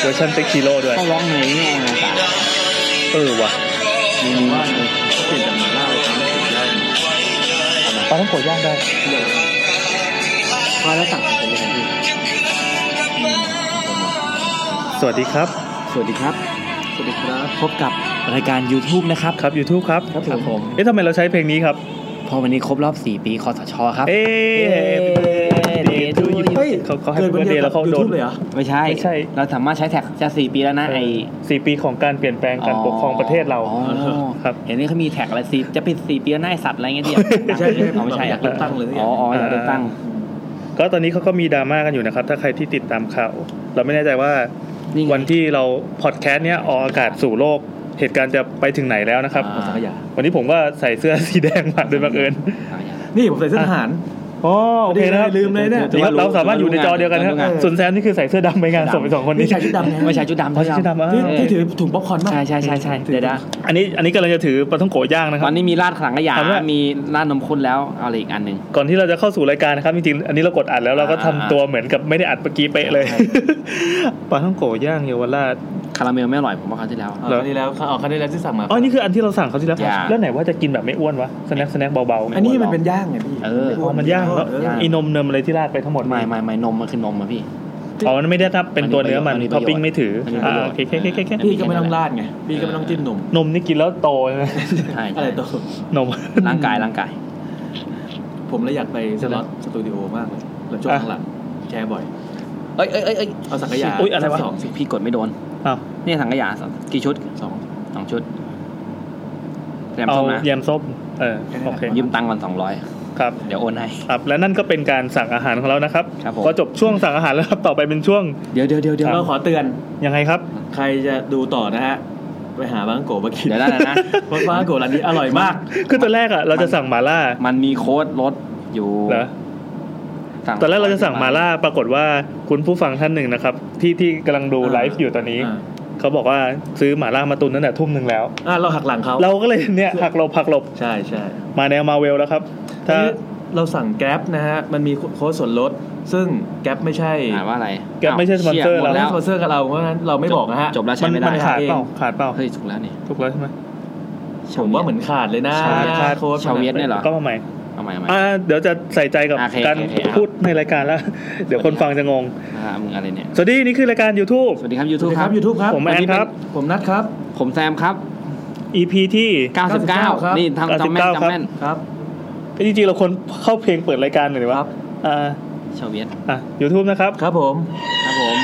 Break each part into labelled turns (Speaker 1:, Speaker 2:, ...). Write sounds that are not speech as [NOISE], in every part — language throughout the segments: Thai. Speaker 1: เวอร์ชันเต็กชิโร่ด้วย
Speaker 2: เขาร้องเพลงนี่เองนะจ๊ะ
Speaker 1: เออว่ะ
Speaker 2: มีว่าเปลี่ยนจากหมาล่าไปทำเป็นเล่า
Speaker 1: ปลาท่องโกะย่างได้
Speaker 2: พอแล้วสั่งเป็นเลยพี่
Speaker 1: สวัสดีครับ
Speaker 2: สวัสดีครับ สวัสดีครับ พบกับรายการ YouTube นะครับ
Speaker 1: ครับ YouTube ครับ
Speaker 2: ครับผม
Speaker 1: เอ๊ะทำไมเราใช้เพลงนี้ครับ
Speaker 2: พอวันนี้ครบรอบ 4 ปีคอสชครับ
Speaker 1: เอ๊ะ Happy birthday to you
Speaker 3: เฮ้ย
Speaker 1: เขาเขาให้
Speaker 3: กิ
Speaker 1: เบอร์เดย์แล้วเขาโดน
Speaker 3: เลยเหรอ
Speaker 2: ไม่ใช่
Speaker 1: ไม่ใช่
Speaker 2: เราสามารถใช้แท็กจะ 4 ปีแล้วนะไอ
Speaker 1: สี่ปีของการเปลี่ยนแปลงการปกครองประเทศเรา
Speaker 2: อ๋อ
Speaker 1: ครับ
Speaker 2: เห็นนี่เขามีแท็กอะไรสีจะปิดสีปีแล้วหน้าไอ้สัตว์อะไรเงี้ยเดียว
Speaker 3: ไม่ใช่
Speaker 2: เอาไม่ใช่
Speaker 3: อยา
Speaker 2: อ่ะ
Speaker 3: กเลือกตั้งเลย
Speaker 2: อ๋ออ๋ออยากเลือกตั้ง
Speaker 1: ก็ตอนนี้เขาก็มีดราม่ากันอยู่นะครับ ถ้าใครที่ติดตามข่าว เราไม่แน่ใจว่า
Speaker 2: นี่ไง
Speaker 1: วันที่เราพอดแคสต์เนี้ยออกอากาศสู่โลก เหตุการณ์จะไปถึงไหนแล้วนะครับ
Speaker 2: อ่า
Speaker 3: สังขยา
Speaker 1: วันนี้ผมก็ใส่เสื้อสีแดงมาโดยบังเอิญ
Speaker 3: นี่ผมใส่เสื้อทหาร
Speaker 1: อ๋อโอเคนะครับ
Speaker 3: ลืมเลยเนี่ย
Speaker 1: ครับเราสามารถอยู่ในจอเดียวกันครับ
Speaker 2: จะรู้งาน
Speaker 1: ส่วนแซมนี่คือใส่เสื้อดำไปงานศพไปสองคนนี้
Speaker 3: นี่ชายชุดดำไง
Speaker 2: ไม่ใช่ชุดดำ
Speaker 1: อ๋อชุดดำอ่ะ
Speaker 3: ที่ที่ถือถุงป๊อปคอร์นป่ะ
Speaker 2: ใช่ใช่ใช่ใช่เดี๋ยวนะ
Speaker 1: อันนี้อันนี้กำลังจะถือปลาท่องโกะย่างนะค
Speaker 2: ต
Speaker 1: รั
Speaker 2: อบ นนี้มีราดขลังกระยา
Speaker 1: ถามว่ามี
Speaker 2: มีราดนมข้นแล้วเอาอะไรอีกอันหนึ่ง
Speaker 1: ก่อนที่เราจะเข้าสู่รายการนะครับจริงๆอันนี้เรากดอัดแล้วเราก็ทำ
Speaker 2: อ่า
Speaker 1: ตัวเหมือนกับไม่ได้อัดเมื่อกี้เป๊ะเลย ปลาท่องโกะย่างเยาวราช
Speaker 2: คาราเมลไม่อร่อยผมว่าคราวที่แล้ว
Speaker 3: อ๋อครั้งที่แล้วอ๋อครั้งที่แล้วที่สั่งมา
Speaker 1: อ๋อ นี่คืออันที่เราสั่งเขาวที่แล้ว
Speaker 2: ย่าง
Speaker 1: แล้วไหนว่าจะกินแบบไม่อ้วนวะ สแน็คสแน็คเบาๆ
Speaker 3: อันนี้มันเป็นย่างไงพี่
Speaker 2: เออ
Speaker 1: อ๋อมันย่างแล้ว
Speaker 3: เออ
Speaker 2: เย่าง
Speaker 1: อีนมเนมอะไรที่ราดไปทั้งหมด
Speaker 2: ไม่ไม่ไม่นมมันคือนมอะพี่
Speaker 1: อ๋อมันไม่ได้รับเป็นตัวเนื้อมัน
Speaker 2: มันมีประโย
Speaker 1: ท็อ
Speaker 2: ชน์
Speaker 1: ปปิ้งไม่ถือ
Speaker 2: มันมีประ
Speaker 1: อ่า
Speaker 2: โยชน์
Speaker 1: โอเคแค่แค่แค่แค่
Speaker 3: พี่ก็ไม่ต้องราดไงพี่ก็ไม่ต้องจิ้มหนุ่ม
Speaker 1: นมนี่กินแล้วโตใช่ไหม
Speaker 2: ใช่
Speaker 3: อะไร
Speaker 2: ใช่
Speaker 3: ตัวน
Speaker 1: ม
Speaker 2: ร่างกายร่างกาย
Speaker 3: ผมเลยอยากไปสล็อตสตูดิโอมากเลยแล้วช่วงหลังแชร์บ่อย
Speaker 2: เอ้ยเอ้ยเอ้ยเอ้ย
Speaker 3: เอาสังขยา
Speaker 1: อุ๊ยอะไรวะ
Speaker 3: สองสิ
Speaker 2: พี่กดไม่โดน
Speaker 1: อ้าว
Speaker 2: เนี่ยถังกระยาสองกี่ชุด
Speaker 3: สอง
Speaker 2: สองชุดแยม
Speaker 1: เอา
Speaker 2: ส้มนะ
Speaker 1: แยมส้มเออโอเค
Speaker 2: ยืมตังค์ก่อนสองร้อย
Speaker 1: ครับ
Speaker 2: เดี๋ยวโอนให้
Speaker 1: ครับและนั่นก็เป็นการสั่งอาหารของเรานะครับ
Speaker 2: ครับผม
Speaker 1: ก็จบช่วงสั่งอาหารแล้วครับต่อไปเป็นช่วง
Speaker 2: เดี๋ยวเดี๋ยวเดี๋ยวเดี๋ยว
Speaker 3: เราขอเตือน
Speaker 1: ยังไงครับ
Speaker 3: ใครจะดูต่อนะฮะไปหาบางโกะมากิน
Speaker 2: เดี๋ยวได้แล้วนะ
Speaker 3: เพราะบางโกะร้านนี้อร่อยมาก
Speaker 1: คือตอนแรกอ่ะเราจะสั่งหมาล่า
Speaker 2: มันมีโค้ดลดอยู่
Speaker 1: เหรอ ตอนแรกเราจะสั่งมาล่าปรากฏว่าคุณผู้ฟังท่านหนึ่งนะครับ ที่ที่กำลังดู
Speaker 3: อ่า
Speaker 1: ไลฟ์อยู่ตอนนี้ เขาบอกว่าซื้อหมาล่ามาตุนตั้งแต่ทุ่มหนึ่งแล้ว
Speaker 3: อ่ะเราหักหลังเขา
Speaker 1: เราก็เลยเนี่ยหักหลบหักหลบ
Speaker 3: ใช่ใช่
Speaker 1: มาแนวมาเวลแล้วครับ
Speaker 3: อั
Speaker 1: ถ้าน
Speaker 3: นี้เราสั่งแก๊ปนะฮะ มันมีโค้ดส่วนลด ซึ่งแก๊ปไม่ใช่
Speaker 2: ถามว่าอะไร
Speaker 1: แกไม่ใช่สปอนเซอร์
Speaker 2: หม
Speaker 1: เรา
Speaker 2: ด
Speaker 3: ไม่
Speaker 2: แล้ว
Speaker 3: ใช่สปอนเซอร์กับเรา เพราะฉะนั้นเราไม่บอกนะฮะ
Speaker 2: จบแล้วใช้
Speaker 1: มัน
Speaker 2: ไม่ได้
Speaker 1: มันขาดเปล่าขาดเปล่า
Speaker 2: เฮ้ยถูกแล้วนี่
Speaker 1: ถูกแล้วใช่ไหม
Speaker 3: ผมว่าเหมือนขาดเลยนะ
Speaker 1: ขาดขาด
Speaker 3: โค้ด
Speaker 2: ชาวเวียดเนี่ยเหรอ
Speaker 1: ก็มาใหม่
Speaker 2: เอาใหม่เอาใหม่
Speaker 1: อ่าเดี๋ยวจะใส่ใจกับ
Speaker 2: โอเค
Speaker 1: การ
Speaker 2: โอเคครับ
Speaker 1: พูดในรายการแล้ว [LAUGHS] เดี๋ยวคนฟังจะงง
Speaker 2: อ่ามึงอะไรเนี่ย
Speaker 1: สวัสดีนี่คือรายการ YouTube
Speaker 2: สวัสดีครับ
Speaker 3: ยูทูบ
Speaker 2: YouTube
Speaker 3: ค
Speaker 2: ค
Speaker 3: รั
Speaker 2: รั
Speaker 3: บบ ยูทูบครับ
Speaker 1: ผมแอนครับ
Speaker 3: ผมนัทครับ
Speaker 2: ผมแซมครับ
Speaker 1: EP ที่
Speaker 3: 99ครับ
Speaker 2: 99 นี่ทำจำแม่น
Speaker 1: 99
Speaker 2: จำแม่น
Speaker 3: ครับ
Speaker 1: จริงๆเราควรเข้าเพลงเปิดรายการหน่อยดีวะ
Speaker 3: ครับ
Speaker 1: อ่า
Speaker 2: ชาวเวียดค
Speaker 1: อ่ะ YouTube นะครับ
Speaker 3: ครับผม
Speaker 2: รับผม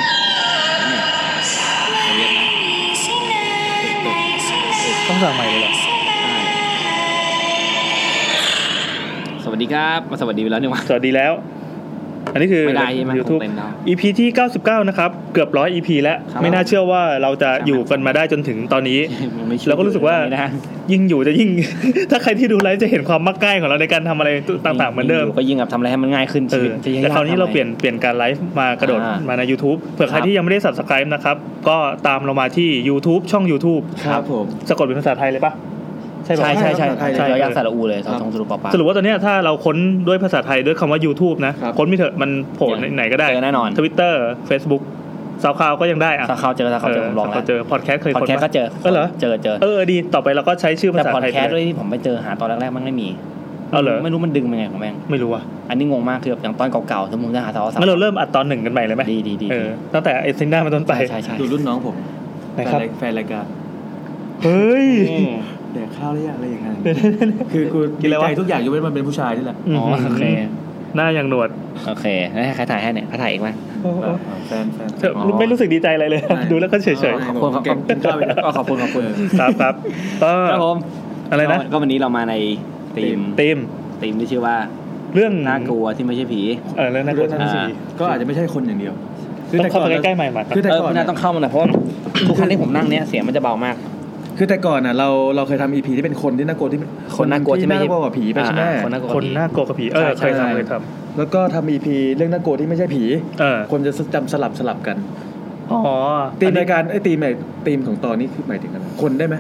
Speaker 2: เนี่ยชาวเวียดนะ
Speaker 1: ต้องสั่งใหม่เลยเหรอ
Speaker 2: ใช่สวัสดีครับมาสวัสดีไปแล้วนี่หวะ
Speaker 1: สวัสดีแล้ว อันนี้คือ
Speaker 2: ไม่ได้ใช่ไหม
Speaker 1: YouTube
Speaker 2: คงเป็นแล้ว
Speaker 1: EP ที่ 99 นะครับ เกือบร้อย EP แล้ว
Speaker 2: ครับ
Speaker 1: ไม่น่าเชื่อว่าเราจะอยู่กันมาได้จนถึงตอนนี้
Speaker 2: มันไม่ช่ย
Speaker 1: เราก็รู้สึกว่า
Speaker 2: ไม่ได้
Speaker 1: ยิ่งอยู่จะยิ่ง [LAUGHS] ถ้าใครที่ดูไลฟ์จะเห็นความมักง่ายของเราในการทำอะไรต่างๆเหมือนเดิม
Speaker 2: ยู่ก็ยิ่งกับทำอะไรให้มันง่ายขึ้น
Speaker 1: เอ
Speaker 2: ชีวิ
Speaker 1: อ
Speaker 2: ตจะยก
Speaker 1: แต่คราวนี้เรา
Speaker 2: ทำไม
Speaker 1: เปลี่ยนเปลี่ยนการไลฟ์มากระโดด
Speaker 2: อ่าม
Speaker 1: มาใน YouTube เผื่อใคร
Speaker 2: ครับ
Speaker 1: ที่ยังไม่ได้ subscribe นะครับ ก็ตามเรามาที่ YouTube ช่อง YouTube
Speaker 3: ครับผม
Speaker 1: สะกดเป็นภาษาไทยเลยปะใช่ปะ
Speaker 2: ใช่ใช่ใช่ใช่
Speaker 1: ใช่
Speaker 2: เดี๋ยวยางสาระอูเลยสองสองสรุปปอปา
Speaker 1: สรุปว่าตอนเนี้ยถ้าเราค้นด้วยภาษาไทยด้วยคำว่า YouTube นะครับ ค้นไม่เถอะมันโผล่
Speaker 2: เจอ
Speaker 1: ไหนก็ได้
Speaker 2: เจอแน่นอน
Speaker 1: ทวิตเตอร์เฟซบุ๊กซาวคลาวก็ยังได้อะ
Speaker 2: ถ้าเขาเจอถ้าเขาเจอผมลอง
Speaker 1: เ SoundCloud
Speaker 2: แล้ว
Speaker 1: เจอพอดแคสต์เคย
Speaker 2: พอด
Speaker 1: ค้น
Speaker 2: แคสต์ก็เจอ
Speaker 1: เออเหรอ
Speaker 2: เจอเจอ
Speaker 1: เออดีต่อไปเราก็ใช้ชื่อภา
Speaker 2: แต่
Speaker 1: ษา
Speaker 2: พอด
Speaker 1: ไทย
Speaker 2: แคส
Speaker 1: ไป
Speaker 2: ต์ด้
Speaker 1: เล
Speaker 2: วย
Speaker 1: ย
Speaker 2: ที่ผมไปเจอหาตอนแรกๆมันไม่มี
Speaker 1: เอาเหรอ
Speaker 2: ไม่รู้มันดึงยังไงของแม่ง
Speaker 1: ไม่รู้อ่ะ
Speaker 2: อันนี้งงมากคือแบบอย่างตอนเก่าๆสมมติจะหาสาวสาว
Speaker 1: งั้นเราเริ่มอัดตอนหนึ่งกันใหม่เลยไหม
Speaker 2: ดีดีดี
Speaker 1: เออตั้งแต่ไอซินด้ามาต้นไป
Speaker 2: ใช่ใช่ใช่
Speaker 3: ดูรุ่นน้องผม
Speaker 1: ไหนครับ
Speaker 3: แฟนรายการ
Speaker 1: เฮ้ย
Speaker 2: อืม
Speaker 3: แดกข้าวหรือยังอะไรอย่างเงี้ยคือกู
Speaker 1: กินอะไรวะ
Speaker 3: ดีใจทุกอย่างยกเว้นมันเป็นผู้ชายนี่แหละ
Speaker 2: อ๋อโอเค
Speaker 1: หน้ายังหนวด
Speaker 2: โอเคแล้วให้ใครถ่ายให้เนี่ยใครถ่ายเองไหม
Speaker 3: อ่ะแฟนแฟน
Speaker 1: เธอไม่รู้สึกดีใจอะไรเลย
Speaker 3: ไม่
Speaker 1: ดูแล้วก็เฉย
Speaker 2: ขอบคุณครับ
Speaker 3: กินข้าวไปแล้ว
Speaker 2: ก็ขอบคุณขอบคุณ
Speaker 1: ๆครับครับก็
Speaker 2: ครับผม
Speaker 1: อะไรนะ
Speaker 2: ก็วันนี้เรามาในธีม
Speaker 1: ตีม
Speaker 2: ธีมที่ชื่อว่า
Speaker 1: เรื่อง
Speaker 2: น่ากลัวที่ไม่ใช่ผี
Speaker 1: เออเรื่องน่ากลัว
Speaker 3: เรื่องนั้นสิก็อาจจะไม่ใช่คนอย่างเดียวคือ
Speaker 1: ต้อง
Speaker 3: แต่
Speaker 1: เข้า
Speaker 3: ก่อน
Speaker 1: ไปใกล้ๆใหม่หมัดปะ
Speaker 3: คือแต่
Speaker 2: เออ
Speaker 3: ก่อน
Speaker 2: พี่นา
Speaker 3: นะ
Speaker 2: ต้องเข้ามาหน่อยเพราะว่าทุกครั้งที่ผมนั่งเนี้ยเสียงมันจะเบามาก
Speaker 3: คือแต่ก่อนอ่ะเราเราเคยทำอีพีที่เป็นคนที่น่ากลัวที่
Speaker 2: คนน่ากลัวที่ไม่
Speaker 3: น่ากลัวกว่าผีไป
Speaker 2: อ่า
Speaker 3: ใช่ไหม
Speaker 2: อ่าคนน่ากลัว
Speaker 1: คนน่ากลัวกับผี เออ
Speaker 3: ใช่
Speaker 1: เคย
Speaker 3: ใช่
Speaker 1: ทำเคยท
Speaker 3: แล้วก็ทำอีพีเรื่องน่ากลัวที่ไม่ใช่ผี
Speaker 1: ำเออ
Speaker 3: คนจะจำสลับสลับกัน
Speaker 1: อ๋อ
Speaker 3: ตีม
Speaker 1: อันนี้
Speaker 3: รายการไอ้ยตีมไหนตีมของตอนนี้คือหมายถึงอะไรคนได้ไหม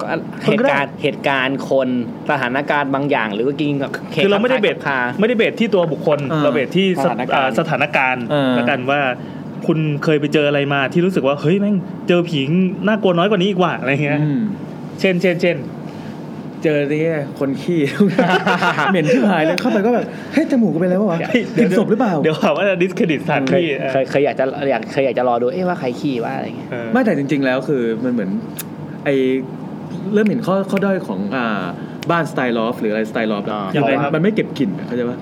Speaker 2: ก็
Speaker 3: คน
Speaker 2: เห
Speaker 3: ก็
Speaker 2: ตุ
Speaker 3: ได้
Speaker 2: การณ์เหตุการณ์คนสถานการณ์บางอย่าง หรือว่ากินกับ
Speaker 1: คือเราไม่ได้เบส
Speaker 2: คา
Speaker 1: ไม่ได้เบสที่ตัวบุคคล
Speaker 3: อ่า
Speaker 1: เราเบสที่ส
Speaker 2: สถานการณ์
Speaker 1: อ่าสถานการณ์
Speaker 3: อ่า
Speaker 1: แล้วกันว่า ค คุณเคยไปเจออะไรมาที่รู้สึกว่าเฮ้ยแม่งเจอผีน่ากลัวน้อยกว่านี้อีกว่ะอะไรเงี้ย
Speaker 3: อืม
Speaker 1: เช่นเช่นเช่น
Speaker 3: เจอเนี่ยคนขี้ [LAUGHS] เหม็นที่หายเลยเข้าไปก็แบบเฮ้ยจมูกกูเป็นอะไรวะวะ
Speaker 1: เดี๋
Speaker 3: เห็
Speaker 1: ยวน
Speaker 3: ศพหรือเปล่า
Speaker 1: เดี๋ยวหาว่าดิสเครดิตสถาน
Speaker 2: เคย
Speaker 1: ที่
Speaker 2: เคยเคยอยากจะอยากเคยอยากจะรอดูเอ๊ะว่าใครขี้ว่าอะไรเงี้ย
Speaker 1: เออ
Speaker 3: ไม่แต่จริง ๆ แล้วคือมันเหมือนไอเริ่มเห็นข้อข้อด้อยของอ่าบ้านสไตล์ลอฟหรืออะไรสไตล์ลอฟ
Speaker 1: ยั
Speaker 3: ยัง
Speaker 1: ง
Speaker 3: ไง
Speaker 1: ไงครับ
Speaker 3: มันไม่เก็บกลิ่นอะเข้าใจปะ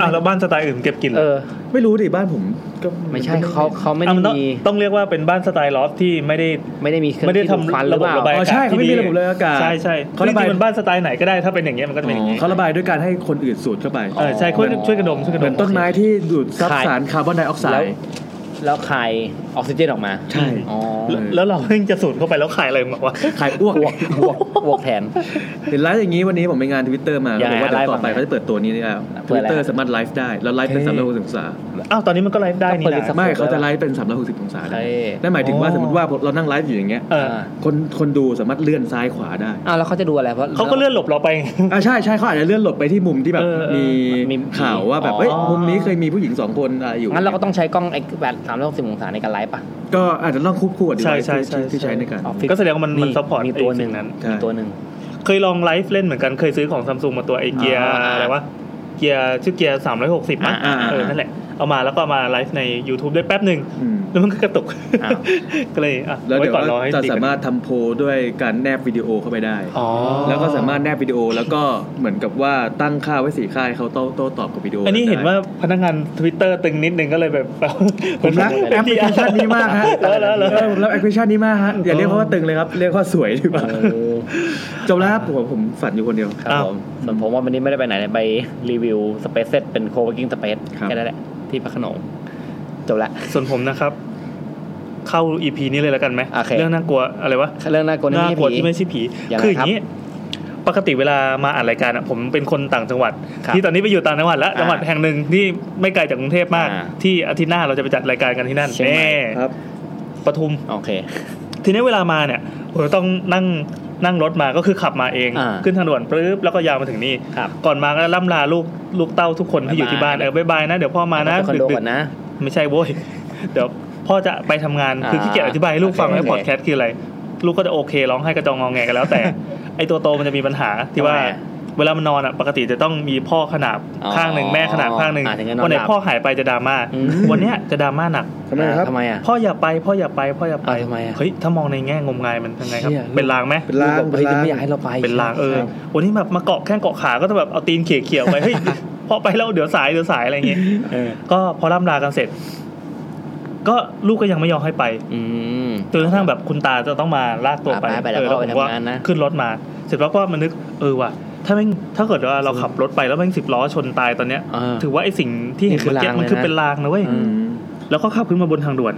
Speaker 1: อ่ะแล้วบ้านสไตล์อื่นเก็บกินเหร
Speaker 2: เอ
Speaker 1: อ
Speaker 2: อ
Speaker 3: ไม่รู้ดิบ้านผมก็
Speaker 2: ไม่ใช่เขาเขาไม่ได้
Speaker 1: อ่ะนต้อง
Speaker 2: มี
Speaker 1: ต้องเรียกว่าเป็นบ้านสไตล์ลอฟที่ไม่ได้
Speaker 2: ไม่ได้มีเครื่อง
Speaker 1: ไม่ได้
Speaker 2: ที่
Speaker 1: ทำ
Speaker 2: ดูดควันหรื
Speaker 1: ระบบ
Speaker 2: อเปล่า
Speaker 1: ระบาย
Speaker 3: อ๋อ
Speaker 1: อากาศ
Speaker 3: ใช่เขาไม่มี
Speaker 1: ที่
Speaker 3: ระบบเลยอากาศ
Speaker 1: ใช่ใช่
Speaker 3: เขา
Speaker 1: จ
Speaker 3: ระบาย
Speaker 1: ริงๆมันบ้านสไตล์ไหนก็ได้ถ้าเป็นอย่างเงี้ยมันก็จะเป็นอย่างงี้
Speaker 3: เขาระบายด้วยการให้คนอื่นสูดเข้าไป
Speaker 1: เออใช่ช่วยช่วยกระดมช่วยกระ
Speaker 3: เห
Speaker 1: ด
Speaker 3: มือ
Speaker 1: ม
Speaker 3: นต้นไม้ที่ดูดซับสารคาร์บอนไดออกไซด์
Speaker 2: แล้วคายออกซิเจนออกมา
Speaker 3: ใช่
Speaker 2: อ๋อ
Speaker 1: แล้วแล้วเราเพิ่งจะสูดเข้าไปแล้วขายอะไรมาว่า
Speaker 3: ขายอ้วก
Speaker 2: บวกบวกบวกแทน
Speaker 3: เห็นไลฟ์อย่างนี้วันนี้ผมไปงานทวิตเตอร์มา
Speaker 2: ยังไง
Speaker 3: เขา
Speaker 2: ไลฟ์
Speaker 3: บอกว่าเดี๋ยวต่อไป
Speaker 2: บ้างไหม
Speaker 3: เขาจะเปิดตัวนี้แล้วท
Speaker 2: เปิด
Speaker 3: วิ
Speaker 2: อะ
Speaker 3: ต
Speaker 2: ไร
Speaker 3: เตอร์สามารถไลฟ์ได้แล้วไลฟ์เป็น
Speaker 1: เฮ้ย
Speaker 3: สามร้อยหกสิบองศา
Speaker 1: อ้าวตอนนี้มันก็ไลฟ์ได้นี่
Speaker 2: ต้องเปิดลิ
Speaker 1: นะ
Speaker 2: สต์
Speaker 3: ไม่เขาจะไลฟ์เป็นสามร้อยหกสิบองศาได้
Speaker 2: เฮ้ย
Speaker 3: นั่นหมายถึงว่าสมมติว่าเรานั่งไลฟ์อยู่อย่างเงี้ย
Speaker 1: เออ
Speaker 3: คนคนดูสามารถเลื่อนซ้ายขวาได้
Speaker 2: อ้าวแล้วเขาจะดูอะไรเพราะ
Speaker 1: เขาก็เลื่อนหลบเราไป
Speaker 3: อ่าใช่ใช่เขาอาจจะเลื่อนหลบไปที่มุมที่แบบ
Speaker 1: เออเออ
Speaker 3: มี
Speaker 2: มี
Speaker 3: ข่าวว่าแบบ
Speaker 2: อ๋อ
Speaker 3: เฮ้ยมุมนี้เคยมีผู้หญิงสองคนอ่ะอยู่
Speaker 2: งั้นเราก็ต้องใช้กล้องไอ้แบบสามร้อยหกสิบองศาในการไลฟ์ป่ะ
Speaker 3: ก็อาจจะต้องควบคู่กับดี
Speaker 1: ใช่
Speaker 3: ไวซ์
Speaker 1: ใช่
Speaker 3: ที่
Speaker 1: ใช่
Speaker 3: ที่ที่
Speaker 1: ใช่
Speaker 3: ใช้ในการ
Speaker 2: อ๋อ
Speaker 1: ก็แสดงว่ามันมันซัพพอร์ต
Speaker 2: มีตัวหนึ่ง
Speaker 1: นั้น
Speaker 3: ใช่
Speaker 2: มีตัวหนึ่ง
Speaker 1: เคยลองไลฟ์เล่นเหมือนกันเคยซื้อของซัมซุงมาตัวไอเกีย
Speaker 2: อ่า
Speaker 1: อะไรวะเกียร์ชื่อเกียร์สามร้อยหกสิบมั้ง
Speaker 3: อ่าอ่า
Speaker 1: เออนั่นแหละเอามาแล้วก็เอามาไลฟ์ใน YouTube ได้แป๊บหนึ่ง
Speaker 3: อืม
Speaker 1: แล้วมันก็กระตุก
Speaker 2: อ้าว
Speaker 1: ก็เลยอ่ะ
Speaker 3: แล้ว
Speaker 1: ไว้
Speaker 3: เดี๋ยว
Speaker 1: ก่อนรอให้
Speaker 3: จะ
Speaker 1: ติด
Speaker 3: สามารถทำโพลด้วยการแนบวิดีโอเข้าไปได้
Speaker 1: อ๋อ
Speaker 3: แล้วก็สามารถแนบวิดีโอแล้วก็เหมือนกับว่าตั้งค่าไว้สี่ค่ายเขาโต้โต้ตอบกับวิดีโอ
Speaker 1: อั
Speaker 3: อั
Speaker 1: นนี้เห็นว่าพนักงานทวิตเตอร์ตึงนิดนึงก็เลยแบบ [LAUGHS]
Speaker 3: ผมรักแอปพลิเคชันนี้มากฮะ
Speaker 1: แล้วแล้วแล้ว
Speaker 3: เออผมรักแอปพลิเคชันนี้มากฮะ อย่าเรียกว่าตึงเลยครับ เรียกว่าสวยดีกว่า [LAUGHS] จบแล้วครับผมผมฝันอยู่คนเดียว
Speaker 2: ครับผมส่วนผมว่าวันนี้ไม่ได้ไปไหนเลยไปรีวิวสเปซเซตเป็นโคเวกิ้งสเปซ
Speaker 3: ครับ
Speaker 2: แค่นั้นแหละที่พระโขนงจบละ
Speaker 1: ส่วนผมนะครับ เข้าอีพีนี้เลยแล้วกันไหม
Speaker 2: โอเค
Speaker 1: เรื่องน่ากลัวอะไรวะ
Speaker 2: เรื่องน่ากลัว
Speaker 1: น่ากลัวที่ไม่
Speaker 2: ใช่
Speaker 1: ใช่ผี
Speaker 2: ยังไง
Speaker 1: คืออย่างนี้ ปกติเวลามาอ่านรายการอะผมเป็นคนต่างจังหวัด
Speaker 2: ครับ
Speaker 1: ที่ตอนนี้ไปอยู่ต่างจังหวัดแล้ว
Speaker 2: อ่า
Speaker 1: จังหวัดแห่งหนึ่งที่ไม่ไกลจากกรุงเทพมาก
Speaker 2: อ่า
Speaker 1: ที่อาทิตย์หน้าเราจะไปจัดรายการกันที่นั่น
Speaker 2: เชียงใหม่
Speaker 1: แน่
Speaker 3: ครับ
Speaker 1: ปทุม
Speaker 2: โอเค
Speaker 1: ทีนี้เวลามาเนี่ยผมจะต้องนั่งนั่งรถมาก็คือขับมาเอง
Speaker 2: อ่า
Speaker 1: ขึ้นทางด่วนปรื๊บแล้วก็ยาวมาถึงนี่
Speaker 2: ครับ
Speaker 1: ก่อนมาก็ล่ำลาลูกลูกเต้าทุกคนที่อยู่ที่บ้าน
Speaker 2: บ๊ายบาย
Speaker 1: เออบายบายนะ เดี๋ยวพ่อมานะ
Speaker 2: ไปคอน
Speaker 1: ดึ
Speaker 2: โด
Speaker 1: กดึก
Speaker 2: ก่อนนะ
Speaker 1: ไม่ใช่โว้ย [LAUGHS] เดี๋ยวพ่อจะไปทำงาน
Speaker 2: อ่า
Speaker 1: คือขี้เกียจอธิบายให้ลูกฟัง
Speaker 2: โอเค
Speaker 1: ว่าพอดแคสต์คืออะไร ลูกก็จะโอเคร้องไห้กระจองงอแงกันแล้วแต่ [LAUGHS] ไอตัวโตมันจะมีปัญหาที่ว่า
Speaker 2: ทำไมอะ
Speaker 1: เวลามันนอนอ่ะปกติจะต้องมีพ่อขนาบ
Speaker 2: อ๋อ
Speaker 1: ข้างหนึ่งแม่ขนาบข้างหนึ่ง
Speaker 2: อ่าถึงจะนอน
Speaker 1: วันไหน
Speaker 2: หลับ
Speaker 1: พ่อหายไปจะดราม่า
Speaker 2: อืม
Speaker 1: วันเนี้ยจะดราม่าหนัก
Speaker 3: ทำไมครับ
Speaker 2: ทำไมอ่ะ
Speaker 1: พ่ออย่าไปพ่ออย่าไปพ่ออย่าไป
Speaker 2: อ้าวทำไมอะ
Speaker 1: เฮ้ยถ้ามองในแง่งมงายมันยังไงครับ
Speaker 2: เชี่ย
Speaker 1: เป็นลางไหม
Speaker 3: เป็นลาง
Speaker 2: ลูกบอกเฮ้ย
Speaker 3: เป็นลาง
Speaker 2: ไม่อยากให้เราไป
Speaker 1: เป็นลางเออ
Speaker 2: ใช่
Speaker 1: วันนี้แบบมาเกาะแข้งเกาะขาก็จะแบบเอาตีนเขี่ยเขี่ยๆไป เฮ้ย
Speaker 2: [LAUGHS]
Speaker 1: พอไปแล้วเดี๋ยวสายเดี๋ยวสายอะไรอย่างเงี้ย
Speaker 2: เออ
Speaker 1: ก็พอล่ำลากันเสร็จ ก็ลูกก็ยังไม่ยอมให้ไป
Speaker 2: อืม
Speaker 1: จนกระทั่งแบบคุณตาจะต้องมาลากตัวไป
Speaker 2: อ่ะไปไปแล้ว
Speaker 1: เออ
Speaker 2: พ่อไป
Speaker 1: ผมก็
Speaker 2: ทำงานนะ
Speaker 1: ขึ้นรถมา เสร็จแล้วก็มานึกเออว่ะถ้าแม่งถ้าเกิดว่าเราขับรถไปแล้วแม่งสิบล้อชนตายตอนเนี้ย
Speaker 2: เออ
Speaker 1: ถือว่าไอ้สิ่งที่เห็น
Speaker 2: นี่คือ
Speaker 1: เมื่อกี้
Speaker 2: ลาง
Speaker 1: มันคือ
Speaker 2: เลยนะ
Speaker 1: เป็นลางนะเว้ย
Speaker 3: อืม
Speaker 1: แล้วก็ขับขึ้นมาบนทางด่วน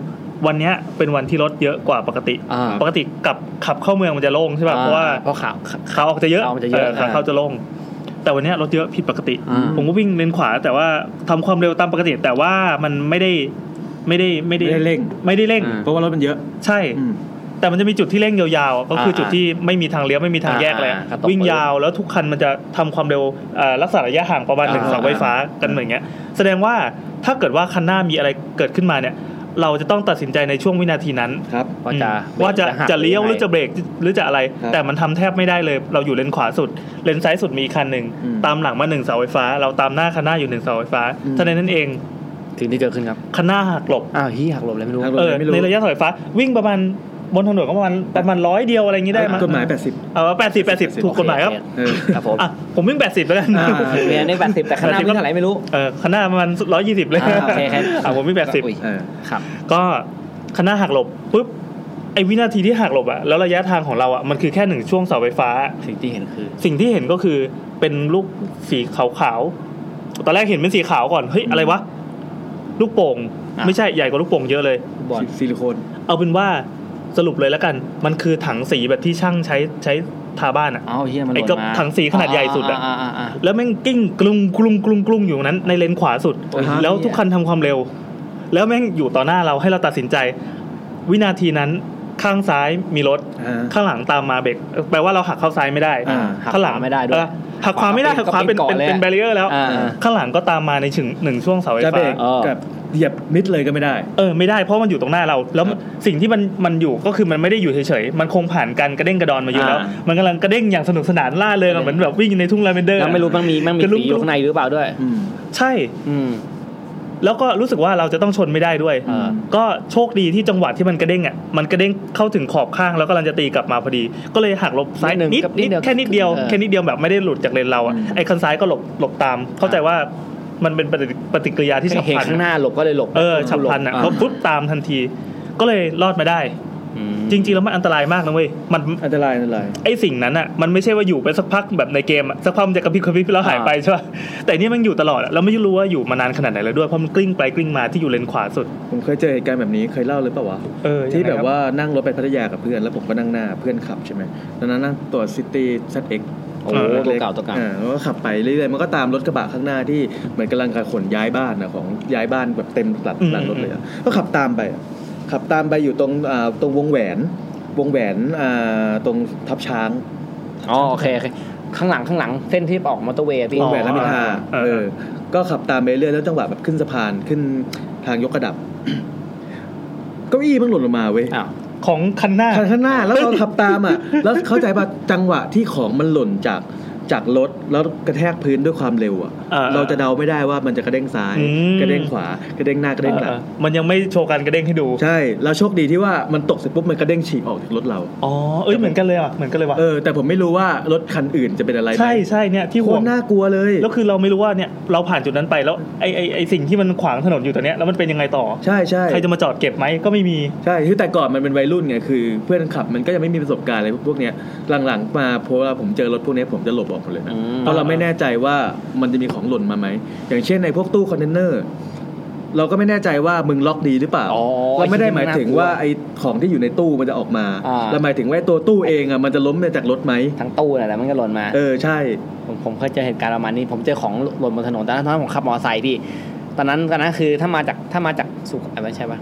Speaker 1: วันเนี้ยเป็นวันที่รถเยอะกว่าปกติ
Speaker 2: อ่า
Speaker 1: ปกติกลับขับเข้าเมืองมันจะโล่งใช่ป่ะเพราะว่า
Speaker 2: เพราะข่าว
Speaker 1: ขาออกจะเยอะ
Speaker 2: ขาออกจะเยอะ
Speaker 1: ขา
Speaker 2: อ่า
Speaker 1: เข้าจะโลง แต่วันเนี้ยรถเยอะผิดปกติ
Speaker 2: อ่า
Speaker 1: ผมก็วิ่งเลนขวา แต่ว่าทำความเร็วตามปกติ แต่ว่ามันไม่ได้ไม่ได้ไม่ได้
Speaker 3: ไม่ได้เร่ง
Speaker 1: ไม่ได้เร่ง
Speaker 2: อ่า
Speaker 3: เพราะว่ารถมันเยอะ
Speaker 1: ใช่
Speaker 3: อืม
Speaker 1: แต่มันจะมีจุดที่เร่งยาวๆอ่ะก็คืออา จุดที่ไม่มีทางเลี้ยวไม่มีทางแยกเลยอ่ะ
Speaker 2: อ่าครับผม
Speaker 1: วิ่งยาวแล้วทุกคันมันจะทำความเร็วเอ่อรักษาระยะห่างประมาณหนึ่ง
Speaker 2: อ่า
Speaker 1: เสาไฟฟ้ากันเหมือนเงี้ย แสดงว่าถ้าเกิดว่าคันหน้ามีอะไรเกิดขึ้นมาเนี่ย เราจะต้องตัดสินใจในช่วงวินาทีนั้น
Speaker 3: ครับ
Speaker 2: ว่าจะ
Speaker 1: อืมว่าจะ
Speaker 2: หัก
Speaker 1: จะเลี้ยวหรือจะ
Speaker 2: ไง
Speaker 1: เบรกหรือจะอะไร
Speaker 3: ครับ
Speaker 1: แต่มันทำแทบไม่ได้เลย เราอยู่เลนขวาสุด เลนซ้ายสุดมีอีกคันหนึ่ง
Speaker 3: อืม
Speaker 1: ตามหลังมาหนึ่งเสาไฟฟ้า เราตามหน้าคันหน้าอยู่หนึ่งเสาไฟฟ้า
Speaker 3: อืม
Speaker 1: เท่านั้นเอง
Speaker 2: ถึงที่เกิดขึ้นครับ
Speaker 1: คันหน้าหักหลบ
Speaker 2: อ้าวเฮียหักหลบเลยไม่รู้
Speaker 3: หักหลบ
Speaker 1: เออ
Speaker 3: ไม่รู้
Speaker 1: ในระยะเสาไฟฟ้า วิ่งประมาณบนถนนก็ประมาณประมาณร้อยเดียวอะไรอย่างนี้ได้มั้ย
Speaker 3: กฎหมายแปดสิบ
Speaker 1: เอาแปดสิบแปดสิบถูกกฎหมายครับ
Speaker 2: โอ
Speaker 3: เออ
Speaker 2: ครับผม
Speaker 1: อ่ะผมวิ่งแปดสิบแล้วกัน
Speaker 3: อ่า
Speaker 2: เรียนได้แปดสิบแต่คณะ
Speaker 1: 80
Speaker 2: วิ่งเท่าไหร่ไม่รู้
Speaker 1: เออคันหน้าประมาณร้อยยี่สิบเลย
Speaker 2: อ่าโอเคครับ
Speaker 1: อ่ะผมวิ่งแปดสิบ
Speaker 2: อุ้ย
Speaker 3: เออ
Speaker 2: ครับ
Speaker 1: ก็คันหน้าหักหลบปุ๊บไอ้วินาทีที่หักหลบอะแล้วระยะทางของเราอะมันคือแค่หนึ่งช่วงเสาไฟฟ้า
Speaker 2: สิ่งที่เห็นคือ
Speaker 1: สิ่งที่เห็นก็คือเป็นลูกสีขาวๆตอนแรกเห็นเป็นสีขาวก่อนเฮ้ยอะไรวะลูกโป่ง
Speaker 2: อ่ะ
Speaker 1: ไม่ใช่ใหญ่กว่าลูกโป่งเยอะเลย
Speaker 2: บอล
Speaker 3: ซิลิโคน
Speaker 1: เอาเป็นว่าสรุปเลยแล้วกัน มันคือถังสีแบบที่ช่างใช้ใช้ทาบ้านอะ
Speaker 2: อ้าวเฮียมันห
Speaker 1: ไอ้
Speaker 2: ล่น
Speaker 1: กระ
Speaker 2: มา
Speaker 1: ถังสีขนาดใหญ่สุดอะ
Speaker 2: าาา
Speaker 1: แล้วแม่งกิ้งกลุงกลุงกลุงกลุงอยู่ตรงนั้นในเลนขวาสุด
Speaker 3: อ่าฮะ
Speaker 1: แล้วทุกคันทำความเร็ว แล้วแม่งอยู่ต่อหน้าเราให้เราตัดสินใจ วินาทีนั้นข้างซ้ายมีรถ
Speaker 3: อ่า
Speaker 1: ข้างหลังตามมาเบรกแปลว่าเราหักเข้าซ้ายไม่ได้
Speaker 3: อ่า
Speaker 2: หัก
Speaker 1: ข้างหลัง
Speaker 2: ขวาไม่ได้ด้วย
Speaker 1: เออหักขวาไม่ได้หักขวาเป็น
Speaker 2: ก็เป็น
Speaker 1: เป็น
Speaker 2: เกาะเลยอะ
Speaker 1: เป็นแบเรียร์แล้ว
Speaker 2: อ่า
Speaker 1: ข้างหลังก็ตามมาในถึงหนึ่งช่วงเสาไฟ
Speaker 3: จะเบร
Speaker 1: ฟ้าก
Speaker 2: เออ
Speaker 3: กับ เหยียบมิดเลยก็ไม่ได้
Speaker 1: เออไม่ได้เพราะมันอยู่ตรงหน้าเรา แล้ว
Speaker 3: ครับ
Speaker 1: สิ่งที่มันมันอยู่ก็คือมันไม่ได้อยู่เฉยๆมันคงผ่านการกระเด้งกระดอนมาอยู่แล้ว
Speaker 3: อ่า
Speaker 1: มันกำลังกระเด้งอย่างสนุกสนานล่าเริงอะเหมือนแบบวิ่งอยู่ในทุ่งลาเวนเดอร์
Speaker 2: แล้วไม่รู้มันมีมันมี
Speaker 1: กระลุ
Speaker 2: สีอยู่ข้างในหรือเปล่าด้วย
Speaker 3: อืม
Speaker 1: ใช่
Speaker 2: อืม
Speaker 1: แล้วก็รู้สึกว่าเราจะต้องชนไม่ได้ด้วย
Speaker 2: อ่า
Speaker 1: ก็โชคดีที่จังหวะที่มันกระเด้งอ่ะมันกระเด้งเข้าถึงขอบข้างแล้วกำลังจะตีกลับมาพอดี ก็เลยหักหลบซ้าย
Speaker 2: นิดนึง
Speaker 1: นิด
Speaker 2: กับนิ
Speaker 1: นิ
Speaker 2: ด
Speaker 1: ด
Speaker 2: เดียว
Speaker 1: แค่นิดเดียว
Speaker 2: เออ
Speaker 1: แค่นิดเดียวแบบไม่ได้หลุดจากเลนเราอ่ะ
Speaker 3: อืม
Speaker 1: ไอ้คันซ้ายก็หลบหลบตาม เข้าใจว่ามันเป็นปฏิปฏิกิริยาที่ฉับ
Speaker 2: เห็น
Speaker 1: พลัน
Speaker 2: ข้างหน้าหลบก็เลยหลบ
Speaker 1: เออฉับพลันอ่ะเขาปุ๊บตามทันที ก็เลยรอดมาได้
Speaker 2: อืม
Speaker 1: จริงๆแล้วมันอันตรายมากนะเว้ยมัน
Speaker 3: อันตรายอันตราย
Speaker 1: ไอสิ่งนั้นอ่ะมันไม่ใช่ว่าอยู่ไปสักพักแบบในเกมอะสักพักมันจะกระพริบกระพริบแล้วหายไปใช่ป่ะแต่เนี่ยมันอยู่ตลอดอะแล้วไม่รู้ว่าอยู่มานานขนาดไหนแล้วด้วยเพราะมันกลิ้งไปกลิ้งมาที่อยู่เลนขวาสุด
Speaker 3: ผมเคยเจอเหตุการณ์แบบนี้เคยเล่าเลยเปล่าวะ
Speaker 1: เออ
Speaker 3: ที่
Speaker 1: ยังไง
Speaker 3: แบบ
Speaker 1: ครั
Speaker 3: ว่านั่งรถไปพัทยากับเพื่อน แล้วผมก็นั่งหน้าเพื่อนขับใช่ไหมตอนนั้นนั่งตัวซิตี้ ZX
Speaker 2: โอ้โหตัวเก่าตัวเก่า
Speaker 3: อ่แล้วก็ขับไปเรื่อยๆมันก็ตามรถกระบะข้างหน้าที่เหมือนกำลังขนย้ายบ้านนะของย้ายบ้านแบบเต็มหลังหลังรถเลยอะก็ขับตามไปอะขับตามไปอยู่ตรงอ่าตรงวงแหวน วงแหวนอ่าตรงทับช้าง
Speaker 2: อ๋อโอเคโอเค ข้างหลังข้างหลังเส้นที่ออกมอเตอร์เวย์พี่
Speaker 3: วงแหวนรามอินทรา
Speaker 1: เออ
Speaker 3: เออ ก็ขับตามไปเรื่อยแล้วจังหวะแบบขึ้นสะพานขึ้นทางยกกระดับ [COUGHS] เก้าอี้มันหล่นลงมาเว้ย
Speaker 2: อ้าว
Speaker 1: ของคันหน้า
Speaker 3: คันข้างหน้า [LAUGHS] แล้วเราขับตามอ่ะ แล้วเข้าใจป่ะจังหวะที่ของมันหล่นจากจากรถแล้วกระแทกพื้นด้วยความเร็วอ่ะ
Speaker 1: อ่า
Speaker 3: เราจะเดาไม่ได้ว่ามันจะกระเด้งซ้าย
Speaker 1: อืม
Speaker 3: กระเด้งขวากระเด้งหน้ากระเด้งหลัง
Speaker 1: เออมันยังไม่โชว์การกระเด้งให้ดู
Speaker 3: ใช่แล้วโชคดีที่ว่ามันตกเสร็จปุ๊บมันกระเด้งฉีกออกจากรถเรา
Speaker 1: อ๋อ เอ้ยเหมือนกันเลยว่ะ เหมือนกันเลยว่ะ
Speaker 3: เออแต่ผมไม่รู้ว่ารถคันอื่นจะเป็นอะไรไหม
Speaker 1: ใช่ใช่เนี่ยที่
Speaker 3: โค
Speaker 1: ห่ว
Speaker 3: ต
Speaker 1: ง
Speaker 3: รน่ากลัวเลย
Speaker 1: แล้วคือเราไม่รู้ว่าเนี่ยเราผ่านจุดนั้นไปแล้วไอไอไอสิ่งที่มันขวางถนนอยู่ตอนเนี้ยแล้วมันเป็นยังไงต่อ
Speaker 3: ใช่ใช่
Speaker 1: ใครจะมาจอดเก็บไหมก็ไม่มี
Speaker 3: ใช่คือแต่ก่อนมันเป็นวัยรุ่นไงคือ เพื่อนขับมันก็ยังไม่มีประสบการณ์อะไรพวกเนี้ยหลังๆมาพอเวลาผมเจอรถพวกเนี้ยผมจะหลบออกหมดเลยนะ
Speaker 2: อืม
Speaker 3: เพราะเราไม่แน่ใจว่ามันจะมีของหล่นมาไหม อย่างเช่นในพวกตู้คอนเทนเนอร์ เราก็ไม่แน่ใจว่ามึงล็อกดีหรือเปล่า
Speaker 2: อ๋อ
Speaker 3: เราไม่ได้หมายถึงว่าไอ้ของที่อยู่ในตู้มันจะออกมา
Speaker 2: อ่า
Speaker 3: เราหมายถึงว่าไอ้ตัวตู้เองอ่ะมันจะล้มมาจากรถไหม
Speaker 2: ทั้งตู้น่ะแหละมันก็หล่นมา
Speaker 3: เออใช่
Speaker 2: ผมผมเคยเจอเหตุการณ์ประมาณนี้ ผมเจอของหล่นบนถนนตอนนั้นตอนนั้นผมขับมอเตอร์ไซค์พี่ ตอนนั้นตอนนั้นคือถ้ามาจากถ้ามาจากสุขเอ้ยไม่ใช่ปะ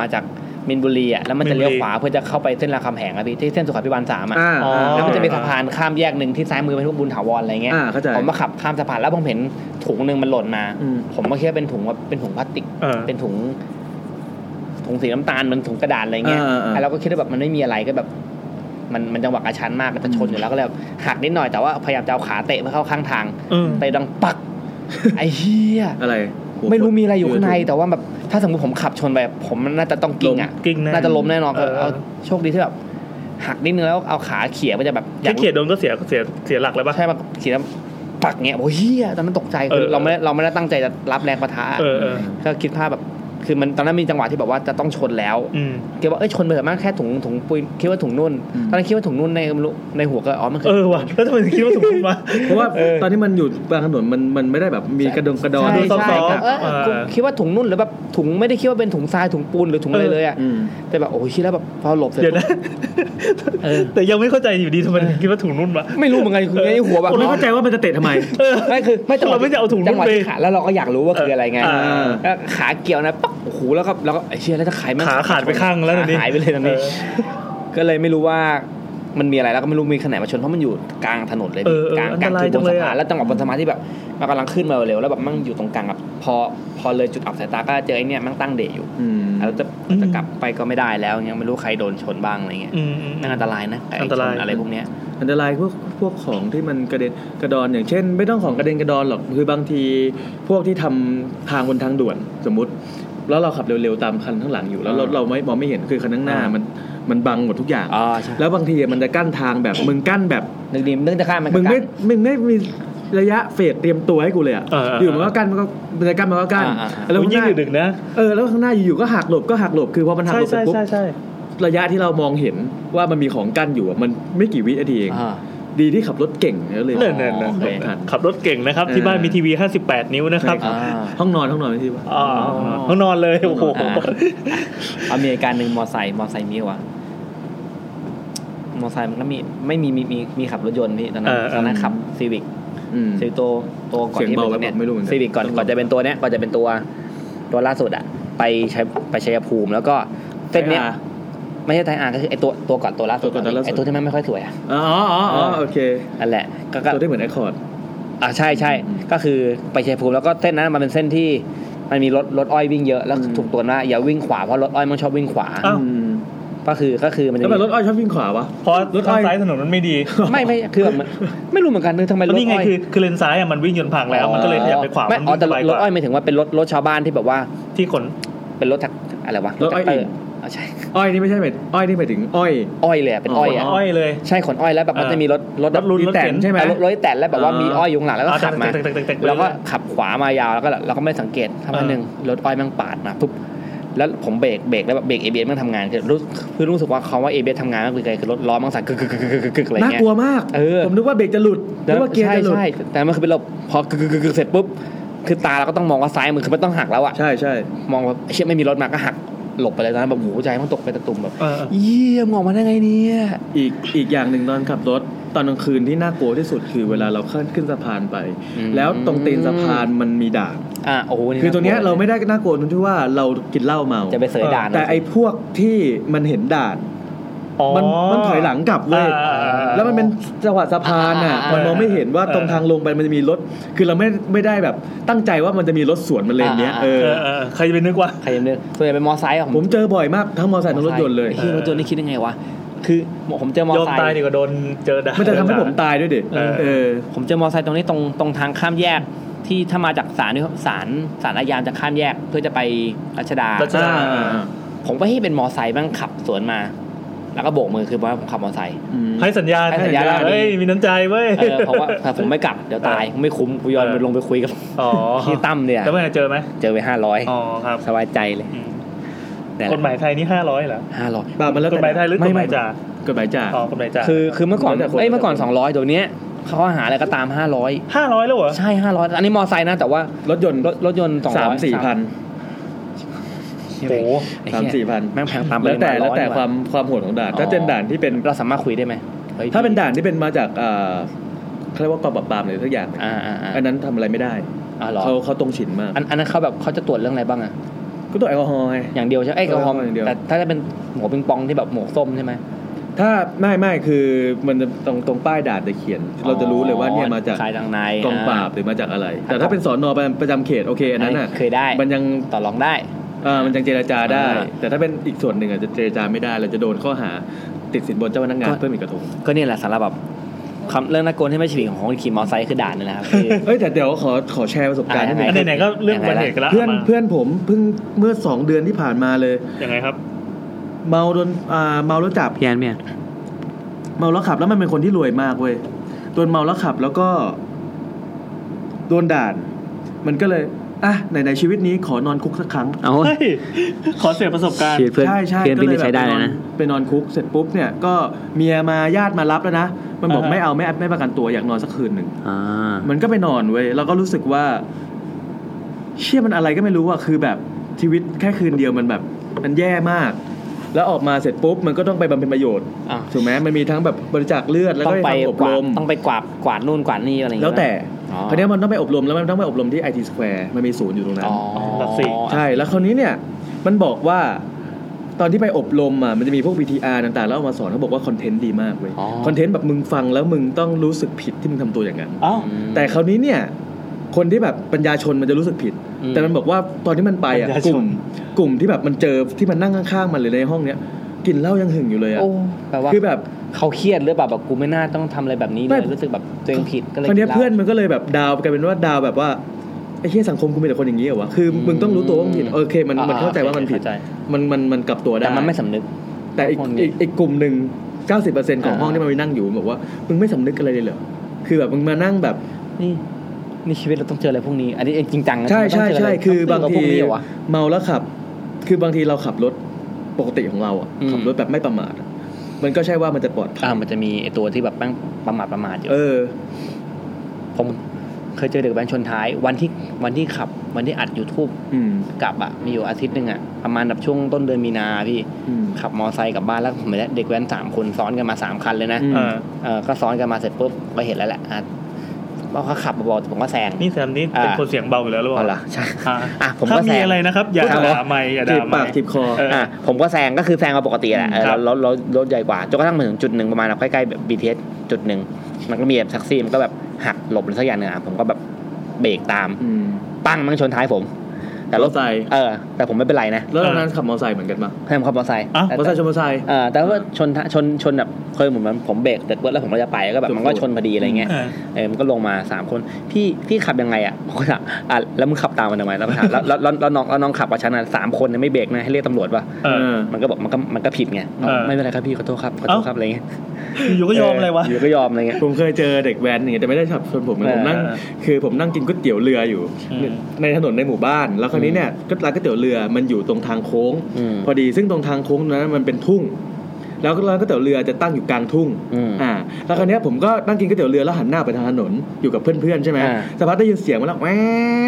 Speaker 2: มาจากมินบุรีอ่ะแล้วมันจะเลี้ยว
Speaker 1: มินบุรี
Speaker 2: ขวาเพื่อจะเข้าไปเส้นรามคำแหงอ่ะพี่ที่เส้นสุขาภิบาลสามอ่ะ
Speaker 3: อ่า
Speaker 1: อ๋อ
Speaker 2: แล้วมันจะมีสะพานข้ามแยกหนึ่งที่ซ้ายมือเป็นพวกบุญถาวรอะไรเงี้ย
Speaker 3: อ่าเข้าใจ
Speaker 2: ผมมาขับข้ามสะพานแล้วผมเห็นถุงหนึ่งมันหล่นมา
Speaker 3: อืม
Speaker 2: ผมก็คิดว่าเป็นถุงว่าเป็นถุงพลาสติก
Speaker 1: เออ
Speaker 2: เป็นถุง ถุงสีน้ำตาลเหมันถุงกระดาษอะไรเงี้ย
Speaker 3: อ่าอ่าอ่า
Speaker 2: แล้วเราก็คิดว่าแบบมันไม่มีอะไรก็แบบ มันมันจังหวะกระชั้นมากก็จะชนอยู่แล้วก็เลยแบบหักนิดหน่อยแต่ว่าพยายามจะเอาขาเตะเพื่อเข้าข้างทาง
Speaker 1: อืม
Speaker 2: เตะดังปัก ไอ้เหี้ย
Speaker 3: อะไร
Speaker 2: ไม่รู้มีอะไรอยู่ข้างในแต่ว่าแบบถ้าสมมติผมขับชนไปผมน่าจะต้องกิ้งอ่ะ
Speaker 1: กิ้งแน่
Speaker 2: น่าจะล้มแน่นอน
Speaker 1: เอ
Speaker 2: ก็
Speaker 1: อ
Speaker 2: เอาโชคดีที่แบบหักนิดนึงแล้วเอาขาเขี่ยไปจะแบบอ
Speaker 1: ที่
Speaker 2: ยาก
Speaker 1: เขียดโดนก็เสียเสียเสียหลักแล้วปะ
Speaker 2: ใช่แบบเขี่ยแล้วปักเงี้ยโอ้ยเหี้ยตอนนั้นตกใจคือ
Speaker 1: เออ
Speaker 2: เราไม่ได้เราไม่ได้ตั้งใจจะรับแรงปะทะ
Speaker 1: เออเออ
Speaker 2: ก็คิดภาพแบบ คือมันตอนนั้นมีจังหวะที่แบบว่าจะต้องชนแล้ว
Speaker 1: อืม
Speaker 2: คิดว่าเอ้ยชนไปเถอะมั้งแค่ถุงถุงปุยคิดว่าถุงนุ่น ตอนนั้นคิดว่าถุงนุ่นในไม่รู้ในหัวก็อ๋อมันคื
Speaker 1: เออว่ะแล้วทำไมถึงคิดว่าถูกคุณวะ
Speaker 3: เพราะว่า
Speaker 1: เออ
Speaker 3: ตอนนี้มันอยู่กลางถนนมันมันไม่ได้แบบมีกระดงกระดอน
Speaker 2: ใช่
Speaker 1: ดูซับซ้
Speaker 2: ใช่
Speaker 1: อน
Speaker 2: ครับเออเออ
Speaker 1: เออ
Speaker 2: คิดว่าถุงนุ่นหรือแบบถุงไม่ได้คิดว่าเป็นถุงทรายถุงปูนหรือถุงอะไรเลยอ่ะ
Speaker 3: อืม
Speaker 2: แต่แบบโอ้ยคิดแล้วแบบพอหลบเสร็จ
Speaker 1: เดี๋ยวนะ
Speaker 2: เออ
Speaker 1: แต่ยังไม่เข้าใจอยู่ดีทำไมถึงคิดว่าถูกนุ่นวะ
Speaker 2: ไม่รู้เหมือนกันคือในหัวแบบ
Speaker 3: ผมไม่เข้าใจว่ามันจะเตะทำไม
Speaker 1: เออ
Speaker 2: ไม่คือไม่จังหวะ
Speaker 1: เราไม่ได้เอาถุงนุ่น
Speaker 2: จังหวะ
Speaker 1: ไป
Speaker 2: ที่ขาแล้วเราก็อยากรู้ว่าคืออะไรไง
Speaker 1: เอ
Speaker 2: แล้วขาเกี่ยวนะปั๊กโอ้โหแล้วก็แล้วก็ไอ้เชี่ยแล้วจะขายมัน
Speaker 1: ขาขาดไปข้างแล้วตอนนี้
Speaker 2: หายไปเลยตอนนี้ ก็เลยไม่รู้ว่ามันมีอะไรแล้วก็ไม่รู้มีขนาดมาชนเพราะมันอยู่กลางถนนเลย
Speaker 1: เออเออก
Speaker 2: ลาง
Speaker 1: อัน
Speaker 2: ก
Speaker 1: ต
Speaker 2: ลาง
Speaker 1: ราย
Speaker 2: คือบน
Speaker 1: จังเล
Speaker 2: สะ
Speaker 1: ยอะ
Speaker 2: พานแล้วจังหวะบนสะพานที่แบบมันกำลังขึ้นมาเร็วแล้วแบบมันอยู่ตรงกลางแบบพอพอเลยจุดอับสายตาก็เจอไอ้เนี่ยมันตั้งเดะอยู่
Speaker 3: อืม
Speaker 2: แล้วจะจะกลับไปก็ไม่ได้แล้วยังไม่รู้ใครโดนชนบ้างอะไรเงี้ย
Speaker 1: อืมอืม
Speaker 2: นั่นอันตรายนะไอ้
Speaker 1: อันตราย
Speaker 2: ชอะไรพวกเนี้ย
Speaker 3: อันตรายพวกพวกของที่มันกระเด็นกระดอนอย่างเช่น ไม่ต้องของกระเด็นกระดอนหรอกคือบางทีพวกที่ทำทางบนทางด่วนสมมุติ แล้วเราขับเร็วๆตามคันข้างหลังอยู่แล้วเรา
Speaker 2: อ่า
Speaker 3: เราไม่มองไม่เห็นคือคันข้างหน้ามันมันบังหมดทุกอย่าง
Speaker 2: อ๋อใช่
Speaker 3: แล้วบางทีมันจะกั้นทางแบบมึงกั้นแบบ
Speaker 2: นึกดีนึกจะข้ามมันก็
Speaker 3: มึง
Speaker 2: ก
Speaker 3: ไม่
Speaker 2: ลับ
Speaker 3: มึงไม่มีระยะเฟสเตรียมตัวให้กูเลยอ่ะ
Speaker 1: เออเออ
Speaker 3: อยู่มันก็กั้นมันก็มันจะกั้นมันก็กั้น
Speaker 2: อ่าอ่าอ่า
Speaker 3: แล้วข้างห
Speaker 1: ยิ่ง
Speaker 3: น้า
Speaker 1: ดึกๆนะ
Speaker 3: เออแล้วข้างหน้าอยู่ๆก็หักหลบก็หักหลบคือพอมันหัก
Speaker 1: ใช่
Speaker 3: หลบเสร็
Speaker 1: ใช่
Speaker 3: จ
Speaker 1: ใช่
Speaker 3: ปุ๊บ
Speaker 1: ใช่
Speaker 3: ระยะที่เรามองเห็นว่ามันมีของกั้นอยู่อะมันไม่กี่วินาทีเอง
Speaker 2: อ่า
Speaker 3: ดีที่ขับรถเก่งแล้วเลย
Speaker 1: เนินเนินเนิน
Speaker 3: หลบทัน
Speaker 1: ขับรถเก่งนะครับ
Speaker 3: เออ
Speaker 1: ที่บ้านมีทีวี 58 นิ้วนะครับ
Speaker 3: ใช่
Speaker 2: อ่า
Speaker 3: ห้องนอนห้องนอนไม่ที่ว่า
Speaker 1: อ๋อห้องนอนเลยโอ้โห
Speaker 2: อ่า เอามีอาการหนึ่งมอไซค์มอไซค์มีวะมอไซค์มันก็มีไม่มีมีมีมีขับรถยนต์พี่ตอนนั้นตอนนั้นขับซีวิกซีโตวตัวก่อน
Speaker 3: เสียง
Speaker 2: ที่
Speaker 3: เบา
Speaker 2: จะเนี่ย
Speaker 3: ไปเปล่าไม่รู้เหมือนกัน
Speaker 2: ซีวิกก่อน
Speaker 3: ต้องลอง
Speaker 2: ก่อนจะเป็นตัวเนี้ยก่อนจะเป็นตัวตัวล่าสุดอะไปใช้ไปชัยภูมิ แล้วก็เส้นเนี้ยไม่ใช่ไทยอาร์ก็คือไอตัวตัวก่อนตัวล่าสุด
Speaker 3: ตัวก่อนตัวล่าสุด
Speaker 2: ไอตัวที่มันไม่ค่อยสวยอะ
Speaker 3: อ๋ออ๋ออ๋อโอเค
Speaker 2: นั่นแหละก็ก็
Speaker 3: ตัวที่เหมือนไอคอร์ด
Speaker 2: อ่าใช่ใช่
Speaker 3: อืม
Speaker 2: ก็คือไปชัยภูมิแล้วก็เส้นนั้นมันเป็นเส้นที่ มันมีรถรถอ้อยวิ่งเยอะแล้วถูกตัวว่าอย่าวิ่งขวาเพราะรถอ้อยมันชอบวิ่งขวา
Speaker 1: อ้าว
Speaker 3: อืม
Speaker 2: ก็คือก็คือมัน
Speaker 3: แล้
Speaker 2: จะ
Speaker 3: วแบบรถอ้อยชอบวิ่งขวาวะ
Speaker 1: เพราะ
Speaker 3: ร
Speaker 1: ร
Speaker 3: ถ
Speaker 1: ถ
Speaker 3: อ้อย
Speaker 1: ซ้ายถนนมันไม่ดี
Speaker 2: ไม่ไม่คือแบบมันไม่รู้เหมือนกันนะทำไมรถ
Speaker 1: ก็
Speaker 2: อ้อย
Speaker 1: นี่ไงคือคือเลนซ้ายอะมันวิ่งยนต์พังแล้ว มันก็เลยขยับไปขวา
Speaker 2: ไม่
Speaker 1: มัน
Speaker 2: อ๋อ
Speaker 1: วิ่ง
Speaker 2: แต่
Speaker 1: ไป
Speaker 2: ร
Speaker 1: ก
Speaker 2: ถ
Speaker 1: ว่า
Speaker 2: อ้อยหมายถึงว่าเป็นรถรถชาวบ้านที่แบบว่า
Speaker 1: ที่ขน
Speaker 2: เป็นรถแท็กอะไรวะ
Speaker 3: รถอ้อย
Speaker 2: แท็กเต
Speaker 3: อิน
Speaker 2: อ๋อใช่
Speaker 3: อ้อยนี่ไม่ใช่หมายอ้อยนี่หมายถึงอ้อย
Speaker 2: อ้อยเลยอะเป็นอ้อยอะ
Speaker 1: ขนอ้อยเลย
Speaker 2: ใช่ขนอ้อยแล้วแบบมัน
Speaker 1: อ่า
Speaker 2: จะมีรถรถ
Speaker 1: รถลุ้น
Speaker 2: มีแต่
Speaker 1: รถเข็น
Speaker 3: ใช่ไหม
Speaker 2: รถรถแต่แล้วแบบว่ามีอ้อยอยู่ข้างหลังแล้วก็
Speaker 1: อ่า
Speaker 2: ขับมา
Speaker 1: เต็กเต็กเต็กเต็กเต็ก
Speaker 2: แล้ว
Speaker 1: ไป
Speaker 2: ก็
Speaker 1: เรื่อย
Speaker 2: ขับขวามายาวแล้วก็เราก็ไม่สังเกตทำอัน
Speaker 1: อ่า
Speaker 2: หนึ่งรถอ้อยแม่งปาดมาปุ๊บแล้วผมเบรกเบรกแล้วแบบเบรกเอเบมันทำงานคือรู้คือรู้สึกว่าคำว่าเอเบทำงานมากเลยคือรถล้อมันสั่นกึกกึกกึกกึกกึกกึกอะไร
Speaker 3: น่า
Speaker 2: เงี้ย
Speaker 3: กลัวมาก
Speaker 2: เออ
Speaker 3: ผมนึกว่าเบรกจะหลุดนึกว่าเกียร์
Speaker 2: ใช่
Speaker 3: จะหลุด
Speaker 2: ใช่แต่มันคือเป็นรถพอกึกกึกกึกกึกเสร็จปุ๊บคือตาเราก็ต้องมองว่าซ้ายมือคือมันต้องหักแล้วอะ
Speaker 3: ใช่ใช่
Speaker 2: มองแบบเชี่ยไม่มีรถมาก็หักหลบไปเลยตอนนั้นแบบหูใจมันตกไปตะตุ่มแบบ
Speaker 1: เออ
Speaker 2: เยี่ยมออกมาได้ไงเนี่ย
Speaker 3: อีกอีกอย่างหนึ่งตอนขับรถตอนกลางคืนที่น่ากลัวที่สุดคือเวลาเราขึ้นขึ้นสะพานไป แล้วตรงตีนสะพานมันมีด่าน
Speaker 2: อ่ะโอ้โห
Speaker 3: คือตรงเนี้ยเราไม่ได้น่ากลัวตรงที่ว่าเรากินเหล้าเมา
Speaker 2: จะไปเสยด่าน
Speaker 3: แต่ไอ้พวกที่มันเห็นด่าน
Speaker 1: อ๋อ
Speaker 3: มันมันถอยหลังกลับเลย
Speaker 1: อ่าอ่าอ่า
Speaker 3: แล้วมันเป็นจังหวะสะพานอ่ะ
Speaker 1: อ่าอ่าอ่า
Speaker 3: มันมองไม่เห็นว่า
Speaker 1: เออ
Speaker 3: ตรงทางลงไปมันจะมีรถ คือเราไม่ไม่ได้แบบตั้งใจว่ามันจะมีรถสวนมาเลนเนี้ยเออ
Speaker 1: เออเออใครจะไปนึกว่า
Speaker 2: ใครจะนึกส่วนใหญ่เป็นมอไซค์อะ
Speaker 3: ผมเจอบ่อยมากทั้งมอเตอร์ไซค์ทั้งรถยนต์เลย
Speaker 2: ไอ้หี้รถยนต์นี่คิดยังไงวะคือผมเจอมอย
Speaker 1: อม
Speaker 2: ไซค์
Speaker 1: ตายดีกว่าโดนเจอด่า
Speaker 3: มั
Speaker 1: มัน
Speaker 3: จะทำให้ผมตายด้วยดิ
Speaker 1: เออ
Speaker 3: เออ
Speaker 2: ผมเจอมอไซค์ตรงนี้ตรงตรงทางข้ามแยกที่ถ้ามาจากศาลนี่ศาลศาลอาญาจะข้ามแยกเพื่อจะไปรัชดา
Speaker 1: รัชดา
Speaker 3: อ่า
Speaker 2: ผมก็ให้เป็นมอไซค์บ้างขับสวนมา แล้วก็โบกมือคือเพราะว่าผมขับมอไซค์
Speaker 3: อืม
Speaker 1: ให้สัญญาณ
Speaker 2: ให้สัญญาณ
Speaker 1: เฮ้ยมีน้ำใจเว้ย
Speaker 2: เออเพราะว่าถ้าผมไม่กลับเดี๋ยวตายไม่คุ้มกูยอม
Speaker 1: เออ
Speaker 2: ลงไปคุยกับ
Speaker 1: อ๋อ
Speaker 2: พี่ตั้มเนี่ย
Speaker 1: แล้วเมื่อไหร่เจอไหม
Speaker 2: เจอไปห้าร้อย
Speaker 1: อ๋อครับ
Speaker 2: สบายใจเลย
Speaker 1: อืม
Speaker 2: นั่น
Speaker 1: ก
Speaker 2: แหละ
Speaker 1: ฎหมายไทยนี่ห้าร้อยเหรอ
Speaker 2: ห้าร้อย
Speaker 3: บาปมันแล้ว
Speaker 1: กฎหมายไทยหรือก
Speaker 2: ไม่
Speaker 1: ฎหมาย
Speaker 2: ไม่
Speaker 1: จ่า
Speaker 3: กฎหมายจ่า
Speaker 1: อ๋อกฎหมายจ่า
Speaker 2: คือคือเมื่อก่อน
Speaker 3: แล้วแต่คน
Speaker 2: เอ้ยเมื่อก่อนสองร้อยเดี๋ยวนี้เขาหาอะไรก็ตามห้าร้อย
Speaker 1: ห้าร้อยแล้วเหรอ
Speaker 2: ใช่ห้าร้อยอันนี้มอไซค์นะ แต่ว่าร
Speaker 3: ถยนต์
Speaker 2: รถรถยนต์สอง
Speaker 3: สาม
Speaker 2: ร้อย
Speaker 3: สี่พัน
Speaker 1: โอ้โห
Speaker 3: สามสี่พัน
Speaker 2: แม่งแพงตาม
Speaker 3: แล้วแต่
Speaker 2: ปริณ
Speaker 3: แล้ว
Speaker 2: ร้อย
Speaker 3: แต่
Speaker 2: นี่ห
Speaker 3: ความความโหดของด่าน
Speaker 2: อ๋อ
Speaker 3: ถ้าเป็นด่านที่เป็น
Speaker 2: เราสามารถคุยได้ไหมฮ้ย
Speaker 3: ถ้าเป็นด่านที่เป็นมาจากเอ่อเขาเรียกว่ากองปราบปรามหรือทุกอย่างเนี่ย
Speaker 2: อ่าอ่าอ่า
Speaker 3: อันนั้นทำอะไรไม่ได้
Speaker 2: อ๋อเหรอ
Speaker 3: เขาเขาตรงฉินมาก
Speaker 2: อันอันนั้นเขาแบบเขาจะตรวจเรื่องอะไรบ้างอะ
Speaker 3: ก็ตัวแอลกอฮอล์ไง
Speaker 2: อย่างเดียวใช่ไหมเอ้ยแอลกอฮอล์
Speaker 3: เอออย่างเดียว
Speaker 2: แต่ถ้าจะเป็นหมวกปิงปองที่แบบหมวกส้มใช่ไหม
Speaker 3: ถ้าไม่ไม่คือมันจะตรงตรงป้ายด่านจะเขียน เราจะรู้เลยว่าเนี่ยมาจาก
Speaker 2: สายทางใน
Speaker 3: กองปราบหรือมาจากอะไร แต่ถ้าเป็นสอนอประจำเขตโอเคอันนั้นน่ะ
Speaker 2: เคยได้
Speaker 3: มันยัง
Speaker 2: ต่อรองได้
Speaker 3: เอ่อมันยังเจรจาได้
Speaker 2: อ่า
Speaker 3: แต่ถ้าเป็นอีกส่วนหนึ่งอาจจะเจรจาไม่ได้เราจะโดนข้อหาติดสินบนเจ้าพนักงานเพิ่มอีกกระทง
Speaker 2: ก็เนี่ยแหละสารบแบบคำเรื่องนักโกนที่ไม่ฉลีของคนขี่มอเตอร์ไซค์คือด่านนี่แห
Speaker 3: [LAUGHS]
Speaker 2: ละครับคือ
Speaker 3: เอ้ยแต่เดี๋ยวขอขอแชร์ประสบการณ์นิด
Speaker 2: อ่ะ
Speaker 3: นึง
Speaker 1: อันไหนๆก็เรื่องอุบัติเหตุกันละ
Speaker 3: เพื่อน
Speaker 1: มา
Speaker 3: เพื่อนผมเพิ่งเมื่อสองเดือนที่ผ่านมาเลย
Speaker 1: ยังไงครับ
Speaker 3: เมาโดนอ่าเมาแล้วจับ
Speaker 2: พี่แอนพี่แอน
Speaker 3: เมาแล้วขับแล้วมันเป็นคนที่รวยมากเว้ยโดนเมาแล้วขับแล้วก็โดนด่าน มันก็เลยอ่ะไหนในชีวิตนี้ขอนอนคุกสักครั้ง
Speaker 2: เอา
Speaker 1: เฮ้ย ขอเสียประสบการณ์
Speaker 3: ใช่ใช่ก็เลยแบบไปนอนไปนอนคุกเสร็จปุ๊บเนี่ยก็เมียมาญาติมารับแล้วนะมันบอก
Speaker 1: อ่าฮะ
Speaker 3: ไม่เอาไม่ไม่ประกันตัวอยากนอนสักคืนหนึ่ง มันก็ไปนอนเว้ยแล้วก็รู้สึกว่า เชี่ยมันอะไรก็ไม่รู้อะคือแบบชีวิตแค่คืนเดียวมันแบบ มันแย่มาก แล้วออกมาเสร็จปุ๊บ มันก็ต้องไปบำเพ็ญประโยชน์
Speaker 2: อ่ะ
Speaker 3: ถูกไหมมันมีทั้งแบบบริจาคเลือดแล้ว
Speaker 2: ต้อ
Speaker 3: ก็
Speaker 2: งไป
Speaker 3: ไปทำอบ
Speaker 2: ก
Speaker 3: ร
Speaker 2: วาด
Speaker 3: ม
Speaker 2: ต้องไปกวาดกวาดนู่นกวาดนี่อะไรอย่าง
Speaker 3: แล้
Speaker 2: เงี้
Speaker 3: วย แต่
Speaker 2: อ๋อ
Speaker 3: คราวเนี้ยมันต้องไปอบรมแล้วมันต้องไปอบรมที่ IT Square มันมีศูนย์อยู่ตรงนั้น
Speaker 2: อ๋อ
Speaker 1: หลักสี่
Speaker 3: ใช่แล้วคราวนี้เนี่ยมันบอกว่าตอนที่ไปอบรมอ่ะมันจะมีพวก VTR ต่างๆแล้วเอามาสอนเขาบอกว่าคอนเทนต์ดีมากเว้ย
Speaker 2: อ๋อ
Speaker 3: คอนเทนต์แบบมึงฟังแล้วมึงต้องรู้สึกผิดที่มึงทำตัวอย่างนั้น
Speaker 1: อ้าว
Speaker 2: อืม
Speaker 3: แต่คราวนี้เนี่ยคนที่แบบปัญญาชนมันจะรู้สึกผิด
Speaker 2: อืม
Speaker 3: แต่มันบอกว่าตอนที่มันไปอ่ะ
Speaker 1: ปัญญาก ชน
Speaker 3: ลุ่มกลุ่มที่แบบมันเจอที่มันนั่งข้างๆมันหรือในห้องเนี้ยกินเหล้ายังหึงอยู่เลยอ่ะ
Speaker 2: โอ้แปลว่า
Speaker 3: คือแบบ
Speaker 2: เขาเครียดหรือเปล่าแบบกูไม่น่าต้องทำอะไรแบบนี้เลยรู้สึกแบบตัวเองผิดก็เลย
Speaker 3: คราวเนี้ย
Speaker 2: กิหล้า
Speaker 3: เพื่อนมันก็เลยแบบดาวกลายเป็นว่าดาวแบบว่าไอ้เหี้ยสังคมกูมีแต่คนอย่างนี้เหรอวะคือมึงต้องรู้ตัวว่ามึงผิด
Speaker 2: อืม
Speaker 3: โอเคมัน
Speaker 2: อ่า
Speaker 3: มันเข้าใจ
Speaker 2: โอเค
Speaker 3: ว่ามันผิด
Speaker 2: เข้าใจ
Speaker 3: มันมันมันกลับตัวได้
Speaker 2: แต่มันไม่สำนึก
Speaker 3: แต่อีก
Speaker 2: คนนี้
Speaker 3: อีกอีกกลุ่มหนึ่ง90%ของ
Speaker 2: อ่า
Speaker 3: ห้องที่มันไปนั่งอยู่บอกว่ามึงไม่สำนึกอะไรเลยเหรอคือแบบมึงมานั่งแบบ
Speaker 2: นี่นี่ชีวิตเราต้องเจออะไรพวกนี้ อันนี้จริงจังนะ
Speaker 3: ใช่
Speaker 2: ต้อง
Speaker 3: ใช่
Speaker 2: เจออะ
Speaker 3: ใช่
Speaker 2: ไร
Speaker 3: คือบาง
Speaker 2: ต้
Speaker 3: ที
Speaker 2: เจอกับพวกนี้เหรอวะ
Speaker 3: เมาแล้วขับ คือบางทีเราขับรถปกติของเราอะ
Speaker 2: อืม
Speaker 3: ขับรถแบบไม่ประมาทอะมันก็ใช่ว่ามันจะปลอดภัย
Speaker 2: อ่ามันจะมีไอตัวที่แบบแม่งประมาทประมาทอยู่
Speaker 3: เออ
Speaker 2: ผมเคยเจอเด็กแว้นชนท้าย วันที่วันที่ขับ วันที่อัด YouTube
Speaker 3: อืม
Speaker 2: กลับอะมีอยู่อาทิตย์หนึ่งอะประมาณแบบช่วงต้นเดือนมีนาพี่
Speaker 3: อืม
Speaker 2: ขับมอไซค์กลับบ้านแล้วผมเห็นเด็กแว้นสามคนซ้อนกันมาสามคันเลยนะ
Speaker 3: อืม
Speaker 1: อ่า
Speaker 2: เออก็ซ้อนกันมาเสร็จปุ๊บก็เห็นแล้วแหละอ่ะว่าเขาขับมาบอกผมก็แซง
Speaker 1: นี่แซมนี่เป็น
Speaker 2: อ่า
Speaker 1: คนเสียงเบาอยู่แล้วหรือเป
Speaker 2: เอา
Speaker 1: ล่า
Speaker 2: ล่ะใช่
Speaker 1: อ่า
Speaker 2: อ่ะผมก็
Speaker 1: ถ้า
Speaker 2: แซ
Speaker 1: มี
Speaker 2: ง
Speaker 1: อะไรนะครับอย่า
Speaker 2: ครับ
Speaker 1: ด่าไม่อย่า
Speaker 3: จี
Speaker 1: ด่า
Speaker 3: บ
Speaker 1: ไม่
Speaker 3: ปากจีบคอ
Speaker 1: เออ
Speaker 2: อ่ะผมก็แซงก็คือแซงมาปกติแหละเออ
Speaker 1: ครับ
Speaker 2: รถรถรถใหญ่กว่าจนกระทั่งมาถึงจุดหนึ่งประมาณแบบใกล้ๆแบบบีทีเอสจุดหนึ่งมันก็มีแบบแท็กซี่มันก็แบบหักหลบหรือสักอย่างหนึ่งอ่ะผมก็แบบเบรกตาม
Speaker 3: อืม
Speaker 2: ปั้งมันก็ชนท้ายผม แต่รถ
Speaker 3: มอเตอร์ไซค์
Speaker 2: เออ แต่ผมไม่เป็นไรนะ
Speaker 3: แล้วตอนนั้นขับมอเตอร์ไซค์เหมือนกันปะ
Speaker 2: ให้ผมขับมอเตอร์ไซค์
Speaker 1: อ่ะ
Speaker 3: มอเตอร์ไซค์ชนมอเตอร์ไซค์
Speaker 2: เออแต่ว่าชนทะชนชนแบบเคยเหมือนผมเบรกแต่แล้วผมก็จะไปก็แบบมันก็ชนพอดีอะไรเงี้ย
Speaker 1: เออ
Speaker 2: เออมันก็ลงมาสามคน พี่พี่ขับยังไงอ่ะผมก็ถามอ่ะแล้วมึงขับตามมันทำไมแล้วก็ถามแล้วแล้วแล้วแล้วน้องแล้วน้องขับกับฉันอ่ะสามคนเนี่ยไม่เบรกนะให้เรียกตำรวจป่ะ
Speaker 1: เออ
Speaker 2: มันก็บอกมันก็มันก็ผิดไง
Speaker 1: เออ
Speaker 2: ไม่เป็นไรครับพี่ขอโทษครับขอโทษครับอะไรเงี้ย
Speaker 1: อยู่ก็ยอมอะไรวะ
Speaker 2: เอยู่ก็ยอมอะไรเงี้ย
Speaker 3: ผมเคยเจอเด็กแว้นอย่างเงี้ยแต่ไม่ได้ขับชนผมนะ
Speaker 2: เออ
Speaker 3: ผมนั่ง
Speaker 1: เออ
Speaker 3: คือผมนั่งกินก๋วยเตี๋ยวเรืออยู่
Speaker 1: อืม
Speaker 3: ในถนนในหมู่บ้าน แล้วคราวนี้เนี่ยก็ร้านก๋วยเตี๋ยวเรือมันอยู่ตรงทางโค้ง
Speaker 2: อืม
Speaker 3: พอดีซึ่งตรงทางโค้งนั้นมันเป็นทุ่ง แล้วร้านก๋วยเตี๋ยวเรือจะตั้งอยู่กลางทุ่ง
Speaker 2: อืม
Speaker 3: แล้วคราวเนี้ยผมก็นั่งกินก๋วยเตี๋ยวเรือแล้วหันหน้าไปทางถนนอยู่กับเพื่อนๆใช่ไหม
Speaker 2: อ่า
Speaker 3: สักพักได้ยินเสียงมาแล้วแหว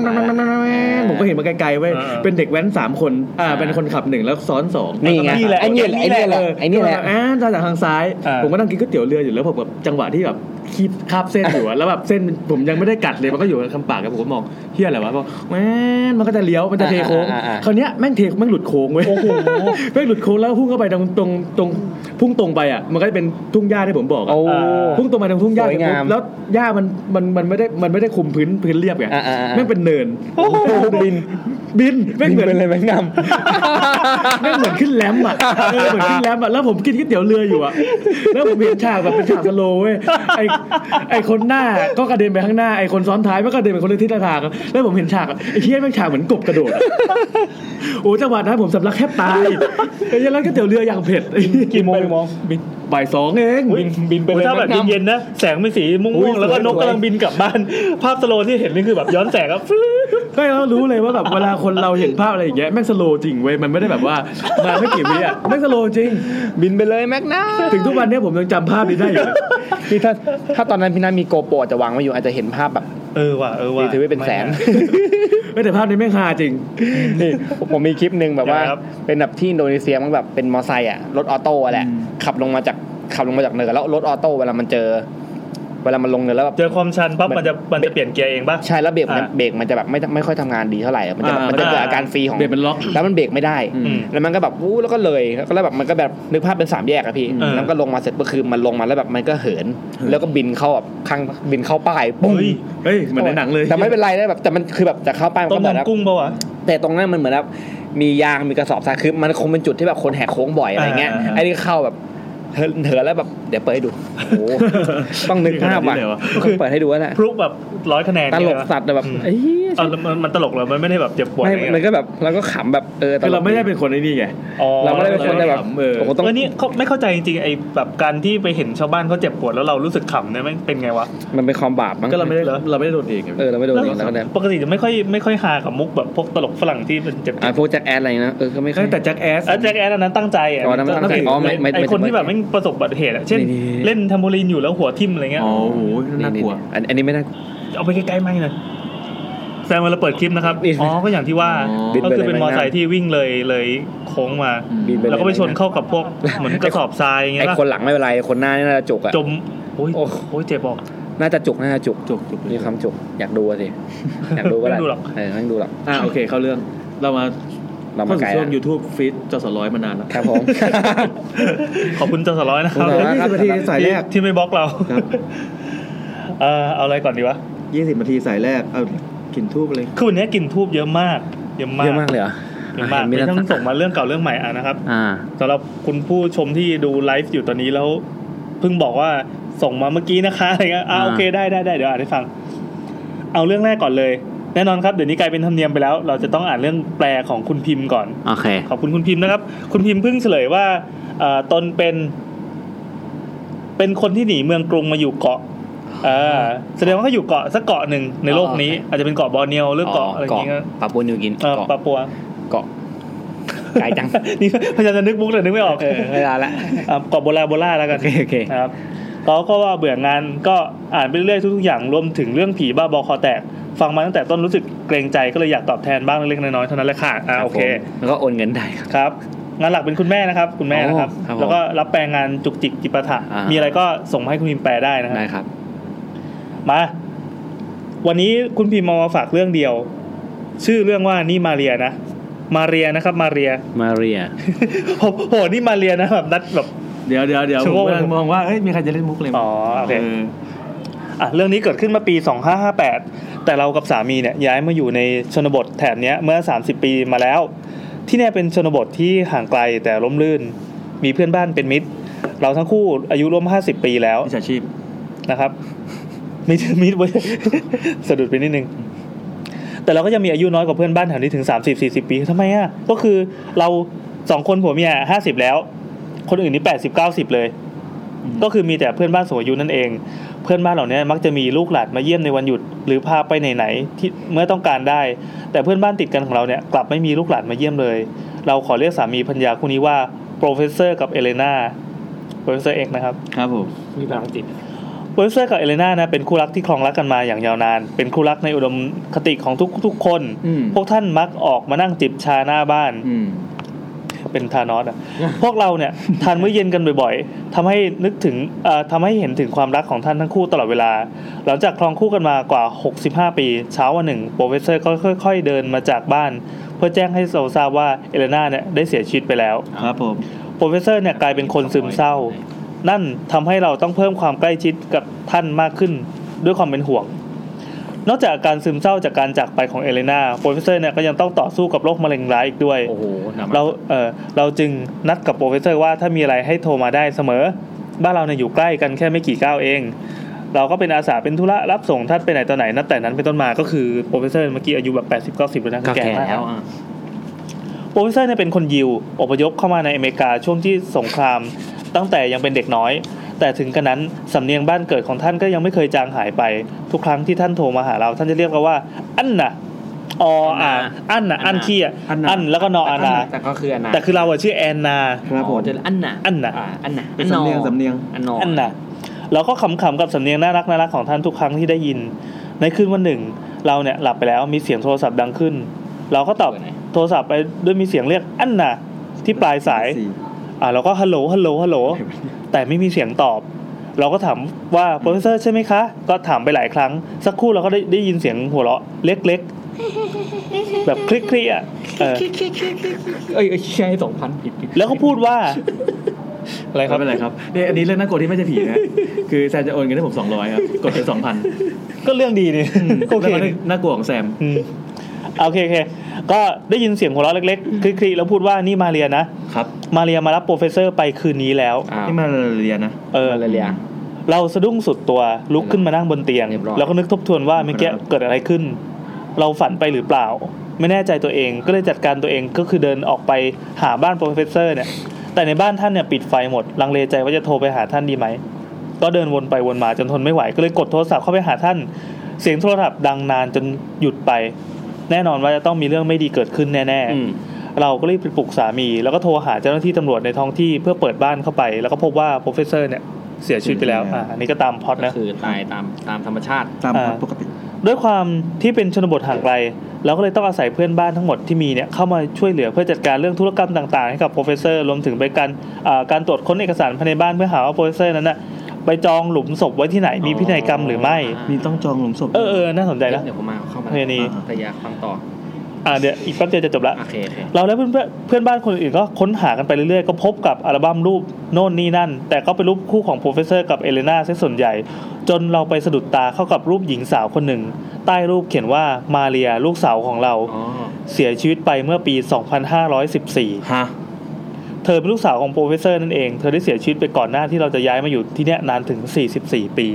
Speaker 3: นแหวนแหวนแหวนแหวนผมก็เห็นมาไกลๆเว้ย
Speaker 1: เออ
Speaker 3: เป็นเด็กแว้นสามคนอ่า
Speaker 2: อ่า
Speaker 3: เป็นคนขับหนึ่งแล้วซ้อนสอง
Speaker 2: นี่ไง
Speaker 1: นี่แหละ
Speaker 2: ไอ้เนี่ยแหละไอ้เนี่ยแหละไอ้เนี่ยแหละ
Speaker 3: อ่าทางทางซ้าย
Speaker 1: อ่า
Speaker 3: ผมก็นั่งกินก๋วยเตี๋ยวเรืออยู่แล้วผมแบบจังหวะที่แบบคีบคาบเส้นอยู่อะ แล้วแบบเส้นผมยังไม่ได้กัดเลยมันก็อยู่คำปากกับผมก็มองเฮียอะไรวะบอกแม่นมันก็จะเลี้ยวมันจะเทโค้ง
Speaker 2: อ่าอ่าอ่า
Speaker 3: คราวเนี้ยแม่งเทแม่งหลุดโค้งเว้ย
Speaker 1: โอ้โห
Speaker 3: แม่งหลุดโค้งแล้วพุ่งเข้าไปตรงตรงตรงพุ่งตรงไปอ่ะมันก็จะเป็นทุ่งหญ้าที่ผมบอกอะ
Speaker 2: โอ้
Speaker 1: อ่า
Speaker 3: พุ่งตรงไปทางทุ่งหญ้า
Speaker 2: สวยงาม
Speaker 3: แล้วหญ้ามันมันมันไม่ได้มันไม่ได้คุมพื้นพื้นเรียบไง
Speaker 2: อ่าอ่าอ่า
Speaker 3: แม่งเป็นเนิน
Speaker 2: โอ้โหบิน
Speaker 3: บินแม่งเหมือน
Speaker 2: บินเป็นอะไรแม่งน
Speaker 3: แม่งเหมือนขึ้นแรมป์อ่ะเออเหมือนขึ้นแรมป์อ่ะ แล้วผมกินก๋วยเตี๋ยวเรืออยู่อ่ะ แล้วผมเห็นฉากแบบเป็นฉากสโลว์เว้ย ไอไอคนหน้าก็กระเด็นไปข้างหน้า ไอคนซ้อนท้ายก็กระเด็นไปคนละทิศละทางอะแล้วผมเห็นฉากอะไอเทียแม่งฉากเหมือนกบกระโดดอะโอ้จังหวะนั้นผมสำลักแทบตายไอ้เหี้ยันร้านก๋วยเตี๋ยวเรืออย่างเผ็ด
Speaker 1: กี่โมงกี่โมงบิน
Speaker 3: บ่ายสองเอง
Speaker 1: บินบินไปเลยถ้าแบบเย็นๆนะแสงเป็นสีม่วงๆแล้วก็นกกำลังบินกลับบ้าน ภาพสโลว์ที่เห็นนี่คือแบบย้อน [LAUGHS] แสงก็ฟื้น
Speaker 3: ก็ยังรู้เลยว่าแบบเวลาคนเราเห็นภาพอะไรอย่างเงี้ยแม่งสโลว์จริงเว้ยมันไม่ได้แบบว่ามาไม่กี่วิอ่ะแม่งสโลว์จริง
Speaker 2: ำบินไปเลยแม็กนัม
Speaker 3: ถึงทุกวันเนี้ยผมยังจำภาพนี้ได้อยู่เลย
Speaker 2: นี่ถ้าถ้าตอนนั้นพี่นัทมีโกโปรจะวางไว้อยู่อาจจะเห็นภาพแบบ
Speaker 1: เออว่ะเออว่ะ
Speaker 2: ถือไว้เป็นแสน
Speaker 3: ไม่แต่ภาพนี้แม่งฮาจริง
Speaker 2: นี่ผมมีคลิปหนึ่งแบบว่า
Speaker 1: ยังไงครับ
Speaker 2: เป็นแบบที่อินโดนีเซียมันแบบเป็นมอไซค์อะรถออโต้อะแหละ
Speaker 3: อืม
Speaker 2: ขับลงมาจากขับลงมาจากเนินแล้วรถออโต้เวลามันเจอ เวลามันลงเนินแล้วแบบ
Speaker 1: เจอความชันปั๊บมันจะมันจะเปลี่ยนเกียร์เองป่ะ
Speaker 2: ใช่แล้วเบรกมัน
Speaker 1: อ่า
Speaker 2: เบรกมันจะแบบไม่ไม่ค่อยทำงานดีเท่าไหร่อะมันจะแบบ
Speaker 3: อ่ามั
Speaker 2: มันจะเกิดอาการฟรีของ
Speaker 3: เบรกมันล็อก
Speaker 2: แล้วมันเบรกไม่ได้
Speaker 1: อืม
Speaker 2: แล้วมันก็แบบวู้แล้วก็เลยแล้วแบบมันก็แบบนึกภาพเป็นสามแยกอะพี่
Speaker 1: อืม
Speaker 2: แล้วก็ลงมาเสร็จก็คือมันลงมาแล้วแบบมันก็เหิน แล้วก็บินเข้าแบบข้างบินเข้าป้ายปุ้ง
Speaker 1: เฮ้ย
Speaker 3: เฮ้ยเหมือนในหนังเลย
Speaker 2: แต่ไม่เป็นไรนะแบบแต่มันคือแบบจะเข้าป้ายมัน
Speaker 1: ต้ม
Speaker 2: ก็เหมือนแบบ
Speaker 1: ยำกุ้งป่ะวะ
Speaker 2: แต่ตรงนั้นมันเหมือนแบบมียางมีกระสอบทรายคือมันคงเป็นจุดที่แบบคนแหกโค้งบ่อยอะไรเงี้ย
Speaker 1: อ่าอ่า
Speaker 2: ไอ้นี่เข้าแบบเถินเถินแล้วแบบเดี๋ยวเปิดให้ดูโอ้โหต้องนึกภาพว่ะต้องเปิดให้ดูนะ
Speaker 1: [LAUGHS] พลุแบบร้อยคะแนน
Speaker 2: ตล
Speaker 1: เนี่ย
Speaker 2: ก
Speaker 1: นะ
Speaker 2: สัตว์แบบ
Speaker 1: อืม
Speaker 2: เอ้ย
Speaker 1: เอาแล้วมันมันตลกเหรอมันไม่ได้แบบเจ็บปวดอะ
Speaker 2: ไม่
Speaker 1: ไรเงี้ย
Speaker 2: มันก็แบบเราก็ขำแบบเออต
Speaker 3: คือ
Speaker 2: ล
Speaker 3: เรา
Speaker 2: ก
Speaker 3: ไม่ได้เป็นคนไอ้นี่ไง
Speaker 1: อ๋อ
Speaker 2: เราไม่ได้เป็นคนแต่แบบ
Speaker 3: เราไม่ได้ขำเออ
Speaker 2: โอ้โห
Speaker 1: ต
Speaker 2: ต้
Speaker 1: ร
Speaker 2: อง ง
Speaker 1: นี้เขาไม่เข้าใจจริงๆไอ้แบบการที่ไปเห็นชาวบ้านเขาเจ็บปวดแล้วเรารู้สึกขำเนี่ยแม่งเป็นไงวะ
Speaker 2: มันเป็นความบาปมั้ง
Speaker 3: ก็เราไม่ได้เราไม่ได้โดนเองไง
Speaker 2: เออเราไม่โดน
Speaker 1: แล้ว
Speaker 2: เองแล้วก็เนี่ย
Speaker 1: ปกติจะไม่ค่อยไม่ค่อยหากับมุกแบบพวกตลกฝรั่งที่มันเจ็บ
Speaker 2: อ่าพวกแจ็คแอดอะไรนะเออก็ไม่ค่อย
Speaker 3: แต่แจ็คแอส
Speaker 1: อ่ะแจ็คแอนอันนั้นตั้งใจอ่ะ
Speaker 2: อ๋อนั่นไม่ตั้งใจอ๋อไม่ไม่ไม่
Speaker 1: ไอคนที่แบบไม่งประสบอุบัติเหตุอ่ะเช่น
Speaker 2: นี่ๆ
Speaker 1: เล่นทมโบลีนอยู่แล้วหัวทิ่มอะไรเงี้ย
Speaker 3: อ๋อโหน่ากลัว
Speaker 2: อันอันนี้ไม่น่า
Speaker 1: เอาไปใกล้ๆไม่หน่อยแซมเวลาเปิดคลิปนะครับ
Speaker 2: บิด
Speaker 1: อ๋อ ก็อย่างที่ว่า
Speaker 3: อ๋อ
Speaker 1: ก็คือเป็น
Speaker 2: บิดไปเลย
Speaker 1: มอไซค์ที่วิ่งเลยเลยโค้งมา
Speaker 2: บินไปเลย
Speaker 1: แล้วก็ไปชนเข้ากับพ
Speaker 2: [LAUGHS]
Speaker 1: วกเหมือนกระสอบทรายอย่างเงี้
Speaker 2: ไอ้
Speaker 1: ย
Speaker 2: คน
Speaker 1: ป่ะ
Speaker 2: หลังไม่เป็นไรคนหน้านี่น่าจะจุกอะ
Speaker 1: จม โอ้ย
Speaker 2: โอ้
Speaker 1: โอ้ยเจ็บออก
Speaker 2: น่าจะจุกน่าจะจุก
Speaker 3: จบจบ
Speaker 2: มีความจุกอยากดูอะสิ อยากดูก็ได้
Speaker 1: ไม่ดูหรอก
Speaker 2: เออไม่ดูหรอก
Speaker 3: อ่าโอเคเข้าเรื่อง เรามา
Speaker 2: เรา
Speaker 3: เข้า
Speaker 2: มาไกล
Speaker 3: สู่ช่
Speaker 2: แล้ว
Speaker 3: ง YouTube ฟีดจอสร้อยมานานแล้ว
Speaker 2: ครับผม
Speaker 1: ขอบคุณจอสร้อยนะค
Speaker 2: ข
Speaker 1: รั
Speaker 2: อ
Speaker 1: บบ
Speaker 2: คุณครับ
Speaker 3: 20นาทีสายแรก
Speaker 1: ที่ที่ไม่บล็อกเรา
Speaker 3: ครับ
Speaker 1: เออเอาอะไรก่อนดีวะ
Speaker 3: 20นาทีสายแรก เอากลิ่นทูบเลย
Speaker 1: คือวันนี้กลิ่นทูบเยอะมาก เยอะมาก
Speaker 2: เยอะมากเลยเหรอ
Speaker 1: เยอะมาก
Speaker 2: อ่ะ
Speaker 1: มี
Speaker 2: เห็น
Speaker 1: ทั้
Speaker 2: ทั้
Speaker 1: งส่งมาเรื่องเก่าเรื่องใหม่อ่ะนะครับ
Speaker 2: อ่า
Speaker 1: สำหรับคุณผู้ชมที่ดูไลฟ์อยู่ตอนนี้แล้วเพิ่งบอกว่าส่งมาเมื่อกี้นะคะอะไรเงี้ยอ่า
Speaker 2: อ่า
Speaker 1: โอเคได้ได้ได้เดี๋ยวอ่านให้ฟัง เอาเรื่องแรกก่อนเลย แน่นอนครับเดี๋ยวนี้กลายเป็นธรรมเนียมไปแล้ว เราจะต้องอ่านเรื่องแปลของคุณพิมพ์ก่อน
Speaker 2: โอเค
Speaker 1: ขอบคุณคุณพิมพ์นะครับ คุณพิมพ์เพิ่งเฉลยว่าเอ่อตนเป็น เป็นคนที่หนีเมืองกรุงมาอยู่เกาะเออแสดงว่าเขาอยู่เกาะสักเกาะหนึ่งในโลกนี้
Speaker 2: อ๋อโอเค
Speaker 1: อาจจะเป็นเกาะบอร์เนียวหรือเกาะอะไรอย่างเงี้ย
Speaker 2: ปาปัวนิวกิน
Speaker 1: เออปาปัว
Speaker 2: เกาะไกลจัง
Speaker 1: นี่ [LAUGHS] พยายามจะนึกมุกแต่นึกไม่ออก
Speaker 2: เออเวลาละ
Speaker 1: อ่ะเกาะโบราณโบราณแล้วกัน
Speaker 2: โอเคโอเค
Speaker 1: นะครับเขาก็ว่าเบื่องานก็อ่านไปเรื่อยทุกๆอย่างรวมถึงเรื่องผีบ้าบอคอแตก ฟังมาตั้งแต่ต้นรู้สึกเกรงใจก็เลยอยากตอบแทนบ้างเล็กๆน้อยๆเท่านั้นแหละค่ะอ่า
Speaker 2: รับ
Speaker 1: โอเค
Speaker 2: ผมแล้วก็โอนเงินได้ครับ
Speaker 1: ครับ งานหลักเป็นคุณแม่นะครับ คุณแม่นะครับ
Speaker 2: อ๋อครับผม
Speaker 1: แล้วก็รับแปลงงานจุกจิกจิปาถะ
Speaker 2: อ่ามี
Speaker 1: มีอะไรก็ส่งมาให้คุณพิมพ์แปลได้นะครับ
Speaker 2: ได้ครับ
Speaker 1: มา วันนี้คุณพิมพ์มามาฝากเรื่องเดียว ชื่อเรื่องว่านี่มาเรียนะ มาเรียนะครับ มาเรีย [LAUGHS]
Speaker 2: มาเรีย
Speaker 1: โอ้โหนี่มาเรียนะแบบนัดแบบ
Speaker 3: เดี๋ยวเดี๋ยวเดี๋ยว
Speaker 1: ชั่ว
Speaker 3: ผ
Speaker 1: โมง
Speaker 3: มกำลังมองว่า เอ้ยมีใครจะเล่นมุกเลยไหม
Speaker 1: อ๋อโอเค
Speaker 3: เออ
Speaker 1: อ่ะเรื่องนี้เกิดขึ้นมาปี 2558 แต่เรากับสามีเนี่ยย้ายมาอยู่ในชนบทแถบเนี้ยเมื่อ 30 ปีมาแล้ว ที่เนี่ยเป็นชนบทที่ห่างไกลแต่ร่มรื่น มีเพื่อนบ้านเป็นมิตร เราทั้งคู่อายุร่วม 50 ปีแล้ว
Speaker 3: วิชาชีพ
Speaker 1: นะครับมิดมิดไว้ [LAUGHS] สะดุดไปนิดนึง แต่เราก็ยังมีอายุน้อยกว่าเพื่อนบ้านแถวนี้ถึงสามสิบสี่สิบปีทำไมอ่ะ ก็คือเราสองคนผัวเมียห้าสิบแล้ว คนอื่นนี่แปดสิบเก้าสิบเลย
Speaker 2: อืม
Speaker 1: ก็คือมีแต่เพื่อนบ้านสูงอายุนั่นเอง เพื่อนบ้านเหล่านี้มักจะมีลูกหลานมาเยี่ยมในวันหยุด หรือพาไปไหนๆที่เมื่อต้องการได้ แต่เพื่อนบ้านติดกันของเราเนี่ยกลับไม่มีลูกหลานมาเยี่ยมเลย เราขอเรียกสามีพัญญาคู่นี้ว่าโปรเฟสเซอร์กับเอเลนาโปรเฟสเซอร์เอกนะครับ
Speaker 3: ครับผม
Speaker 4: มีพลังจิต
Speaker 1: โปรดิวเซอร์กับเอเลนานะเป็นคู่รักที่ครองรักกันมาอย่างยาวนาน เป็นคู่รักในอุดมคติของทุกทุกคน
Speaker 3: อืม
Speaker 1: พวกท่านมักออกมานั่งจิบชาหน้าบ้าน
Speaker 3: อืม
Speaker 1: เป็นทานอส
Speaker 3: [LAUGHS]
Speaker 1: อะ พวกเราเนี่ยทานมื้อเย็นกันบ่อยๆทำให้นึกถึงเอ่อทำให้เห็นถึงความรักของท่านทั้งคู่ตลอดเวลา หลังจากครองคู่กันมากว่า 65 ปี เช้าวันหนึ่งโปรเฟสเซอร์ก็ค่อย ๆ เดินมาจากบ้าน เพื่อแจ้งให้เราทราบว่าเอเลนาเนี่ยได้เสียชีวิตไปแล้ว
Speaker 3: ครับผม
Speaker 1: โปรเฟสเซอร์เนี่ยกลายเป็นคนซึมเศร้า นั่นทำให้เราต้องเพิ่มความใกล้ชิดกับท่านมากขึ้นด้วยความเป็นห่วง นอกจากอาการซึมเศร้าจากการจากไปของเอเลนาโปรเฟสเซอร์เนี่ยก็ยังต้องต่อสู้กับโรคมะเร็งร้ายอีกด้วย
Speaker 4: โอ้โหหนักมก
Speaker 1: เราเออเราจึงนัดกับโปรเฟสเซอร์ว่าถ้ามีอะไรให้โทรมาได้เสมอ บ้านเราเนี่ยอยู่ใกล้กันแค่ไม่กี่ก้าวเอง เราก็เป็นอาสาเป็นธุระรับส่งท่านไปไหนต่อไหนนับแต่นั้นเป็นต้นมาก็คือโปรเฟสเซอร์เมื่อกี้อายุแบบ80 90แล้วนะ
Speaker 2: ก็
Speaker 1: ก่
Speaker 2: แก่
Speaker 1: มาก
Speaker 2: แล้วอ่ะ
Speaker 1: โปรเฟสเซอร์เนี่ยเป็นคนยิวอพยพเข้ามาในอเมริกาช่วงที่สงคราม ตั้งแต่ยังเป็นเด็กน้อย แต่ถึงกระนั้นสำเนียงบ้านเกิดของท่านก็ยังไม่เคยจางหายไป ทุกครั้งที่ท่านโทรมาหาเรา ท่านจะเรียกเราว่า อันน่ะออ่ะอันน่ะอันขี้อ่ะ
Speaker 3: อันน่ะ
Speaker 1: อันแล้วก็นออานา
Speaker 4: แต่ก็คืออนา
Speaker 1: แต่คือเราอ่ะชื่อแอนนา
Speaker 3: ครับผม
Speaker 2: อ๋อจะอันน่ะ
Speaker 1: อันน่ะ
Speaker 2: าอันน่ะ
Speaker 3: เป็นสำเนียงสำเนียง
Speaker 2: อันนอ
Speaker 1: อันน่ะเราก็ขำๆกับสำเนียงน่ารักน่ารักของท่านทุกครั้งที่ได้ยิน ในคืนวันหนึ่ง เราเนี่ยหลับไปแล้วมีเสียงโทรศัพท์ดังขึ้น เราก็ตอบโทรศัพท์ไปด้วยมีเสียงเรียกอันน่ะที่ปลายสาย อ่าเราก็ฮัลโหลฮัลโหลฮัลโหลแต่ไม่มีเสียงตอบ เราก็ถามว่าโปรเฟสเซอร์ใช่ไหมคะ ก็ถามไปหลายครั้ง สักครู่เราก็ได้ได้ยินเสียงหัวเราะเล็กๆ แบบคลิกคลิกอ่ะเออ
Speaker 4: เอ้ยเอ้ยใช่สองพันผิดผิด
Speaker 1: แล้วก็พูดว่า อะไรค
Speaker 3: ครั
Speaker 1: รั
Speaker 3: บบ ไม่เป็นไรครับเนี่ยอันนี้เรื่องน่ากลัวที่ไม่ใช่ผีนะ คือแซมจะโอนเงินให้ผมสองร้อยครับ กดไปสอง [LAUGHS] พัน
Speaker 1: ก็เรื่องดีนี่โอเคนี่
Speaker 3: น่ากลัวของแซม
Speaker 1: อืมโอเคโอเค ก็ได้ยินเสียงหัวเราะเล็กๆคลิกๆแล้วพูดว่านี่มาเรียนะ
Speaker 3: ครับ
Speaker 1: มาเรียมารับโปรเฟสเซอร์ไปคืนนี้แล้ว
Speaker 4: อ้าว
Speaker 3: นี่มาเรียนนะ
Speaker 1: เออ
Speaker 2: มาลาเรีย
Speaker 1: เราสะดุ้งสุดตัวลุกขึ้นมานั่งบนเตียง
Speaker 2: เรียบร้อย
Speaker 1: แล้วก็นึกทบทวนว่าเมื่อกี้
Speaker 3: ครับ
Speaker 1: เกิดอะไรขึ้น เราฝันไปหรือเปล่า ไม่แน่ใจตัวเองก็เลยจัดการตัวเองก็คือเดินออกไปหาบ้านโปรเฟสเซอร์เนี่ย แต่ในบ้านท่านเนี่ยปิดไฟหมด ลังเลใจว่าจะโทรไปหาท่านดีไหม ก็เดินวนไปวนมาจนทนไม่ไหวก็เลยกดโทรศัพท์เข้าไปหาท่าน เสียงโทรศัพท์ดังนานจนหยุดไป แน่นอนว่าจะต้องมีเรื่องไม่ดีเกิดขึ้นแน่ๆ
Speaker 3: อืม
Speaker 1: เราก็รีบไปปลุกสามี แล้วก็โทรหาเจ้าหน้าที่ตำรวจในท้องที่เพื่อเปิดบ้านเข้าไป แล้วก็พบว่าโปรเฟสเซอร์เนี่ยเสียชีวิตไปแล้วอ่ะอันนี้ก็ตามพล็อต
Speaker 2: ก็
Speaker 1: นะ
Speaker 2: คือตายตามตามธรรมชาติ
Speaker 3: ตาม
Speaker 1: อ่า
Speaker 3: ปกติ
Speaker 1: ด้วยความที่เป็นชนบทห่างไกลเราก็เลยต้องอาศัยเพื่อนบ้านทั้งหมดที่มีเนี่ยเข้ามาช่วยเหลือเพื่อจัดการเรื่องธุรกรรมต่างๆให้กับโปรเฟสเซอร์รวมถึงไปการอ่าการตรวจค้นเอกสารภายในบ้านเพื่อหาว่าโปรเฟสเซอร์นั้นน่ะไปจองหลุมศพไว้ที่ไหนมีพินัยกรรมหรือไม่
Speaker 3: มีต้องจองหลุมศพ
Speaker 1: เออเออน่าสนใจนะ
Speaker 2: เดี๋ยวผมมาเข้ามา
Speaker 1: เฮ้ยนี่
Speaker 2: แต่อยากฟังต่อ
Speaker 1: อ่าเดี๋ยวอีกแป๊บเดียวจะจบละ
Speaker 2: โอเคโอเค
Speaker 1: เราและเพื่อนเพื่อนบ้านคนอื่นก็ค้นหากันไปเรื่อยๆ ก็พบกับอัลบั้มรูปโน่นนี่นั่น แต่ก็เป็นรูปคู่ของโปรเฟสเซอร์กับเอเลนาซะส่วนใหญ่ จนเราไปสะดุดตาเข้ากับรูปหญิงสาวคนหนึ่ง ใต้รูปเขียนว่ามาเรียลูกสาวของเรา
Speaker 2: อ๋อ
Speaker 1: เสียชีวิตไปเมื่อปี 2514
Speaker 3: ฮะ
Speaker 1: เธอเป็นลูกสาวของโปรเฟสเซอร์นั่นเอง เธอได้เสียชีวิตไปก่อนหน้าที่เราจะย้ายมาอยู่ที่เนี่ยนานถึง 44 ปี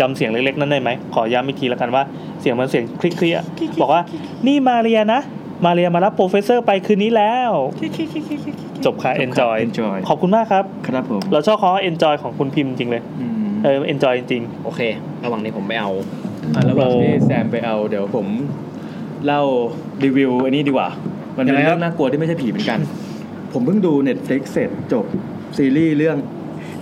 Speaker 1: จำเสียงเล็กๆ นั้นได้ไหม ขอย้ำอีกทีละกันว่าเสียงมันเสียงคลิกเคลียร์บอกว่า นี่มาเรียนะ มาเรียมารับโปรเฟสเซอร์ไปคืนนี้แล้ว จบค่ะ enjoy
Speaker 3: เอนจอย
Speaker 1: ขอบคุณมากครับ
Speaker 3: ครับผม
Speaker 1: เราชอบคำว่า enjoy ของคุณพิมพ์จริงเลย
Speaker 3: อืม
Speaker 1: เออ enjoy จริง
Speaker 2: โอเค ระหว่างนี้ผมไปเอา
Speaker 3: อ่ะระหว่างที่แซมไปเอาเดี๋ยวผมเล่ารีวิวอันนี้ดีกว่า มันเป็น
Speaker 1: ยังไงครั
Speaker 3: เรื่
Speaker 1: บ
Speaker 3: องน่ากลัวที่ไม่ใช่ผีเหมือนกัน ผมเพิ่งดู Netflix เสร็จจบซีรีส์เรื่อง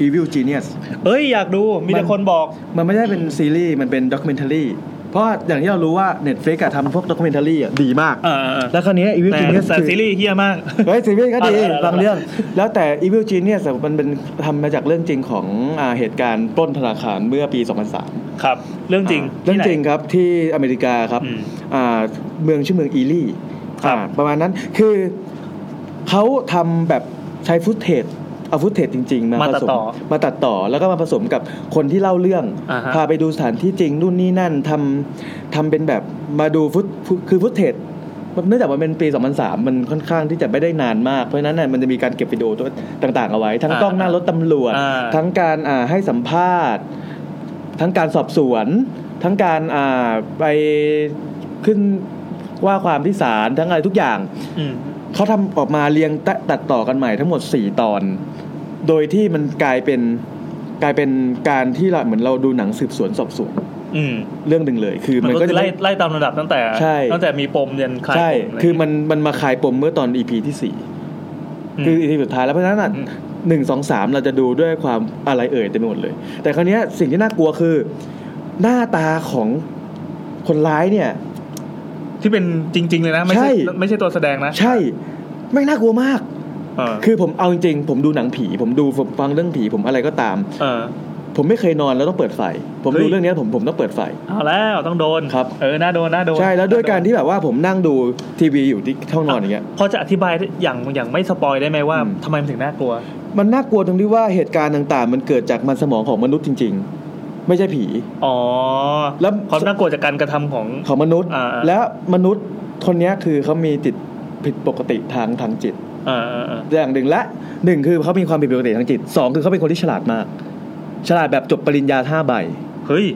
Speaker 3: Evil Genius
Speaker 1: ๆเอ้ยอยากดู มีแต่คนบอก
Speaker 3: มันไม่ได้เป็นซีรีส์ มันเป็นด็อก m e n t a r y เพราะอย่างที่เรารู้ว่า Netflix อะทำพวกด็อก m e n t a r y อะดีมาก
Speaker 1: อ่า
Speaker 3: แล้วคราวนี้
Speaker 1: ๆ
Speaker 3: Evil
Speaker 1: แต่
Speaker 3: Genius
Speaker 1: แต่
Speaker 3: คือ
Speaker 1: ซีรีส์เฮี้ยมาก
Speaker 3: เฮ้ยซีรีส์ก็ดี
Speaker 1: [LAUGHS] อ่าๆๆ
Speaker 3: บางเรื่อง แล้วแต่ Evil Genius อะมันเป็นทำมาจากเรื่องจริงของอ่าเหตุการณ์ปล้นธนาคารเมื่อปี 2003
Speaker 1: ครับ เรื่องจริง
Speaker 3: เรื่องจริง
Speaker 1: ที่ไหน
Speaker 3: ครับที่อเมริกาครับ
Speaker 1: อืม
Speaker 3: อ่าเมืองชื่อเมืองอีลี่
Speaker 1: ครับ
Speaker 3: อ่าประมาณนั้นคือเขาทำแบบใช้ฟุตเทจ เอาฟุตเทจจริงๆ มา
Speaker 1: มา
Speaker 3: ผ
Speaker 1: ตัด
Speaker 3: สม
Speaker 1: ต่อ
Speaker 3: มาตัดต่อแล้วก็มาผสมกับคนที่เล่าเรื่อง
Speaker 1: อ่าฮะ
Speaker 3: พาไปดูสถานที่จริงนู่นนี่นั่นทำทำเป็นแบบมาดูฟุตคือฟุตเทจเนื่องจากมันเป็นปี 2003 มันค่อนข้างที่จะไม่ได้นานมาก เพราะฉะนั้นน่ะมันจะมีการเก็บวิดีโอตัวต่างๆเอาไว้ ทั้งกล้องหน้ารถตำรวจ
Speaker 1: อ่า
Speaker 3: ทั้งการอ่าให้สัมภาษณ์ ทั้งการสอบสวน ทั้งการอ่าไปขึ้นว่าความที่ศาลทั้งอะไรทุกอย่าง
Speaker 1: อืม
Speaker 3: เขาทำออกมาเรียงตะตัดต่อกันใหม่ทั้งหมด 4 ตอน โดยที่มันกลายเป็นกลายเป็นการที่เราเหมือนเราดูหนังสืบสวนสอบสวน
Speaker 1: อืม
Speaker 3: เรื่องหนึ่งเลย คือ
Speaker 1: มั
Speaker 3: มัน น
Speaker 1: ก็
Speaker 3: ก็
Speaker 1: คือ
Speaker 3: จะ
Speaker 1: ไล่
Speaker 3: ไม่
Speaker 1: ไล่ตามระดับตั้งแต่
Speaker 3: ใช่
Speaker 1: ตั้งแต่มีปมยันคลาย
Speaker 3: ใช่
Speaker 1: ปมะไร
Speaker 3: คือมันมันมาคลายปมเมื่อตอน EP ที่ 4 คือ EP สุดท้ายแล้วเพราะฉะนั้นอ่ะ
Speaker 1: ม
Speaker 3: หนึ่งสองสามเราจะดูด้วยความอะไรเอ่ยเต็มไปหมดเลย แต่คราวเนี้ยสิ่งที่น่ากลัวคือหน้าตาของคนร้ายเนี่ย
Speaker 1: ที่เป็นจริง ๆ เลยนะ ไม่ใช่
Speaker 3: ใช่
Speaker 1: ไม่ใช่ตัวแสดงนะ
Speaker 3: ใช่ไม่งน่ากลัวมาก
Speaker 1: เออ
Speaker 3: คือผมเอาจริงๆผมดูหนังผี ผมดูผมฟังเรื่องผีผมอะไรก็ตาม
Speaker 1: เออ
Speaker 3: ผมไม่เคยนอนแล้วต้องเปิดไฟ ผม
Speaker 1: เฮ้
Speaker 3: ดู
Speaker 1: ย
Speaker 3: เรื่องเนี้ยผมผมต้องเปิดไฟ
Speaker 1: เอาแล้วต้องโดน
Speaker 3: ครับ
Speaker 1: เออน่าโดนน่าโดน
Speaker 3: ใช่แล้วด้วยการ
Speaker 1: น่โ
Speaker 3: ที่แบบว่าผมนั่งดูทีวีอยู่ที่ห้องนอนอย่างเงี้ย
Speaker 1: พอจะอธิบายอย่างอย่างไม่สปอยได้ไหมว่า
Speaker 3: อืม
Speaker 1: ทำไมมันถึงน่ากลัว
Speaker 3: มันน่ากลัวตรงที่ว่าเหตุการณ์ต่าง ๆ มันเกิดจากมันสมองของมนุษย์จริง ๆ ไม่ใช่ผี
Speaker 1: อ๋อ
Speaker 3: แล้ว
Speaker 1: ความน่ากลัวจากการกระทำของ
Speaker 3: ของมนุษย์
Speaker 1: อ่าๆ
Speaker 3: และมนุษย์คนเนี้ยคือเขามีติดผิดปกติทางทางจิต
Speaker 1: เออเออเออ
Speaker 3: อย่างหนึ่งและหนึ่งคือเขามีความผิดปกติทางจิตสองคือเขาเป็นคนที่ฉลาดมาก ฉลาดแบบจบปริญญาท่าใบ
Speaker 1: เฮ้ย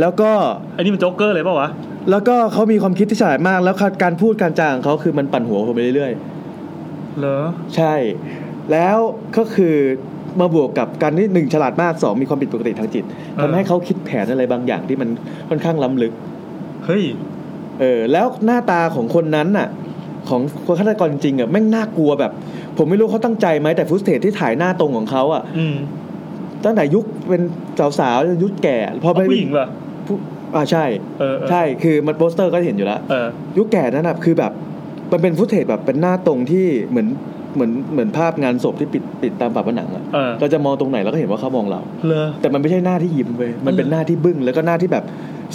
Speaker 3: แล้วก็
Speaker 1: อันนี้มันโจ๊กเกอร์เลยเปล่าวะ
Speaker 3: แล้วก็เขามีความคิดที่ฉลาดมาก แล้วการพูดการจาของเขาคือมันปั่นหัวผมไปเรื่อยๆ
Speaker 1: เหรอ
Speaker 3: ใช่ แล้วก็คือมาบวกกับการที่หนึ่งฉลาดมากสองมีความผิดปกติทางจิตทำให้เขาคิดแผนอะไรบางอย่างที่มันค่อนข้างล้ำลึก
Speaker 1: เฮ้ย
Speaker 3: เออ แล้วหน้าตาของคนนั้นน่ะ ของคนฆาตกรจริงๆอ่ะแม่งน่ากลัวแบบ ผมไม่รู้เขาตั้งใจไหมแต่ฟุตเทจที่ถ่ายหน้าตรงของเขาอ่ะ
Speaker 1: อืม
Speaker 3: ตั้งแต่ยุคเป็นสาวๆจนยุคแก่พอไป
Speaker 1: เอาผู้หญิงเหรอ
Speaker 3: ผู้อ่าใช่
Speaker 1: เออเออ
Speaker 3: ใช่คือมันโปสเตอร์ก็เห็นอยู่แล้ว
Speaker 1: เออ
Speaker 3: ยุคแก่นั้นนะคือแบบมันเป็นฟุตเทจแบบเป็นหน้าตรงที่เหมือนเหมือนเหมือนภาพงานศพที่ปิดปิดตามฝาผนังอะ
Speaker 1: เออ
Speaker 3: เราจะมองตรงไหนเราก็เห็นว่าเขามองเรา
Speaker 1: เหรอ
Speaker 3: แต่มันไม่ใช่หน้าที่ยิ้มเว้ยมันเป็น
Speaker 1: เออ
Speaker 3: หน้าที่บึ้งแล้วก็หน้าที่แบบ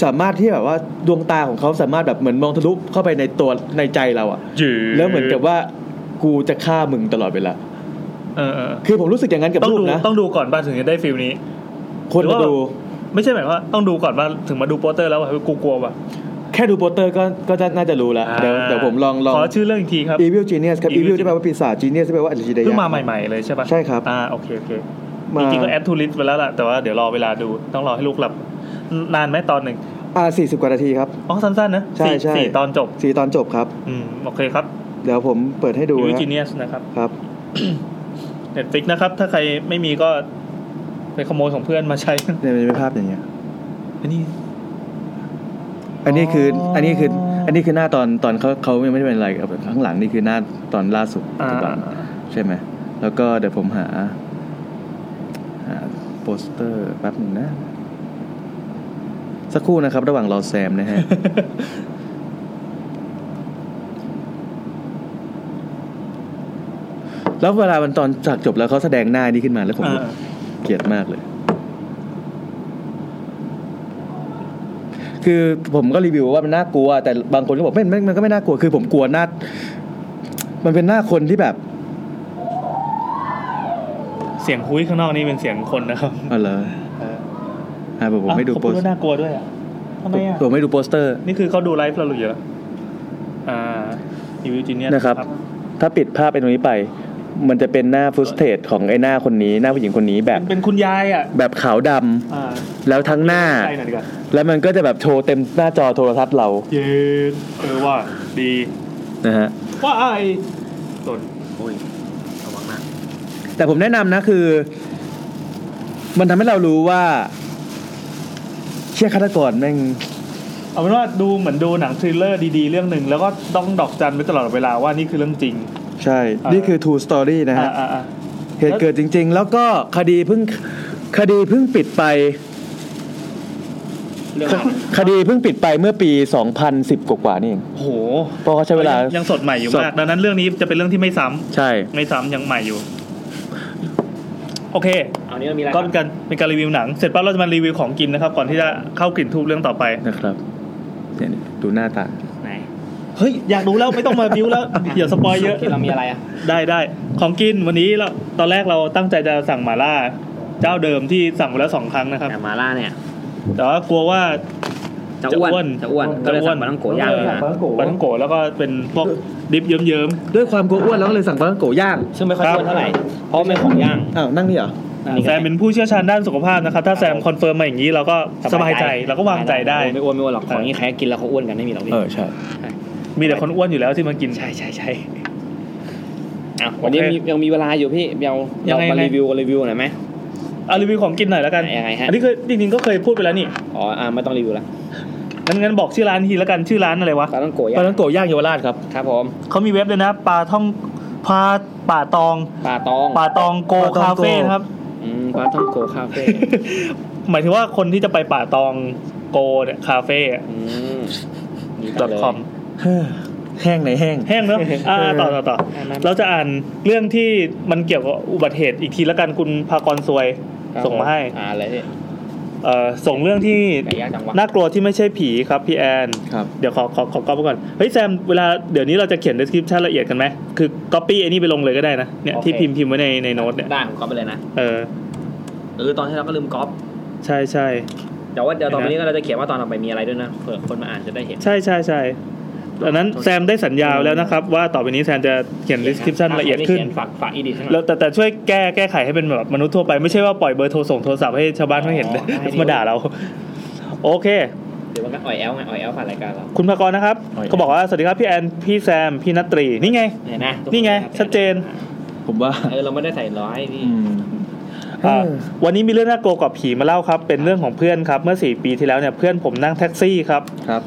Speaker 3: สามารถที่แบบว่าดวงตาของเขาสามารถแบบเหมือนมองทะลุเข้าไปในตัวในใจเราอะ
Speaker 1: หยือ
Speaker 3: แล้วเหมือนกับว่ากูจะฆ่ามึงตลอดเวลา
Speaker 1: เออเออ
Speaker 3: คือผมรู้สึกอย่างนั้นกับ
Speaker 1: ต้อง
Speaker 3: รูป
Speaker 1: ดู
Speaker 3: นะ
Speaker 1: ต้องดูก่อนบ้างถึงจะได้ฟิลนี้
Speaker 3: คนมา
Speaker 1: หรือว่า
Speaker 3: ดู
Speaker 1: ไม่ใช่หมายความว่าต้องดูก่อนว่าถึงมาดูโปสเตอร์แล้วว่าเฮ้ยกูกลัวว่ะ
Speaker 3: แค่ดูโปสเตอร์ก็ก็น่าจะรู้แล้วเดี๋ยว
Speaker 1: อ่า
Speaker 3: เดี๋ยวผมลองลอง
Speaker 1: ขอชื่อเรื่องอีกทีครับ
Speaker 3: evil genius ครับ
Speaker 1: Evil
Speaker 3: evil ที่แปลว่าปีศาจ genius ที่แปลว่าอัจฉริยะ
Speaker 1: เพิ่งมาใหม่ๆเลยใช่ปะ
Speaker 3: ใช่ครับ
Speaker 1: อ่าโอเคโอเค
Speaker 3: มา
Speaker 1: จริงๆก็แอดทูลิสไปแล้วล่ะแต่ว่าเดี๋ยวรอเวลาดูต้องรอให้ลูกหลับ นานไหมตอนหนึ่ง
Speaker 3: อ่าสี่สิบกว่านาทีครับ
Speaker 1: อ๋อสั้นๆนะ
Speaker 3: ใช่
Speaker 1: สี่
Speaker 3: ใช่
Speaker 1: สี่ตอนจบ
Speaker 3: สี่ตอนจบครับ
Speaker 1: อืมโอเคครับ
Speaker 3: เดี๋ยวผมเปิดให้ดู
Speaker 1: วิ
Speaker 3: นะ
Speaker 1: จิเนียสนะครับ
Speaker 3: ครับ
Speaker 1: เน็ตฟิกนะครับ ถ้าใครไม่มีก็ไปขโมยของเพื่อนมาใช้ [LAUGHS]
Speaker 3: เนี่ยมันจะเป็นภาพอย่างเงี้ย
Speaker 1: อันนี้
Speaker 3: อันนี้คือ
Speaker 1: อ๋ออั
Speaker 3: อันนี้คืออันนี้คือหน้าตอนตอนเขาเขายังไม่ได้เป็นอะไรกับข้างหลังนี่คือหน้าตอนล่าสุดปั
Speaker 1: อ่า
Speaker 3: จจุบันใช่ไหมแล้วก็เดี๋ยวผมหาหาโปสเตอร์แป๊บหนึ่งนะ สักครู่นะครับ ระหว่างรอแซม
Speaker 1: [LAUGHS]
Speaker 3: นะฮะ แล้วเวลามันตอนจากจบแล้วเขาแสดงหน้านี้ขึ้นมาแล้วผม
Speaker 1: อ่า
Speaker 3: เกลียดมากเลย คือผมก็รีวิวว่ามันน่ากลัว แต่บางคนก็บอกไม่ไม่มันก็ไม่น่ากลัวคือผมกลัวหน้า มันเป็นหน้าคนที่แบบ
Speaker 1: เสียงคุยข้างนอกนี่เป็นเสียงคนนะครับ
Speaker 3: อ๋อเหรออ่าผมผมไม่ดู
Speaker 1: อ่ะ
Speaker 3: โปส
Speaker 1: เขาพูว่าน่ากลัวด้วยอ่ะทำไมอ่ะ
Speaker 3: ผมไม่ดูโปสเตอร์
Speaker 1: นี่คือเขาดูไลฟ์เราหรือเยอะอ่าอีวิจิเนียส
Speaker 3: นะครับ ถ้าปิดภาพไอ้ตรงนี้ไป มันจะเป็นหน้าฟุตเทจของไอ้หน้าคนนี้ หน้าผู้หญิงคนนี้แบ
Speaker 1: เป็
Speaker 3: บ
Speaker 1: นเป็นคุณยายอ่ะ
Speaker 3: แบบขาวดำ
Speaker 1: อ่า
Speaker 3: แล้วทั้งหน้า
Speaker 1: ใช่หน่อยดีกว่า
Speaker 3: แล้วมันก็จะแบบโชว์เต็มหน้าจอโทรทัศน์เรา
Speaker 1: เย็นเออว่าดี
Speaker 3: นะฮะ
Speaker 1: ว่าไอ้ตนโอ้ยระวังนะ
Speaker 3: แต่ผมแนะนำนะคือ มันทำให้เรารู้ว่า เชี่ยฆาตกรแม่ง
Speaker 1: เอาเป็นว่าดูเหมือนดูหนังทริลเลอร์ดีๆ เรื่องหนึ่งแล้วก็ต้องดอกจันไว้ตลอดเวลาว่านี่คือเรื่องจริง
Speaker 3: ใช่
Speaker 1: อ่านี่
Speaker 3: นี่คือ True Story นะฮะ
Speaker 1: อ่าอ่า
Speaker 3: เหตุเกิดจริง ๆ แล้วก็คดีเพิ่งคดีเพิ่งปิดไป
Speaker 2: เรื่อง
Speaker 3: คดีเพิ่งปิดไปเมื่อปี 2010 กว่าๆนี่เอง
Speaker 1: โอ้โห
Speaker 3: เพราะเขาใช้เวลา
Speaker 1: ยังสดใหม่อยู่
Speaker 3: สด
Speaker 1: มากดังนั้นเรื่องนี้จะเป็นเรื่องที่ไม่ซ้ำ
Speaker 3: ใช่
Speaker 1: ไม่ซ้ำยังใหม่อยู่ โอเค
Speaker 2: เอานี้เรามีอะไร
Speaker 1: ก็เป็นการเป็นการรีวิวหนัง เสร็จปั๊บเราจะมารีวิวของกินนะครับ ก่อนที่จะเข้ากลิ่นทูบเรื่องต่อไป
Speaker 3: นะครับเนี่ยดูหน้าตา
Speaker 2: ไหน
Speaker 1: เฮ้ยอยากรู้แล้วไม่ต้องมาบิ้วแล้วอย่าสปอยเยอะ
Speaker 2: คิดเรามีอะไรอ่ะ
Speaker 1: ได้ได้ของกินวันนี้เราตอนแรกเราตั้งใจจะสั่งหมาล่า เจ้าเดิมที่สั่งไปแล้วสองครั้งนะครับ
Speaker 5: แต่มาล่าเนี่ย
Speaker 1: แต่ว่ากลัวว่า
Speaker 5: จะอ้วน
Speaker 1: จะ
Speaker 5: จะ
Speaker 1: อ้
Speaker 5: อ้
Speaker 1: ว
Speaker 5: วนนก็เลย
Speaker 1: จะอ้วน
Speaker 5: สั่งมาตั้งโกะย่างเลยนะ
Speaker 1: ปลาท่องโกะแล้วก็เป็นพวกดิบเยิ้ม
Speaker 3: ด้วยความกลัวอ้วนเราก็เลยสั่งปลาท่องโกะย่าง
Speaker 2: ซึ่งไม่ค่อย
Speaker 1: ครับ
Speaker 2: อ้วนเท่าไหร่เพราะไม่ของย่าง
Speaker 3: อ้าวนั่งนี่เหรอ
Speaker 2: อันนี้
Speaker 1: ๆ
Speaker 2: ก็
Speaker 1: แซมเป็นผู้เชี่ยวชาญด้านสุขภาพนะครับ ถ้าแซมคอนเฟิร์มมาอย่างนี้เราก็สบายใจเราก็วางใจได้
Speaker 2: ไม่อ้วนไม่อ้วนหรอกของนี้ใครกินแล้วเขาอ้วนกันไม่มีหรอกพี่
Speaker 3: เออใช่
Speaker 1: มีแต่คนอ้วนอยู่แล้วที่มากิน
Speaker 2: ใช่ใช่ใช่อ่ะวันนี้มียังมีเวลาอยู่พี่ยัง
Speaker 1: ยั
Speaker 2: ยัง ง
Speaker 1: ไง
Speaker 2: มา
Speaker 1: ไง
Speaker 2: รีวิวกันรีวิวหน่อยไหม
Speaker 1: เอารีวิวของกินหน่อยแล้วกัน
Speaker 2: ยังไงฮะ
Speaker 1: อันนี้เคยจริงๆก็เคยพูดไปแล้วนี่
Speaker 2: อ๋ออ่ะไม่ต้องรีวิวละ
Speaker 1: งั้นงั้นบอกชื่อร้านทีแล้วกันชื่อร้านอะไรวะ
Speaker 2: ปลาต้องโกะ
Speaker 3: ป
Speaker 2: ย่า
Speaker 3: ลาง ท่องโกะย่างเยาวราชครับ
Speaker 2: ครับผม
Speaker 1: เขามีเว็บเลยนะปลาท่องปลาป่าตอง
Speaker 2: ปลาตอง
Speaker 1: ป่าตองโก
Speaker 3: ปลาตองโก
Speaker 1: คาเฟ่นะครับ
Speaker 2: อืมปลาต้องโกะคาเฟ่
Speaker 1: [LAUGHS] หมายถึงว่าคนที่จะไปป่าตองโกเนี่ยคาเฟ่อะ
Speaker 2: อืม
Speaker 1: .com
Speaker 3: เฮ้อแห้งไหนแห้ง
Speaker 1: แห้งเนอะอ่าต่อต่อต่อ
Speaker 2: อ่ามา
Speaker 1: เราจะอ่านเรื่องที่มันเกี่ยวกับอุบัติเหตุอีกทีแล้วกันคุณพากรซวย
Speaker 2: ครับ
Speaker 1: ส่งมาให้
Speaker 2: อ่านเลยพี่
Speaker 1: เอ่อส่งเรื่องที่
Speaker 2: ไก่ย่างจังหวะ
Speaker 1: น่ากลัวที่ไม่ใช่ผีครับพี่แอน
Speaker 3: ครับ
Speaker 1: เดี๋ยวขอขอขอก๊อปไว้ก่อน เฮ้ยแซมเวลาเดี๋ยวนี้เราจะเขียน description ละเอียดกันไหมคือก๊อปปี้ไอ้นี่ไปลงเลยก็ได้นะเนี่ยที่พิมพ์พิมพ์ไว้ในในโน้ตเนี่ย
Speaker 2: ได้ผมก๊อปไปเลยนะ
Speaker 1: เออ
Speaker 2: เออตอนที่เราก็ลืมก๊อป
Speaker 1: ใช่ใช่
Speaker 2: เดี๋ยวว่าเดี๋ยวตอน
Speaker 1: นะ
Speaker 2: นี้ก็เราจะเขียนว่าตอนต่อไปมีอะไรด้วยนะเผื่อคนมาอ่านจะได้เห็น
Speaker 1: ใช่ใช่ใช่ดังนั้นแซมได้สัญญาแล้วนะครับ ว่าต่อไปนี้แซมจะเขียน description ละเอียดขึ้น
Speaker 2: ฝากฝากฝากอีดิทให้หน่อย
Speaker 1: แล้วแต่แต่ช่วยแก้แก้ไขให้เป็นแบบมนุษย์ทั่วไปไม่ใช่ว่าปล่อยเบอร์โทรส่งโทรศัพท์ให้ชาวบ้านไม่เห็น
Speaker 2: อ๋อได้
Speaker 1: [LAUGHS] มาด่าเรา โอเค
Speaker 2: เดี๋ยวมันก็อ่อยแอลไงอ่อยแอลผ่านรายการเรา
Speaker 1: คุณพากรนะครับ
Speaker 3: โอ้ย
Speaker 1: เขาบอกว่าสวัสดีครับพี่แอนพี่แซมพี่นัตรีนี่ไง
Speaker 2: เนี่ยนะทุกค
Speaker 1: นี่ไง
Speaker 2: ครับ
Speaker 1: ชัดเจน
Speaker 3: ผมว่า
Speaker 2: เออเราไม่ได้ใส่ร้อยพี่
Speaker 3: อืม
Speaker 1: อ่า
Speaker 3: เออ
Speaker 1: วันนี้มีเรื่องน่ากลัวกว่าผีมาเล่าครับ เป็นเรื่องของเพื่อนครับเมื่อสี่ปีที่แล้วเนี่ยเพื่อนผมนั่งแท็กซี่ครับ
Speaker 3: ครับ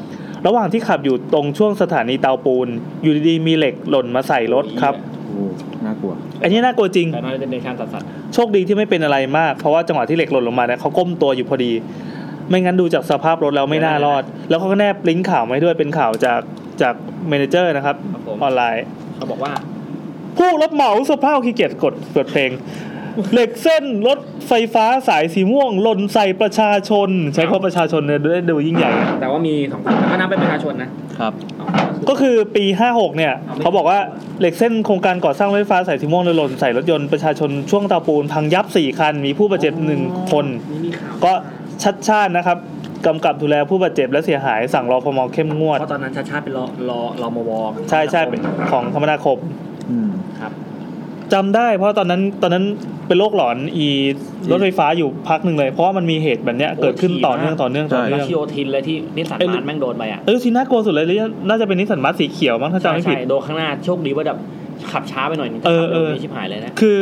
Speaker 1: ระหว่างที่ขับอยู่ตรงช่วงสถานีเตาปูน อยู่ดีๆมีเหล็กหล่นมาใส่รถครับ
Speaker 3: โอ้น่ากลัว
Speaker 1: อันนี้น่ากลัวจริง
Speaker 2: แต่น่าจะเป็นการตัดสัตว์
Speaker 1: โชคดีที่ไม่เป็นอะไรมาก เพราะว่าจังหวะที่เหล็กหล่นลงมาเนี่ยเขาก้มตัวอยู่พอดี ไม่งั้นดูจากสภาพรถแล้วไม่น่ารอด แล้วเขาก็แนบลิงก์ข่าวมาให้ด้วยเป็นข่าวจากจากเมเนเจอร์นะครับ
Speaker 2: ครับผม
Speaker 1: ออนไลน์
Speaker 2: เขาบอกว่า
Speaker 1: ผู้รับเหมาสภาพขี้เกียจกดเปิดเพลง เหล็กเส้นรถไฟฟ้าสายสีม่วงหล่นใส่ประชาชน ใช้คำว่าประชาชนเนี่ยได้ดูยิ่งใหญ่
Speaker 2: แต่ว่ามีสองคนแต่ก็นับเป็นประชาชนนะครับ เอา
Speaker 1: ก็คือปี 56 เนี่ยเขาบอกว่าเหล็กเส้นโครงการก่อสร้างรถไฟฟ้าสายสีม่วงหล่นใส่รถยนต์ประชาชนช่วงเตาปูนพังยับ 4 คัน มีผู้บาดเจ็บ 1 คน
Speaker 2: นี่มีข่าว
Speaker 1: ก็ชัดชาตินะครับกำกับดูแลผู้บาดเจ็บและเสียหายสั่งรอพมเข้มงวด
Speaker 2: เพราะตอนนั้นชาชาติเป็นรอรอรอมว
Speaker 1: ใช่ใช่เป็นของคมนาคม
Speaker 3: อืม
Speaker 1: จำได้เพราะตอนนั้นตอนนั้นเป็นโรคหลอนอีรถไฟฟ้าอยู่พักหนึ่งเลย เพราะว่ามันมีเหตุแบบเนี้ยเกิดขึ้นต่อเนื่องต่อเนื่องต่อ
Speaker 3: ใช่
Speaker 1: เนื่
Speaker 2: รา
Speaker 1: อง
Speaker 2: ชิโอทินเลยที่นิสสัน
Speaker 1: เอ้ย
Speaker 2: มาร์แม่งโดนไปอ่ะ
Speaker 1: เออทีน่ากลัวสุดเลยน่าจะเป็นนิสสันมาร์สีเขียวมั้งถ้าจำไม่ผิด
Speaker 2: ใช่โดนข้างหน้าโชคดีว่าแบบขับช้าไปหน่อยนึง
Speaker 1: เออเออ
Speaker 2: ขับร็วนี่ชิบหายเลยนะ
Speaker 1: คือ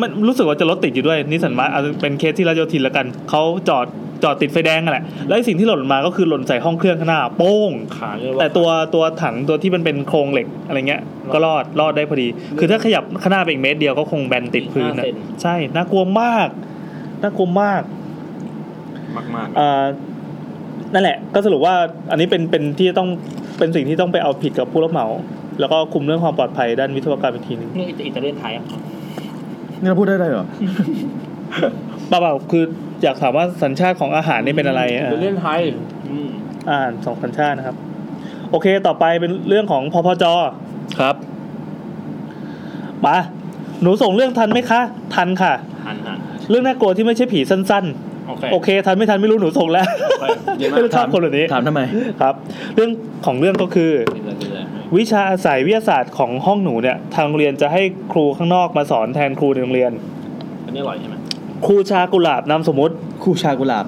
Speaker 1: มันรู้สึกว่าจะรถติดอยู่ด้วยนิสสันมาร์เป็นเคสที่ราชโยธินแล้วกันเขาจอดจอดติดไฟแดงอะแหละแล้วไอ้สิ่งที่หล่นลงมาก็คือหล่นใส่ห้องเครื่องข้างหน้าโป้ง
Speaker 2: ขาเรียกว่า
Speaker 1: แต่ตัวตัวถังตัวที่มันเป็นโครงเหล็กอะไรเงี้ย ก็รอดรอดได้พอดี คือถ้าขยับข้างหน้าไปอีกเมตรเดียวก็คงแบนติดพื้นนะใช่น่ากลัวมากน่ากลัวมาก
Speaker 2: มากมาก
Speaker 1: เอ่อนั่นแหละ ก็สรุปว่าอันนี้เป็นเป็นที่ต้องเป็นสิ่งที่ต้องไปเอาผิดกับผู้รับเหมา แล้วก็คุมเรื่องความปลอดภัยด้านวิศวกรรมอีกทีหนึง
Speaker 2: ๆนี่อิตาเลียนไทยอ่ะ
Speaker 3: นี่เราพูดได้ได้วยเหรอ
Speaker 1: เปล่าๆคืออยากถามว่าสัญชาติของอาหารนี่เป็นอะไรอ่ะ
Speaker 2: อิตาเลียนไทยอืม
Speaker 1: อ่านสองสัญชาตินะครับ โอเคต่อไปเป็นเรื่องของพพจครับมาหนูส่งเรื่องทันไหมคะ ทันค่ะ
Speaker 2: ทันทัน
Speaker 1: เรื่องน่ากลัวที่ไม่ใช่ผีสั้น
Speaker 2: โอเค
Speaker 1: ๆ โอเค ทันไม่ทันไม่รู้หนูส่งแล้ว
Speaker 2: ไป
Speaker 1: ไม่รู้ชอบคนแบบนี้
Speaker 3: ถามทำไม
Speaker 1: ครับ เรื่องของเรื่องก็คือ
Speaker 2: เรื่อยๆเรื่อยๆ
Speaker 1: วิชาอาศัยวิทยาศาสตร์ของห้องหนูเนี่ย ทางโรงเรียนจะให้ครูข้างนอกมาสอนแทนครูในโรงเรียน
Speaker 2: อันนี้อร่อยใช่ไหม
Speaker 1: ครูชากุหลาบนามสมมติ
Speaker 3: คู่ชากุหลาบ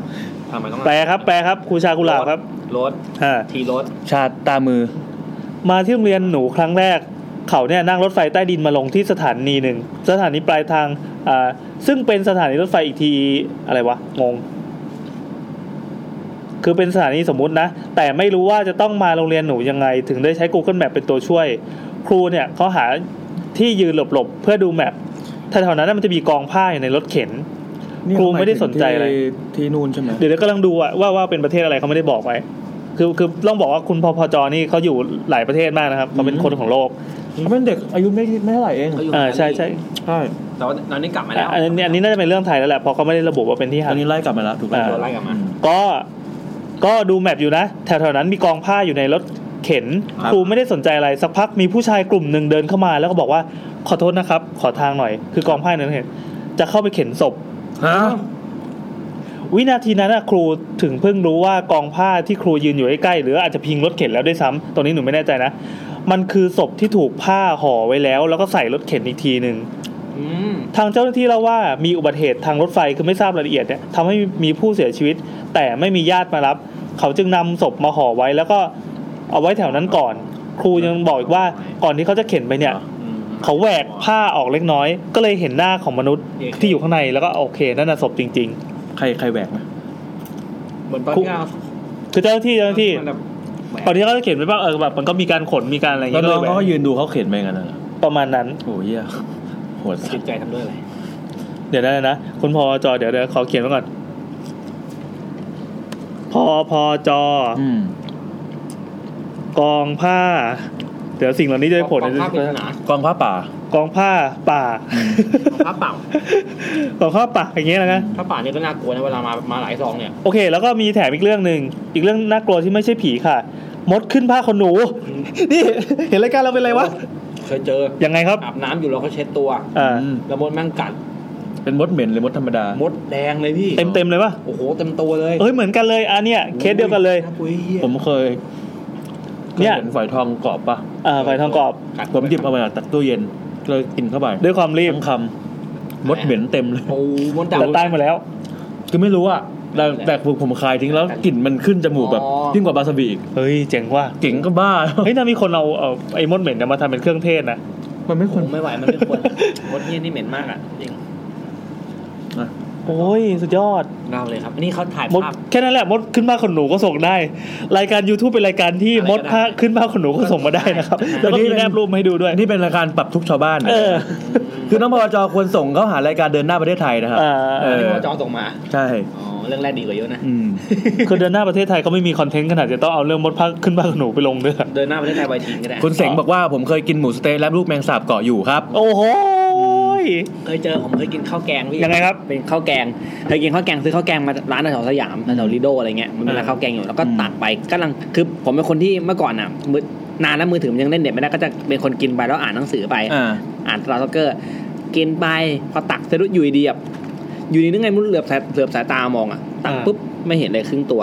Speaker 2: ทำไมต้อง
Speaker 1: แปลครับ แปลครับครูชากุหลาบครับ
Speaker 2: รถ
Speaker 1: อ่า
Speaker 2: ทีรถ
Speaker 3: ชาตามือ
Speaker 1: มาที่โรงเรียนหนูครั้งแรก เขาเนี่ยนั่งรถไฟใต้ดินมาลงที่สถานีหนึ่ง สถานีปลายทางอ่าซึ่งเป็นสถานีรถไฟอีกทีอะไรวะ งง คือเป็นสถานีสมมุตินะ แต่ไม่รู้ว่าจะต้องมาโรงเรียนหนูยังไง ถึงได้ใช้ Google Map เป็นตัวช่วย ครูเนี่ยเขาหาที่ยืนหลบๆ เพื่อดูแมพแถวๆนั้นนะมันจะมีกองผ้าอยู่ในรถเข็น
Speaker 3: นี่
Speaker 1: ครูไม่ได้สนใจอะไร
Speaker 3: ที่ที่นู่นใช่ไหม
Speaker 1: เดี๋ยวเดี๋ยวกำลังดูอะว่าว่าเป็นประเทศอะไรเขาไม่ได้บอกไว้ คือคือต้องบอกว่าคุณพพจนี่เขาอยู่หลายประเทศมากนะครับเขาเป็นคนของโลก
Speaker 3: เขาเป็นเด็กอายุไม่ไม่เท่าไหร่เอง
Speaker 2: ก็อยู่
Speaker 1: อ่าใช่ใช่
Speaker 3: ใช่
Speaker 2: แต่ว่าตอนนี้กลับมา
Speaker 1: อ่ะ
Speaker 2: แล้ว
Speaker 1: อันนี้อันนี้น่าจะเป็นเรื่องไทยแล้วแหละเพราะเขาไม่ได้ระบุว่าเป็นที่
Speaker 3: ต
Speaker 1: หั
Speaker 3: อน
Speaker 1: น
Speaker 3: นี้ไล่กลับมาแล้วถูกไหม
Speaker 1: อ่า
Speaker 2: โดนไล่กลับมา
Speaker 1: ก็ก็ดูแมปอยู่นะ แถวๆนั้นมีกองผ้าอยู่ในรถ เข็น
Speaker 3: ครับ
Speaker 1: ครูไม่ได้สนใจอะไรสักพักมีผู้ชายกลุ่มหนึ่งเดินเข้ามา แล้วก็บอกว่าขอโทษนะครับ ขอทางหน่อย คือกองผ้าเนี่ยเห็นจะเข้าไปเข็นศพ
Speaker 3: ฮะ
Speaker 1: วินาทีนั้นน่ะครูถึงเพิ่งรู้ว่ากองผ้าที่ครูยืนอยู่ใกล้ๆหรืออาจจะพิงรถเข็นแล้วด้วยซ้ำตรงนี้หนูไม่แน่ใจนะ มันคือศพที่ถูกผ้าห่อไว้แล้ว แล้วก็ใส่รถเข็นอีกทีหนึ่ง
Speaker 2: อืม
Speaker 1: ทางเจ้าหน้าที่เล่าว่ามีอุบัติเหตุทางรถไฟคือไม่ทราบรายละเอียดเนี่ยทำให้มีผู้เสียชีวิต แต่ไม่มีญาติมารับ เขาจึงนำศพมาห่อไว้แล้วก็เอาไว้แถวนั้นก่อน ครูยังบอกอีกว่าก่อนที่เขาจะเข็นไปเนี่ย เขาแหวกผ้าออกเล็กน้อย ก็เลยเห็นหน้าของมนุษย์ที่อยู่ข้างในแล้วก็โอเคนั่นน่ะศพจริง
Speaker 3: ใครใครแหวกนะ
Speaker 6: เหมือนตอน
Speaker 1: คุ
Speaker 6: ที่เอา
Speaker 1: ๆ คือเจ้าหน้าที่เจ้าหน้าที่
Speaker 6: มันแบบ
Speaker 1: ตอนนี้เขาจะเข็นไปบ้างเออแบบมันก็มีการขนมีการอะไรอย่าง
Speaker 3: แล้ว
Speaker 1: เงี้ยเลย
Speaker 3: น้อง
Speaker 1: แหว
Speaker 3: เขาก็
Speaker 1: ก
Speaker 3: ยืนดูเขาเข็นไปกันนะ
Speaker 1: ประมาณนั้น
Speaker 3: โอ้ยเหี้ยโหดสั
Speaker 6: จิ
Speaker 3: ต
Speaker 6: ต
Speaker 3: ว์
Speaker 6: ใจทำด้วยอะไร
Speaker 1: เดี๋ยวนะเดี๋ยวนะคุณพอจอเดี๋ยวเดี๋ยวขอเขียนไว้ก่อนพอพอจอ
Speaker 3: อืม
Speaker 1: กองผ้า เดี๋ยวสิ่งเหล่านี้จะได้ผล
Speaker 6: ของ
Speaker 1: ใน
Speaker 6: ภาพปริศนาก
Speaker 3: องผ้าป่า
Speaker 1: กองผ้าป่า [LAUGHS]
Speaker 6: ของภาพเปล่าก
Speaker 1: องผ้าป่าอย่างเงี้ยนะ
Speaker 6: ภาพเปล่าเนี่ยก็น่ากลัวนะเวลามามาหลายซองเนี่ย
Speaker 1: โอเค แล้วก็มีแถมอีกเรื่องหนึ่งอีกเรื่องน่ากลัวที่ไม่ใช่ผีค่ะ มดขึ้นผ้าขนหนู [LAUGHS] นี่ เห็นรายการเราเป็นอะไรวะ
Speaker 6: เคยเจอ
Speaker 1: ยังไงครับ
Speaker 6: อาบน้ำอยู่เราก็เช็ดตัว
Speaker 1: อ่า
Speaker 3: อืม
Speaker 6: แล้วมดแม่งกัด
Speaker 3: เป็นมดเหม็นหรือมดธรรมดาม
Speaker 6: ดแดงเลยพี่
Speaker 1: เต็มเต็มๆเลยปะ
Speaker 6: โอ้โหเต็มตัวเลย
Speaker 1: เอ้ยเหมือนกันเลยอันเนี้ยเคสเดียวกันเลย
Speaker 6: าลัวเหี้ย
Speaker 3: ผมเคยเค
Speaker 1: เนี่ย
Speaker 3: เห็นฝอยทองกรอบปะ
Speaker 1: อ่าไฟทองกรอบ
Speaker 6: กัด
Speaker 3: ผมหยิบเอามาจากตู้เย็นเลยกินเข้าไป
Speaker 1: ด้วยความรีบ
Speaker 3: ทั้งคำมดเหม็นเต็มเลย
Speaker 6: โอ้โหมด
Speaker 1: แต่
Speaker 6: ดำ
Speaker 1: ตายหมดแล้ว
Speaker 3: คือไม่รู้อะแต่แต่ผมผมคายทิ้งแล้วกลิ่นมันขึ้นจมูกแบบ
Speaker 6: อ๋อ
Speaker 3: ยิ่งกว่าบาสบีอีก
Speaker 1: เฮ้ยเจ๋งว่ะ
Speaker 3: เก่งก็บ้า
Speaker 1: เฮ้ยถ้ามีคนเอาเอาไอ้มดเหม็นเนี่ยมาทำเป็นเครื่องเทศนะ
Speaker 3: มันไม่ควร
Speaker 2: ผมไม่ไหวมันไม่ [LAUGHS] ควรรถเนี่ยนี่เหม็นมากอ่ะจริง
Speaker 1: โอ้ยสุดยอด
Speaker 2: เล่าเลยครับอันนี่เขาถ่าย
Speaker 1: มด
Speaker 2: ภาพ
Speaker 1: แค่นั้นแหละมดขึ้นผ้าขนหนูก็ส่งได้ รายการ YouTube เป็นรายการที่
Speaker 2: อะไรก็
Speaker 1: มดผ้า
Speaker 2: ได้
Speaker 1: ขึ้นผ้าขนหนูก็ส่งมาได้ [LAUGHS] นะครับ แล้วก็มีแนบรูปมาให้ดูด้วย
Speaker 3: นี่เป็นรายการปรับทุกข์ชาวบ้านนะ
Speaker 1: เออ
Speaker 3: คือน้องพอจอควรส่งเข้าหารายการเดินหน้าประเทศไทยนะครับ
Speaker 1: เออ
Speaker 3: เอ
Speaker 2: อัน
Speaker 3: อ
Speaker 2: นี้หมอจอส่งมา
Speaker 3: ใช่
Speaker 2: อ๋อเรื่องแรกดีกว่าเยอะนะ
Speaker 3: อืม
Speaker 1: [LAUGHS] คือเดือนหน้าประเทศไทยก็ไม่มีคอนเทนต์ขนาดจะต้องเอาเรื่องมดผ้าขึ้นผ้าขนหนูไปลงด้วย
Speaker 2: เดินหน้าประเทศไทยไวทีนก็ได้
Speaker 3: คุณเสงบอกว่าผมเคยกินหมูสะเต๊ะและลูกแมงสาบเกาะอยู่ครับ
Speaker 1: โอ้โหย
Speaker 2: เคยเจอผมเคยกินข้าวแกงพี่
Speaker 1: ยังไงครับ
Speaker 2: เป็นข้าวแกงเคยกินข้าวแกงซื้อข้าวแกงมาร้านแถวสยามแถวลิโดอะไรเงี้ยมันเป็นร้านข้าวแกงอยู่แล้วก็
Speaker 3: อืม
Speaker 2: ตักไปกำลังคือผมเป็นคนที่เมื่อก่อนอ่ะมือนานแล้วมือถือมันยังเล่นเน็ตไม่ได้ก็จะเป็นคนกินไปแล้วอ่านหนังสือไป
Speaker 3: อ่า
Speaker 2: อ่านสตาร์ทเกอร์ กินไปพอตักเสร็จแล้วอยู่ดีๆแบบอยู่ดีนึกไงไมันเหลือบสายเหลือบสายตามองอ่ะตัก
Speaker 1: อ่า
Speaker 2: ปุ๊บไม่เห็นเลยครึ่งตัว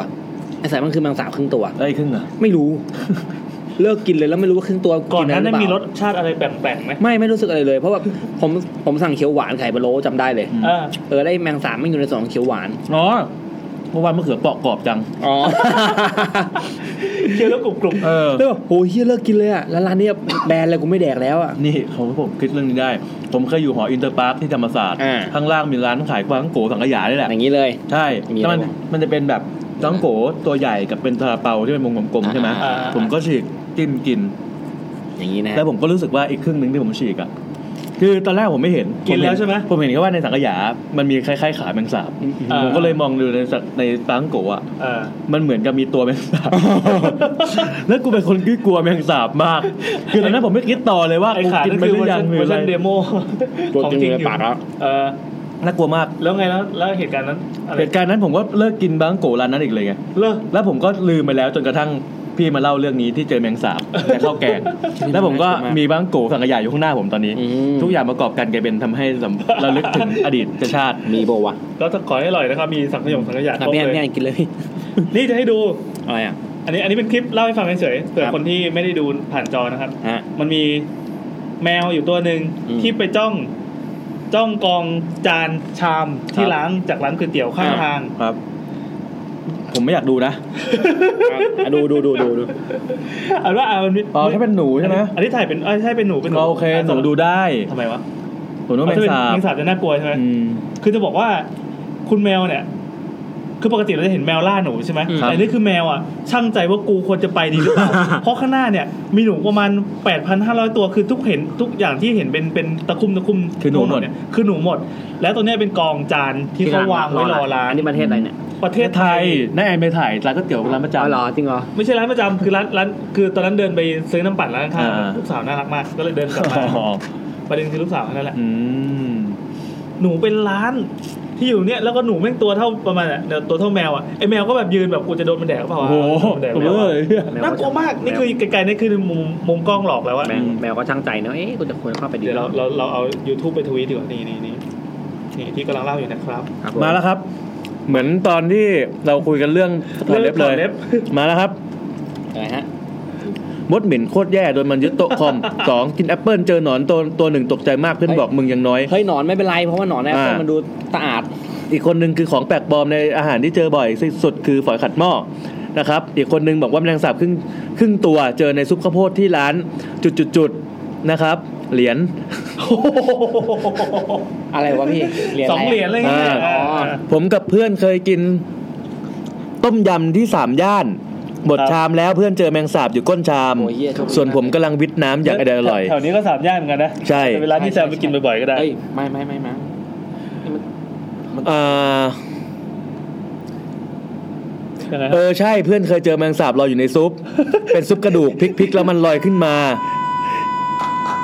Speaker 2: ไอ้สายมันคือแมงสาบครึ่งตัว
Speaker 3: ได้ครึ่งเหรอ่ะ
Speaker 2: ไม่รู้ [LAUGHS] เลิกกินเลยแล้วไม่รู้ว่าครึ่งตัว
Speaker 1: ก่อนหนั้าน
Speaker 2: ห
Speaker 1: ได้
Speaker 2: เปล่า
Speaker 1: มีรสชาติอะไรแปลกๆไหม
Speaker 2: ไม่ไม่รู้สึกอะไรเลย เพราะว่าผมผมสั่งเขียวหวานไข่พะโล้จำได้เลย
Speaker 1: เออ
Speaker 2: เออแล้วได้แมงสาบไม่อยู่ในส่วนของเขียวหวาน
Speaker 3: อ๋อเมื่อวานมะเขือเปราะกรอบจัง
Speaker 1: [LAUGHS]
Speaker 2: อ๋อ
Speaker 1: เคี้ยวแล้วกรุบกรุบ
Speaker 3: เออ
Speaker 2: แล้วแบบโอ้ยเฮียเลิกกินเลยอ่ะแล้วร้านเนี้ยแบนเลยกูไม่แดกแล้วอ่ะ
Speaker 3: นี่ผมผมคิดเรื่องนี้ได้ ผมเคยอยู่หออินเตอร์พาร์คที่ธรรมศาสตร์
Speaker 2: อ่า
Speaker 3: ข้างล่างมีร้านขายกวางโกสังขยานี่แหละ
Speaker 2: อย่างนี้เลย
Speaker 3: ใช่
Speaker 2: มี
Speaker 3: แล้วมัน
Speaker 2: อะไรบ้าง
Speaker 3: มันจะเป็นแบบจังโกตัวใหญ่กับเป็นซาลาเปาที่เป็นวงกลมๆใช่ไหม
Speaker 2: อ่า
Speaker 3: ผมก็ฉีกจิ้มกิน
Speaker 2: อย่างนี้นะ
Speaker 3: แล้วผมก็รู้สึกว่าอีกครึ่งหนึ่งที่ผมฉีกอ่ะ คือตอนแรกผมไม่เห็น
Speaker 1: กินแล้ว
Speaker 3: ผเห็
Speaker 1: ใช่ไหม
Speaker 3: ผมเห็นแค่ว่าในสังขยา มันมีคล้ายๆขาแมงสาบ
Speaker 1: อ่า
Speaker 3: ผมก็เลยมองดูในสักในตังโกะอ่ะ
Speaker 1: เออ
Speaker 3: มันเหมือนกับมีตัวแมง
Speaker 2: [LAUGHS]
Speaker 3: สาบ แล้วกูเป็นคนที่กลัวแมงสาบมาก คือตอนนั้นผมไม่คิดต่อเลยว่า
Speaker 1: ไอ้
Speaker 3: กู
Speaker 1: ขา
Speaker 3: กิน
Speaker 1: นั่น
Speaker 3: ไป
Speaker 1: คือ
Speaker 3: หรื
Speaker 1: เวอร์
Speaker 3: อยั
Speaker 1: ชั
Speaker 3: ง
Speaker 1: น
Speaker 3: หรื
Speaker 1: เว
Speaker 3: อ
Speaker 1: อร์
Speaker 3: อะไร
Speaker 1: ชัน
Speaker 3: [LAUGHS]
Speaker 1: เดโม
Speaker 6: ตัว
Speaker 1: ของ
Speaker 6: จริง
Speaker 1: จริง
Speaker 6: เลย
Speaker 1: อยู่
Speaker 6: ปากแล้ว
Speaker 1: เออ
Speaker 3: น่ากลัวมาก
Speaker 1: แล้วไงแล้วแล้วเหตุการณ์นั้นอะไร
Speaker 3: เหตุการณ์นั้นผมก็เลิกกินบางโกะร้านนั้นอีกเลยไง
Speaker 1: เลิก
Speaker 3: แล้วผมก็ลืมไปแล้วจนกระทั่งพี่มาเล่าเรื่องนี้ที่เจอแมงสาบ แต่ข้าวแกง แล้วผมก็มีบ้างโกสังขยาอยู่ข้างหน้าผมตอนนี้
Speaker 2: ม
Speaker 3: ทุกอย่างประกอบกันกลายเป็นทำให้สำ เราลึกถึงอดีตชาติ
Speaker 2: มีโบวะ
Speaker 1: แล้วถ้าขอให้อร่อยนะครับ มีสังขยงสังขยาค
Speaker 2: อ่ะ
Speaker 1: รบ
Speaker 2: พี่แอน
Speaker 1: เล
Speaker 2: พี่แอยนกินเลยพี่
Speaker 1: นี่จะให้ดู
Speaker 2: อะไรอ่ะ
Speaker 1: อันนี้อันนี้เป็นคลิปเล่าให้ฟังเฉยๆเผื่อ
Speaker 2: ครับ
Speaker 1: คนที่ไม่ได้ดูผ่านจอนะครับ
Speaker 2: ฮะ
Speaker 1: มันมีแมวอยู่ตัวหนึ่ง
Speaker 2: อืม
Speaker 1: ที่ไปจ้อง จ้องกองจานชามที่
Speaker 3: ครับ
Speaker 1: ล้างจากร้านก๋วยเตี๋ยวข้าง
Speaker 2: อ่า
Speaker 1: ทาง
Speaker 3: ครับ ผมไม่อยากดูนะ
Speaker 2: อ่ะดูดูดูดูดู
Speaker 1: เอาว่าเอามัน
Speaker 3: อ๋อถ้าเป็นหนูใช่ไหม
Speaker 1: อันนี้ถ่ายเป็นเอ้ยใช่เป็นหนูเป็นหนู
Speaker 3: ก็โอเคหนูดูได้
Speaker 1: ทำไมวะ
Speaker 3: ผมว่าแม
Speaker 1: ถ้างเป็นแมง
Speaker 3: สาบ
Speaker 1: สาบจะน่ากลัวใช่ไหม
Speaker 3: อืม
Speaker 1: คือจะบอกว่า คุณแมวเนี่ย คือปกติเราจะเห็นแมวล่าหนูใช่ไหม
Speaker 2: อืม
Speaker 1: แต่นี่คือแมวอ่ะช่างใจว่ากูควรจะไปดีหรือเปล่า เพราะข้างหน้าเนี่ย มีหนูประมาณ 8,500 ตัวคือทุกเห็นทุกอย่างที่เห็นเป็นเป็นตะคุ่มตะคุ่ม
Speaker 3: คือหนูหมด
Speaker 1: เนี่ยคือหนูหมด แล้วตัวเนี้ยเป็นกองจานที่เขาวางไว้รอร้าน
Speaker 2: อันนี้ประเทศอะไรเนี่ย
Speaker 1: ประเทศ
Speaker 3: ไท
Speaker 1: ไท
Speaker 3: ย
Speaker 1: ย
Speaker 3: น่าแอนไปถ่ายร้านก๋วยเตี๋ยวร้านประ
Speaker 2: อ๋
Speaker 3: จำ
Speaker 2: อเหรอจริงเหรอ
Speaker 1: ไม่ใช่ร้านประจำคือร้านร้านคือตอนนั้นเดินไปซื้อน้ำปั่นร้านข้าง
Speaker 3: อ่า
Speaker 1: ๆลูกสาวน่ารักมาก ก็เลยเดินกลับมา
Speaker 3: อ๋อ
Speaker 1: ประเด็นคือลูกสาวนั่นแหละ
Speaker 3: อืม
Speaker 1: หนูเป็นล้าน ที่อยู่เนี่ยแล้วก็หนูแม่งตัวเท่าประมาณอะเนี่ยตัวเท่าแมวอะไอแมวก็แบบยืนแบบกูจะโดนมันแดกเปล่าวะ
Speaker 3: โอ้โห
Speaker 1: โดนมันแดกเปล่า
Speaker 3: เว้
Speaker 1: วะ
Speaker 3: ย
Speaker 1: น่ากลัวมากนี่คือไกลๆนี่คือมุมมุมกล้องหลอกแล้วอะ
Speaker 7: แมวแมวก็ช่างใจเนอะเอ๊ะกูจะควรเข้าไปดี
Speaker 1: เดี๋ยวเราเราเราเอา YouTube ไปทวีตดีกว่านี่นี่นี่นี่ที่กำลังเล่าอยู่นะครับ
Speaker 7: ครับผ
Speaker 3: มาแล้วครับ เหมือนตอนที่เราคุยกันเรื่องถอดเล็บเลย มาแล้วครับ
Speaker 2: อะไรฮะ
Speaker 3: มดเหม็นโคตรแย่โดนมันยึดโต๊ะคอม [LAUGHS] สองกินแอปเปิลเจอหนอนตัวตัวหนึ่งตกใจมากเพื่อนบอกมึงยังน้อย
Speaker 2: เฮ้ยหนอนไม่เป็นไรเพราะว่าหนอนเนี่ย
Speaker 3: อ่ามั
Speaker 2: มันดูสะอาด
Speaker 3: อีกคนหนึ่งคือของแปลกปลอมในอาหารที่เจอบ่อยสุดคือฝอยขัดหม้อนะครับ อีกคนหนึ่งบอกว่าแมลงสาบครึ่งครึ่งตัวเจอในซุปข้าวโพดที่ร้านจุดๆๆนะครับ เหรียญ
Speaker 2: อะไรวะพี่เหรียญ
Speaker 1: สอ
Speaker 2: อะไรง
Speaker 1: เหรียญอะไรเงี้ย
Speaker 3: อ่า
Speaker 1: เออ
Speaker 3: ผมกับเพื่อนเคยกิน ต้มยำที่สามย่านหมด
Speaker 1: ครับ
Speaker 3: ชามแล้วเพื่อนเจอแมงสาบอยู่ก้นชาม
Speaker 2: โอ้ยเหี้ยโชคดีาก
Speaker 3: ส่วนผมกำลังวิทน้ำอย่างอเดอร่อย
Speaker 1: แถวนี้ก็สามย่านเหมือนกันนะ
Speaker 3: ใช่
Speaker 1: แต่เวลาที่แซมไปกินบ่อยๆก็ได้
Speaker 2: เอ้ยไม่ไม่ไม่ไม่
Speaker 3: เอ่อ
Speaker 1: ยังไงฮะ
Speaker 3: เออใช่เพื่อนเคยเจอแมงสาบลอยอยู่ในซุป เป็นซุปกระดูกพลิกๆแล้วมันลอยขึ้นมา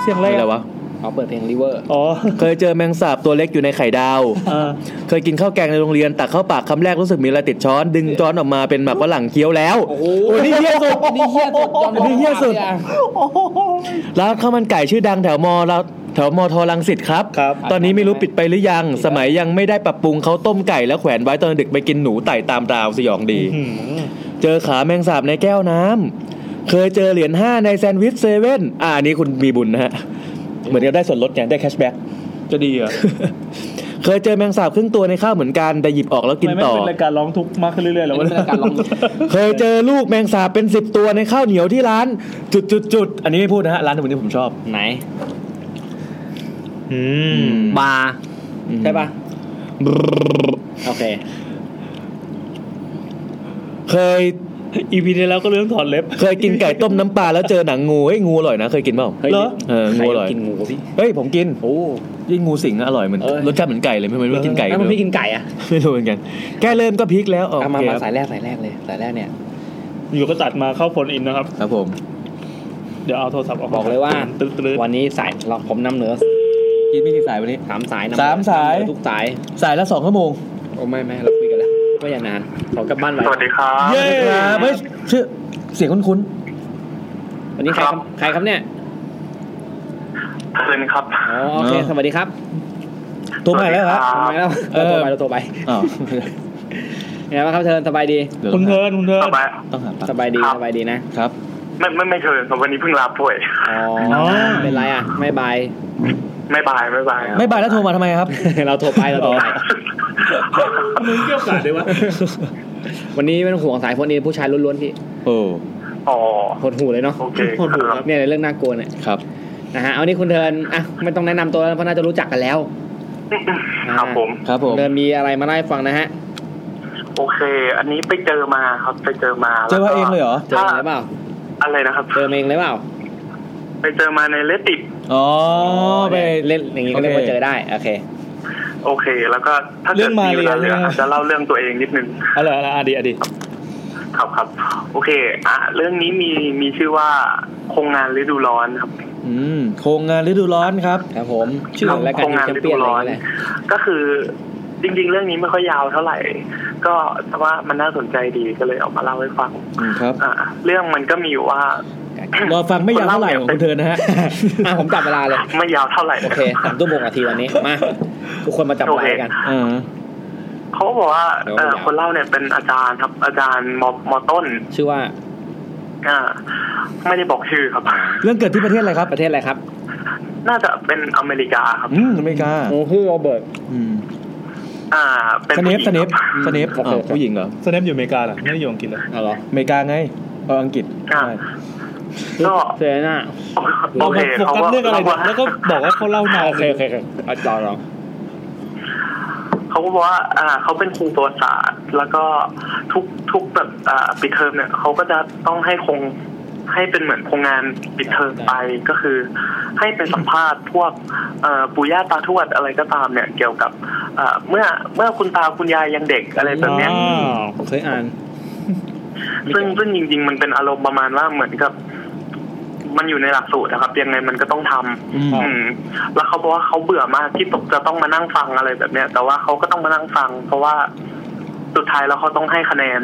Speaker 1: เสียงอะไร
Speaker 3: นี่
Speaker 1: อะ
Speaker 3: อะไรวะ
Speaker 2: เอาเปิดเพลงริเวอร์
Speaker 3: [LAUGHS]
Speaker 1: อ๋อ
Speaker 3: เคยเจอแมงสาบตัวเล็กอยู่ในไข่ดาว
Speaker 1: เออ
Speaker 3: เคยกินข้าวแกงในโรงเรียนตักเข้าปากคำแรกรู้สึกมีอะไรติดช้อน ดึงช้อนออกมาเป็นหมากฝรั่งเคี้ยวแล้ว
Speaker 2: โอ้ยนี่เฮี้ยสุดนี่เฮี้ยสุด
Speaker 3: นี่เหี้ยสุด ร้านข้าวมันไก่ชื่อดังแถวมอเราแถวมอทอลังสิตครับ
Speaker 1: ครับ
Speaker 3: ตอนนี้ไม่รู้ปิดไปหรือยัง สมัยยังไม่ได้ปรับปรุงเขาต้มไก่แล้วแขวนไว้ตอนดึกไปกินหนูไต่ตามราวสยองดี
Speaker 1: อืม
Speaker 3: เจอขาแมงสาบในแก้วน้ำ เคยเจอเหรียญห้าในแซนด์วิชเซเว่นอ่าอันนี้คุณมีบุญนะฮะ เหมือนกับได้ส่วนลดไงได้แคชแบ็ก
Speaker 1: จะดีเหรอ่ะ
Speaker 3: เคยเจอแมงสาบครึ่งตัวในข้าวเหมือนกัน แต่หยิบออกแล้วกินต่อ
Speaker 1: เป็นรายการร้องทุกข์มากขึ้นเรื่อยๆแล้ว
Speaker 2: มัน
Speaker 1: วะ
Speaker 2: เป็นรายการลองดู
Speaker 3: เคยเจอลูกแมงสาบเป็นสิบตัวในข้าวเหนียวที่ร้าน จุดจุดจุดๆๆอันนี้ไม่พูดนะฮะร้านที่ผมชอบ
Speaker 2: ไหน
Speaker 1: อืม
Speaker 2: บาร์ใช่ปะโอเค
Speaker 3: เคย
Speaker 1: อีพีที่แล้วก็เรื่องถอดเล็บ
Speaker 3: เคยกินไก่ต้มน้ำปลาแล้วเจอหนังงูเฮ้ยงูอร่อยนะเคยกินเปล่า
Speaker 2: เฮ้ย
Speaker 1: เหรอ
Speaker 3: เออ
Speaker 2: ใคร
Speaker 3: งูอร่อย
Speaker 2: กินงูพี่
Speaker 3: เฮ้ยผมกิน
Speaker 2: โอ้
Speaker 3: ยิ่งงูสิงอะอร่อยเหมือน
Speaker 2: เออ
Speaker 3: รสชาติเหมือนไก่เลยไม่รู้ว่ากินไก่
Speaker 2: แล้ว
Speaker 3: ห
Speaker 2: มั
Speaker 3: รื
Speaker 2: น
Speaker 3: อ
Speaker 2: ไม่กินไก่อะ
Speaker 3: ไม่รู้เหมือนกันแค่เริ่มก็พลิกแล้วโอ
Speaker 2: เอามา
Speaker 3: เค
Speaker 2: มา
Speaker 3: ค
Speaker 2: สา
Speaker 3: รับ
Speaker 2: ยแรกสายแรกเลยสายแรกเนี่ย
Speaker 1: อยู่ก็ตัดมาเข้าโฟนอินนะครับ
Speaker 3: ครับผม
Speaker 1: เดี๋ยวเอาโทรศัพท์ออก
Speaker 2: บอกเลยว่า
Speaker 1: ตึ๊ดๆ
Speaker 2: วันนี้สายเราผมนำเหนือ
Speaker 3: กินไม่กี่สายวันนี้
Speaker 2: สามสายนำ
Speaker 3: สามสาย
Speaker 2: นำเหนือทุกสาย
Speaker 3: สายละสองชั่วโมง
Speaker 2: โอ้ไม่ไม่เราคุยกันแล้วก็อย่านานขอกลับบ้านไว้
Speaker 8: สวัสดีครับ
Speaker 3: เย้ครับเฮ้ยชื่อเสียงคุ้น
Speaker 2: วันนี้ใคร
Speaker 8: ครับ
Speaker 2: ใครครับเนี่ย
Speaker 8: เพลินครับ
Speaker 2: อ๋อโอเคสวัสดีครับ
Speaker 3: ๆโทรมาอีกแล้วครับ
Speaker 8: ส
Speaker 2: ทำ
Speaker 8: วั
Speaker 2: ไมแล้ว
Speaker 3: เอ
Speaker 8: สดีค
Speaker 2: เรา
Speaker 3: อ
Speaker 2: โทรไปเราโทรไป
Speaker 3: อ้าว
Speaker 2: เป็นไงบ้างครับเทิร์นสบายดี
Speaker 3: เดี๋ยว
Speaker 1: คุณเทิ
Speaker 3: อน
Speaker 1: คุณเทิน
Speaker 8: สบาย
Speaker 3: ต้องหาปาก
Speaker 2: สบายดี
Speaker 8: ครับ
Speaker 2: สบายดีนะครับ
Speaker 8: ไม่ไม่ไม่เชิญครับวันนี้เพิ่งลาป่วย
Speaker 2: อ๋อเป็นไรอ่ะไม่บาย [LAUGHS]
Speaker 8: ไม่บายไม่บาย
Speaker 3: ไม่บายแล้วโทรมาทำไมครับ
Speaker 2: เราโทรไปเราโทรไป
Speaker 1: มึงเกี่ยวกาดเลยวะ
Speaker 2: วันนี้ไม่ต้องห่วงสายโฟนอินผู้ชายล้วนๆพี่
Speaker 3: โอ้
Speaker 8: อ๋อ
Speaker 2: หดหูเลยเนาะ
Speaker 8: โอเค
Speaker 1: โทษดู
Speaker 8: ค
Speaker 1: ครั
Speaker 8: รับ บ
Speaker 2: เนี่ยเรื่องน่ากลัวเนี่ย
Speaker 3: ครับ
Speaker 2: นะฮะเอานี่คุณเทิร์นอ่ะไม่ต้องแนะนำตัวแล้วเพราะน่าจะรู้จักกันแล้ว
Speaker 8: [COUGHS] ครับผม
Speaker 3: ครับผม
Speaker 2: เดินมีอะไรมาเล่าให้ฟังนะฮะ
Speaker 8: โอเค อันนี้ไปเจอมาครับไปเจอมา
Speaker 3: เจอว่าเองเลยเหรอ
Speaker 2: เจอมาหรือเปล่า
Speaker 8: อะไรนะครับ
Speaker 2: เจอมาเองหรือเปล่า
Speaker 8: ไปเจอมาในเลติด
Speaker 3: อ๋อไป
Speaker 2: เล่นอย่างนี้ก็เรียกว่าเจอได้ โอเค
Speaker 8: โอเค แล้วก็ถ้า
Speaker 1: เรื่
Speaker 8: เกิ
Speaker 1: อ
Speaker 8: ด
Speaker 1: งมา
Speaker 8: มีเวลา
Speaker 1: เรี
Speaker 8: เห
Speaker 1: ยน
Speaker 8: ลือ
Speaker 1: เนี่ย
Speaker 8: จะเล่าเรื่องตัวเองนิดนึง
Speaker 1: เอาเหรอเอาเหรออ่ะดีอ่ะดี
Speaker 8: ครับครับ โอเค อ่ะเรื่องนี้มีมีชื่อว่าโครงงานฤดูร้อนครับ
Speaker 3: อืมโครงงานฤดูร้อนครับ
Speaker 2: ครับผม ชื่อของรายการ
Speaker 8: โครงงาน
Speaker 2: แชม
Speaker 8: ฤ
Speaker 2: เปี้ย
Speaker 8: ดู
Speaker 2: นอะไร
Speaker 8: ร้อน
Speaker 2: เลย
Speaker 8: ก็คือจริง ๆ เรื่องนี้ไม่ค่อยยาวเท่าไหร่ ก็แต่ว่ามันน่าสนใจดีก็เลยเอามาเล่าให้ฟัง
Speaker 3: อืมครับ
Speaker 8: อ่ะเรื่องมันก็มีอยู่ว่า
Speaker 3: รอฟังไม่ยาวเท่าไหร่ของคุณเธอนะฮะ
Speaker 2: อ่ะผมจับเวลาเลย
Speaker 8: ไม่ยาวเท่าไหร่
Speaker 2: โอเคสามทุ่มหกนาทีวันนี้ มา ทุกคนมาจับเวลากัน
Speaker 3: อ่า
Speaker 8: [LAUGHS] เขาบอกว่า
Speaker 2: เดี๋ยว
Speaker 8: เอ่อ
Speaker 2: ไม่ยาว
Speaker 8: คนเล่าเนี่ยเป็นอาจารย์ครับ อาจารย์มมต้น
Speaker 2: ชื่อว่า
Speaker 8: อ่าไม่ได้บอกชื่อครับ
Speaker 3: เรื่องเกิดที่ประเทศอะไรครับ
Speaker 2: ประเทศอะไรครับ
Speaker 8: น่าจะเป็นอเมริกาครับ
Speaker 3: อืมอเมริกา
Speaker 2: โอ้คือโรเบิร์ต
Speaker 3: อืม
Speaker 8: อ่า เป็น
Speaker 3: สเน
Speaker 8: ผู้
Speaker 3: ป
Speaker 8: หญิง
Speaker 3: สเนป
Speaker 8: ครับ
Speaker 3: ส
Speaker 2: โอเค
Speaker 3: เนปอ้าวผู้หญิงเหรอ
Speaker 1: สเนปอยู่อเมริกาเหรอไม่ได้อยู่อังกฤษเหรอ
Speaker 2: อ๋อเหรอ
Speaker 3: อเมริกาไงเอออังกฤษ
Speaker 8: อ่า
Speaker 3: ใช่
Speaker 8: ก็
Speaker 2: เซเลน่า
Speaker 8: โอ
Speaker 1: เอา
Speaker 8: เค
Speaker 1: โฟกัสเรื่องอะไรเนี่ยแล้วก็บอกว่าเขาเล่านาน
Speaker 2: โอเคโอเคโอเคเอาต่อเหรอ
Speaker 8: เขาก็บอกว่าอ่าเขาเป็นครูประวัติศาสตร์แล้วก็ทุกทุกแบบอ่าปิดเทอมเนี่ยเขาก็จะต้องให้คงให้เป็นเหมือนโครงงานปิดเทอมไปก็คือ ให้ไปสัมภาษณ์พวกเอ่อปู่ย่าตาทวดอะไรก็ตามเนี่ย เกี่ยวกับเอ่อเมื่อเมื่อคุณตาคุณยายยังเด็กอะไรแบบเนี้ย
Speaker 1: อ้าว
Speaker 2: ผมเคยอ่าน
Speaker 8: ซึ่งซึ่งจริงๆ มันเป็นอารมณ์ประมาณว่าเหมือนกับ มันอยู่ในหลักสูตรนะครับ ยังไงมันก็ต้องทำ
Speaker 4: อืม
Speaker 8: อืม แล้วเขาบอกว่าเขาเบื่อมากที่ตกจะต้องมานั่งฟังอะไรแบบเนี้ย แต่ว่าเขาก็ต้องมานั่งฟัง เพราะว่าสุดท้ายแล้วเขาต้องให้คะแนน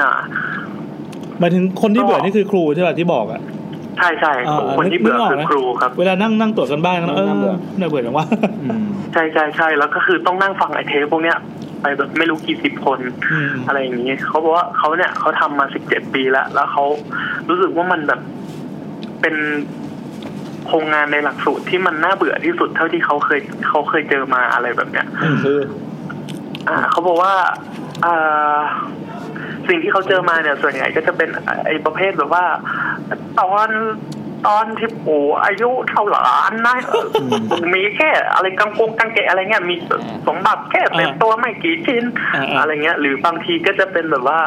Speaker 8: อ่า
Speaker 1: หมายถึงคนที่เบื่อนี่คือครูใช่ป่ะที่บอกอ่ะ
Speaker 8: ใช่ใช่
Speaker 1: อ่า
Speaker 8: คนที่เบื่อ
Speaker 1: นึกออก
Speaker 8: คือ
Speaker 1: นะ
Speaker 8: ครูครับ
Speaker 1: เวลานั่งนั่งตรวจกันบ้านเออ
Speaker 6: นั่งเบื่อ
Speaker 1: น่าเบื่อจังวะ
Speaker 8: ใช่ใช่ใช่แล้วก็คือต้องนั่งฟังไอเทปพวกเนี้ยไปแบบไม่รู้กี่สิบคน
Speaker 1: อืม
Speaker 8: อะไรอย่างนี้เขาบอกว่าเขาเนี่ยเขาทำมาสิบเจ็ดปีแล้ว แล้วเขารู้สึกว่ามันแบบเป็นโครงงานในหลักสูตรที่มันน่าเบื่อที่สุดเท่าที่เขาเคยเขาเคยเจอมาอะไรแบบเนี้ย
Speaker 6: คือ
Speaker 8: อ่าเขาบอกว่าอ่าสิ่งที่เขาเจอมาเนี่ย ส่วนใหญ่ก็จะเป็นไอ้ประเภทแบบว่า ตอนตอนที่ปู่อายุเท่าหลานนะมีแค่อะไรกังกงกังเกะอะไรเงี้ยมีสมบัติแค่เต็มตัวไม่กี่ชิ้น
Speaker 1: อ่าๆ
Speaker 8: อะไรเงี้ย หรือบางทีก็จะเป็นแบบว่า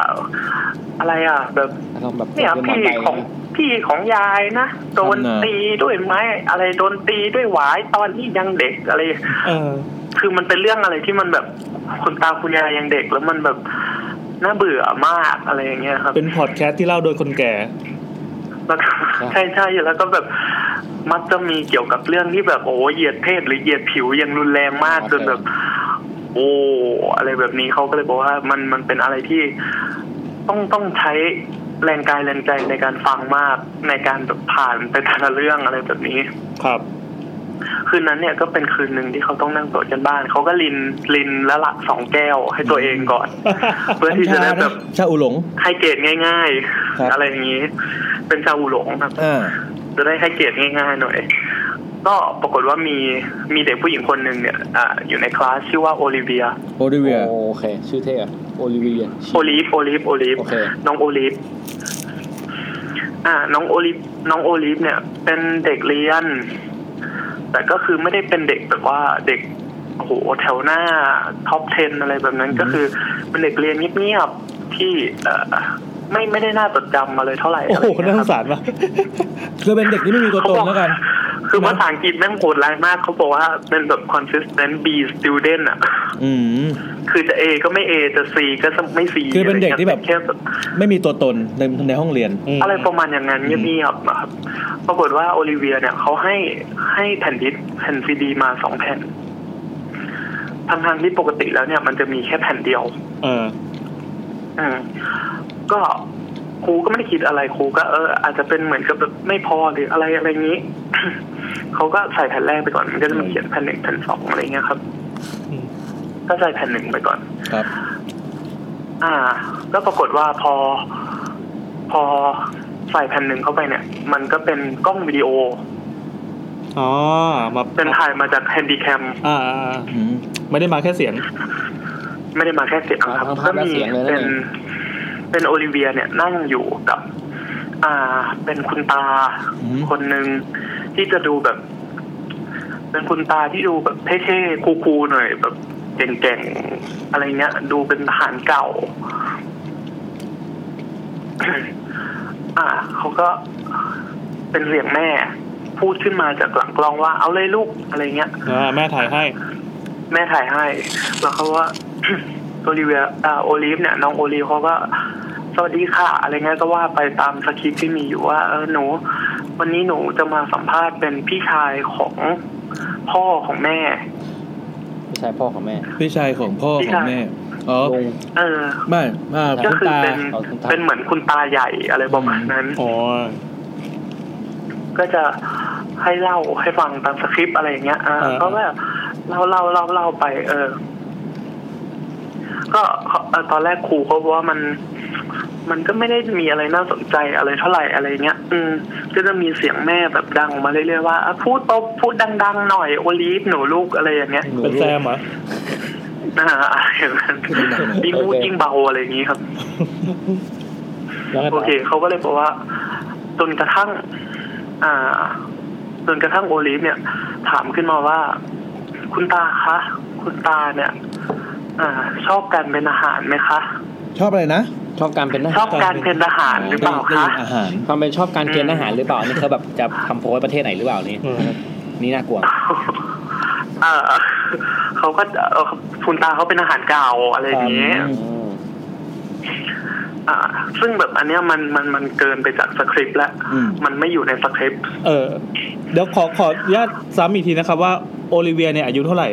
Speaker 8: อะไรอ่ะ แบบ
Speaker 2: อารมณ์แบบ
Speaker 8: เนี่ย
Speaker 2: ป็นหม
Speaker 8: พี่
Speaker 2: ไก่
Speaker 8: ของพี่ของยายนะโดน
Speaker 3: นั่นน่ะ
Speaker 8: ตีด้วยไม้อะไรโดนตีด้วยหวายตอนที่ยังเด็กอะไร
Speaker 1: เออ
Speaker 8: คือมันเป็นเรื่องอะไรที่มันแบบคุณตาคุณยายยังเด็กแล้วมันแบบน่าเบื่อมากอะไรอย่างเงี้ยครับ
Speaker 1: เป็นพอดแคสต์ที่เล่าโดยคนแก่
Speaker 8: แล้วก็ใช่ใช่แล้วก็แบบมักจะมีเกี่ยวกับเรื่องที่แบบโอ้เหยียดเพศหรือเหยียดผิวอยังรุนแรงมากจนแบบ โอ้อะไรแบบนี้เขาก็เลยบอกว่ามันมันเป็นอะไรที่ต้องต้องใช้แรงกายแรงใจในการฟังมากในการแบบผ่านไปแต่ละเรื่องอะไรแบบนี้
Speaker 1: ครับ
Speaker 8: คืนนั้นเนี่ยก็เป็นคืนหนึ่งที่เขาต้องนั่งตรวจกันบ้าน เขาก็ลินลินละละสองแก้วให้ตัวเองก่อน เพื่อที่จะได้แบบ
Speaker 3: ชาอุหลง
Speaker 8: ให้เกรดง่าย
Speaker 3: ครับ
Speaker 8: ๆ อะไรอย่างนี้ เป็นชาวอูหลงครับ
Speaker 3: อ่า
Speaker 8: จะได้ให้เกรดง่ายๆหน่อย ก็ปรากฏว่ามีมีเด็กผู้หญิงคนหนึ่งเนี่ยอ่าอยู่ในคลาสชื่อว่าโอลิเวีย
Speaker 3: โอลิเวีย
Speaker 2: โอเค ชื่อเท่อะโอลิเวีย
Speaker 8: โอลิฟโอลิฟโอลิฟ
Speaker 2: โอเค
Speaker 8: น้องโอลิฟอ่า น้องโอลิฟน้องโอลิฟเนี่ย เป็นเด็กเรียน แต่ก็คือไม่ได้เป็นเด็กแบบว่าเด็กโอ้โหแถวหน้าท็อป 10 อะไรแบบนั้นก็คือเป็นเด็กเรียนเงียบๆที่เอ่อไม่ไม่ได้น่าจดจำมาเลยเท่าไหร่
Speaker 1: โอ้
Speaker 8: อะไร
Speaker 1: โห
Speaker 8: อย่างเงี้ย
Speaker 1: น่าส
Speaker 8: ครับ
Speaker 1: งสารว่ะ
Speaker 3: คือเป็นเด็กที่ไม่มีตัวตนแล้วกัน
Speaker 8: คือภาษาอังกฤษแม่งโหดร้ายมาก เขาบอกว่าเป็นแบบ consistent B student อ่ะ
Speaker 3: อืม
Speaker 8: คือจะ A ก็ไม่ A จะ C ก็ไม่ C
Speaker 3: คือเป็นเด็กที่แบบ
Speaker 8: แค่บบ
Speaker 3: ไม่มีตัวตนในในห้องเรียน
Speaker 8: อะไรประมาณอย่างนั้นเงียบๆนะครับ ปรากฏว่าโอลิเวียเนี่ยเขาให้ให้แผ่นดิสแผ่นซีดีมาสองแผ่นทางทางๆที่ปกติแล้วเนี่ยมันจะมีแค่แผ่นเดียว
Speaker 1: เออ
Speaker 8: อืมก็ครูก็ไม่ได้คิดอะไรครูก็เอออาจจะเป็นเหมือนกับแบบไม่พอหรืออะไรอะไรอย่างนี้ [COUGHS] เขาก็ใส่แผ่นแรกไปก่อน มันก็จะมาเขียนแผ่นหนึ่งแผ่นสองอะไรเงี้ยครับ
Speaker 1: อืม
Speaker 8: ก็ใส่แผ่นหนึ่งไปก่อน
Speaker 3: ครับ
Speaker 8: อ่า แล้วปรากฏว่าพอ พอใส่แผ่นหนึ่งเข้าไปเนี่ย มันก็เป็นกล้องวิดีโอ
Speaker 1: อ๋อ มา
Speaker 8: เป็นถ่ายมาจากแฮนดีแคม
Speaker 1: อ่า
Speaker 3: อืม
Speaker 1: ไม่ได้มาแค่เสียง
Speaker 8: ไม่ได้มาแค่เสียงครับ
Speaker 2: ทั้งภา
Speaker 8: ก็
Speaker 2: พและ
Speaker 8: มี
Speaker 2: เสียงเลยนะ
Speaker 8: เป็น
Speaker 2: เนี่ย
Speaker 8: เป็นโอลิเวียเนี่ยนั่งอยู่กับ อ่า เป็นคุณตา
Speaker 3: อืม
Speaker 8: คนหนึ่งที่จะดูแบบ เป็นคุณตาที่ดูแบบเท่ๆคูลๆหน่อย แบบเก่งๆอะไรเงี้ย ดูเป็นทหารเก่า [COUGHS] อ่าเขาก็เป็นเสียงแม่ พูดขึ้นมาจากหลังกล้องว่าเอาเลยลูกอะไรเงี้ย
Speaker 1: อ่า แม่ถ่ายให้
Speaker 8: แม่ถ่ายให้ แล้วเขา [COUGHS] ว่า โอลิเวียอ่าโอลิฟเนี่ย น้องโอลิฟเขาก็สวัสดีค่ะ อะไรเงี้ยก็ว่าไปตามสคริปต์ที่มีอยู่ว่าเออหนู วันนี้หนูจะมาสัมภาษณ์เป็นพี่ชายของพ่อของแม่
Speaker 2: ไม่ใช่พ่อของแม่
Speaker 3: พี่ชายของพ่อของแม่ อ๋อ
Speaker 8: เออ
Speaker 3: ไม่อ่าข
Speaker 8: ก็
Speaker 3: องคุณ
Speaker 8: คือ
Speaker 3: ตา
Speaker 8: เป็น
Speaker 2: เอาคุณตา
Speaker 8: เป็นเหมือนคุณตาใหญ่อะไรประมาณนั้น
Speaker 1: อ๋อ
Speaker 8: ก็จะให้เล่าให้ฟังตามสคริปต์อะไรอย่างเงี้ยอ่า
Speaker 1: เออ
Speaker 8: ก็แบบเล่าเล่าเล่าเล่าไป เออ ก็เอ่อตอนแรกครูเขาบอกว่ามัน มันก็ไม่ได้มีอะไรน่าสนใจอะไรเท่าไหร่อะไรเงี้ย อืม ก็จะมีเสียงแม่แบบดังออกมาเรื่อยๆว่าอ่ะพูดปพูดดังๆหน่อยโอลีฟหนูลูกอะไรอย่างเงี้ย
Speaker 1: เป็นแซมเหรอ
Speaker 8: อ่าอะไรอย่างนั้นยิ่งพูดยิ่งเบาอะไรอย่างงี้ครับ
Speaker 1: แล้วไง
Speaker 8: โอ
Speaker 1: ต่อ
Speaker 8: เคเขาก็เลยบอกว่า จนกระทั่ง อ่า จนกระทั่งโอลิฟเนี่ย ถามขึ้นมาว่า คุณตาคะ คุณตาเนี่ย อ่า ชอบการเป็นอาหารไหมคะ
Speaker 3: ชอบอะไรนะ
Speaker 2: ชอบการเป็นท
Speaker 8: ช
Speaker 2: หา
Speaker 8: อ
Speaker 2: ร
Speaker 8: บการเป็นอาหารหรือเปล่า
Speaker 3: ได้
Speaker 8: คะ
Speaker 3: ยินอาหาร
Speaker 2: ความเป็นชอบการเกณฑ์ทหารหรือเปล่านี่เขาแบบจะทำโพสต์ประเทศไหนหรือเปล่านี่
Speaker 1: อืม
Speaker 2: นี่น่ากลัว
Speaker 8: เออเขาก็เอ่อคุณตาเขาเป็นอาหารเก่าอะไรอย่างเงี้ย อ่า ซึ่งแบบอันเนี้ยมันมันมันเกินไปจากสคริปต์แล้ว
Speaker 3: อืม
Speaker 8: มันไม่อยู่ในสคริปต์
Speaker 1: เออเดี๋ยวขอขออนุญาตซ้ำอีกทีนะครับว่าโอลิเวียเนี่ยอายุเท่าไหร่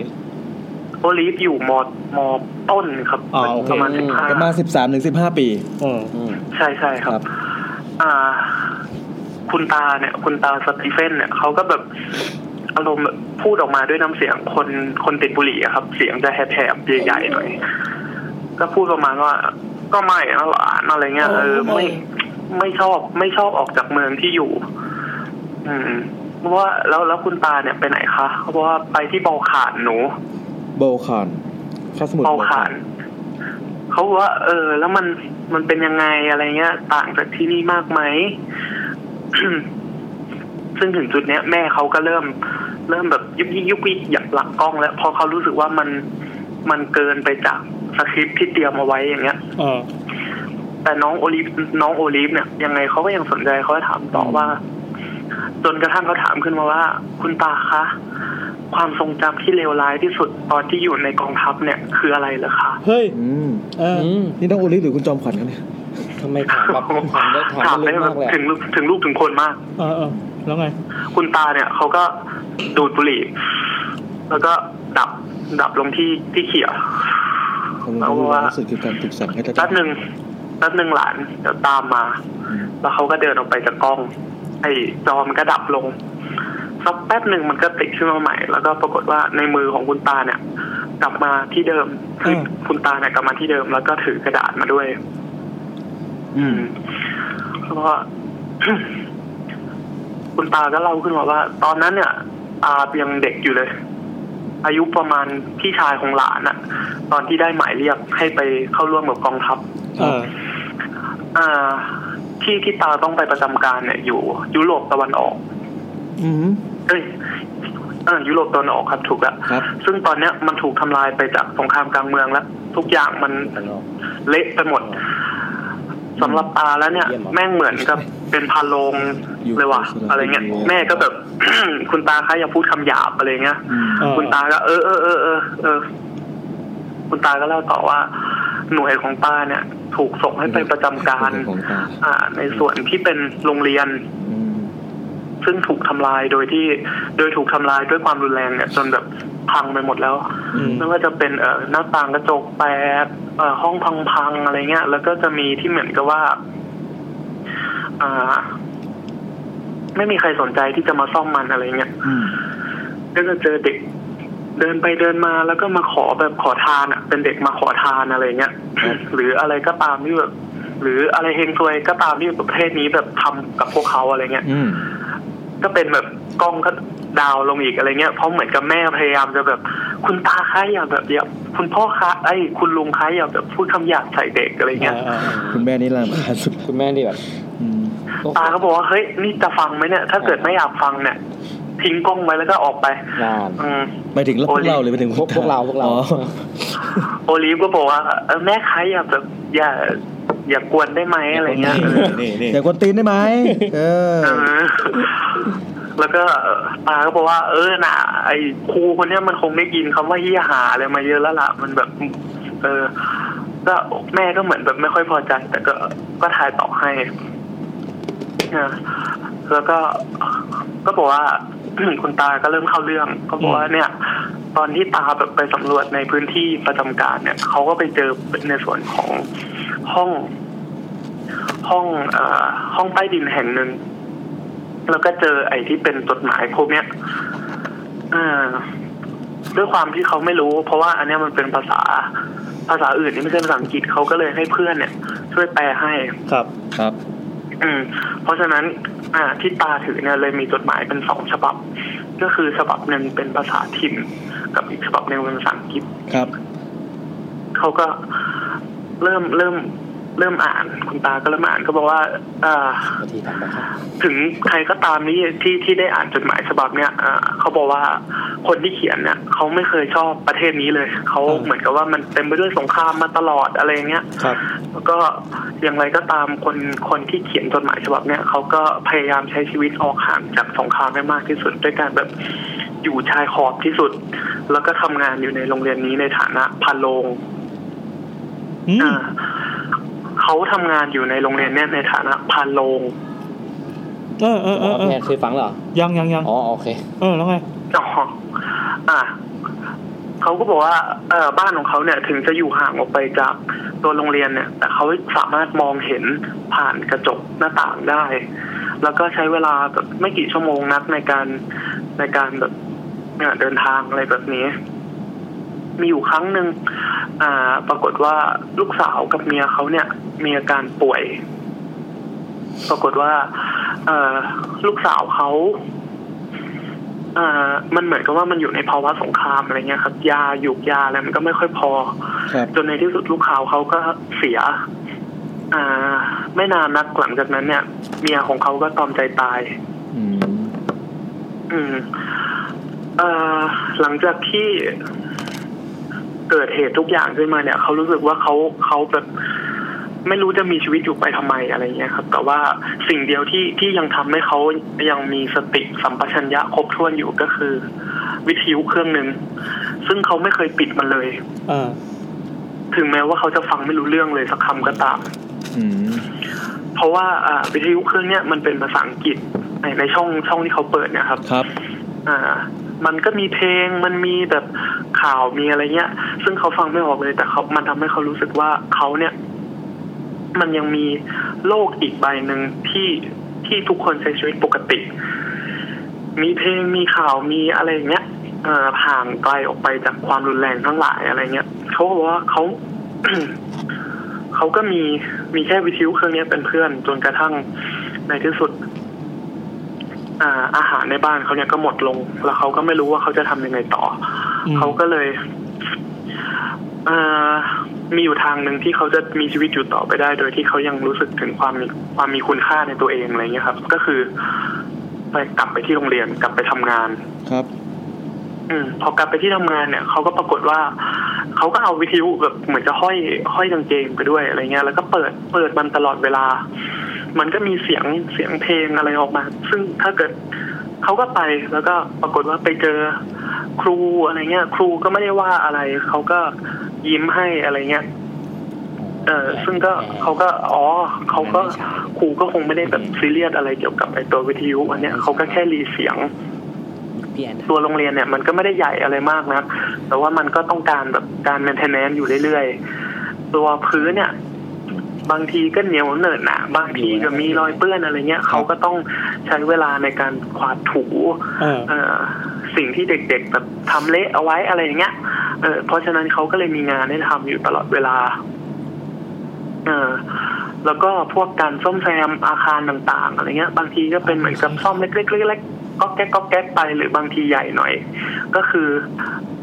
Speaker 8: โอลีฟอยู่มมต้นครับ
Speaker 1: อ๋อโอเค
Speaker 8: ประมาณสิบห้า
Speaker 3: ประมาณสิบสามถึงสิบห้าปี
Speaker 1: เออ
Speaker 8: ใช่ใช่ครับ อ่า คุณตาเนี่ย คุณตาสตีเฟนเนี่ยเขาก็แบบอารมณ์แบบพูดออกมาด้วยน้ำเสียงคนคนติดบุหรี่อะครับ เสียงจะแหบๆใหญ่ๆหน่อยก็พูดประมาณว่า ก็ไม่นะหลานอะไรเงี้ยเออไม่ไม่ชอบไม่ชอบออกจากเมืองที่อยู่ อืมเพราะว่าแล้วแล้วคุณตาเนี่ยไปไหนคะเขาบอกว่าไปที่เบาขานหนู
Speaker 3: โบคอนข้าสมุทร
Speaker 8: เมาขานเขาบอกว่า เออ แล้วมันมันเป็นยังไงอะไรเงี้ย ต่างจากที่นี่มากไหม [CLEARS THROAT] ซึ่งถึงจุดเนี้ย แม่เขาก็เริ่ม เริ่มแบบยุบยิบยุบยิบอยากหลักกล้องแล้วเพอเขารู้สึกว่ามันมันเกินไปจากสคริปต์ที่เตรียมเอาไว้อย่างเงี้ย
Speaker 1: เออ
Speaker 8: แต่น้องโอลิฟน้องโอลิฟเนี่ยยังไงเขาก็ยังสนใจเขาก็ถามต่อว่า จนกระทั่งเขาถามขึ้นมาว่า คุณตาคะ ความทรงจำที่เลวร้ายที่สุดตอนที่อยู่ในกองทัพเนี่ยคืออะไรเหรอคะ
Speaker 1: เฮ้ย
Speaker 3: อืม
Speaker 1: เออ
Speaker 6: อืม
Speaker 3: นี่ต้องโอลิฟหรือคุณจอมขวัญกันเนี่ย
Speaker 6: ทำไมถามแบบถามได้ถาม
Speaker 8: ถาม
Speaker 6: ได้
Speaker 8: ได้
Speaker 6: ลึกมา
Speaker 8: แบบ
Speaker 6: กเลยอะ
Speaker 8: ถึงลูกถึงลูกถึงคนมาก
Speaker 1: เออเออแล้วไง
Speaker 8: คุณตาเนี่ยเขาก็ดูดบุหรี่ แล้วก็ดับดับลงที่ที่เขีย
Speaker 3: ความรู้ที่รู้สึกคือการถูกสั่งให้
Speaker 8: แป๊บหนึ่งแป๊บหนึ่งหลานเดี๋ยวตามมา แล้วเขาก็เดินออกไปจากกล้อง ไอ้จอมันก็ดับลงสักแป๊บหนึ่งมันก็ติดขึ้นมาใหม่ แล้วก็ปรากฏว่าในมือของคุณตาเนี่ย กลับมาที่เดิมคือ
Speaker 1: อืม
Speaker 8: คุณตาเนี่ยกลับมาที่เดิม แล้วก็ถือกระดาษมาด้วย อืมแล้วก็ [COUGHS] คุณตาก็เล่าขึ้นมาว่า ตอนนั้นเนี่ยอายังเด็กอยู่เลย อายุประมาณพี่ชายของหลานอะตอนที่ได้หมายเรียกให้ไปเข้าร่วมกับกองทัพ
Speaker 1: เออ
Speaker 8: อ่า ที่ที่ตาต้องไปประจำการเนี่ยอยู่ ยุโรปตะวันออก
Speaker 3: อืม
Speaker 8: เอ้ยเออยุโรปตะวันออกครับถูกแล้ว
Speaker 3: ครับ
Speaker 8: ซึ่งตอนเนี้ยมันถูกทำลายไปจากสงครามกลางเมืองแล้ว ทุกอย่างมันเละไปหมดสำหรับตาแล้วเนี่ย แม่งเหมือนกับเป็นพาโลง
Speaker 3: อยู่
Speaker 8: เลยว่ะ
Speaker 3: สุราษฎร์
Speaker 8: อะไรเงี้ย
Speaker 3: ธานี
Speaker 8: แม่ก็แบบ [COUGHS] คุณตาคะอย่าพูดคำหยาบอะไรเงี้ย
Speaker 3: อืม
Speaker 1: เออ
Speaker 8: คุณตาก็เออเออเออเออเออ คุณตาก็เล่าต่อว่า หน่วยของป้าเนี่ย ถูกส่งให้ไปประจำการ
Speaker 3: ของตา
Speaker 8: อ่า ในส่วนที่เป็นโรงเรียน
Speaker 3: อืม
Speaker 8: ซึ่งถูกทำลายโดยที่ โดยถูกทำลายด้วยความรุนแรงเนี่ยจนแบบพังไปหมดแล้ว
Speaker 1: อืม
Speaker 8: ไม่ว่าจะเป็นเอ่อหน้าต่างกระจกแตกเอ่อห้องพังๆอะไรเงี้ย แล้วก็จะมีที่เหมือนกับว่า อ่า ไม่มีใครสนใจที่จะมาซ่อมมันอะไรเงี้ย
Speaker 3: อืม
Speaker 8: ก็จะเจอเด็กเดินไปเดินมาแล้วก็มาขอแบบขอทานอ่ะ เป็นเด็กมาขอทานอะไรเงี้ย หรืออะไรก็ตามที่แบบหรืออะไรเฮงซวยก็ตามที่ประเภทนี้แบบทำกับพวกเขาอะไรเงี้ย
Speaker 3: อืม
Speaker 8: ก็เป็นแบบกล้องก็ดาวลงอีกอะไรเงี้ยเพราะเหมือนกับแม่พยายามจะแบบ คุณตาคะอย่าแบบอย่าคุณพ่อคะไอ้ยคุณลุงคะอย่าแบบพูดคำหยาบใส่เด็กอะไร
Speaker 1: เอ
Speaker 8: เงี้ย
Speaker 1: อเออ
Speaker 3: คุณแม่นี่ลามคาญสุด
Speaker 6: คุณแม่ดีแบบ
Speaker 3: อืม
Speaker 8: ตาก็บอกว่าเฮ้ยนี่จะฟังไหมเนี่ย ถ้าเกิดไม่อยากฟังเนี่ย ทิ้งกล้องไว้แล้วก็ออกไป
Speaker 6: นาน
Speaker 8: อืม
Speaker 3: ไปถึงพวกเราเลยไปถึง
Speaker 6: พวกพวกเราพวกเรา
Speaker 3: อ๋อ
Speaker 8: โอลิฟก็บอกว่าเออแม่คะอย่าแบบอย่า อย่ากวนได้ไหมอะไรเงี้ยเออ
Speaker 3: นี่นี่อย่ากวนตีนได้ไหมเออ
Speaker 8: เออแล้วก็ตาก็บอกว่า เออน่ะ ไอ้ครูคนเนี้ยมันคงไม่กินคำว่าเฮียหาอะไรมาเยอะแล้วล่ะมันแบบ เออ ก็แม่ก็เหมือนแบบไม่ค่อยพอใจ แต่ก็ก็ถ่ายต่อให้นะแล้วก็ก็บอกว่า [CLEARS THROAT] คุณตาก็เริ่มเข้าเรื่อง ก็บอกว่าเนี่ย ตอนที่ตาแบบไปสำรวจในพื้นที่ประจำการเนี่ยเขาก็ไปเจอในส่วนของห้อง ห้องเอ่อห้องใต้ดินแห่งหนึ่ง แล้วก็เจอไอ้ที่เป็นจดหมายพวกเนี้ยอ่าด้วยความที่เขาไม่รู้ เพราะว่าอันเนี้ยมันเป็นภาษา ภาษาอื่นที่ไม่ใช่ภาษาอังกฤษเขาก็เลยให้เพื่อนเนี่ย ช่วยแปลให้
Speaker 1: ครับ
Speaker 3: ครับ
Speaker 8: อืมเพราะฉะนั้น อ่าที่ตาถือเนี่ยเลยมีจดหมายเป็นสองฉบับ ก็คือฉบับหนึ่งเป็นภาษาถิ่น กับอีกฉบับหนึ่งเป็นภาษาอังกฤษ
Speaker 3: ครับ
Speaker 8: เขาก็เริ่มเริ่มเริ่มอ่านคุณตาก็เริ่มอ่านก็บอกว่าอ่า
Speaker 6: บางทีถามไปครับ
Speaker 8: ถึงใครก็ตามนี่ที่ที่ได้อ่านจดหมายฉบับเนี้ยอ่าเขาบอกว่าคนที่เขียนเนี่ยเขาไม่เคยชอบประเทศนี้เลย เขาเหมือนกับว่ามันเต็มไปด้วยสงครามมาตลอดอะไรอย่างเงี้ย
Speaker 1: ครับ
Speaker 8: แล้วก็อย่างไรก็ตามคนคนที่เขียนจดหมายฉบับเนี้ยเขาก็พยายามใช้ชีวิตออกห่างจากสงครามให้มากที่สุด ด้วยการแบบอยู่ชายขอบที่สุด แล้วก็ทำงานอยู่ในโรงเรียนนี้ในฐานะพันโรง
Speaker 1: อืม
Speaker 8: อ่า เข เขาทำงานอยู่ในโรงเรียนเนี่ยในฐานะพานโรง
Speaker 1: เออเออเออเออ
Speaker 6: เนี่ยเคยฟังเหรอ
Speaker 1: ยังยังยัง
Speaker 6: อ๋อโอเค
Speaker 1: เออแล้วไง
Speaker 8: อ๋ออ่ะเขาก็บอกว่าเออบ้านของเขาเนี่ยถึงจะอยู่ห่างออกไปจากตัวโรงเรียนเนี่ย แต่เขาสามารถมองเห็นผ่านกระจกหน้าต่างได้ แล้วก็ใช้เวลาแบบไม่กี่ชั่วโมงนักในการในการแบบเนี่ยเดินทางอะไรแบบนี้ มีอยู่ครั้งหนึ่งอ่า ปรากฏว่าลูกสาวกับเมียเขาเนี่ย มีอาการป่วย ปรากฏว่า เอ่อลูกสาวเขาเอ่อมันเหมือนกับว่ามันอยู่ในภาวะสงครามอะไรเงี้ยครับ ยาหยูกยาอะไรมันก็ไม่ค่อยพอ
Speaker 3: ครับ
Speaker 8: จนในที่สุดลูกสาวเขาก็เสีย อ่า ไม่นานนักหลังจากนั้นเนี่ย เมียของเขาก็ตอมใจตาย
Speaker 3: อืม
Speaker 8: อืมเอ่อหลังจากที่เกิดเหตุทุกอย่างขึ้นมาเนี่ยเขารู้สึกว่าเขาเขาแบบไม่รู้จะมีชีวิตอยู่ไปทำไมอะไรเงี้ยครับ แต่ว่าสิ่งเดียวที่ที่ยังทำให้เขายังมีสติสัมปชัญญะครบถ้วนอยู่ก็คือ วิทยุเครื่องหนึ่งซึ่งเขาไม่เคยปิดมันเลย
Speaker 1: เออ
Speaker 8: ถึงแม้ว่าเขาจะฟังไม่รู้เรื่องเลยสักคำก็ตาม
Speaker 3: อืม
Speaker 8: เพราะว่าอ่าวิทยุเครื่องเนี้ยมันเป็นภาษาอังกฤษในในช่องช่องที่เขาเปิดเนี่ยครับ
Speaker 3: ครับ
Speaker 8: อ่า มันก็มีเพลง มันมีแบบข่าว มีอะไรเงี้ย ซึ่งเขาฟังไม่ออกเลย แต่เขามันทำให้เขารู้สึกว่าเขาเนี่ย มันยังมีโลกอีกใบหนึ่งที่ที่ทุกคนใช้ชีวิตปกติ มีเพลง มีข่าว มีอะไรอย่างเงี้ยเอ่อห่างไกลออกไปจากความรุนแรงทั้งหลายอะไรเงี้ยเขาบอกว่าเขา [COUGHS] เขาก็มี มีแค่วิทยุเครื่องเนี้ยเป็นเพื่อน จนกระทั่งในที่สุด อ่าอาหารในบ้านเขาเนี่ยก็หมดลง แล้วเขาก็ไม่รู้ว่าเขาจะทำยังไงต่ออ
Speaker 1: ม
Speaker 8: เขาก็เลยอ่ามีอยู่ทางหนึ่งที่เขาจะมีชีวิตอยู่ต่อไปได้ โดยที่เขายังรู้สึกถึงความมีความมีคุณค่าในตัวเองอะไรเงี้ยครับ ก็คือไปกลับไปที่โรงเรียนกลับไปทำงาน
Speaker 3: ครับ
Speaker 8: อืมพอกลับไปที่ทำงานเนี่ยเขาก็ปรากฏว่าเขาก็เอาวิทยุแบบเหมือนจะห้อยห้อยกางเกงไปด้วยอะไรเงี้ย แล้วก็เปิดเปิดมันตลอดเวลา มันก็มีเสียงเสียงเพลงอะไรออกมา ซึ่งถ้าเกิดเขาก็ไปแล้วก็ปรากฏว่าไปเจอครูอะไรเงี้ย ครูก็ไม่ได้ว่าอะไรเขาก็ยิ้มให้อะไรเงี้ยเออซึ่งก็เขาก็อ๋อเขาก็ครูก็คงไม่ได้แบบซีเรียสอะไรเกี่ยวกับไอตัววิทยุอันเนี้ยเขาก็แค่รีเสียง
Speaker 2: พี่แอน
Speaker 8: ตัวโรงเรียนเนี่ยมันก็ไม่ได้ใหญ่อะไรมากนะ แต่ว่ามันก็ต้องการแบบการแมนเทนแนนอยู่เรื่อยๆ ตัวพื้นเนี่ย บางทีก็เหนียวเหนอะหนะบางทีก็มีรอยเปื้อนอะไรเงี้ยเขาก็ต้องใช้เวลาในการขวาดถู
Speaker 1: เออ
Speaker 8: เอ่อสิ่งที่เด็กๆแบบทำเละเอาไว้อะไรอย่างเงี้ย เออเพราะฉะนั้นเขาก็เลยมีงานให้ทำอยู่ตลอดเวลา เออแล้วก็พวกการซ่อมแซมอาคารต่างๆอะไรเงี้ย บางทีก็เป็นเหมือนกับซ่อมเล็กๆเล็กๆก็แก๊กก็แก๊กไปหรือบางทีใหญ่หน่อย ก็คือ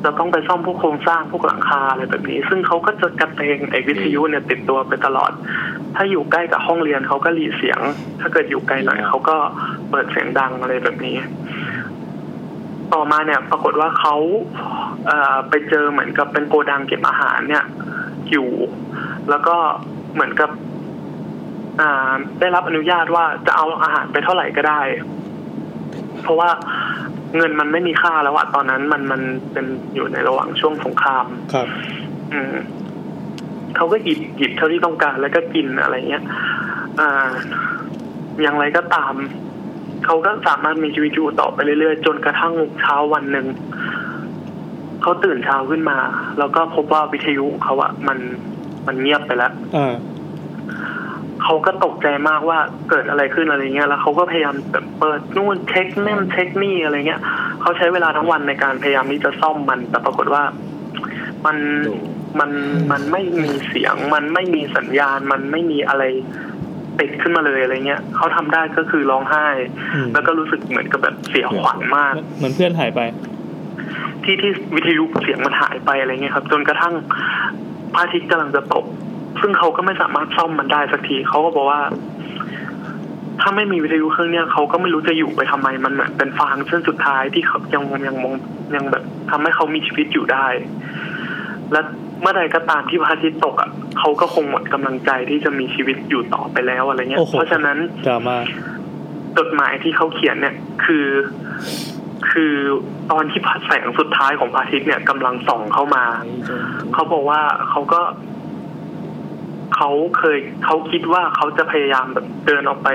Speaker 8: เราต้องไปซ่อมพวกโครงสร้างพวกหลังคาอะไรแบบนี้ ซึ่งเขาก็จะกระเตงไอ้วิทยุเนี่ยติดตัวไปตลอด ถ้าอยู่ใกล้กับห้องเรียนเขาก็หลีเสียง ถ้าเกิดอยู่ไกลหน่อยเขาก็เปิดเสียงดังอะไรแบบนี้ ต่อมาเนี่ย ปรากฏว่าเขาเอ่อไปเจอเหมือนกับเป็นโกดังเก็บอาหารเนี่ย อยู่ แล้วก็เหมือนกับ อ่า ได้รับอนุญาตว่าจะเอาอาหารไปเท่าไหร่ก็ได้ เพราะว่าเงินมันไม่มีค่าแล้วอะตอนนั้นมันมันเป็นอยู่ในระหว่างช่วงสงคราม
Speaker 1: ครับ
Speaker 8: อืมเขาก็หยิบหยิบเท่าที่ต้องการแล้วก็กินอะไรเงี้ยอ่าอย่างไรก็ตาม เขาก็สามารถมีชีวิตอยู่ต่อไปเรื่อยๆ จนกระทั่งเช้าวันหนึ่ง เขาตื่นเช้าขึ้นมา แล้วก็พบว่าวิทยุของเขาอะมันมันเงียบไปแล้ว
Speaker 1: เออ
Speaker 8: เขาก็ตกใจมากว่าเกิดอะไรขึ้นอะไรเงี้ย แล้วเขาก็พยายามแบบเปิดนู่นเช็คนั่นเช็คนี่อะไรเงี้ย เขาใช้เวลาทั้งวันในการพยายามที่จะซ่อมมัน แต่ปรากฏว่า มันมันมันไม่มีเสียง มันไม่มีสัญญาณ มันไม่มีอะไรติดขึ้นมาเลยอะไรเงี้ย เขาทำได้ก็คือร้องไห้
Speaker 1: อืม
Speaker 8: แล้วก็รู้สึกเหมือนกับแบบเสียขวัญมาก
Speaker 1: เหมือนเพื่อนหายไป
Speaker 8: ที่ที่วิทยุเสียงมันหายไปอะไรเงี้ยครับ จนกระทั่งพระอาทิตย์กำลังจะตก ซึ่งเขาก็ไม่สามารถซ่อมมันได้สักทีเขาก็บอกว่า ถ้าไม่มีวิทยุเครื่องเนี้ยเขาก็ไม่รู้จะอยู่ไปทำไมมันเหมือนเป็นฟางเส้นสุดท้ายที่เขายังยังมองยังแบบทำให้เขามีชีวิตอยู่ได้ และเมื่อใดก็ตามที่พระอาทิตย์ตกอ่ะเขาก็คงหมดกำลังใจที่จะมีชีวิตอยู่ต่อไปแล้วอะไรเงี้ย
Speaker 1: โอ้โห
Speaker 8: เพราะฉะนั้น
Speaker 1: ดราม่า
Speaker 8: จดหมายที่เขาเขียนเนี่ยคือ คือตอนที่พระแสงสุดท้ายของพระอาทิตย์เนี่ยกำลังส่องเข้ามา เขาบอกว่าเขาก็ เขาเคยเขาคิดว่าเขาจะพยายามแบบเดินออกไป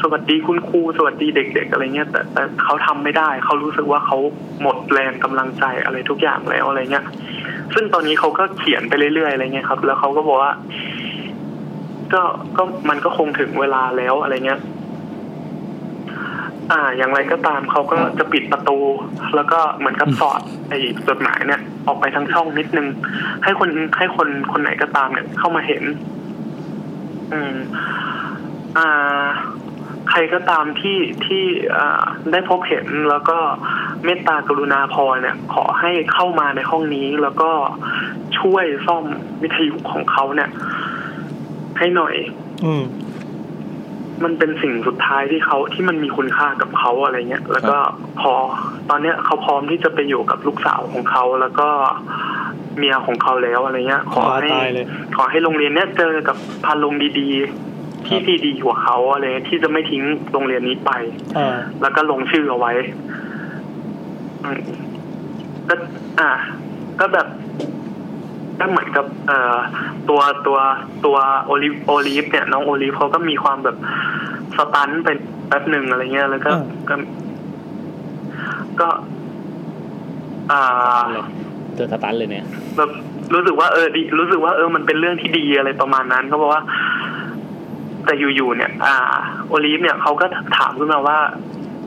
Speaker 8: สวัสดีคุณครูสวัสดีเด็ก ๆ อะไรเงี้ยแต่แต่เขาทำไม่ได้เขารู้สึกว่าเขาหมดแรงกำลังใจอะไรทุกอย่างแล้วอะไรเงี้ย ซึ่งตอนนี้เขาก็เขียนไปเรื่อยๆอะไรเงี้ยครับ แล้วเขาก็บอกว่า ก็ก็มันก็คงถึงเวลาแล้วอะไรเงี้ย อ่า อย่างไรก็ตามเขาก็จะปิดประตู แล้วก็เหมือนกับสอดไอ้จดหมายเนี่ย ออกไปทางช่องนิดนึง ให้คนให้คนคนไหนก็ตามเนี่ยเข้ามาเห็น อืม อ่า ใครก็ตามที่ที่อ่าได้พบเห็นแล้วก็เมตตากรุณาพรเนี่ย ขอให้เข้ามาในห้องนี้ แล้วก็ช่วยซ่อมวิทยุของเขาเนี่ย ให้หน่อย
Speaker 1: อืม
Speaker 8: มันเป็นสิ่งสุดท้ายที่เขาที่มันมีคุณค่ากับเขาอะไรเงี้ย แล้วก็พอตอนเนี้ยเขาพร้อมที่จะไปอยู่กับลูกสาวของเขาแล้วก็เมียของเขาแล้วอะไรเงี้ย ขอให้
Speaker 1: ตายเลย
Speaker 8: ขอให้โรงเรียนเนี้ยเจอกับพานลงดีๆที่ดีดีกว่าเขาอะไรเงี้ยที่จะไม่ทิ้งโรงเรียนนี้ไป
Speaker 1: อ่า
Speaker 8: แล้วก็ลงชื่อเอาไว้อืมก็อ่า ก็แบบก็เหมือนกับ เอ่อ ตัวตัวตัวโอลิฟโอลิฟเนี่ย น้องโอลิฟเขาก็มีความแบบสตันเป็นแป๊บหนึ่งอะไรเงี้ย แล้วก็
Speaker 1: อ่า
Speaker 8: ก็ ก็ อ่า
Speaker 2: เจอสตันเลยเนี่ย
Speaker 8: แบบรู้สึกว่าเออดีรู้สึกว่าเออมันเป็นเรื่องที่ดีอะไรประมาณนั้นเขาบอกว่า แต่อยู่ๆเนี่ย อ่า โอลิฟเนี่ยเขาก็ถามขึ้นมาว่า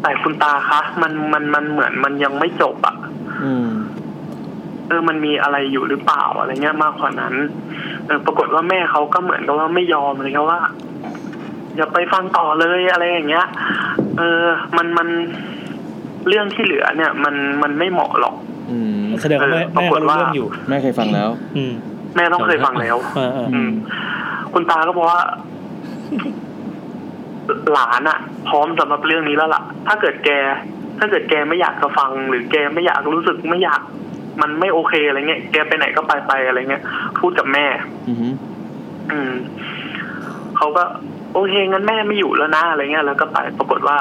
Speaker 8: แต่คุณตาคะมันมันมันเหมือนมันยังไม่จบอะเออ มันมีอะไรอยู่หรือเปล่าอะไรเงี้ยมากกว่านั้นเออปรากฏว่าแม่เขาก็เหมือนกับว่าไม่ยอมเลยครับว่า อย่าไปฟังต่อเลยอะไรอย่างเงี้ย เออ มันมันเรื่องที่เหลือเนี่ย มันมันไม่เหมาะหรอก
Speaker 3: อืม
Speaker 1: แสดงว่าแม่
Speaker 8: ปรา
Speaker 1: แม่
Speaker 8: ก
Speaker 1: ก็
Speaker 8: ฏ
Speaker 1: รู้
Speaker 8: ว่า
Speaker 1: เรื่องอยู่
Speaker 3: แม่เคยฟังแล้ว
Speaker 1: อืม
Speaker 8: แม่ต้องเคยฟังแล้ว
Speaker 1: อ่าอ่า
Speaker 8: อืมคุณตาก็บอกว่า หลานอะพร้อมสำหรับเรื่องนี้แล้วล่ะ ถ้าเกิดแก ถ้าเกิดแกไม่อยากจะฟัง หรือแกไม่อยากรู้สึกไม่อยาก มันไม่โอเคอะไรเงี้ยแกไปไหนก็ไปไปอะไรเงี้ยพูดกับแม่
Speaker 3: อือฮึ
Speaker 8: อืมเขาก็ โอเคงั้นแม่ไม่อยู่แล้วนะอะไรเงี้ยแล้วก็ไปปรากฏว่า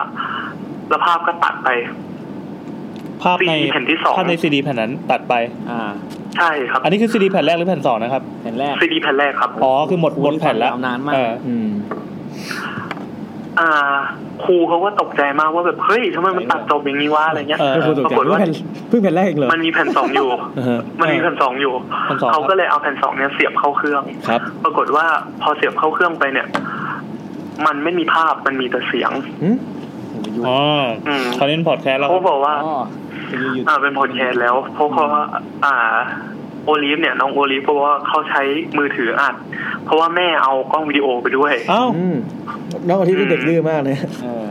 Speaker 8: แล้วภาพก็ตัดไป
Speaker 1: ภาพใน
Speaker 8: CD แผ่นที่สอง
Speaker 1: ภาพในซีดีแผ่นนั้นตัดไป
Speaker 2: อ่า
Speaker 8: ใช่ครับ
Speaker 1: อันนี้คือซีดีแผ่นแรกหรือแผ่นสองนะครับ
Speaker 2: แผ่นแรก
Speaker 8: ซีดีแผ่นแรกครับ
Speaker 1: อ๋อ คือหมดบนแผ่นแล้ว
Speaker 2: ยาวนานมาก
Speaker 1: เออ
Speaker 3: อืม
Speaker 8: อ่า ครูเขาก็ตกใจมากว่าแบบเฮ้ยทำไมมันตัดจบอย่างนี้วะอะไรเงี้ย
Speaker 1: เออ
Speaker 3: เออคนตกใจ
Speaker 8: ปรากฏ
Speaker 3: เพิ่ง
Speaker 8: ว่า
Speaker 3: แผ่นเพิ่งแผ่นแรกเองเหรอ
Speaker 8: มันมีแผ่นสองอยู่
Speaker 3: อ่าฮะ
Speaker 8: มันมีแผ่นสองอยู่
Speaker 1: แผ่นสองครับ
Speaker 8: เขาก็เลยเอาแผ่นสองเนี่ยเสียบเข้าเครื่อง
Speaker 3: ครับ
Speaker 8: ปรากฏว่าพอเสียบเข้าเครื่องไปเนี่ย มันไม่มีภาพ มันมีแต่เสียง
Speaker 1: อ๋ออ
Speaker 8: ม
Speaker 1: คราวนี้เป็นพอดแคสต์แล้ว
Speaker 8: เขาก็บอกว่า
Speaker 2: อ๋อเป็นยู
Speaker 8: อ่า เป็นพอดแคสต์แล้ว เพราะเขาว่า อ่า โอลิฟเนี่ยน้องโอลิฟเพราะว่าเขาใช้มือถืออัด เพราะว่าแม่เอากล้องวิดีโอไปด้วย
Speaker 1: เอ้า
Speaker 3: อืมน้องอาทิตย์เป็นเด็กดื้อมากเลย
Speaker 2: เออ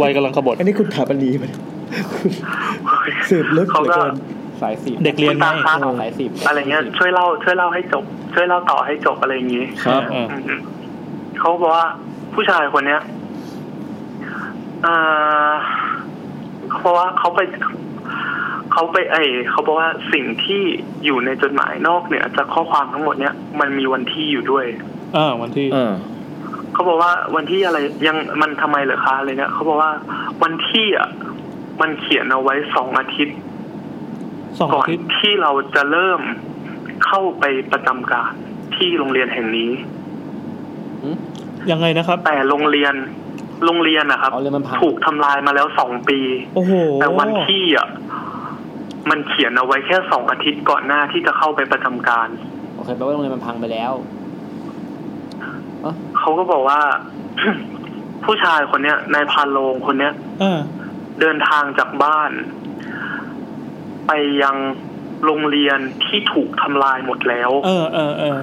Speaker 1: วัยกำลังขบฏ
Speaker 3: อันนี้คุณถาปนีไปะสืบลึกเห
Speaker 8: เขา
Speaker 3: ลือ
Speaker 8: ก็
Speaker 3: เกิน
Speaker 2: สายสิบ
Speaker 1: เด็กเรียนไง
Speaker 8: ตาครับ
Speaker 2: สายสิบ
Speaker 8: อะไรเงี้ย ช่วยเล่า ช่วยเล่าให้จบ ช่วยเล่าต่อให้จบอะไรอย่างงี้
Speaker 3: ครับ
Speaker 1: เออ
Speaker 8: อืมเขาบอกว่าผู้ชายคนเนี้ยอ่าเขาบอกว่าเขาไป เขาไปไอเขาบอกว่าสิ่งที่อยู่ในจดหมายนอกเหนือจากข้อความทั้งหมดเนี้ยมันมีวันที่อยู่ด้วย
Speaker 1: อ่าวันที่
Speaker 3: อ่า
Speaker 8: เขาบอกว่าวันที่อะไรยังมันทำไมเหรอคะอะไรเนี้ยเขาบอกว่าวันที่อ่ะมันเขียนเอาไว้สองอาทิตย์
Speaker 1: สอง
Speaker 8: ก่อ
Speaker 1: อาน ทิตย์
Speaker 8: ที่เราจะเริ่มเข้าไปประจำการที่โรงเรียนแห่งนี้
Speaker 1: ยังไงนะครับ
Speaker 8: แต่โรงเรียนโรงเรียนนะครับ
Speaker 2: เอาเลยมันพัง
Speaker 8: ถูกทำลายมาแล้วสองปี
Speaker 1: โอ้โห
Speaker 8: แต่วันที่อ่ะมันเขียนเอาไว้แค่สองอาทิตย์ก่อนหน้าที่จะเข้าไปประจำการ
Speaker 2: โอเคแปลว่าโรงเรียนมันพังไปแล้ว
Speaker 8: เขาก็บอกว่า [COUGHS] ผู้ชายคนเนี้ยนายพานโรงคนเนี้ย
Speaker 1: เอ่า
Speaker 8: เดินทางจากบ้าน ไปยังโรงเรียนที่ถูกทำลายหมดแล้ว
Speaker 1: เออเออเออ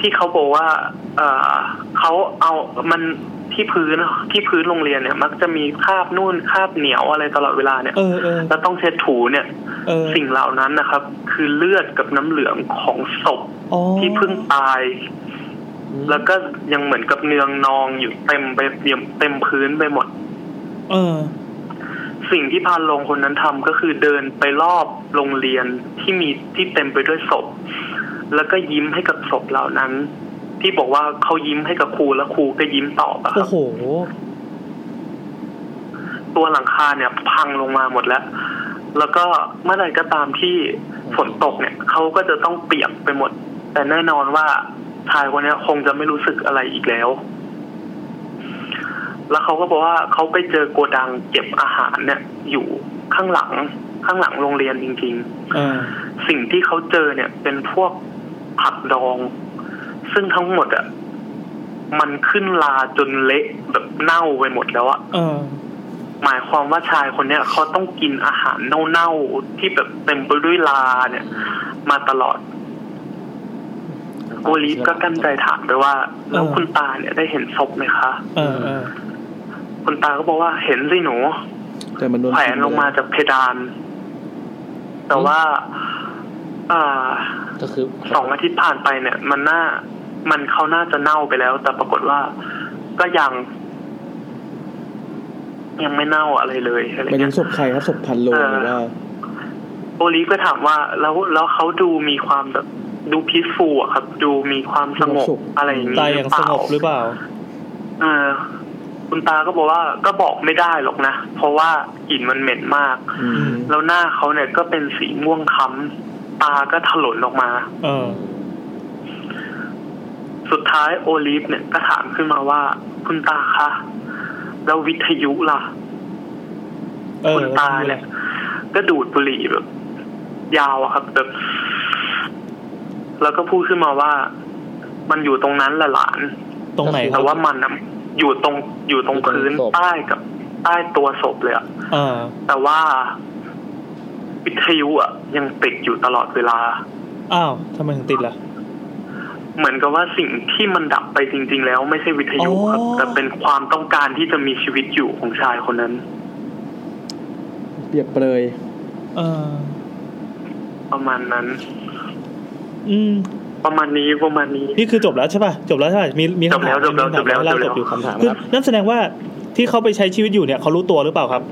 Speaker 8: ที่เขาบอกว่า เออเขาเอามันที่พื้นที่พื้นโรงเรียนเนี่ย มักจะมีคราบนู่นคราบเหนียวอะไรตลอดเวลาเนี่ย
Speaker 1: เออเออ
Speaker 8: แล้วต้องเช็ดถูเนี่ย
Speaker 1: เออ
Speaker 8: สิ่งเหล่านั้นนะครับ คือเลือดกับน้ำเหลืองของศพ
Speaker 1: อ๋อ
Speaker 8: ที่เพิ่งตาย แล้วก็ยังเหมือนกับเนืองนองอยู่เต็มไปเต็มเต็มพื้นไปหมด
Speaker 1: เออ
Speaker 8: สิ่งที่พานลงคนนั้นทำก็คือเดินไปรอบโรงเรียนที่มีที่เต็มไปด้วยศพ แล้วก็ยิ้มให้กับศพเหล่านั้น ที่บอกว่าเขายิ้มให้กับครูแล้วครูก็ยิ้มตอบอะค
Speaker 1: โอ้
Speaker 8: รับ
Speaker 1: โห
Speaker 8: ตัวหลังคาเนี่ยพังลงมาหมดแล้ว แล้วก็เมื่อไหร่ก็ตามที่ฝนตกเนี่ยเขาก็จะต้องเปียกไปหมด แต่แน่นอนว่า ชายคนเนี้ย คงจะไม่รู้สึกอะไรอีกแล้ว แล้วเขาก็บอกว่าเขาไปเจอโกดังเก็บอาหารเนี่ย อยู่ข้างหลังข้างหลังโรงเรียนจริง ๆ
Speaker 1: อ่า
Speaker 8: สิ่งที่เขาเจอเนี่ย เป็นพวกผักดอง ซึ่งทั้งหมดอะ่ะมันขึ้นลาจนเละแบบเน่าไปหมดแล้วอะ
Speaker 1: เออ
Speaker 8: หมายความว่าชายคนเนี้ยเขาต้องกินอาหารเน่าๆที่แบบเต็มไปด้วยลาเนี่ย มาตลอดโอลิฟก็กั้นใจถามไปว่า แล้วคุณตาเนี่ยได้เห็นศพไหมคะ
Speaker 1: เออเออ
Speaker 8: คุณตาก็บอกว่าเห็นสิหนู
Speaker 3: แต่มันโดน
Speaker 8: แขวนลงมาจากเพดาน แต่ว่าอ่า
Speaker 6: ก็คือ
Speaker 8: สองอาทิตย์ผ่านไปเนี่ย มันน่ามันเขาน่าจะเน่าไปแล้ว แต่ปรากฏว่าก็ยัง ยังไม่เน่าอะไรเลยอะไร
Speaker 3: มันยั
Speaker 8: เงี้
Speaker 3: ง
Speaker 8: ย
Speaker 3: ศพใครครับศพพันโลหรือว่า
Speaker 8: โอลีฟก็ถามว่า แล้วแล้วเขาดูมีความแบบดูพีซฟูลอะครับ ดูมีความสงบ
Speaker 3: มีความสุข
Speaker 8: อะไรอย่างนี้
Speaker 1: ตายอย่างส
Speaker 8: หรืเปล่
Speaker 1: งบหรือเปล่า
Speaker 8: เออ คุณตาก็บอกว่าก็บอกไม่ได้หรอกนะ เพราะว่ากลิ่นมันเหม็นมาก
Speaker 3: อืม
Speaker 8: แล้วหน้าเขาเนี่ยก็เป็นสีม่วงค้ำตาก็ถลนออกมา
Speaker 1: เออ
Speaker 8: สุดท้ายโอลิฟเนี่ยก็ถามขึ้นมาว่า คุณตาคะแล้ววิทยุล่ะ
Speaker 1: เออ
Speaker 8: คุณตาเนี่ย ก็ดูดบุหรี่แบบ ยาวอะครับแบบแล้วก็พูดขึ้นมาว่า มันอยู่ตรงนั้นแหละหลาน
Speaker 1: ตรงไหนครั
Speaker 8: แต่
Speaker 1: บ
Speaker 8: ว่ามันอะอยู่ตรงอยู่ตรงพื้นใต้กับใต้ตัวศพเลยอะ
Speaker 1: เออ
Speaker 8: แต่ว่าวิทยุอะยังติดอยู่ตลอดเวลา
Speaker 1: อ้าวทำไมถึงติดล่ะ
Speaker 8: เหมือนกับว่าสิ่งที่มันดับไปจริง ๆ แล้วไม่ใช่วิทยุครับ
Speaker 1: อ๋อ
Speaker 8: แต่เป็นความต้องการที่จะมีชีวิตอยู่ของชายคนนั้น
Speaker 3: เปรียบเปรย
Speaker 1: เออ
Speaker 8: ประมาณนั้น
Speaker 1: อืม
Speaker 8: ประมาณนี้ประมาณนี้
Speaker 1: นี่คือจบแล้วใช่ป่ะ จบแล้วใช่ป่ะมีมีคำถาม
Speaker 8: จบแล้วจบแล้วจบแล้ว
Speaker 1: เล่า
Speaker 8: จบแล้ว
Speaker 1: จบอยู่
Speaker 6: คำถาม
Speaker 1: คือ
Speaker 6: ครับ
Speaker 1: นั่นแสดงว่าที่เขาไปใช้ชีวิตอยู่เนี่ยเขารู้ตัวหรือเปล่าครับ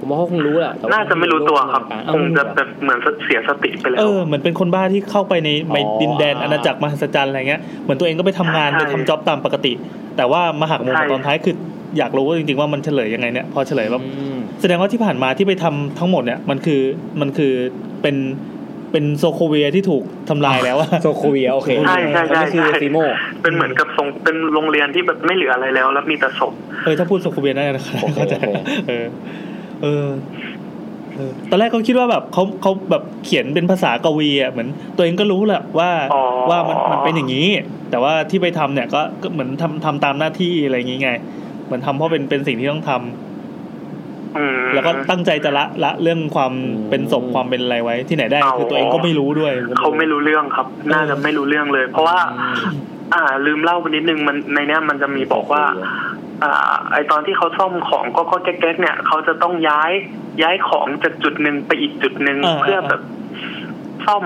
Speaker 6: ผมว่าเขาคงรู้แหละแต่ว่
Speaker 8: น่าจะไม่รู้ตัวครับ
Speaker 6: เอ้า
Speaker 8: ค
Speaker 6: ไม่
Speaker 8: ง
Speaker 6: รู้
Speaker 8: จะ
Speaker 6: เหรอ
Speaker 8: แบบเหมือนเสียสติไปแล้
Speaker 1: เอ
Speaker 8: ว
Speaker 1: อเหมือนเป็นคนบ้าที่เข้าไปในใน
Speaker 6: อ๋อ
Speaker 1: ดินแดนอาณาจักรมหัศจรรย์อะไรเงี้ยเหมือนตัวเองก็ไปทำงาน
Speaker 8: ใช่
Speaker 1: ไปทำจ็อบตามปกติ แต่ว่ามาหักมุม
Speaker 8: ใช่
Speaker 1: ตอนท้ายคืออยากรู้ว่าจริงๆว่ามันเฉลยยังไงเนี่ยพอเฉลยว่า
Speaker 6: อืม
Speaker 1: แสดงว่าที่ผ่านมาที่ไปทำทั้งหมดเนี่ยมันคือมันคือเป็นเป็นโซโคเวียที่ถูกทำลาย
Speaker 8: [LAUGHS]
Speaker 1: แล้วอะ
Speaker 6: โซโคเวียโอเค
Speaker 8: ใช่ใช่
Speaker 6: อัน
Speaker 8: ใช่
Speaker 6: นี้คือ
Speaker 8: ใช่
Speaker 6: ซีโม
Speaker 8: เป็นเหมือนกับทรงเป็นโรงเรียนที่แบบไม่เหลืออะไรแล้ว แล้วมีแต่ศพ
Speaker 1: เออถ้าพูดโซโคเวียนได้นะ
Speaker 6: โอเค
Speaker 1: เข้าใจ
Speaker 6: โอเค
Speaker 1: เออเออเออตอนแรกก็คิดว่าแบบเขาเขาแบบเขียนเป็นภาษากวีอ่ะเหมือน ตัวเองก็รู้แหละว่า
Speaker 8: อ๋อ
Speaker 1: ว่ามันมันเป็นอย่างนี้ แต่ว่าที่ไปทำเนี่ยก็ก็เหมือนทำทำตามหน้าที่อะไรอย่างนี้ไงเหมือนทำเพราะเป็นเป็นสิ่งที่ต้องทำ
Speaker 8: อืม
Speaker 1: แล้วก็ตั้งใจจะละละเรื่องความเป็นศพความเป็นอะไรไว้ ที่ไหนได้
Speaker 8: เอา
Speaker 1: คือตัวเองก็ไม่รู้ด้วย
Speaker 8: เขาไม่รู้เรื่องครับ น่าจะไม่รู้เรื่องเลย เพราะว่า อ่า ลืมเล่าไปนิดนึงมันในเนี้ยมันจะมีบอกว่า อ่า ไอตอนที่เขาซ่อมของก็ก็แก๊กๆเนี่ยเขาจะต้องย้ายย้ายของจากจุดหนึ่งไปอีกจุดหนึ่ง
Speaker 1: อ่า
Speaker 8: เพื่อ
Speaker 1: อ่า
Speaker 8: แบบซ่อม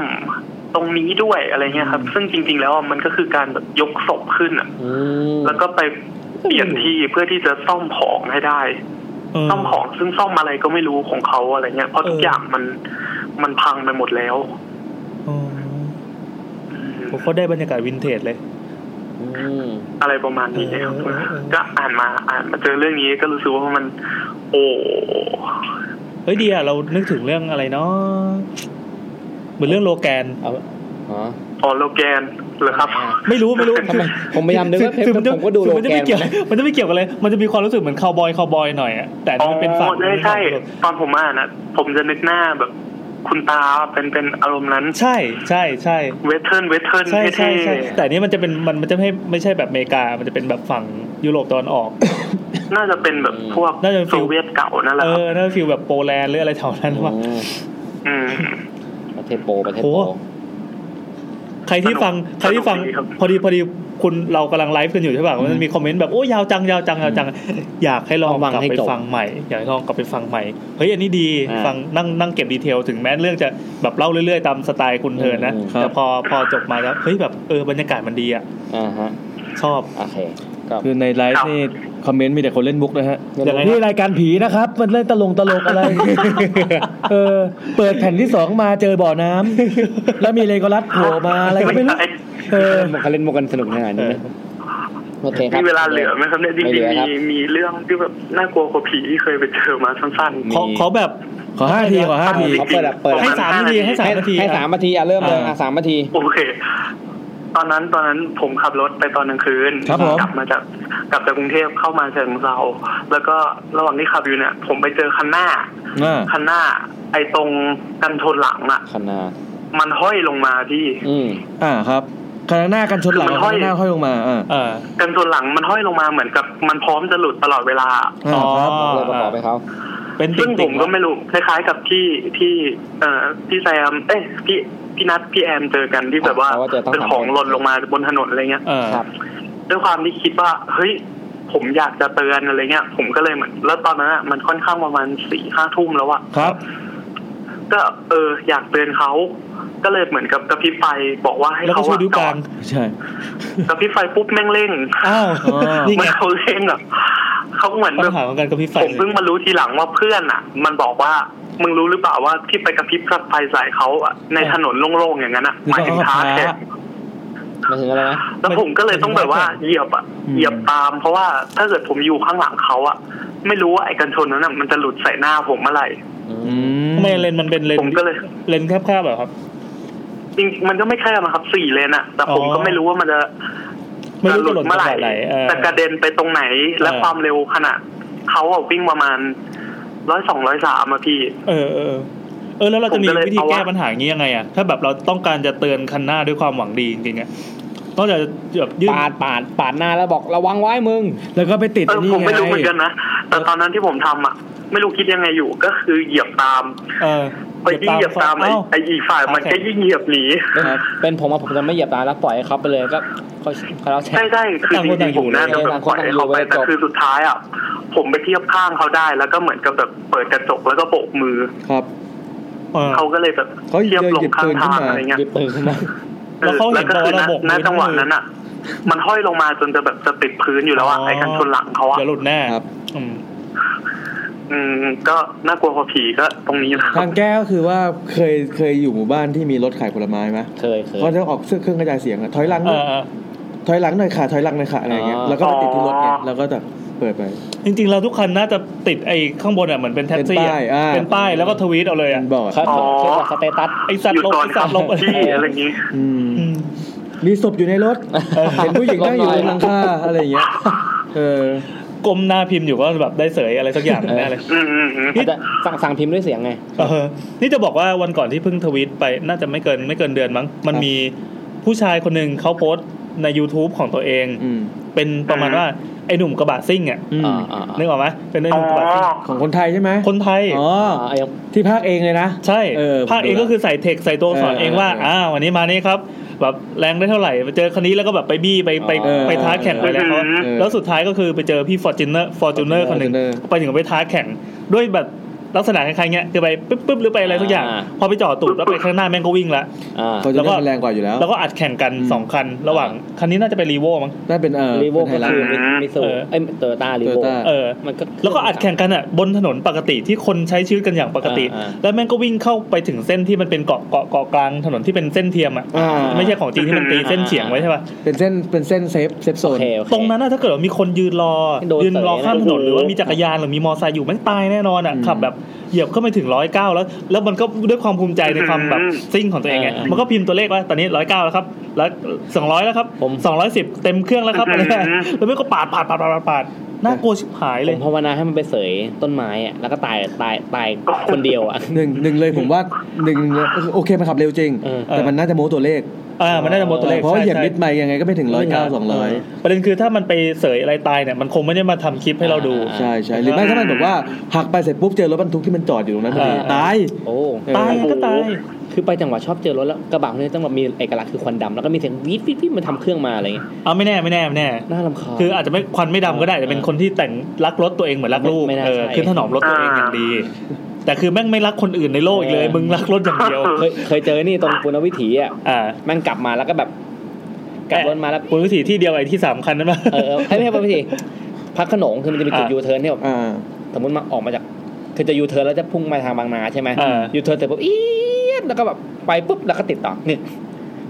Speaker 8: ตรงนี้ด้วยอะไรเงี้ยครับ ซึ่งจริง ๆ แล้วอ่ะมันก็คือการแบบยกศพขึ้นอ่ะ
Speaker 6: อืม
Speaker 8: แล้วก็ไปเปลี่ยนที่เพื่อที่จะซ่อมของให้ได้
Speaker 1: เออ
Speaker 8: ซ่อมของซึ่งซ่อมอะไรก็ไม่รู้ของเขาอะไรเงี้ยเพราะทุ
Speaker 1: เอ
Speaker 8: ก
Speaker 1: อ
Speaker 8: อ
Speaker 1: อ
Speaker 8: ย่างมันมันพังไปหมดแล้ว
Speaker 1: เออ
Speaker 8: อืม
Speaker 1: โอ้เขาได้บรรยากาศวินเทจเลย
Speaker 6: อืม
Speaker 8: อะไรประมาณนี้ครับ
Speaker 1: เออเออเออ
Speaker 8: ก็อ่านมาอ่านมาเจอเรื่องนี้ก็รู้สึกว่ามัน โอ้
Speaker 1: เฮ้ยดีอ่ะเรานึกถึงเรื่องอะไรเนาะเหมือนเรื่องโลแกน
Speaker 6: เอาอ๋อ
Speaker 8: ออโลแกนเหรอครับ
Speaker 1: ไม่รู้ไม่รู้
Speaker 6: ทำไม [LAUGHS] ผมพยายามนึก
Speaker 1: [LAUGHS]
Speaker 6: ว่า
Speaker 1: คือคือ
Speaker 6: ผมก็ดู
Speaker 1: คือมันจะ
Speaker 6: โลแกน
Speaker 1: ไม่เกี่ยว [LAUGHS] มันจะไม่เกี่ยวกันเลยมันจะมีความรู้สึกเหมือนคาวบอยคาวบอยหน่อยอะแต่อัน
Speaker 8: อ๋
Speaker 1: นี่มันเป็นฝั่ง
Speaker 8: อได้ใช่ตอนผมอ่านนะผมจะนึกหน้าแบบ คุณตาเป็นเป็นอารมณ์นั้น
Speaker 1: ใช่ใช่ใช่
Speaker 8: เวทเทิร์นเวทเทิร์น
Speaker 1: ใช่ใช่
Speaker 8: เท่
Speaker 1: ใช่แต่อันนี้มันจะเป็นมันมันจะไม่ไม่ใช่แบบอเมริกา มันจะเป็นแบบฝั่งยุโรปตอนออก
Speaker 8: ๆน่าจะเป็นแบบพวก
Speaker 1: น่าจะเป็นฟิ
Speaker 8: โซ
Speaker 1: ล
Speaker 8: เวียตเก่านั่นแห
Speaker 1: เอ
Speaker 8: ละครับ
Speaker 1: อน่าจะฟีลแบบโปแลนด์หรืออะไรแถวนั้นว่ะ
Speaker 6: อืม
Speaker 8: อืม
Speaker 6: ประเทศโปรประเทศ
Speaker 1: โอ้
Speaker 6: โปร
Speaker 1: ใครที่ฟังใค
Speaker 8: ส
Speaker 1: ร
Speaker 8: นุก
Speaker 1: ที่ฟัง
Speaker 8: สนุกดีครับ
Speaker 1: พอดีพอดีคุณเรากำลังไลฟ์กันอยู่ใช่ป่ะมันมีคอมเมนต์แบบโอ้ยาวจังยาวจังยาวจัง อยากให้ลองกลับไปฟังใหม่ อยากให้ลองกลับไปฟังใหม่เฮ้ยอันนี้ดีฟังนั่งนั่งเก็บดีเทลถึงแม้เรื่องจะแบบเล่าเรื่อยๆตามสไตล์คุณเธอนะแต่พอพอจบมาแล้วเฮ้ยแบบเออบรรยากาศมันดีอ่ะ
Speaker 6: อ่าฮะ
Speaker 1: ชอบ
Speaker 6: โอเคก็
Speaker 3: คือในไลฟ์นี่คอมเมนต์มีแต่คนเล่นมุกนะฮะ
Speaker 1: ยังไงครับ
Speaker 3: นี่รายการผีนะครับ มันเล่นตลงตลกอะไร เออเปิดแผ่นที่สองมาเจอบ่อน้ำแล้วมีเลโกลัสโผล่มาอะไรก็ไม่รู้
Speaker 8: ใช่
Speaker 3: เออ
Speaker 6: มันเขาเล่นมุกกันสนุกขนาดนี้นะโอเคครับ
Speaker 8: มีเวลาเหลือไหมครับเนี่ยจ
Speaker 6: ไม่เห
Speaker 8: ริ
Speaker 6: ลื
Speaker 8: ง
Speaker 6: อ
Speaker 8: ๆ
Speaker 6: ครับ
Speaker 8: มีมีเรื่องที่แบบน่ากลัวกว่าผีที่เคยไปเจอมาสั้น
Speaker 1: ขอขอแบบ
Speaker 3: ขอห้าทีขอห้าที
Speaker 6: เขาเปิดอะเปิด
Speaker 8: ประ
Speaker 1: ให้
Speaker 8: มาณ
Speaker 1: สาม
Speaker 8: ห้า
Speaker 1: นาที
Speaker 8: นาที
Speaker 1: ให้สาม
Speaker 6: ให้
Speaker 1: นาที
Speaker 6: ให้สามนาทีอ่ะเริ่มเลยอ่ะสามนาที
Speaker 8: ๆ โอเค ตอนนั้นตอนนั้นผมขับรถไปตอนกลางคืน
Speaker 4: ครับผม
Speaker 8: กลับมาจากกลับจากกรุงเทพเข้ามาเชิงเราแล้วก็ระหว่างที่ขับอยู่เนี่ย ผมไปเจอคันหน้า
Speaker 4: อ่า
Speaker 8: คันหน้า ไอ้ตรงกันชนหลังอ่ะ
Speaker 6: คณะ
Speaker 8: มันห้อยลงมาพี่
Speaker 6: อืม
Speaker 4: อ่าครับคณะหน้ากันชนหลัง
Speaker 8: มัน
Speaker 4: ค
Speaker 8: ห้อย
Speaker 4: ณะหน้าห้อยลงมาอ่า
Speaker 1: อ่า
Speaker 8: กันชนหลังมันห้อยลงมาเหมือนกับมันพร้อมจะหลุดตลอดเวลา
Speaker 4: อ่าครับ
Speaker 6: เลยประกอบไปเขา
Speaker 1: เป็น
Speaker 8: ซึ่
Speaker 1: ติ่
Speaker 8: ง
Speaker 1: ง
Speaker 8: ผ
Speaker 1: ติ่
Speaker 8: ม
Speaker 1: ง
Speaker 8: ก็ไม่รู้คล้ายๆกับที่ที่เอ่อพี่แซมเอ้ยพี่พี่นัทพี่แอมเจอกันที่แบบว่า
Speaker 6: เพระจะต้
Speaker 8: เป็น
Speaker 6: ทำ
Speaker 8: ของหล่นลงมาบนถนนอะไรเงี้ย
Speaker 1: เออ
Speaker 6: ครับ
Speaker 8: ด้วยความที่คิดว่า เฮ้ย ผมอยากจะเตือนอะไรเงี้ย ผมก็เลยเหมือนแล้วตอนนั้นอะมันค่อนข้างประมาณสี่ห้าทุ่มแล้วอะ
Speaker 4: ครับ
Speaker 8: ก็เอออยากเตือนเขาก็เลยเหมือนกับกระพริบไฟบอกว่าให้
Speaker 1: แล้วก็
Speaker 8: เขา
Speaker 1: ช่วย
Speaker 8: อะ
Speaker 1: ดูกลาง
Speaker 4: ใช่
Speaker 8: กระพริบไฟปุ๊บแม่งเร่ง
Speaker 1: อ้าวนี่
Speaker 8: เหมัน
Speaker 1: ไง
Speaker 8: เขาเร่งอะเขาเหมือน
Speaker 1: ปั
Speaker 8: แบ
Speaker 1: ญ
Speaker 8: บ
Speaker 1: หาของการกระพริบไฟ
Speaker 8: ผม
Speaker 1: เลย
Speaker 8: เพิ่งมารู้ทีหลังว่าเพื่อนอ่ะ มันบอกว่ามึงรู้หรือเปล่าว่าที่ไปกระพริบกระไฟใส่เขาอะในถนนโล่งๆอย่างนั้นอ่ะหมายถึงท้าแขก
Speaker 6: หมายถึงอะไรนะ
Speaker 8: แล้วผมก็เลยต้องแบบว่าเหยียบอ่ะเหยียบตาม เพราะว่าถ้าเกิดผมอยู่ข้างหลังเขาอ่ะ ไม่รู้ว่าไอ้กันชนนั้นน่ะมันจะหลุดใส่หน้าผมเมื่อไหร่
Speaker 6: อืม
Speaker 1: ทำไมเลนส์มันเป็นเลน
Speaker 8: ผมก็เลย
Speaker 1: เลนส์แคบๆแบบครับ
Speaker 8: จริงๆมันก็ไม่แค่นะครับสี่เลนอ่ะ แต่ผม
Speaker 1: อ๋อ
Speaker 8: ก็ไม่รู้ว่ามันจะ
Speaker 1: ไม่รู้จะหล่นจังหวะไหนเออ
Speaker 8: แต่กระเด็นไปตรงไหนและ
Speaker 1: เออ
Speaker 8: ความเร็วขนาดเขาอะวิ่งประมาณร้อยสองร้อยสามอะพี่
Speaker 1: เออเออเออเออแล้วเราจะมี
Speaker 8: ผมก็เลย
Speaker 1: วิธี
Speaker 8: เอา
Speaker 1: แก้
Speaker 8: ว่า
Speaker 1: ปัญหาอย่างนี้ยังไงอ่ะถ้าแบบเราต้องการจะเตือนคันหน้าด้วยความหวังดีจริงๆอ่ะต้องจะแบบยื่น
Speaker 6: ปาดปาดปาดหน้าแล้วบอกระวังไว้มึง
Speaker 4: แล้วก็ไปติด
Speaker 8: เออ
Speaker 4: นี่
Speaker 8: ผม
Speaker 4: ไง
Speaker 8: ไม่รู้เหมือนกันนะ แต่ตอนนั้นที่ผมทำอ่ะ ไม่รู้คิดยังไงอยู่ก็คือเหยียบตาม
Speaker 1: เออ
Speaker 8: ไปยิ่งเหยียบตามไอ้
Speaker 1: เอ้า
Speaker 8: ไอ้อีกฝ่ายมัน
Speaker 1: โอเค
Speaker 8: ก็ยิ่งเหยียบหนี
Speaker 6: เป็นผมอะผมจะไม่เหยียบตาแล้วปล่อยให้เขาไปเลยก็เขาเขาแล้วแช
Speaker 8: ใช่
Speaker 6: ร์
Speaker 8: ใช่คือจริงๆผมน่าจะแบบปล่อยให้เขาไปแต่คือสุดท้ายอ่ะผมไปเทียบข้างเขาได้แล้วก็เหมือนกับแบบเปิดกระจกแล้วก็โบกมือ
Speaker 3: ครับ
Speaker 1: เออ
Speaker 8: เขาก็เลยแบบ
Speaker 3: เขา
Speaker 8: เทียบลงข้างทางอะไรเงี้ย
Speaker 6: หยิบปืนขึ้นมา [LAUGHS]
Speaker 8: เออ
Speaker 1: แล้วเขาเห็
Speaker 8: แล้ว
Speaker 1: น
Speaker 8: ก็คือ
Speaker 1: เรา
Speaker 8: ณ
Speaker 1: โบกมื
Speaker 8: ณ
Speaker 1: อ
Speaker 8: จังหวะนั้นอ่ะ มันห้อยลงมาจนจะแบบจะติดพื้นอยู่แล้วอ่ะไอ้กันชนหลังเขาอ่ะ
Speaker 1: เดี๋ยวหลุดแน่
Speaker 3: ครับ
Speaker 1: อืม
Speaker 8: อืมก็น่ากลัวพอผีก็ตรงนี้นะครั
Speaker 3: ทา
Speaker 8: บ
Speaker 3: งแก้ก็คือว่าเคยเคยอยู่หมู่บ้านที่มีรถขายผลไม้ไหม
Speaker 6: เคยเคย
Speaker 3: เขาจะออกเสื้อเครื่องกระจายเสียงอะถอยหลัง
Speaker 1: เออเออ
Speaker 3: ถอยหลังหน่อยค่ะถอยหลังหน่อยค่ะอะไรอย่างเงี้ย
Speaker 6: อ๋อ
Speaker 3: แล้วก็ไปติดที่รถไงแล้วก็แบบเปิดไป
Speaker 1: จริงๆเราทุกคันน่าจะติดไอ้ข้างบนอ่ะเหมือนเป็นแท็กซี่อะ
Speaker 3: เป็นป้ายอ่า
Speaker 1: เป็นป้ายแล้วก็ทวีตเอาเลยอ่ะ
Speaker 3: บอร์ด
Speaker 6: เขาเขาเขาบอกสเตตัส
Speaker 1: ไอสัต
Speaker 8: หยุ
Speaker 1: ว์
Speaker 8: ด
Speaker 1: ลบ
Speaker 8: ก่อน
Speaker 1: ไอ
Speaker 8: ค
Speaker 1: สัตว์ลบ
Speaker 8: รับพี่อะไรอย่างงี้
Speaker 3: อืม
Speaker 1: อืม
Speaker 3: มีศพอยู่ในรถ
Speaker 1: เออ
Speaker 3: เห็นผู้หญิงนั่งอยู่บนหลังคาอะไรอย่างเงี้ยเออ
Speaker 1: ก้มหน้าพิมพ์อยู่ก็แบบได้เสยอะไรสักอย่างแน่เลย
Speaker 8: อืมอืมอืม
Speaker 6: อาจจะสั่งสั่งพิมพ์ด้วยเสียงไง
Speaker 1: เออนี่จะบอกว่าวันก่อนที่เพิ่งทวีตไปน่าจะไม่เกินไม่เกินเดือนมั้ง มันมีผู้ชายคนหนึ่งเขาโพสต์ใน YouTube ของตัวเอง
Speaker 3: อืม
Speaker 1: เป็นประมาณ
Speaker 8: อ่า
Speaker 1: ว่าไอ้หนุ่มกระบะซิ่งอ่ะ
Speaker 3: อืม
Speaker 6: อ่าอ่า
Speaker 1: นึกออกไหมเป็นไอ้ห
Speaker 8: อ๋
Speaker 1: นุ่มกระบะซิ่ง
Speaker 8: อ
Speaker 3: ของคนไทยใช่ไหม
Speaker 1: คนไทย
Speaker 3: อ๋อ
Speaker 6: อ่าไอ้
Speaker 3: ที่ภาคเองเลยนะ
Speaker 1: ใช่
Speaker 3: เออผม
Speaker 1: ภาคเอง
Speaker 3: ดูแล้ว
Speaker 1: ก็คือใส่เทคใส่ตัวอักษร
Speaker 3: เออ
Speaker 1: เองว่า
Speaker 3: เออ
Speaker 1: อ่าวันนี้มานี่ครับแบบแรงได้เท่าไหร่ไปเจอคันนี้แล้วก็แบบไปบี้ไปไป
Speaker 3: เออ
Speaker 1: ไปท้าแข่งไปอะไรเขา
Speaker 8: เออ
Speaker 1: แล้วสุดท้ายก็คือไปเจอพี่ฟอร์จูเนอร์ฟอร์จูเนอร์คนหนึ่ง
Speaker 3: Fortuner
Speaker 1: ไปถึงไปท้าแข่งด้วยแบบลักษณะคล้ายๆเงี้ยคือไปปึ๊บปึ๊บหรือไปอะไรทุกอย่าง
Speaker 6: อ่า
Speaker 1: พอไปจ่อตูดแล้วไปข้างหน้าแม่งก็วิ่งละ
Speaker 6: อ่า
Speaker 3: เขาจะได้แรงกว่าอยู่แล้ว
Speaker 1: แล้วก็อัดแข่งกัน
Speaker 3: อืม
Speaker 1: สองคัน ระหว่างคันนี้น่าจะเป็นรีโวมั้ง
Speaker 3: ได้เป็นเออ
Speaker 6: รีโว
Speaker 3: เป็น
Speaker 6: ก็
Speaker 3: ไทยรัฐ
Speaker 6: คือมิสู
Speaker 1: เออ
Speaker 6: เอ้ยโตโยต้ารีโว
Speaker 3: Toyota
Speaker 1: เออ
Speaker 6: มันก็
Speaker 1: แล้วก็อัดแข่งกันอ่ะบนถนนปกติที่คนใช้ชีวิตกันอย่างปกติ
Speaker 6: อ่าอ่า
Speaker 1: แล้วแม่งก็วิ่งเข้าไปถึงเส้นที่มันเป็นเกาะเกาะเกาะกลางถนนที่เป็นเส้นเทียมอ่ะ
Speaker 3: อ่า
Speaker 1: ไม่ใช่ของจริงที่มันตีเส้นเฉียงไว้ใช่ปะ
Speaker 3: เป็นเส้นเป็นเส้นเซฟเซฟโซ
Speaker 6: โอน เคโอเค
Speaker 1: ตรงนั้นน่ะถ้าเกิดว่ามีคนยืนรอ
Speaker 6: โดนเตะ
Speaker 1: ยืนรอข้ามถนน
Speaker 6: นะ
Speaker 1: หรือว่ามีจักรยานหรือมีมอไซค์อยู่แม่งตายแน่นอนอ่ะ
Speaker 3: อืม
Speaker 1: ขับแบบเหยียบเข้าไปถึงร้อยเก้าแล้ว แล้วมันก็ด้วยความภูมิใจในความแบบซิ่งของตัวเองไงมันก็พิมพ์ตัวเลขว่าตอนนี้ร้อยเก้าแล้วครับร้อยสองร้อยแล้วครับสองร้อยสิบเต็มเครื่องแล้วครับอะไรเงี้ย
Speaker 8: อืม
Speaker 1: แล้วมันก็ปาดปาดปาดปาดปาดน่ากลัวชิบหาย
Speaker 6: ผ
Speaker 1: เลย
Speaker 6: มภาวนาให้มันไปเสยต้นไม้อะแล้วก็ตายตายตายคนเดียวอ่ะ
Speaker 3: หนึ่งหนึ่งเลยผมว่าหนึ่งโอเคมันขับเร็วจริง
Speaker 6: เออ
Speaker 3: แต่มันน่าจะโม้ตัวเลข
Speaker 1: อ่ามันได้จำนวนตัวเลข
Speaker 3: เพราะว่าเหยียบ
Speaker 1: ใช่
Speaker 3: นิดใหม่ยังไงก็ไม่ถึงร้อยเก้าสองร้อย
Speaker 1: ประเด็นคือถ้ามันไปเสยอะไรตายเนี่ยมันคงไม่ได้มาทำคลิปให้เราดู
Speaker 3: ใช่ใช่หรือไม่ถ้ามันแบบว่าหักไปเสร็จปุ๊บเจอรถบรรทุกที่มันจอดอยู่ตรงนั้นพอดี
Speaker 1: อ่า
Speaker 3: ตาย
Speaker 6: โอ้
Speaker 3: เออ
Speaker 1: ตายก็ตาย
Speaker 6: คือไปจังหวัดชอบเจอรถแล้วกระบะคนนี้ต้องแบบมีเอกลักษณ์คือควันดำแล้วก็มีเสียงวีดวีดวีดมันทำเครื่องมาอะไรเงี้ย
Speaker 1: เอาไม่แน่ไม่แน่ไม่แน่
Speaker 6: น่ารำคาญ
Speaker 1: คืออาจจะไม่ควันไม่ดำก็ได้แต่เป็นคนที่แต่งรักรถตัวเองเหมือนรักลูก
Speaker 6: ไม่น่า
Speaker 1: เออ
Speaker 6: ใช่
Speaker 1: คือถนอมรถตัวเองอย่างดี แต่คือแม่งไม่รักคนอื่นในโลกอีกเลย มึงรักรถอย่างเดี
Speaker 6: [LAUGHS]
Speaker 1: ยว
Speaker 6: เคยเคยเจอนี่ตรงปุณณวิถีอ่ะ
Speaker 1: อ่า
Speaker 6: แมันกลับมาแล้วก็แบบกลับรถมาแล้ว
Speaker 1: คุณวิถีที่เดียวไอ้ที่สามคันนั้นมา
Speaker 6: เออเออให้ไม่ให้ปุณณวิถีพักขนงคือมันจะมีจุด
Speaker 1: อ่ะ
Speaker 6: ยูเทิร์นที่แบบ
Speaker 3: อ่า
Speaker 6: สมมติมาออกมาจากคือจะยูเทิร์นแล้วจะพุ่งมาทางบางนาใช่ไหม
Speaker 1: อ่า
Speaker 6: ยูเทิร์นเสร็จปุ๊บอี๊ดแล้วก็แบบไปปุ๊บแล้วก็ติดต่อเนี่ย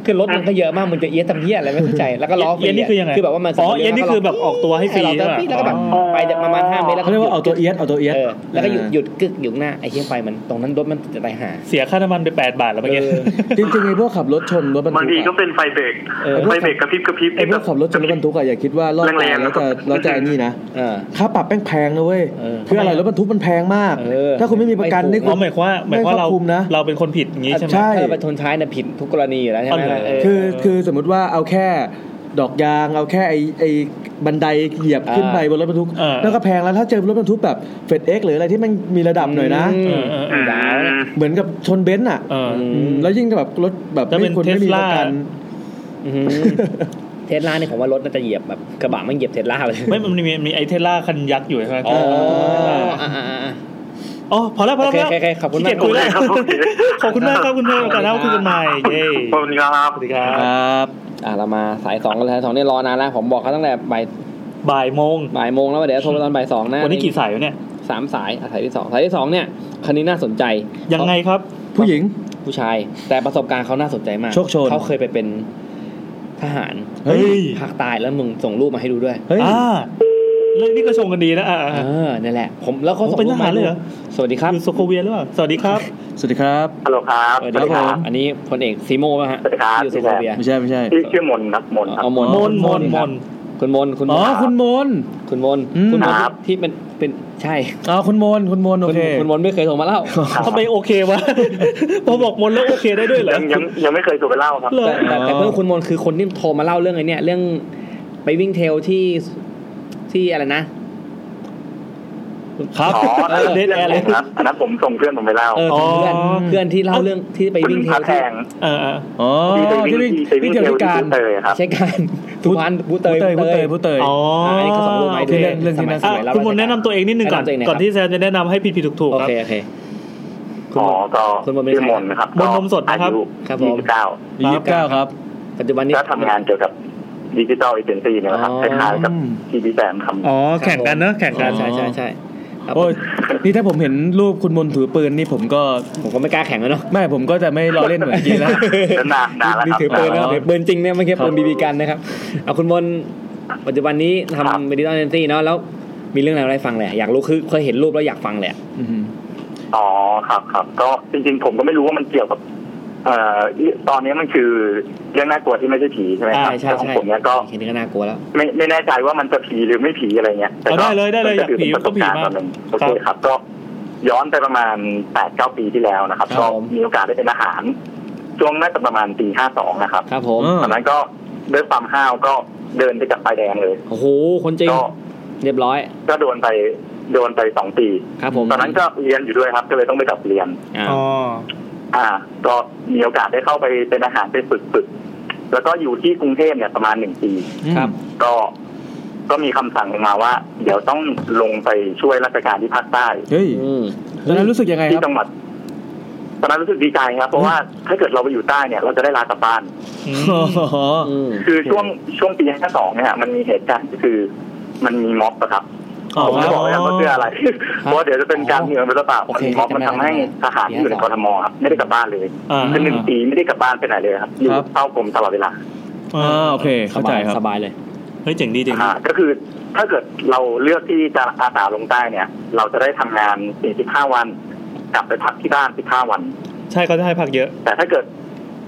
Speaker 6: คือรถมันก็เยอะมากมึงจะเอียดทำเหี้ยอะไรไม่เข้าใจแล้วก็ล้อฟรี
Speaker 1: เอี๊ยดนี่คือยังไง
Speaker 6: คือแบบว่ามัน
Speaker 1: อ๋อเอี๊ยดนี่คือแบบออกตัวให้ฟรี
Speaker 6: เาเติม
Speaker 1: ใช่ปะ
Speaker 6: แล้วก็แบบ
Speaker 8: อ๋อ
Speaker 6: ไปจากประมาณห้าเมตรแล้ว
Speaker 3: เขาเรียกว่าเอาตัวเอียดเอาตัวเอียด
Speaker 6: เออแล้วก็หยุดหยุดกึกอยู่ข้างหน้าไอ้เหี้ยไฟมันตรงนั้นรถมันจะตายหา
Speaker 1: เสียค่าน้ำมันไปแปดบาทแล้วเมื่อกี้
Speaker 6: เออ
Speaker 3: จริงๆไอ้พวกขับรถชนรถบรร
Speaker 8: บาง
Speaker 3: ทุ
Speaker 8: ที
Speaker 3: ก
Speaker 8: ก็
Speaker 3: อะ
Speaker 8: เป็นไฟเบรก
Speaker 6: เออ
Speaker 8: ไฟเบรกกระพริบกระพริบ
Speaker 3: ไอ้พวกขับรถชนรถบรรทุกอะอย่าคิดว่ารอด
Speaker 8: แร
Speaker 3: ตาย
Speaker 8: งๆ
Speaker 3: แล้วจะ
Speaker 8: นะครับ
Speaker 3: แล้วจะไอ้นี่นะ
Speaker 6: เอ
Speaker 1: [LAUGHS]
Speaker 6: อ
Speaker 3: ค่าปรับแม่งแพงนะเว้ย
Speaker 6: เออ
Speaker 3: เพื่ออะไรรถบรรทุกมันแพงมาก
Speaker 6: เออ
Speaker 3: ถ้าคุณไม่มีประกันนี่คุ
Speaker 1: อ๋อ
Speaker 3: ณ
Speaker 1: หมายความว่าหมายความว่าเรา
Speaker 3: ไม่ครอบคลุมนะ
Speaker 1: เราเป็นคนผิดอย่างนี้ใช่ไหม
Speaker 3: ใช่
Speaker 6: เออไปชนท้ายน่ะผิดทุกกรณีอยู่แล้วใช่ไหม
Speaker 1: เอาเลย
Speaker 6: เออ
Speaker 3: คือคือสมมติว่าเอาแค่ดอกยางเอาแค่ไอ้ไอ้บันไดเหยียบขึ้นไปบนรถบรรทุก
Speaker 1: เออ
Speaker 3: นั่นก็แพงแล้วถ้าเจอรถบรรทุกแบบเฟดเอ็กหรืออะไรที่มันมีระดับหน่อยนะ
Speaker 6: อืม
Speaker 1: เออเออเออ
Speaker 8: ดาวนะ
Speaker 3: เหมือนกับชนเบนซ์อ่ะ
Speaker 1: เออ
Speaker 3: อืมแล้วยิ่งแบบรถแบบ
Speaker 1: ถ้าเป็น
Speaker 3: ไม่คนไม่มีประกัน
Speaker 1: เทสล
Speaker 6: อื้อหือเทสลาเนี่ยผมว่ารถน่าจะเหยียบแบบกระบะไม่เหยียบเทสลาเลย
Speaker 1: ไม่มันมีมีไอเทล่าคันยักษ์อยู่ใช่ไหม
Speaker 6: อ๋อ
Speaker 1: เออ
Speaker 6: อ่ะอ่ะอ่ะ
Speaker 1: อ๋อพอแล้วพอแล้วพอแล้ว
Speaker 6: โอเคโอเคขอบคุณมาก
Speaker 1: ขี้เยจคุยแล้ว
Speaker 8: ครับผม
Speaker 1: ขอบคุณมากครับคุณเพื่อนโอกาสหน้าคุยกันใหม่เย้
Speaker 8: ขอบคุณครับ
Speaker 1: สวัสดีครับ
Speaker 3: ครับ
Speaker 2: อ่ะเรามาสายสองกันเลยสายสองเนี่ยรอนานแล้วผมบอกเขาตั้งแต่บ่าย
Speaker 1: บ่ายโมง
Speaker 2: บ่ายโมงแล้วว่าเดี๋ยวโทรไปตอนบ่ายสองนะ
Speaker 1: วันนี้กี่สายวะเนี่ย
Speaker 2: สามสายอ่ะสายที่สองสายที่สองเนี่ยคันนี้น่าสนใจ
Speaker 1: ยังไงครับ
Speaker 3: ผู้หญิง
Speaker 2: ผู้ชาย แต่ประสบการณ์เขาน่าสนใจมาก
Speaker 3: โชคโชน
Speaker 2: เขาเคยไปเป็นทหาร
Speaker 1: เฮ้ย
Speaker 2: ภาคใต้แล้วมึงส่งรูปมาให้ดูด้วย
Speaker 3: เฮ้ย
Speaker 1: อ่าเรื่องนี้ก็ชงกันดีนะอ่าอ่า
Speaker 2: เออนั่นแหละ ผมแล้วเขา
Speaker 1: โอ้
Speaker 2: ส่ง
Speaker 1: เป็นทหาร
Speaker 2: ม
Speaker 1: เลยเหรอ
Speaker 2: สวัสดีครับ
Speaker 1: อยู่โซโคเวียหรือเปล่าสวัสดีครับ
Speaker 3: สวัสดีครับ
Speaker 8: ฮัลโหลครับ
Speaker 2: สวัสดีค
Speaker 3: ครั
Speaker 2: รั
Speaker 3: บบ ผม
Speaker 2: อันนี้พลเอกซีโม่ป่ะฮะ
Speaker 8: สวัสดีครับ
Speaker 2: อยู่สุโขเบีย
Speaker 3: ไม่ใช่ไม่ใช่
Speaker 8: ชื่อชื่อมนครับมนครับ
Speaker 2: เอามน
Speaker 1: มนมนมน
Speaker 2: คุณมนคุณม
Speaker 3: อ๋อ
Speaker 2: น
Speaker 3: คุณมน
Speaker 2: คุณมน
Speaker 3: อืม
Speaker 2: คุณมน
Speaker 8: ครับ
Speaker 2: ที่เป็นเป็นใช่
Speaker 3: อ๋อคุณมนคุณมนโอ
Speaker 2: คุณ
Speaker 3: เค
Speaker 2: คุณมนไม่เคยส่งมาเล่า
Speaker 1: ทำไมโอเควะ พอบอกมนแล้วโอเคได้ด้วยเหรอ
Speaker 8: ยังยังยังไม่เคยถูกไปเล่าครับ
Speaker 1: เหรอ
Speaker 2: แต่แต่แต่
Speaker 3: อ๋อ
Speaker 2: เพื่อนคุณมนต์คือคนที่โทรมาเล่าเรื่องไอ้เนี่ยเรื่องไปวิ่งเทรลที่ที่อะไรนะ
Speaker 1: ครับ
Speaker 8: อ๋อ
Speaker 1: เออเดท
Speaker 8: เรื่อง
Speaker 1: แอร์เลย
Speaker 8: ผมครับอันนั้นผมส่งเพื่อนผมไปเล่า
Speaker 2: เออเพื่อน
Speaker 1: อ๋อ
Speaker 2: เพื่อนที่เล่าเรื่องที่ไปวิ่งเทร
Speaker 8: พั
Speaker 2: ล
Speaker 8: กแพ
Speaker 2: ที่
Speaker 8: ง
Speaker 1: เออเออ
Speaker 3: อ๋อ
Speaker 8: ที่ไป
Speaker 3: ที่
Speaker 8: วิ่
Speaker 3: วิ่
Speaker 8: ง
Speaker 3: ง
Speaker 8: ที่ไปวิ่
Speaker 3: วิ่
Speaker 8: ง
Speaker 3: ง
Speaker 8: เท
Speaker 3: เดียว
Speaker 8: ล
Speaker 3: ที่
Speaker 8: ที่
Speaker 3: การ
Speaker 8: ภูเตยครับ
Speaker 2: ใช่การทุพันบุเต
Speaker 3: ผู้
Speaker 2: ย
Speaker 3: เตยผู้เตยผู้เตย
Speaker 1: อ๋อ
Speaker 2: อ่าอันนี้เขาสองรูปมาให้ดู
Speaker 3: โอเคเรื่องเรื่องนี้น่าสน
Speaker 2: ส
Speaker 3: ใจ
Speaker 2: มัย
Speaker 1: อ่ะ
Speaker 2: เรา
Speaker 1: คุณมนแนะนำตัวเองนิดนึงก่อน
Speaker 2: แนะนำตัวเองหน่อยครับ
Speaker 1: ก่อนที่แซมจะแนะนำให้ผิดผิดถูกถูก
Speaker 2: โอ
Speaker 1: ครับ
Speaker 2: เคโอเค
Speaker 8: อ๋อก็
Speaker 2: คุณมนต์เป็น
Speaker 8: ชื่อ
Speaker 2: ใคร
Speaker 8: มนต์นะครับ
Speaker 1: มนต์นมสดนะครับ
Speaker 2: ครับผม
Speaker 8: ยี่สิบเก้า
Speaker 3: ยี่สิบเก้าครับ
Speaker 2: ปัจจุบันนี้
Speaker 8: ก็ทำงานเกี่ยวกับดิจิ t a ลเอเจนซี่เนี่ยนะครับ
Speaker 2: อ๋อ
Speaker 8: คล้ายๆกับที่พี่แซมท
Speaker 1: อ๋อแข่งกันเนอะแข่งกั
Speaker 2: ใช่
Speaker 1: น
Speaker 2: ใช่ใช่ใช่ครับ
Speaker 3: โอ้ยนี่ถ้าผมเห็นรูปคุณมนถือปืนนี่ผมก็
Speaker 2: ผมก็ไม่กล้าแข่งแล้วเนาะ
Speaker 3: ไม่ผมก็จะไม่ล้อเล่นเหมือนเมื่อกี้แล้ว
Speaker 8: ำแล้วนานนานแล้ว
Speaker 2: นี่
Speaker 8: ครับ
Speaker 2: ถือปืน
Speaker 3: ค
Speaker 2: นะครั
Speaker 3: รับ
Speaker 2: บถือปืนจริงเนี่ยไม่ใช่
Speaker 3: ครับ
Speaker 2: ปืนบีบีกันนะครับเอาคุณมนต์ปัจจุบันนี้ทำเมดิทัลเอนซี่เนาะแล้ว มีเรื่องอะไรมาให้ฟังแหละอยากรู้คือเคยเห็นรูปแล้วอยากฟังแหละ
Speaker 3: อือหือ
Speaker 8: อ๋อครับครับก็จริงๆ ผมก็ไม่รู้ว่ามันเกี่ยวกับเอ่อตอนนี้มันคือเรื่องน่ากลัวที่ไม่ใช่ผีใช่ไหมครับ
Speaker 2: ใช่ใช่
Speaker 8: แต่ของ
Speaker 2: ใช่
Speaker 8: ผมเนี่ยก็
Speaker 2: เห็นก็น่ากลัวแล้ว
Speaker 8: ไม่ไม่แน่ใจว่ามันจะผีหรือไม่ผีอะไรเงี้ยแต่ก็
Speaker 1: เอาได้เลยได้เลยอยากผี
Speaker 8: มันก็ถือเป็นประสบ
Speaker 1: ก็ผีมา
Speaker 8: การณ์ตอนหนึงโอเคครับ ก็ย้อนไปประมาณแปดเก้าปีที่แล้วนะครับก็มีโอกาสได้เป็นอาหารช่วงน่าจะประมาณปีห้าสองนะครับ
Speaker 2: ครับผม
Speaker 3: อ๋อ
Speaker 8: ตอนนั้นก็ด้วยความห้าวก็เดินไปจากไฟแดงเลย
Speaker 2: โอ้โหคนจริง
Speaker 8: ก็
Speaker 2: เรียบร้อย
Speaker 8: ก็โดนไปโดนไปสองปี
Speaker 2: ครับผม
Speaker 8: ตอนนั้นก็เรียนอยู่ด้วยครับ ก็เลยต้องไปกลับเรียน
Speaker 2: อ่า
Speaker 1: อ๋อ
Speaker 8: อ่า ก็มีโอกาสได้เข้าไปเป็นอาหารไปฝึกฝึกแล้วก็อยู่ที่กรุงเทพเนี่ยประมาณหนึ่งปี
Speaker 2: ครับ
Speaker 8: ก็ก็มีคำสั่งลงมาว่า เดี๋ยวต้องลงไปช่วยราชการที่ภาคใต้
Speaker 3: เฮ้ย
Speaker 2: อืม
Speaker 3: ตอนนั้นรู้สึกยังไงค
Speaker 8: ที่
Speaker 3: รับ
Speaker 8: จังหวัดตอนนั้นรู้สึกดีใจครับ เพราะว่าถ้าเกิดเราไปอยู่ใต้เนี่ย เราจะได้ลากลับบ้าน
Speaker 3: อ๋อ
Speaker 2: อืม
Speaker 8: คือช่วงช่วงปีห้าสองเนี่ยมันมีเหตุการณ์ก็คือมันมีม็อบอะครับ
Speaker 3: อ๋อ
Speaker 8: ผมไม่บอกแล้วกันว่าเพื่ออะไร เพราะว่าเดี๋ยวจะเป็นการเมืองไปหรือเปล่ามันมีม็อบมันทำให้ทหารที่อยู่ในกรทมครับไม่ได้กลับบ้านเลย
Speaker 1: อ่า
Speaker 8: เป็นหนึ่งปีไม่ได้กลับบ้านไปไหนเลยครับอยู่เฝ้ากรมตลอดเวลา
Speaker 1: อ่
Speaker 3: อ่า
Speaker 1: า
Speaker 3: โอเค เข้าใจครับ
Speaker 2: สบายเลย
Speaker 1: เฮ้ยเจ๋งดีเจ๋งดี
Speaker 8: อ่าก็คือถ้าเกิดเราเลือกที่จะอาสาลงใต้เนี่ย เราจะได้ทำงาน 45 วัน กลับไปพักที่บ้าน 15 วัน
Speaker 1: ใช่เขาจะให้พักเยอะ
Speaker 8: แต่ถ้าเกิด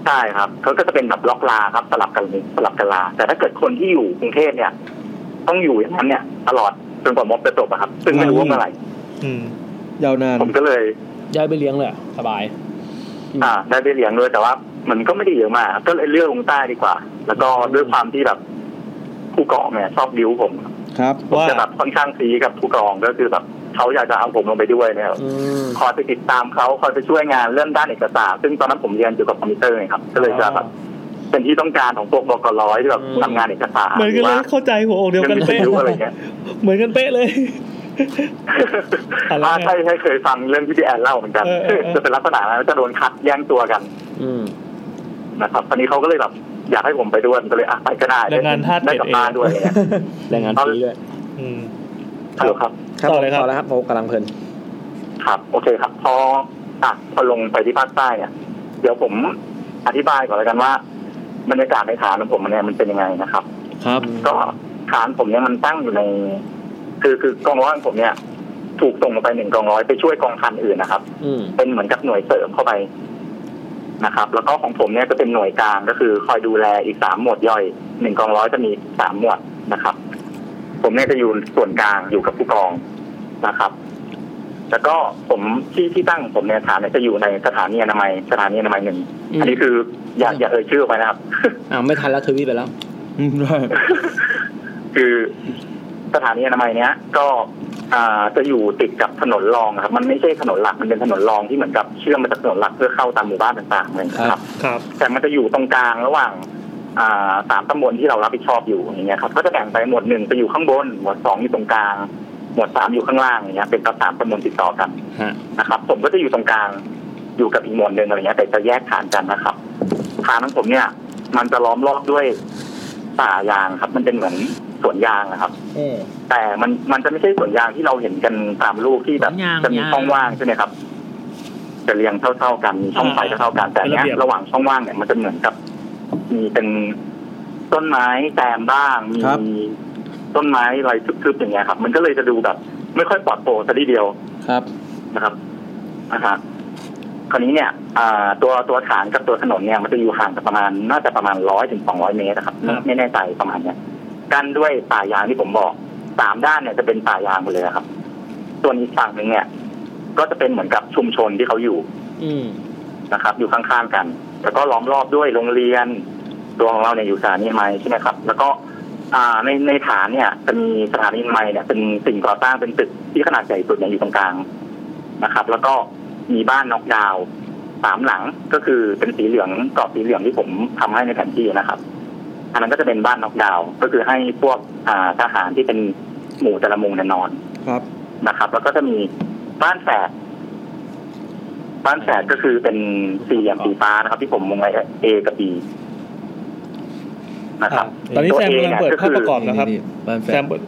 Speaker 8: ใช่ครับเขาก็จะเป็นแบบล็อกลาครับสลับกันสลับกันลา แต่ถ้าเกิดคนที่อยู่กรุงเทพเนี่ย ต้องอยู่อย่างนั้นเนี่ยตลอดจนกว่าม็อบจะจบอะครับ ซึ่งไม่รู้ว่าเมื่อไหร่
Speaker 1: อืม
Speaker 3: ยาวนาน
Speaker 8: ผมก็เลย
Speaker 6: ย้ายไปเลี้ยงเลยอะสบาย
Speaker 8: อ่า ได้ไปเลี้ยงด้วยแต่ว่า มันก็ไม่ได้เยอะมาก ก็เลยเลือกลงใต้ดีกว่า แล้วก็ด้วยความที่แบบผู้กองเนี่ยชอบดิ้วผม
Speaker 3: ครับ
Speaker 8: ผม
Speaker 1: ว่า
Speaker 8: จะแบบค่อนข้างซีกับผู้กองก็คือแบบเขาอยากจะเอาผมลงไปด้วยเนี่ยคอยไปติดตามเขาคอยไปช่วยงานเรื่องด้านเอกสารซึ่งตอนนั้นผมเรียนเกี่ยวกับคอมพิวเตอร์ไงครับ ก็เลยจะแบบเป็นที่ต้องการของพวกบกร้อยที่แบบทำงานเอกสาร
Speaker 1: เหมือนกันเลย
Speaker 8: ว่า
Speaker 1: เข้าใจหัวอกเดียวกัน
Speaker 8: วิท
Speaker 1: เป๊ะ
Speaker 8: ยุอะไรเงี้ย
Speaker 1: เหมือนกันเป๊ะเลย อะไร
Speaker 8: อ่าใช่ใช่เคยฟังเรื่องที่พี่แอนเล่าเหมือนกัน
Speaker 1: เออเออเออ
Speaker 8: จะเป็นลักษณะนั้นจะโดนคัดแย่งตัวกัน
Speaker 2: อืม
Speaker 8: นะครับตอนนี้เขาก็เลยแบบอยากให้ผมไปด้วยก็เลยอ่ะไปก็ได้
Speaker 1: แรงงานทาส
Speaker 8: ได้กลับบ้าน
Speaker 1: เด็ดเอง
Speaker 8: ด้วยอะไรเงี้ย
Speaker 2: แรงงานฟรีด้วย
Speaker 1: อืม
Speaker 8: ฮัลโหลครับ
Speaker 1: ต่อเลยครับ
Speaker 2: ต่อแล้วครับผมกำลังเพลิน
Speaker 8: ครับ โอเคครับ พออ่ะพอลงไปที่ภาคใต้เนี่ย เดี๋ยวผมอธิบายก่อนแล้วกันว่า บรรยากาศในฐานของผมเนี่ยมันเป็นยังไงนะครับ
Speaker 3: ครับ
Speaker 8: ก็ฐานผมเนี่ยมันตั้งอยู่ใน คือคือกองร้อยของผมเนี่ย ถูกส่งลงไปหนึ่งกองร้อยไปช่วยกองพันอื่นนะครับ
Speaker 2: อืม
Speaker 8: เป็นเหมือนกับหน่วยเสริมเข้าไปนะครับ แล้วก็ของผมเนี่ยจะเป็นหน่วยกลางก็คือคอยดูแลอีกสามหมวดย่อยหนึ่งกองร้อยจะมีสามหมวดนะครับ ผมเนี่ยจะอยู่ส่วนกลางอยู่กับผู้กองนะครับ แล้วก็ผมที่ที่ตั้งของผมเนี่ยฐานเนี่ยจะอยู่ในสถานีอนามัยสถานีอนามัยหนึ่งอันนี้คืออย่าอย่าเอ่ยชื่อออกไปนะครับ
Speaker 2: อ่าไม่ทันแล้วทวีตไปแล้ว
Speaker 8: [LAUGHS] คือสถานีอนามัยเนี้ย ก็อ่าจะอยู่ติดกับถนนรองครับ มันไม่ใช่ถนนหลักมันเป็นถนนรองที่เหมือนกับเชื่อมมาจากถนนหลักเพื่อเข้าตามหมู่บ้านต่างๆเลยนะครับ
Speaker 1: ครับ
Speaker 8: แต่มันจะอยู่ตรงกลางระหว่าง อ่าสามตำบลที่เรารับผิดชอบอยู่อย่างเงี้ยครับ ก็จะแบ่งไปหมวดหนึ่งไปอยู่ข้างบน หมวดสองอยู่ตรงกลาง หมวดสามอยู่ข้างล่างอย่างเงี้ยเป็นประสามตำบลติดต่อกัน
Speaker 3: ฮะ
Speaker 8: นะครับ ผมก็จะอยู่ตรงกลางอยู่กับอีกหมวดหนึ่งอะไรเงี้ยแต่จะแยกฐานกันนะครับฐานของผมเนี่ย มันจะล้อมรอบด้วยป่ายางครับ มันเป็นเหมือนสวนยางนะครับ แต่มันมันจะไม่ใช่สวนยางที่เราเห็นกันตามรูปที่แบบ
Speaker 9: สวนยาง
Speaker 8: จะมี
Speaker 9: ยาง
Speaker 8: ช่องว่างใช่ไหมครับ จะเรียงเท่า ๆกันมีช่องไฟเท่าๆกันแต่เนี้ย
Speaker 1: เป็นระเบียบ
Speaker 8: ระหว่างช่องว่างเนี่ยมันจะเหมือนกับ มีเป็นต้นไม้แตมบ้างมี
Speaker 10: ครับ
Speaker 8: ต้นไม้อะไรทึบๆอย่างเงี้ยครับ มันก็เลยจะดูแบบ ไม่ค่อยปลอดโปร่งซะทีเดียว
Speaker 10: ครับ
Speaker 8: นะครับนะฮะคราวนี้เนี่ย อ่า ตัวตัวฐานกับตัวถนนเนี่ย มันจะอยู่ห่างกันประมาณน่าจะประมาณร้อยถึงสองร้อยเมตรนะครับ
Speaker 1: ครับ
Speaker 8: ไม่แน่ใจประมาณเนี้ยกันด้วยป่ายางที่ผมบอกสามด้านเนี่ยจะเป็นป่ายางหมดเลยนะครับ ส่วนอีกฝั่งหนึ่งเนี่ย ก็จะเป็นเหมือนกับชุมชนที่เขาอยู่
Speaker 2: อืม
Speaker 8: นะครับอยู่ข้างๆกัน แล้วก็ล้อมรอบด้วยโรงเรียนตัวของเราเนี่ยอยู่สถานีไม้ใช่ไหมครับ แล้วก็อ่าในในฐานเนี่ยจะมีสถานีไม้เนี่ย เป็นสิ่งก่อสร้างเป็นตึกที่ขนาดใหญ่สุดเนี่ยอยู่ตรงกลางนะครับ แล้วก็มีบ้านนอกดาวน์สามหลังก็คือเป็นสีเหลืองกรอบสีเหลืองที่ผมทำให้ในแผนที่นะครับ อันนั้นก็จะเป็นบ้านนอกดาวน์ก็คือให้พวกอ่าทหารที่เป็นหมู่แต่ละหมู่เนี่ยนอน
Speaker 10: ครับ
Speaker 8: นะครับ แล้วก็จะมีบ้านแฝดบ้านแฝดก็คือเป็นสี่เหลี่ยมสีฟ้านะครับ ที่ผมวงไว้เอกับบีนะครับ
Speaker 1: ตอนนี้แซมกำลังเปิด
Speaker 8: ตัว A
Speaker 1: ภาพประกอบนะครับ
Speaker 10: บ้านแฟ
Speaker 1: แซม
Speaker 10: น
Speaker 1: เปิด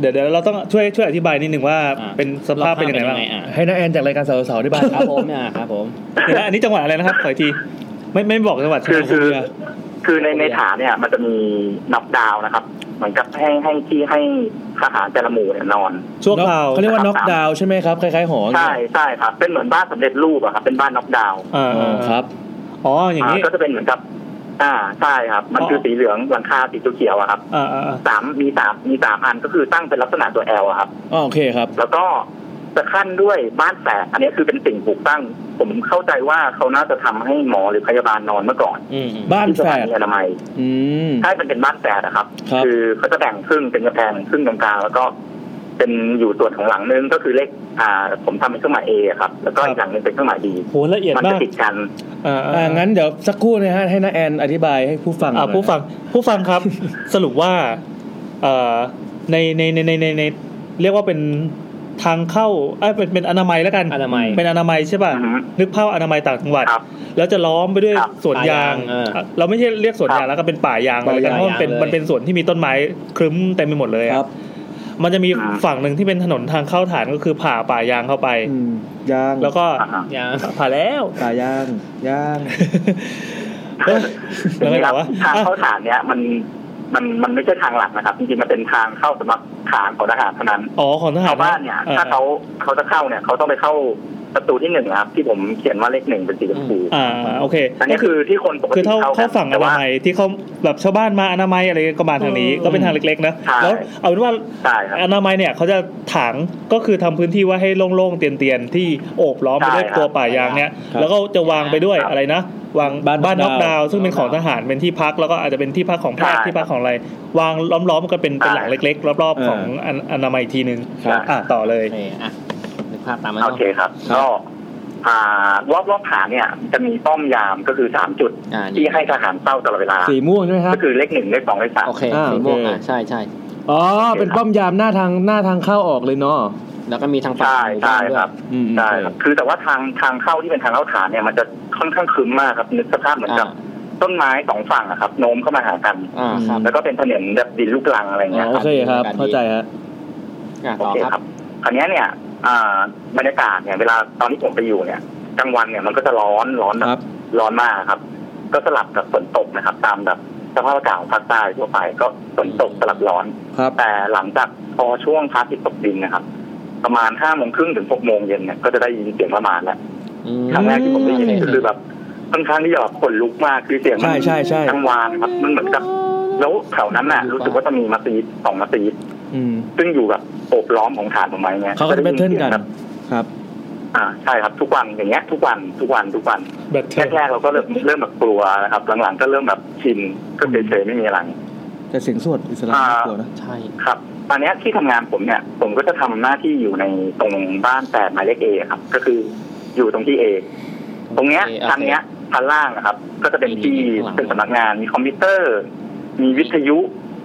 Speaker 1: เดี๋ยวเดี๋ยวเราต้องช่วยช่วยอธิบายนิดนึงว่าเป็นสภาพเป็นยังไงบ้าง
Speaker 2: อ่ะ
Speaker 3: ให้น้าแอนจากรายการเสาร์เสาร์ได้บ้าง
Speaker 2: ครับผมอ่ะครับผม
Speaker 1: เดี๋ยวนะอันนี้จังหวัดอะไรนะครับขออีกทีไม่ไม่บอกจังหวัด
Speaker 8: คือ
Speaker 1: ใช่
Speaker 8: คื
Speaker 1: ไหม
Speaker 8: อ
Speaker 1: รับ
Speaker 8: คือในในฐานเนี่ย มันจะมีนับดาวน์นะครับ เหมือนกับให้ให้ที่ให้ทหารแต่ละหมู่เนี่ยนอน
Speaker 1: ชั่วคราว
Speaker 3: เขาเรียกว่าน็อกดาวน์ใช่ไหมครับคล้ายๆหอ
Speaker 8: ใช่ใช่ครับ เป็นเหมือนบ้านสำเร็จรูปอะครับ เป็นบ้านนับดาวน์
Speaker 1: อ่า
Speaker 3: อ๋อ
Speaker 1: อ่า
Speaker 3: ครับ
Speaker 1: อ๋ออย่างนี้
Speaker 8: อ่าก็จะเป็นเหมือนกับ อ่าใช่ครับ มันคือสีเหลืองหลังคาสีเขียวๆอะครับ
Speaker 1: อ่าอ่าอ่า
Speaker 8: สามมีสามมีสามอันก็คือตั้งเป็นลักษณะตัวแอลครับ
Speaker 3: อ๋อโอเคครับ
Speaker 8: แล้วก็จะขั้นด้วยบ้านแฝดอันนี้คือเป็นสิ่งปลูกตั้ง ผมเข้าใจว่าเขาน่าจะทำให้หมอหรือพยาบาลนอนเมื่อก่อน
Speaker 2: อืม
Speaker 3: บ้าน
Speaker 8: ที่ส
Speaker 3: แฝ
Speaker 8: ถา
Speaker 3: ด
Speaker 8: นีอนามัย
Speaker 3: อืม
Speaker 8: ใช่มันเป็นบ้านแฝดนะครับ
Speaker 3: ครับ
Speaker 8: อเขาจะแบ่งครึ่งเป็นกระแพงครึ่งกลางๆแล้วก็ เป็นอยู่ส่วนของหลังนึงก็คือเลขอ่า ผมทำเป็นเครื่องหมายเอครับ แล้วก็อีกหลังนึงเป็นเครื่องหมายดี
Speaker 1: โหละเอียด
Speaker 8: มั
Speaker 1: มา
Speaker 8: จะ
Speaker 1: ก
Speaker 8: ติดกัน
Speaker 1: อ่า
Speaker 3: อ่า
Speaker 1: อ่า
Speaker 3: งั้นเดี๋ยวสักครู่นะฮะให้น้าแอนอธิบายให้ผู้ฟัง
Speaker 1: อ่า
Speaker 3: หน่ย
Speaker 1: ผู้ฟังผู้ฟัง [LAUGHS] ครับ สรุปว่าเอ่อในในในในในในเรียกว่าเป็นทางเข้าเอ้ยเป็นเป็นอนามัยแล้วกัน
Speaker 2: อนามัย
Speaker 1: เป็นอนามัยใช่ป่ะ
Speaker 8: อือฮึ
Speaker 1: นึกภาพอนามัยต่างจังหวัด
Speaker 8: ครับ
Speaker 1: แล้วจะล้อมไปด้วย
Speaker 8: ครับ
Speaker 1: สวนยาง
Speaker 2: ป่ายางเออ
Speaker 1: เอ่อเราไม่ใช่เรียกสวนยาง
Speaker 8: ครั
Speaker 1: แล้
Speaker 8: บ
Speaker 1: วก็เป็นป่ายาง
Speaker 2: ป่า
Speaker 1: เลยกันเพราะมันเป็น
Speaker 2: ยางเลย
Speaker 1: มันเป็นสวนที่มีต้นไม้ครึ้มเต็มไปหมดเลยอะ
Speaker 10: ครับ
Speaker 1: มันจะมี
Speaker 8: อ่า
Speaker 1: ฝั่งหนึ่งที่เป็นถนนทางเข้าฐานก็คือผ่าป่ายางเข้าไป
Speaker 10: อืมย่าง
Speaker 1: แล้วก็
Speaker 8: อ่าฮะ
Speaker 2: ยาง
Speaker 1: ผ่าแล้ว
Speaker 10: ป่าย่างย่าง
Speaker 1: เอ้ยแล้วไม่บอ
Speaker 8: ครั
Speaker 1: กว่า
Speaker 8: ทาง
Speaker 1: อ่ะ
Speaker 8: เข้าฐานเนี้ยมันมันมันไม่ใช่ทางหลักนะครับจริงๆมันเป็นทางเข้าสำหรับฐานของทหารเท่านั้น
Speaker 1: อ๋อของทหาร
Speaker 8: ชาวบ้านเนี่ย
Speaker 1: อ่
Speaker 8: ถ้าเขาเขาจะเข้าเนี่ย เขาต้องไปเข้าประตูที่หนึ่งนะครับ ที่ผมเขียนว่าเลขหนึ่งเป็นสีชมพู
Speaker 1: อ่าโอเค
Speaker 8: อันนี้คือที่คนปก
Speaker 1: คื
Speaker 8: ติ
Speaker 1: อเท่า
Speaker 8: กั
Speaker 1: เข้าน ฝั่งอ
Speaker 8: แต่ว่า
Speaker 1: นามัยที่เขาแบบชาวบ้านมาอนามัยอะไรก็มาทางนี้ก็เป็นทางเล็กๆนะ
Speaker 8: ใช่
Speaker 1: แล้วเอาเป็นว่า
Speaker 8: ใช่ครับ
Speaker 1: อนามัยเนี่ยเขาจะถางก็คือทำพื้นที่ไว่าให้โล่งๆเตียนๆที่โอบล้อมไปด้วย
Speaker 8: ใช่ครับ
Speaker 1: ตัวป่ายางเนี่ย
Speaker 10: ครับ
Speaker 1: แล้วก็จะวางไปด้วย
Speaker 8: ครับ
Speaker 1: อะไรนะวาง
Speaker 3: บ้าน
Speaker 1: บ้านนอก
Speaker 3: ดา
Speaker 1: ดาว วซึ่งเป็นของทหารเป็นที่พักแล้วก็อาจจะเป็นที่พักของแพทย์
Speaker 8: ใช่
Speaker 1: ที่พักของอะไร วางล้อมๆกันเป็นเป็นหลัง
Speaker 8: ใช่
Speaker 1: เล็ก ๆ รอบๆของอนามัยอีกทีนึงอ่ะต่อเลย
Speaker 11: โอเคอ่ะนึกภาพตามมา
Speaker 8: โอ
Speaker 11: เนาะ
Speaker 8: เคครับ ก็อ่ารอบรอบฐานเนี่ย จะมีป้อมยามก็คือสามจุด
Speaker 11: อ่า
Speaker 8: ที่
Speaker 11: นี่
Speaker 8: ให้ทหารเฝ้าตลอดเวลา
Speaker 3: สีม่วงใช่ไหมครับ
Speaker 8: ก็คือเลขหนึ่งเลขสองเลขสาม
Speaker 11: โอเค
Speaker 3: อ่า
Speaker 11: สีม่วง
Speaker 3: โอเค
Speaker 11: อ่ะใช่ใช่
Speaker 3: อ๋อเป็นป้อมยามหน้าทางหน้าทางเข้าออกเลยเนาะ
Speaker 11: แล้วก็มีทางฝั่ง
Speaker 8: ใช่ใช่
Speaker 11: หมู่านด้วย
Speaker 8: ครับ
Speaker 3: อืม
Speaker 8: ใช่ครับ คือแต่ว่าทางทางเข้าที่เป็นทางเข้าฐานเนี่ย มันจะค่อนข้างครึ้มมากครับนึกสภาพเหมือนกับ
Speaker 11: อ่า
Speaker 8: ต้นไม้สองฝั่งอะครับโน้มเข้ามาหากัน
Speaker 11: อ่าครับ
Speaker 8: แล้วก็เป็นถนนแบบดินลูกลังอะไร
Speaker 3: อ๋อ
Speaker 8: เงี้ย
Speaker 3: โอเคครับ เข้าใจฮะ
Speaker 11: อ่ะ
Speaker 8: โอ
Speaker 11: ต่อ
Speaker 8: เค
Speaker 11: ครับ
Speaker 8: ครับคราวเนี้ยเนี่ยอ่าบรรยากาศเนี่ยเวลาตอนที่ผมไปอยู่เนี่ยกลางวันเนี่ยมันก็จะร้อนร้อนแบ
Speaker 10: ครับ บ
Speaker 8: ร้อนมากครับ ก็สลับกับฝนตกนะครับ ตามแบบสภาพอากาศของภาคใต้ทั่วไปก็ฝนตกสลับร้อน
Speaker 3: ครับ
Speaker 8: แต่หลังจากพอช่วงพระอาทิตย์ตกดินนะครับ ประมาณห้าโมงครึ่งถึงหกโมงเย็นเนี่ยก็จะได้ยินเสียงประมาณแล้วครั้งแรกที่ผมได้ยินก็คือแบบค่อนข้างที่จะแบบขนลุกมากคือเสียงมั
Speaker 3: ใช่
Speaker 8: น
Speaker 3: ใช่ใช่
Speaker 8: กังวานครับมันเหมือนกับแล้วแถวนั้นน่ะ รู้สึกว่าจะมีมัสยิดสองมัสยิด
Speaker 3: อืม
Speaker 8: ซึ่งอยู่แบบโอบล้อมของฐานผมไว้เนี่ย
Speaker 12: เขาก็จะแบทเทิลกัน
Speaker 8: ครับ
Speaker 3: ครับ
Speaker 8: อ่าใช่ครับทุกวันอย่างเงี้ยทุกวันทุกวันทุกวัน
Speaker 1: แบตเทิล
Speaker 8: แรกๆเราก็เริ่มเริ่มแบบกลัวนะครับ หลังๆก็เริ่มแบบชินก็เฉยๆไม่มีอะไร
Speaker 3: แต่เสียงสวดอิสลามน่ากลัวนะ
Speaker 2: ใช่
Speaker 8: ครับ ตอนเนี้ยที่ทำงานผมเนี่ย ผมก็จะทำหน้าที่อยู่ในตรงบ้านแปดหมายเลขเอครับ ก็คืออยู่ตรงที่เอตรงเนี้ย
Speaker 2: A โอเค
Speaker 8: ชั้นเนี้ยชั้นล่างนะครับ ก็จะเป็นที่เป็นสำนักงานมีคอมพิวเตอร์ มีวิทยุ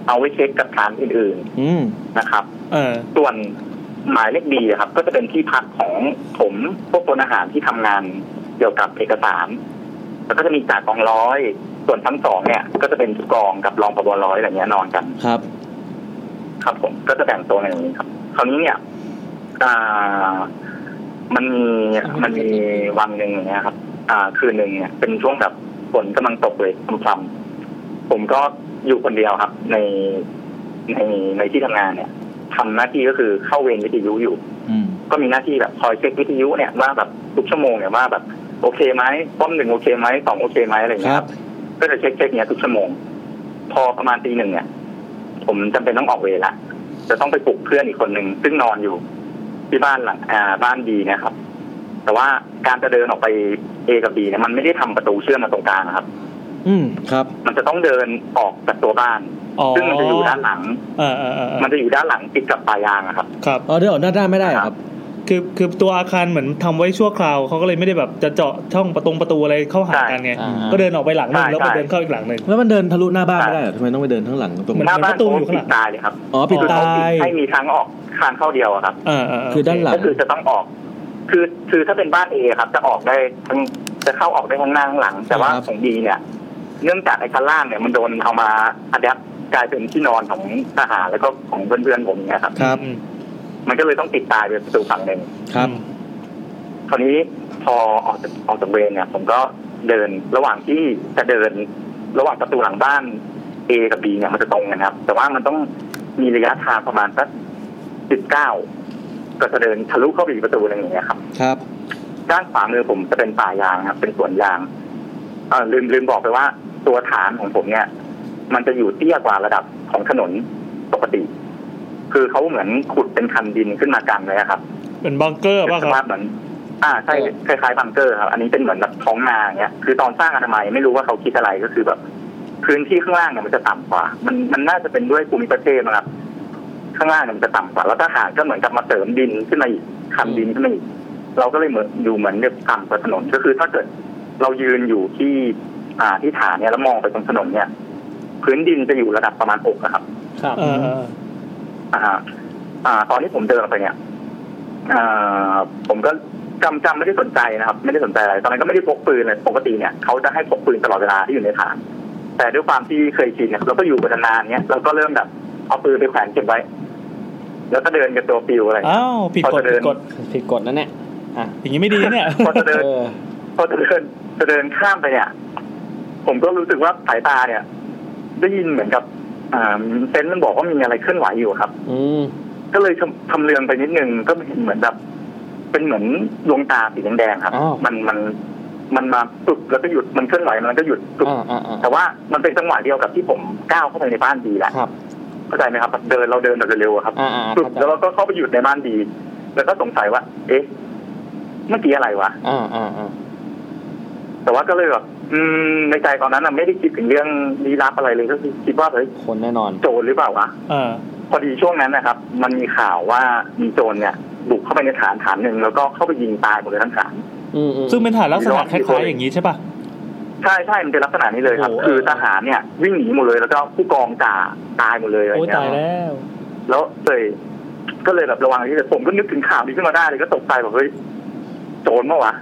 Speaker 8: เอาไว้เช็คกับฐานอื่น
Speaker 3: อืม
Speaker 8: ๆนะครับ
Speaker 1: เออ
Speaker 8: ส่วนหมายเลขดีครับ ก็จะเป็นที่พักของผมพวกคนอาหารที่ทำงานเกี่ยวกับเอกสาร แล้วก็จะมีจ่ากองร้อย ส่วนทั้งสองเนี่ย ก็จะเป็นผู้กองกับรองผบร้อยอะไรเงี้ยนอนกัน
Speaker 3: ครับ
Speaker 8: ครับ ผมก็จะแบ่งโซนอย่างนี้ครับ คราวนี้เนี่ยอ่ามันมีมันมีวันหนึ่งอย่างเงี้ยครับ อ่า คืนหนึ่งเนี่ย เป็นช่วงแบบฝนกำลังตกเลยพรำๆผมก็อยู่คนเดียวครับ ในในในที่ทำงานเนี่ยทำหน้าที่ก็คือเข้าเวรวิทยุอยู่
Speaker 3: อืม
Speaker 8: ก็มีหน้าที่แบบคอยเช็ควิทยุเนี่ยว่าแบบทุกชั่วโมงเนี่ยว่าแบบโอเคไหมป้อมหนึ่งโอเคไหมสองโอเคไหมอะไรอย่า
Speaker 3: ค
Speaker 8: งเงี้ย
Speaker 3: รั
Speaker 8: ครับ บ ก็จะเช็คเช็คเนี่ยทุกชั่วโมง พอประมาณตีหนึ่งเนี่ย ผมจำเป็นต้องออกเวรละจะต้องไปปลุกเพื่อนอีกคนหนึ่งซึ่งนอนอยู่ ที่บ้านหลังอ่าบ้านดีเนะครับ แต่ว่าการจะเดินออกไปเอกับบีเนี่ยมันไม่ได้ทำประตูเชื่อมมาตรงกลางนะครับ
Speaker 3: อืมครับ
Speaker 8: มันจะต้องเดินออกจากตัวบ้าน
Speaker 1: อ๋อ
Speaker 8: ซึ่งมันจะอยู่ด้านหลัง
Speaker 1: เออเออเออเออ
Speaker 8: มันจะอยู่ด้านหลังติดกับปลายยางอะครับ
Speaker 1: ครับ
Speaker 3: อ๋อเดี๋ยวหน้าด้านไม่ได้เหรอครับ
Speaker 1: คือคือตัวอาคารเหมือนทำไว้ชั่วคราวเขาก็เลยไม่ได้แบบจะเจาะช่องประตงประตูอะไรเข้าหากันไง
Speaker 2: ใช่
Speaker 1: ก็เดินออกไปหลังหนึง
Speaker 8: ใช่
Speaker 1: แล้วก็
Speaker 8: ใช่
Speaker 1: เดินเข้าอีกหลังหนึ่ง
Speaker 3: แล้วมันเดินทะลุหน้าบ้านไม่ได้เหรอทำไมต้องไปเดินข้างหลังตรง
Speaker 1: มัน
Speaker 8: หน้าบ้าน
Speaker 1: ประตูอยู่ข้างหลั
Speaker 8: ปิ
Speaker 1: ง
Speaker 8: ดตายเลยครับ
Speaker 3: อ๋อปิดตาย
Speaker 8: ให้มีทางออกทางเข้าเดียวอะครับ
Speaker 1: เออเออเ
Speaker 3: คือด้านหลัง
Speaker 8: ก็คือจะต้องออก คือคือถ้าเป็นบ้านเอครับ จะออกได้ทั้งจะเข้าออกได้ทั้งหน้าทั้งหลัง แต่ว่า
Speaker 3: ครับ
Speaker 8: ของดีเนี่ย เนื่องจากไอ้ชั้นล่างเนี่ยมันโดนเอามาอัดแอปกลายเป็นที่นอนของทหารแล้วก็ของเพื่อนๆผมเนี่ยครับ
Speaker 3: ครับ
Speaker 1: อืม
Speaker 8: มันก็เลยต้องปิดตายเป็นประตูฝั่งหนึ่ง
Speaker 3: ครับ
Speaker 8: คราวนี้พอออกจากออกจากเวรเนี่ย ผมก็เดินระหว่างที่จะเดินระหว่างประตูหลังบ้านเอกับบีเนี่ยมันจะตรงกันครับ แต่ว่ามันต้องมีระยะทางประมาณสักสิบเก้าก็จะเดินทะลุเข้าไปอีกประตูหนึ่งอย่างเงี้ยครับ
Speaker 3: ครับ
Speaker 8: ด้านขวามือผมจะเป็นป่ายางครับ เป็นสวนยางเออลืมลืมบอกไปว่า ตัวฐานของผมเนี่ย มันจะอยู่เตี้ยกว่าระดับของถนนปกติ คือเขาเหมือนขุดเป็นคันดินขึ้นมากันเลยอะครับ
Speaker 1: เป็นบังเกอร์
Speaker 8: เป็น
Speaker 1: ป่ะ
Speaker 8: ส
Speaker 1: ครั
Speaker 8: ภาพ
Speaker 1: บ
Speaker 8: เหมือน อ่าใช่คล้ายๆบังเกอร์ครับ อันนี้เป็นเหมือนแบบท้องนาอย่างเงี้ยคือตอนสร้างอนามัยไม่รู้ว่าเขาคิดอะไรก็คือแบบ พื้นที่ข้างล่างเนี่ยมันจะต่ำกว่า มันมันน่าจะเป็นด้วยภูมิประเทศนะครับ ข้างล่างเนี่ยมันจะต่ำกว่า แล้วทหารก็เหมือนกับมาเสริมดินขึ้นมาอีกคันดินขึ้นมาอีก เราก็เลยเหมือนอยู่เหมือนเรียบต่ำกว่าถนนก็คือ ถ้าเกิดเรายืนอยู่ที่ อ่าที่ฐานเนี่ยแล้วมองไปตรงถนนเนี่ย พื้นดินจะอยู่ระดับประมาณอกอะครับ
Speaker 2: ครับ
Speaker 1: เออเออ
Speaker 8: อ่า อ่า ตอนที่ผมเดินออกไปเนี่ยอ่าผมก็จำจำไม่ได้สนใจนะครับ ไม่ได้สนใจอะไรตอนนั้นก็ไม่ได้พกปืนเลยปกติเนี่ยเขาจะให้พกปืนตลอดเวลาที่อยู่ในฐาน แต่ด้วยความที่เคยชินเนี่ยเราก็อยู่กันนานๆเนี่ยเราก็เริ่มแบบเอาปืนไปแขวนเก็บไว้ แล้วก็เดินกับตัวปิวอะไรอย่างเงี้ย
Speaker 1: อ้าวผิดกฎผิดกฎ
Speaker 2: ผิดกฎนั่นแหละ
Speaker 1: อย่างนี้ไม่ดีนะเนี่ย
Speaker 8: พอจะเดิน
Speaker 2: เออ
Speaker 8: พอจะเดินจะเดินข้ามไปเนี่ย ผมก็รู้สึกว่าสายตาเนี่ย ได้ยินเหมือนกับ อ่าเซนส์มันบอกว่ามีอะไรเคลื่อนไหวอยู่ครับ
Speaker 2: อืม
Speaker 8: ก็เลยชำชำเลืองไปนิดนึงก็เห็นเหมือนแบบ เป็นเหมือนดวงตาสีแดงๆครับ
Speaker 2: อ้าว
Speaker 8: มันมันมันมาปึกแล้วก็หยุดมันเคลื่อนไหวมันก็หยุดปึก
Speaker 2: อ่าอ่าอ่า
Speaker 8: แต่ว่ามันเป็นจังหวะเดียวกับที่ผมก้าวเข้าไปในบ้านดีแหละ
Speaker 2: ครับ
Speaker 8: เข้าใจไหมครับแบบเดินเราเดินแบบเร็วๆอะครับ
Speaker 2: อ่าอ่า
Speaker 8: ปึกแล้วเราก็เข้าไปหยุดในบ้านดี แล้วก็สงสัยว่า เอ๊ะเมื่อกี้อะไรวะ
Speaker 2: อ่าอ่าอ่า
Speaker 8: แต่ว่าก็เลยแบบอืมในใจตอนนั้นน่ะไม่ได้คิดถึงเรื่องลี้ลับอะไรเลยก็คือคิดว่าเฮ้ย
Speaker 2: คนแน่นอน
Speaker 8: โจรหรือเปล่าวะ
Speaker 1: เออ
Speaker 8: พอดีช่วงนั้นนะครับ มันมีข่าวว่ามีโจรเนี่ยบุกเข้าไปในฐานฐานหนึ่งแล้วก็เข้าไปยิงตายหมดเลยทั้งฐาน
Speaker 2: อืมอืม
Speaker 1: ซึ่งเป็นฐานลักษณะคล้ายๆอย่างนี้ใช่ป่ะ
Speaker 8: ใช่ใช่มันเป็นลักษณะนี้เลยครับ
Speaker 1: โอ้โห
Speaker 8: คือทหารเนี่ย วิ่งหนีหมดเลยแล้วก็ผู้กองจ่าตายหมดเลยอะไร
Speaker 1: โอ้ย
Speaker 8: เงี้
Speaker 1: ตาย
Speaker 8: ย
Speaker 1: แล้ว
Speaker 8: แล้วเลยก็เลยแบบระวังที่จะผมก็นึกถึงข่าวนี้ขึ้นมาได้เลยก็ตกใจแบบเฮ้ยโจรเมื่อวะ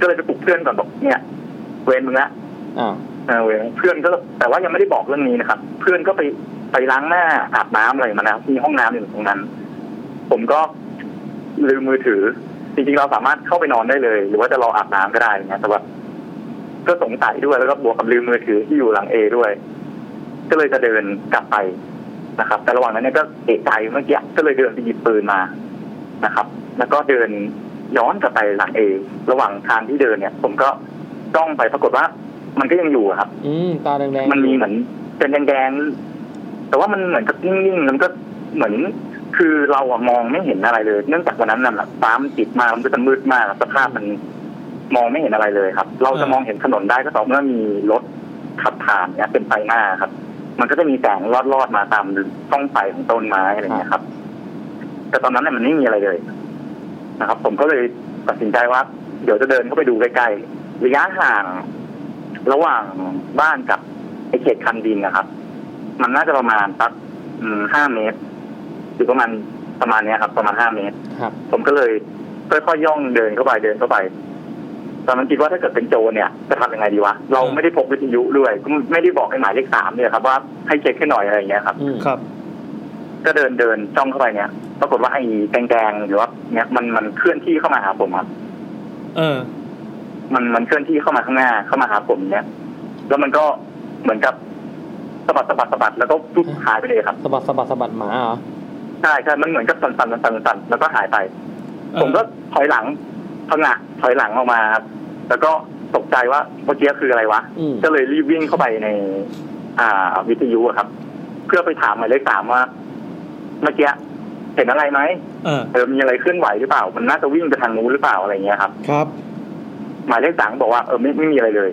Speaker 8: ก็เลยไปปลุกเพื่อนก่อนบอกเนี่ย เวรมึงละ
Speaker 2: อ่า
Speaker 8: เออเว้ยเพื่อนก็แต่ว่ายังไม่ได้บอกเรื่องนี้นะครับ เพื่อนก็ไปไปล้างหน้าอาบน้ำอะไรมานะครับมีห้องน้ำอยู่ตรงนั้น ผมก็ลืมมือถือ จริงๆเราสามารถเข้าไปนอนได้เลย หรือว่าจะรออาบน้ำก็ได้นะแต่ว่า ก็สงสัยด้วยแล้วก็บวกกับลืมมือถือที่อยู่หลังเอด้วย ก็เลยจะเดินกลับไปนะครับ แต่ระหว่างนั้นเนี่ยก็เอะใจเมื่อกี้ก็เลยเดินไปหยิบปืนมานะครับ แล้วก็เดินย้อนกลับไปหลังเอระหว่างทางที่เดินเนี่ย ผมก็จ้องไปปรากฏว่า มันก็ยังอยู่อะครับ
Speaker 2: อืมตาแดงๆ
Speaker 8: มันมีเหมือนเป็นแดงๆ แต่ว่ามันเหมือนกับนิ่งๆ แล้วมันก็เหมือน คือเราอะมองไม่เห็นอะไรเลย เนื่องจากวันนั้นน่ะฟ้ามันปิดมากมันก็จะมืดมากสภาพมันมองไม่เห็นอะไรเลยครับ เราจะมองเห็นถนนได้ก็ต่อเมื่อมีรถขับผ่านเนี่ยเป็นไฟหน้าครับ มันก็จะมีแสงลอดๆมาตามช่องไฟของต้นไม้อะไรอย่างเงี้ยครับ แต่ตอนนั้นเนี่ยมันไม่มีอะไรเลยนะครับ ผมก็เลยตัดสินใจว่า เดี๋ยวจะเดินเข้าไปดูใกล้ๆระยะห่าง ระหว่างบ้านกับไอเขตคันดินนะครับ มันน่าจะประมาณสักห้าเมตรหรือประมาณประมาณเนี้ยครับ ประมาณห้าเมตร
Speaker 2: ครับ
Speaker 8: ผมก็เลยค่อยๆย่องเดินเข้าไปเดินเข้าไปตอนนั้นคิดว่าถ้าเกิดเป็นโจรเนี่ยจะทำยังไงดีวะเราไม่ได้พกวิทยุด้วยก็ไม่ได้บอกให้หมายเลขสามเนี่ยครับว่าให้เช็คให้หน่อยอะไรอย่างเงี้ยครับ
Speaker 2: อืม
Speaker 1: ครับ
Speaker 8: ก็เดินเดินจ้องเข้าไปเนี่ย ปรากฏว่าไอ้แดงๆหรือว่าเนี่ยมันมันเคลื่อนที่เข้ามาหาผมครับ
Speaker 1: เออ
Speaker 8: มันมันเคลื่อนที่เข้ามาข้างหน้าเข้ามาหาผมเนี่ย แล้วมันก็เหมือนกับสะบัดสะบัดสะบัดแล้วก็ปุ๊บหายไปเลยครับ
Speaker 2: สะบัดสะบัดสะบัดหมาเหรอ
Speaker 8: ใช่ใช่มันเหมือนกับสั่นสั่นสั่นสั่นสั่นแล้วก็หายไป
Speaker 1: เออ
Speaker 8: ผมก็ถอยหลังพังะถอยหลังออกมาครับแล้วก็ตกใจว่าเมื่อกี้คืออะไรวะ
Speaker 2: อืม
Speaker 8: ก็เลยรีบวิ่งเข้าไปใน อ่า วิทยุอะครับ เพื่อไปถามหมายเลขสามว่า เมื่อกี้เห็นอะไรไหม
Speaker 1: เออ
Speaker 8: เออมีอะไรเคลื่อนไหวหรือเปล่า มันน่าจะวิ่งไปทางนู้นหรือเปล่าอะไรอย่างเงี้ยครับ
Speaker 3: ครับ
Speaker 8: หมายเลขสามบอกว่าเออไม่ไม่มีอะไรเลย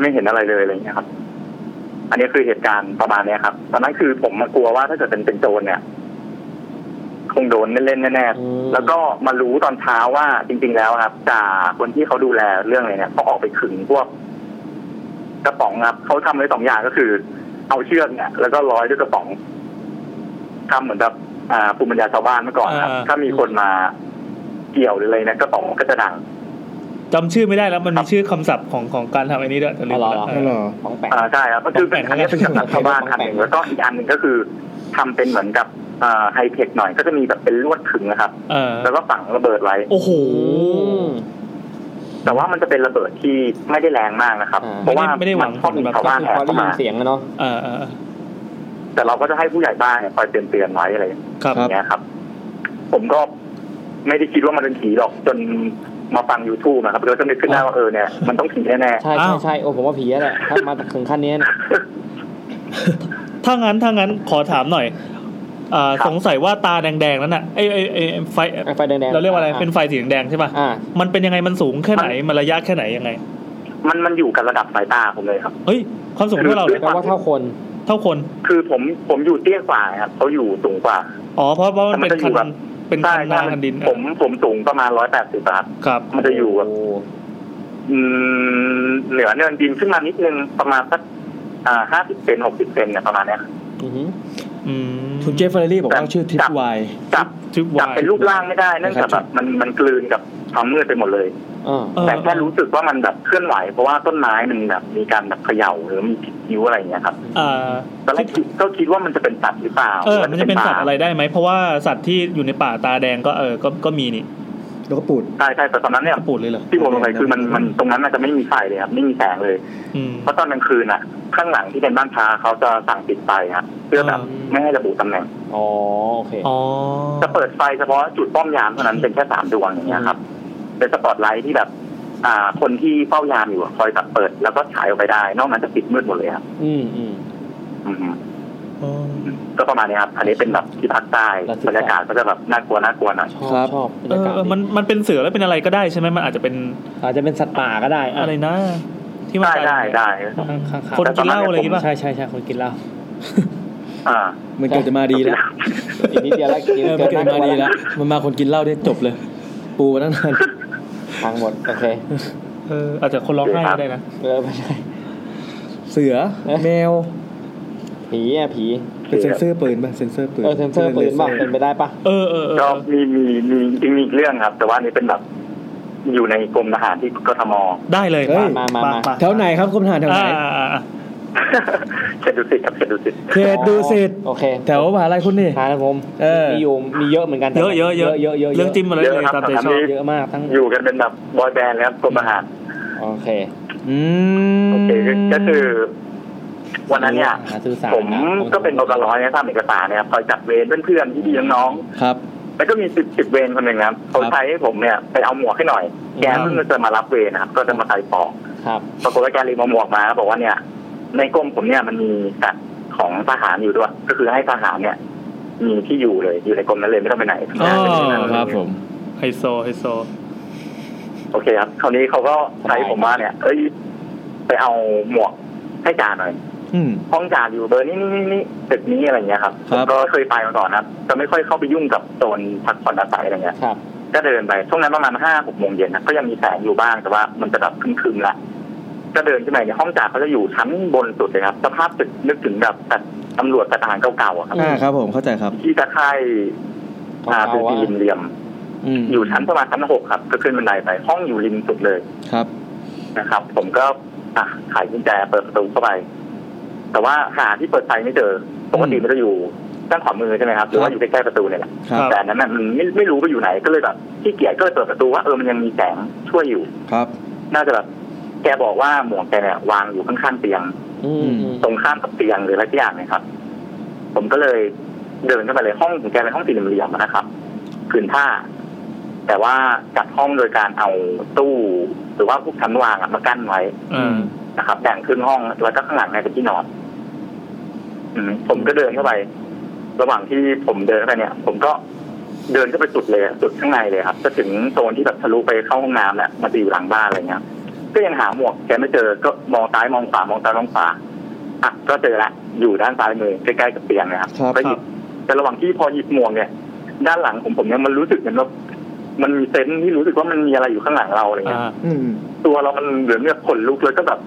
Speaker 8: ไม่เห็นอะไรเลยอะไรอย่างเงี้ยครับ อันนี้คือเหตุการณ์ประมาณเนี้ยครับ ตอนนั้นคือผมมากลัวว่าถ้าเกิดเป็นเป็นโจรเนี่ย คงโดนเล่นๆแน่
Speaker 2: อืม
Speaker 8: ๆแล้วก็มารู้ตอนเช้าว่าจริง ๆ แล้วครับจ่าคนที่เขาดูแลเรื่องอะไรเนี่ยเขาออกไปขึงพวก กระป๋องครับเขาทำไว้สองอย่างก็คือ เอาเชือกเนี่ย แล้วก็ร้อยด้วยกระป๋องทำเหมือนแบบอ่าภูมิปัญญาชาวบ้านเมื่อก่อนครับ
Speaker 1: อ่า
Speaker 8: ถ้ามีคนมาเกี่ยวหรืออะไรเนี่ยกระป๋องก็จะดัง
Speaker 1: จำชื่อไม่ได้แล้วมันมีชื่อคำศัพท์ของของการทำอันนี้ด้วยแต่ลืมไปแล้ว
Speaker 2: อ๋อเหรอ
Speaker 1: เอ
Speaker 3: นั่น
Speaker 1: อ
Speaker 3: เหรอ
Speaker 2: ของแปลก
Speaker 8: อ่าใช่ครับก็คือเป็นอันนี้เป็นกับชาวบ้านอันหนึ่งแล้วก็อีกอันหนึ่งก็คือทำเป็นเหมือนกับอ่าไฮเทคหน่อยก็จะมีแบบเป็นลวดขึงนะครับ
Speaker 1: เออ
Speaker 8: แล้วก็ฝังระเบิดไว้
Speaker 1: โอ้โห
Speaker 8: แต่ว่ามันจะเป็นระเบิดที่ไม่ได้แรงมากนะครับ
Speaker 2: อ่า
Speaker 8: เพราะว่า
Speaker 1: ไม่ได้ไม่ได้หวัง
Speaker 8: ชอบมีชาว
Speaker 2: ก็
Speaker 8: บ้าน
Speaker 2: คือ
Speaker 8: แอบ
Speaker 2: พอได้
Speaker 8: เข้า
Speaker 2: ยิ
Speaker 8: มาน
Speaker 2: เสียงนะเนาะ
Speaker 1: เออเออเออ
Speaker 8: แต่เราก็จะให้ผู้ใหญ่บ้านเนี่ยคอยเตือนเตือนๆไว้อะไรอย่าง
Speaker 1: ครับ
Speaker 8: เงี้ยครับ ผมก็ไม่ได้คิดว่ามันเป็นผีหรอกจนมาฟัง YouTube นะครับเราจะนึกขึ้นได้ว่าเออเนี่ยมันต้องผีแน่
Speaker 2: ใช่
Speaker 1: อ้า
Speaker 2: ใช่
Speaker 1: ว
Speaker 2: ใช่โอ้ผมว่าผีแหละถ้ามาถึงขั้นนี้นะ
Speaker 1: ถ้างั้นถ้างั้นขอถามหน่อยอ่าสงสัยว่าตาแดงๆนั้นน่ะไอ้ไอ้ไอ้ไอ้ไฟ
Speaker 2: ไอ้ไฟแดงๆ
Speaker 1: เราเรียกว่าอะไรเป็นไฟสีแดงๆใช่ป่ะ
Speaker 2: อ่า
Speaker 1: มันเป็นยังไงมันสูงแค่ไหนมันระยะแค่ไหนยังไง
Speaker 8: ๆมันมันอยู่กับระดับสายตาผมเลยครับ
Speaker 1: เฮ้ยความสูงเท่าเราเลย
Speaker 2: แปลว่าเท่าคน
Speaker 1: เท่าคน
Speaker 8: คือผมผมอยู่เตี้ยกว่าครับเขาอยู่สูงกว่า
Speaker 1: อ๋อเพราะว่ามันเป็น
Speaker 8: แต่มันจะอยู่แบ
Speaker 1: คัน
Speaker 8: บ
Speaker 1: เป็น
Speaker 8: ใช่
Speaker 1: คัน
Speaker 8: ใช่
Speaker 1: นาคันดิน
Speaker 8: ผมผมสูงประมาณร้อยแปดสิบครับ
Speaker 1: ครับ
Speaker 8: มันจะอยู่แบบ
Speaker 2: โ
Speaker 8: อืมเหนือเนินดินขึ้นมานิดนึงประมาณสักอ่าห้าสิบเซนหกสิบเซนเนี่ยประมาณเนี้ย
Speaker 2: อือหือ
Speaker 1: อืม
Speaker 3: คุณเจฟเฟอร์เรรี่บอกว่าชื่อทริป
Speaker 8: จับ
Speaker 3: ไวน์
Speaker 8: จับ
Speaker 1: ทึบ
Speaker 8: จับ
Speaker 1: วาย
Speaker 8: เป็นรูปร่างไม่ได้เนื่องจากแบบมันมันกลืนกับความมืดไปหมดเลย
Speaker 2: อ่า
Speaker 1: เออ
Speaker 8: แต่แค่รู้สึกว่ามันแบบเคลื่อนไหว เพราะว่าต้นไม้มันแบบมีการแบบเขย่าหรือมีผิดนิ้วอะไรอย่างเงี้ยครับ
Speaker 1: อ่า
Speaker 8: ตอนแรกคิดก็คิดว่ามันจะเป็นสัตว์หรือเปล่า
Speaker 1: เออมันจะเป็นสัตว์อะไรได้ไหมเพราะว่าสัตว์ที่อยู่ในป่าตาแดงก็เออก็ก็มีนี่
Speaker 3: แล้วก็ปูด
Speaker 8: ใช่ใช่แต่ตอนนั้นเนี่ย
Speaker 1: ปูดเลยเหรอ
Speaker 8: ที่ผมลงไปคือมันมันตรงนั้นน่าจะไม่มีไฟเลยครับไม่มีแสงเลย
Speaker 1: อืม
Speaker 8: เพราะตอนกลางคืนอ่ะ ข้างหลังที่เป็นบ้านพาเขาจะสั่งปิดไฟครับเพื่อแบบ
Speaker 1: อืม
Speaker 8: ไม่ให้ระบุตำแหน่ง
Speaker 2: อ๋อโอเค
Speaker 1: อ๋อ
Speaker 8: จะเปิดไฟเฉพาะจุดป้อมยามเท่านั้นเป็นแค่สามดวงอย่างเงี้ยครับ เป็นสปอตไลท์ที่แบบ อ่า คนที่เฝ้ายามอยู่อะคอยแบบเปิดแล้วก็ฉายออกไปได้ นอกนั้นจะปิดมืดหมดเลยครับ
Speaker 2: อืมอืม
Speaker 8: อืม
Speaker 1: อ๋อ
Speaker 8: ก็ประมาณนี้ครับอันนี้เป็นแบบที่ภาคใต้
Speaker 2: แล้วที่
Speaker 8: บรรยากาศก็จะแบบน่ากลัวน่ากลัวหน่อย
Speaker 2: ช
Speaker 3: ครั
Speaker 2: อบบ ชอบ
Speaker 1: เอ
Speaker 2: บร
Speaker 1: ย
Speaker 2: รากาศ
Speaker 1: อ
Speaker 2: ดี
Speaker 1: มันมันเป็นเสือแล้วเป็นอะไรก็ได้ใช่ไหมมันอาจจะเป็น
Speaker 2: อาจจะเป็นสัตว์ป่าก็ได้อะ
Speaker 1: อะไรนะ ที่มัน
Speaker 8: ได้
Speaker 1: กลาย
Speaker 8: ได้
Speaker 1: เป็น
Speaker 8: ได้
Speaker 2: ข้างข้างข้าง
Speaker 1: คนกินเหล้าอะไรอย่างงี้ป่ะ
Speaker 2: ใช่ใช่ใช่คนกินเหล้า
Speaker 8: อ่า
Speaker 3: มันเกิดจะมาดีแล้ว
Speaker 2: อีกนิดเดียวแล้วกิน
Speaker 3: เออมัน
Speaker 2: เกิน
Speaker 3: เกิด
Speaker 2: น่ากลัว
Speaker 3: จะมาดี
Speaker 2: แล้
Speaker 3: แล้ว วมันมาคนกินเหล้าได้จบเลย ปูมาตั้งนาน
Speaker 2: ทางหมดโอเค
Speaker 1: เอออาจจะคนร้องไห้
Speaker 8: ครับ
Speaker 1: ก็ได้นะ
Speaker 2: เออไม่ใช่
Speaker 3: เสือ แมว
Speaker 2: ผีอ่ะผี
Speaker 3: เป็นเซนเซอร์ปืนป่ะ เซนเซอร์ปืน
Speaker 2: เออเซนเซอร์ปืนบ้างเป็นไปได้ปะ
Speaker 1: เออเออเออ
Speaker 8: ก็มีมีมีจริงๆมีอีกเรื่องครับ แต่ว่าอันนี้เป็นแบบ อยู่ในกรมทหารที่กทม [LAUGHS]
Speaker 1: ได้เลย
Speaker 3: เฮ้ย
Speaker 2: มามามา
Speaker 3: แถวไหนครับคุณทหารแถวไหน
Speaker 1: อ่าอ่าอ่า
Speaker 8: เขตดุสิตครับเขตดุสิต
Speaker 3: เขตดูสิต
Speaker 2: โอเค
Speaker 3: แถวมหาลัยคุณนี่
Speaker 2: ทางนะผม
Speaker 3: เออ
Speaker 2: มีอยู่มีเยอะเหมือนกัน
Speaker 1: เยอะเยอะเยอะ
Speaker 2: เยอะเยอะ
Speaker 1: เรื่องจิ้มมาเลยเลยตามใจชอบ
Speaker 2: เยอะมากทั้ง
Speaker 8: อยู่กันเป็นแบบบอยแบนด์แล้วกรมทหาร
Speaker 2: โอเค
Speaker 3: อื
Speaker 13: อืม
Speaker 8: โอเคก็คือ วันนั้นเนี่ย
Speaker 2: หาสื่อสาร
Speaker 8: ผมก็เป็นบกร้อยนะทำเอกสารเนี่ยคอยจัดเวรเพื่อนๆพี่ๆน้องๆ
Speaker 3: ครับ
Speaker 8: แล้วก็มีสิบสิบเวรคนหนึ่งนะครับเขาใช้ให้ผมเนี่ยไปเอาหมวกให้หน่อย แกเพิ่งจะมารับเวรนะครับก็จะมาใส่ปอก
Speaker 2: ครับ
Speaker 8: ปรากฏว่าแกลืมเอาหมวกมาบอกว่าเนี่ย ในกรมผมเนี่ยมันมีสัตว์ของทหารอยู่ด้วย ก็คือให้ทหารเนี่ย มีที่อยู่เลยอยู่ในกรมนั้นเลยไม่ต้องไปไหน
Speaker 13: อ๋อ
Speaker 3: ครับผม
Speaker 1: ไฮโซไฮโซ
Speaker 8: โอเคครับคราวนี้เขาก็ใช้ผมว่าเนี่ย เอ้ยไปเอาหมวกให้จ่าหน่อย
Speaker 3: อืม
Speaker 8: ห้องจ่าอยู่เบอร์นี้นี่นี่นี่ตึกนี้อะไรเงี้ยครับ
Speaker 3: ครับ
Speaker 8: ผมก็เคยไปมาก่อนนะครับจะไม่ค่อยเข้าไปยุ่งกับโซนพักผ่อนอาศัยอะไรเงี้ย
Speaker 2: ครับ
Speaker 8: ก็เดินไปช่วงนั้นประมาณห้าหกโมงเย็นนะก็ยังมีแสงอยู่บ้างแต่ว่ามันจะแบบครึมๆละก็เดินขึ้นไปในห้องจ่าเขาจะอยู่ชั้นบนสุดเลยครับสภาพตึกนึกถึงแบบแต่ตำรวจทหารเก่าๆอะครับ
Speaker 3: อ่าครับผมเข้าใจครับ
Speaker 8: ที่ตะไคร่อา
Speaker 2: เก่าๆ
Speaker 8: ตู
Speaker 2: อะ
Speaker 8: ดีเหลี่ยม
Speaker 3: อืม
Speaker 8: ๆอยู่ชั้นประมาณชั้นหกครับก็ขึ้นบันไดไปห้องอยู่ริมสุดเลย
Speaker 3: ครับ
Speaker 8: นะครับ ผมก็อ่ะไขกุญแจเปิดประตูเข้าไป แต่ว่าหาที่เปิดไฟไม่เจอปกติมันจะอยู่ด้านขวามือใช่ไหมครับหรือว่าอยู่ใกล้ๆประตูเนี่ยแหละ
Speaker 3: ครับ
Speaker 8: แต่อันนั้นน่ะมันไม่ไม่รู้ไปอยู่ไหนก็เลยแบบขี้เกียจก็เลยเปิดประตูว่าเออมันยังมีแสงช่วยอยู่
Speaker 3: ครับ
Speaker 8: น่าจะแบบแกบอกว่าหมวกแกเนี่ยวางอยู่ข้างๆเตียง
Speaker 2: อืม
Speaker 3: อืม
Speaker 8: ตรงข้ามกับเตียงหรืออะไรสักอย่างเนะครับ ผมก็เลยเดินเข้าไปเลยห้องของแกเป็นห้องสี่เหลี่ยมๆอะนะครับผืนผ้า แต่ว่าจัดห้องโดยการเอาตู้ หรือว่าพวกชั้นวางอะมากั้นไว้
Speaker 1: อ่า
Speaker 8: นะครับแบ่งครึ่งห้องแล้วก็ข้างหลังเนี่ยเป็นที่นอนอืมผมก็เดินเข้าไป ระหว่างที่ผมเดินเข้าไปเนี่ย ผมก็เดินเข้าไปสุดเลยอะสุดข้างในเลยครับ จะถึงโซนที่แบบทะลุไปเข้าห้องน้ำแหละมันจะอยู่หลังบ้านอะไรเงี้ย ก็ยังหาหมวกแกไม่เจอ ก็มองซ้ายมองขวามองซ้ายมองขวาอ่ะก็เจอละอยู่ด้านซ้ายมือใกล้ๆกับเตียงนะครับ
Speaker 3: ครับ
Speaker 8: ก็หยิบแต่ระหว่างที่พอหยิบหมวกเนี่ย ด้านหลังผมผมเนี่ยมันรู้สึกเหมือนว่ามันมีเซนส์ที่รู้สึกว่ามันมีอะไรอยู่ข้างหลังเราอะไรเงี้ย
Speaker 1: อ่า
Speaker 3: อืม
Speaker 8: ตัวเรามันเหลือเนี่ยขนลุกเลยก็แบบ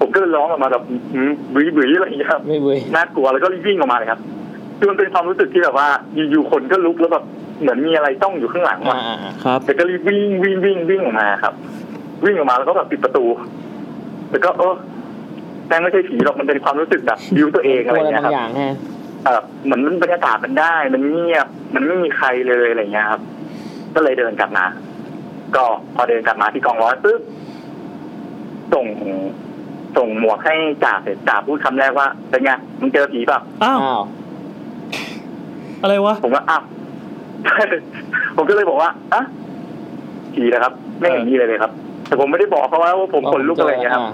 Speaker 8: ผมก็เลยร้องออกมาแบบหืมบุยบุยอะไรอย่างเงี้ยครับ
Speaker 2: ไม่เว้ย
Speaker 8: น่ากลัวแล้วก็รีบวิ่งออกมาเลยครับคือมันเป็นความรู้สึกที่แบบว่า อยู่ๆคนก็ลุกแล้วแบบเหมือนมีอะไรต้องอยู่ข้างหลัง
Speaker 2: อ่า
Speaker 8: ว่ะ
Speaker 2: อ่าอ่า
Speaker 13: ครับ
Speaker 8: แต่ก็รีบวิ่งวิ่งวิ่งวิ่งออกมาครับ วิ่งออกมาแล้วก็แบบปิดประตู แล้วก็เออแต่ไม่ใช่ผีหรอกมันเป็นความรู้สึกแบบวิวตัวเอง
Speaker 2: กลั
Speaker 8: อะไร
Speaker 2: วอะไร
Speaker 8: เงี้ย
Speaker 2: บาง
Speaker 8: ครับ
Speaker 2: อย่างฮะ
Speaker 8: เออเหมือนมันบรรยากาศมันได้ มันเงียบ มันไม่มีใครเลยอะไรเงี้ยครับ ก็เลยเดินกลับมา ก็พอเดินกลับมาที่กองร้อยปุ๊บส่ง ส่งหมวกให้จ่าเสร็จจ่าพูดคำแรกว่าเป็นไงมึงเจอผีเปล่า
Speaker 1: อ้าว
Speaker 2: อ้าว
Speaker 1: อะไรวะ
Speaker 8: ผมว่าอ้ [LAUGHS] าว ผมก็เลยบอกว่าอ่ะผีนะครับ ไม่เห็นมีอะไรเลยครับ แต่ผมไม่ได้บอกเขาว่าว่าผมขนลุกอะไรอย่างเงี้ยครับ
Speaker 2: า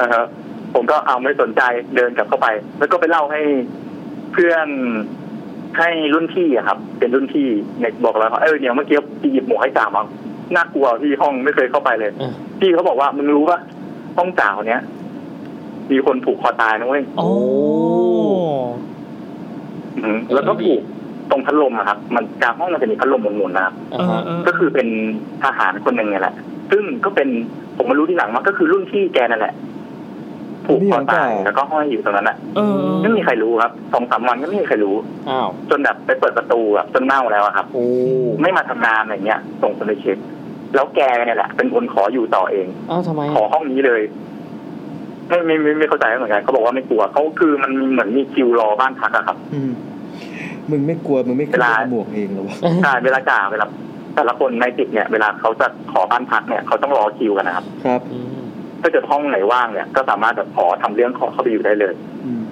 Speaker 8: นะครับ ผมก็เอาไม่สนใจเดินกลับเข้าไป แล้วก็ไปเล่าให้เพื่อนให้รุ่นพี่อะครับ เป็นรุ่นพี่เนี่ยบอกแล้วว่าเออเนี่ยเมื่อกี้พี่หยิบหมวกให้จ่ามาน่ากลัวที่ห้องไม่เคยเข้าไปเลย
Speaker 2: อ่า
Speaker 8: พี่เขาบอกว่ามึงรู้ปะห้องจ่าคนเนี้ย มีคนผูกคอตายนะเว้ย
Speaker 1: โอ้
Speaker 8: อืมแล้วก็ผูกตรงพัดลมอะครับ มันกลางห้องมันจะมีพัดลมหมุนๆนะครับ
Speaker 2: อ่าฮะ
Speaker 8: ก็คือเป็นทหารคนหนึ่งเนี่ยแหละ ซึ่งก็เป็นผมมารู้ทีหลังว่าก็คือรุ่นพี่แกนั่นแหละ ผูกคอตายแล้วก็ห้อยอยู่ตรงนั้นแหละ
Speaker 1: เออ
Speaker 8: ไม่มีใครรู้ครับสองสามวันก็ไม่มีใครรู้
Speaker 2: อ้าว
Speaker 8: จนแบบไปเปิดประตูแบบจนเน่าแล้วอะครับ
Speaker 2: โอ้
Speaker 8: ไม่มาทำงานอะไรเงี้ย ส่งคนไปเช็คแล้วแกเนี่ยแหละ เป็นคนขออยู่ต่อเอง
Speaker 2: อ้าวทำไม
Speaker 8: ขอห้องนี้เลยไม่ไม่ไม่ไม่เข้าใจเหมือนกันเขาบอกว่าไม่กลัวเขาคือมันมีเหมือนมีคิวรอบ้านพักอะครับ
Speaker 3: อืม มึงไม่กลัว มึงไม่กลัวหมวกเองเหรอวะ
Speaker 8: ใช่เวลาจ่าเวลาแต่ละคนในติดเนี่ยเวลาเขาจะขอบ้านพักเนี่ยเขาต้องรอคิวกันนะครับ
Speaker 3: ครับ
Speaker 2: อืม
Speaker 8: ถ้าเกิดห้องไหนว่างเนี่ยก็สามารถแบบขอทำเรื่องขอเข้าไปอยู่ได้เลย
Speaker 3: อืม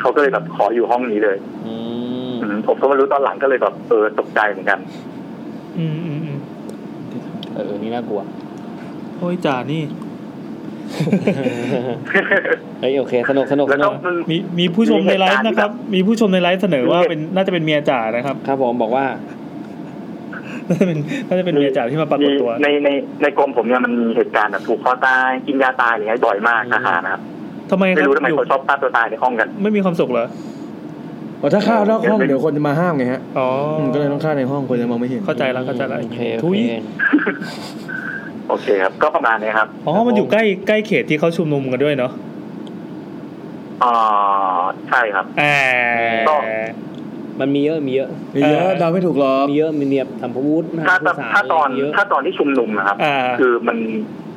Speaker 8: เขาก็เลยแบบขออยู่ห้องนี้เลย
Speaker 2: อืม
Speaker 8: อืมผมก็มารู้ตอนหลังก็เลยแบบเออตกใจเหมือนกัน
Speaker 1: อืมอืมอืม
Speaker 2: เออเออนี่น่ากลั
Speaker 8: [LAUGHS]
Speaker 2: ว
Speaker 1: โอ้ยจ่านี่
Speaker 2: เฮ้ยโอเคสนุกสนุกส
Speaker 8: แล้ว
Speaker 2: นุ
Speaker 8: ก็
Speaker 2: ก
Speaker 8: มัน
Speaker 1: มีมีผู้ชมในไลฟ์นะครับ มีผู้ชมในไลฟ์เสนอว่า
Speaker 8: มีเหตุ
Speaker 1: เป็นน่าจะเป็นเมียจ่านะครับ
Speaker 2: ครับผมบอกว่า
Speaker 1: น่าจะเป็นน่าจะเป็นเมียจ่าที่มาปราก
Speaker 8: มี
Speaker 1: ฏตัว
Speaker 8: ในในในกรมผมเนี่ยมันมีเหตุการณ์แบบถูกคอตายกินยาตายอย่างเงี้ยบ่อยมากนะคะนะครับ
Speaker 1: ทำไมค
Speaker 8: ไม่
Speaker 1: รับ
Speaker 8: รู้ทำไม
Speaker 1: อยู่
Speaker 8: เขาชอบฆ่าตัวตายในห้องกัน
Speaker 1: ไม่มีความสุขเหรอ
Speaker 3: อ๋อถ้าข้าวนอกห้องเดี๋ยวคนจะมาห้ามไงฮะ
Speaker 1: อ๋อ
Speaker 3: อืมก็เลยต้องข้าในห้องคนจะมองไม่เห็น
Speaker 1: เข้าใจแล้วเข้าใจแล้ว
Speaker 2: โอเคโอ
Speaker 1: ทุย
Speaker 2: เค
Speaker 8: โอเคครับ ก็ประมาณนี้ครับ
Speaker 1: อ๋อ มันอยู่ใกล้ใกล้เขตที่เขาชุมนุมกันด้วยเนาะ
Speaker 8: อ่าใช่ครับ
Speaker 1: แอบ
Speaker 8: ก็
Speaker 2: มันมีเยอะมีเยอะ
Speaker 3: มีเยอะเราไม่ถูกหรอก
Speaker 2: มีเยอะมีเนียบทำพวุธนะ
Speaker 8: ถ้า
Speaker 2: ผู้สร
Speaker 8: ถ้าตอน
Speaker 2: เยอะ
Speaker 8: ถ้าตอนที่ชุมนุมนะครับ
Speaker 1: อ่า
Speaker 8: คือมัน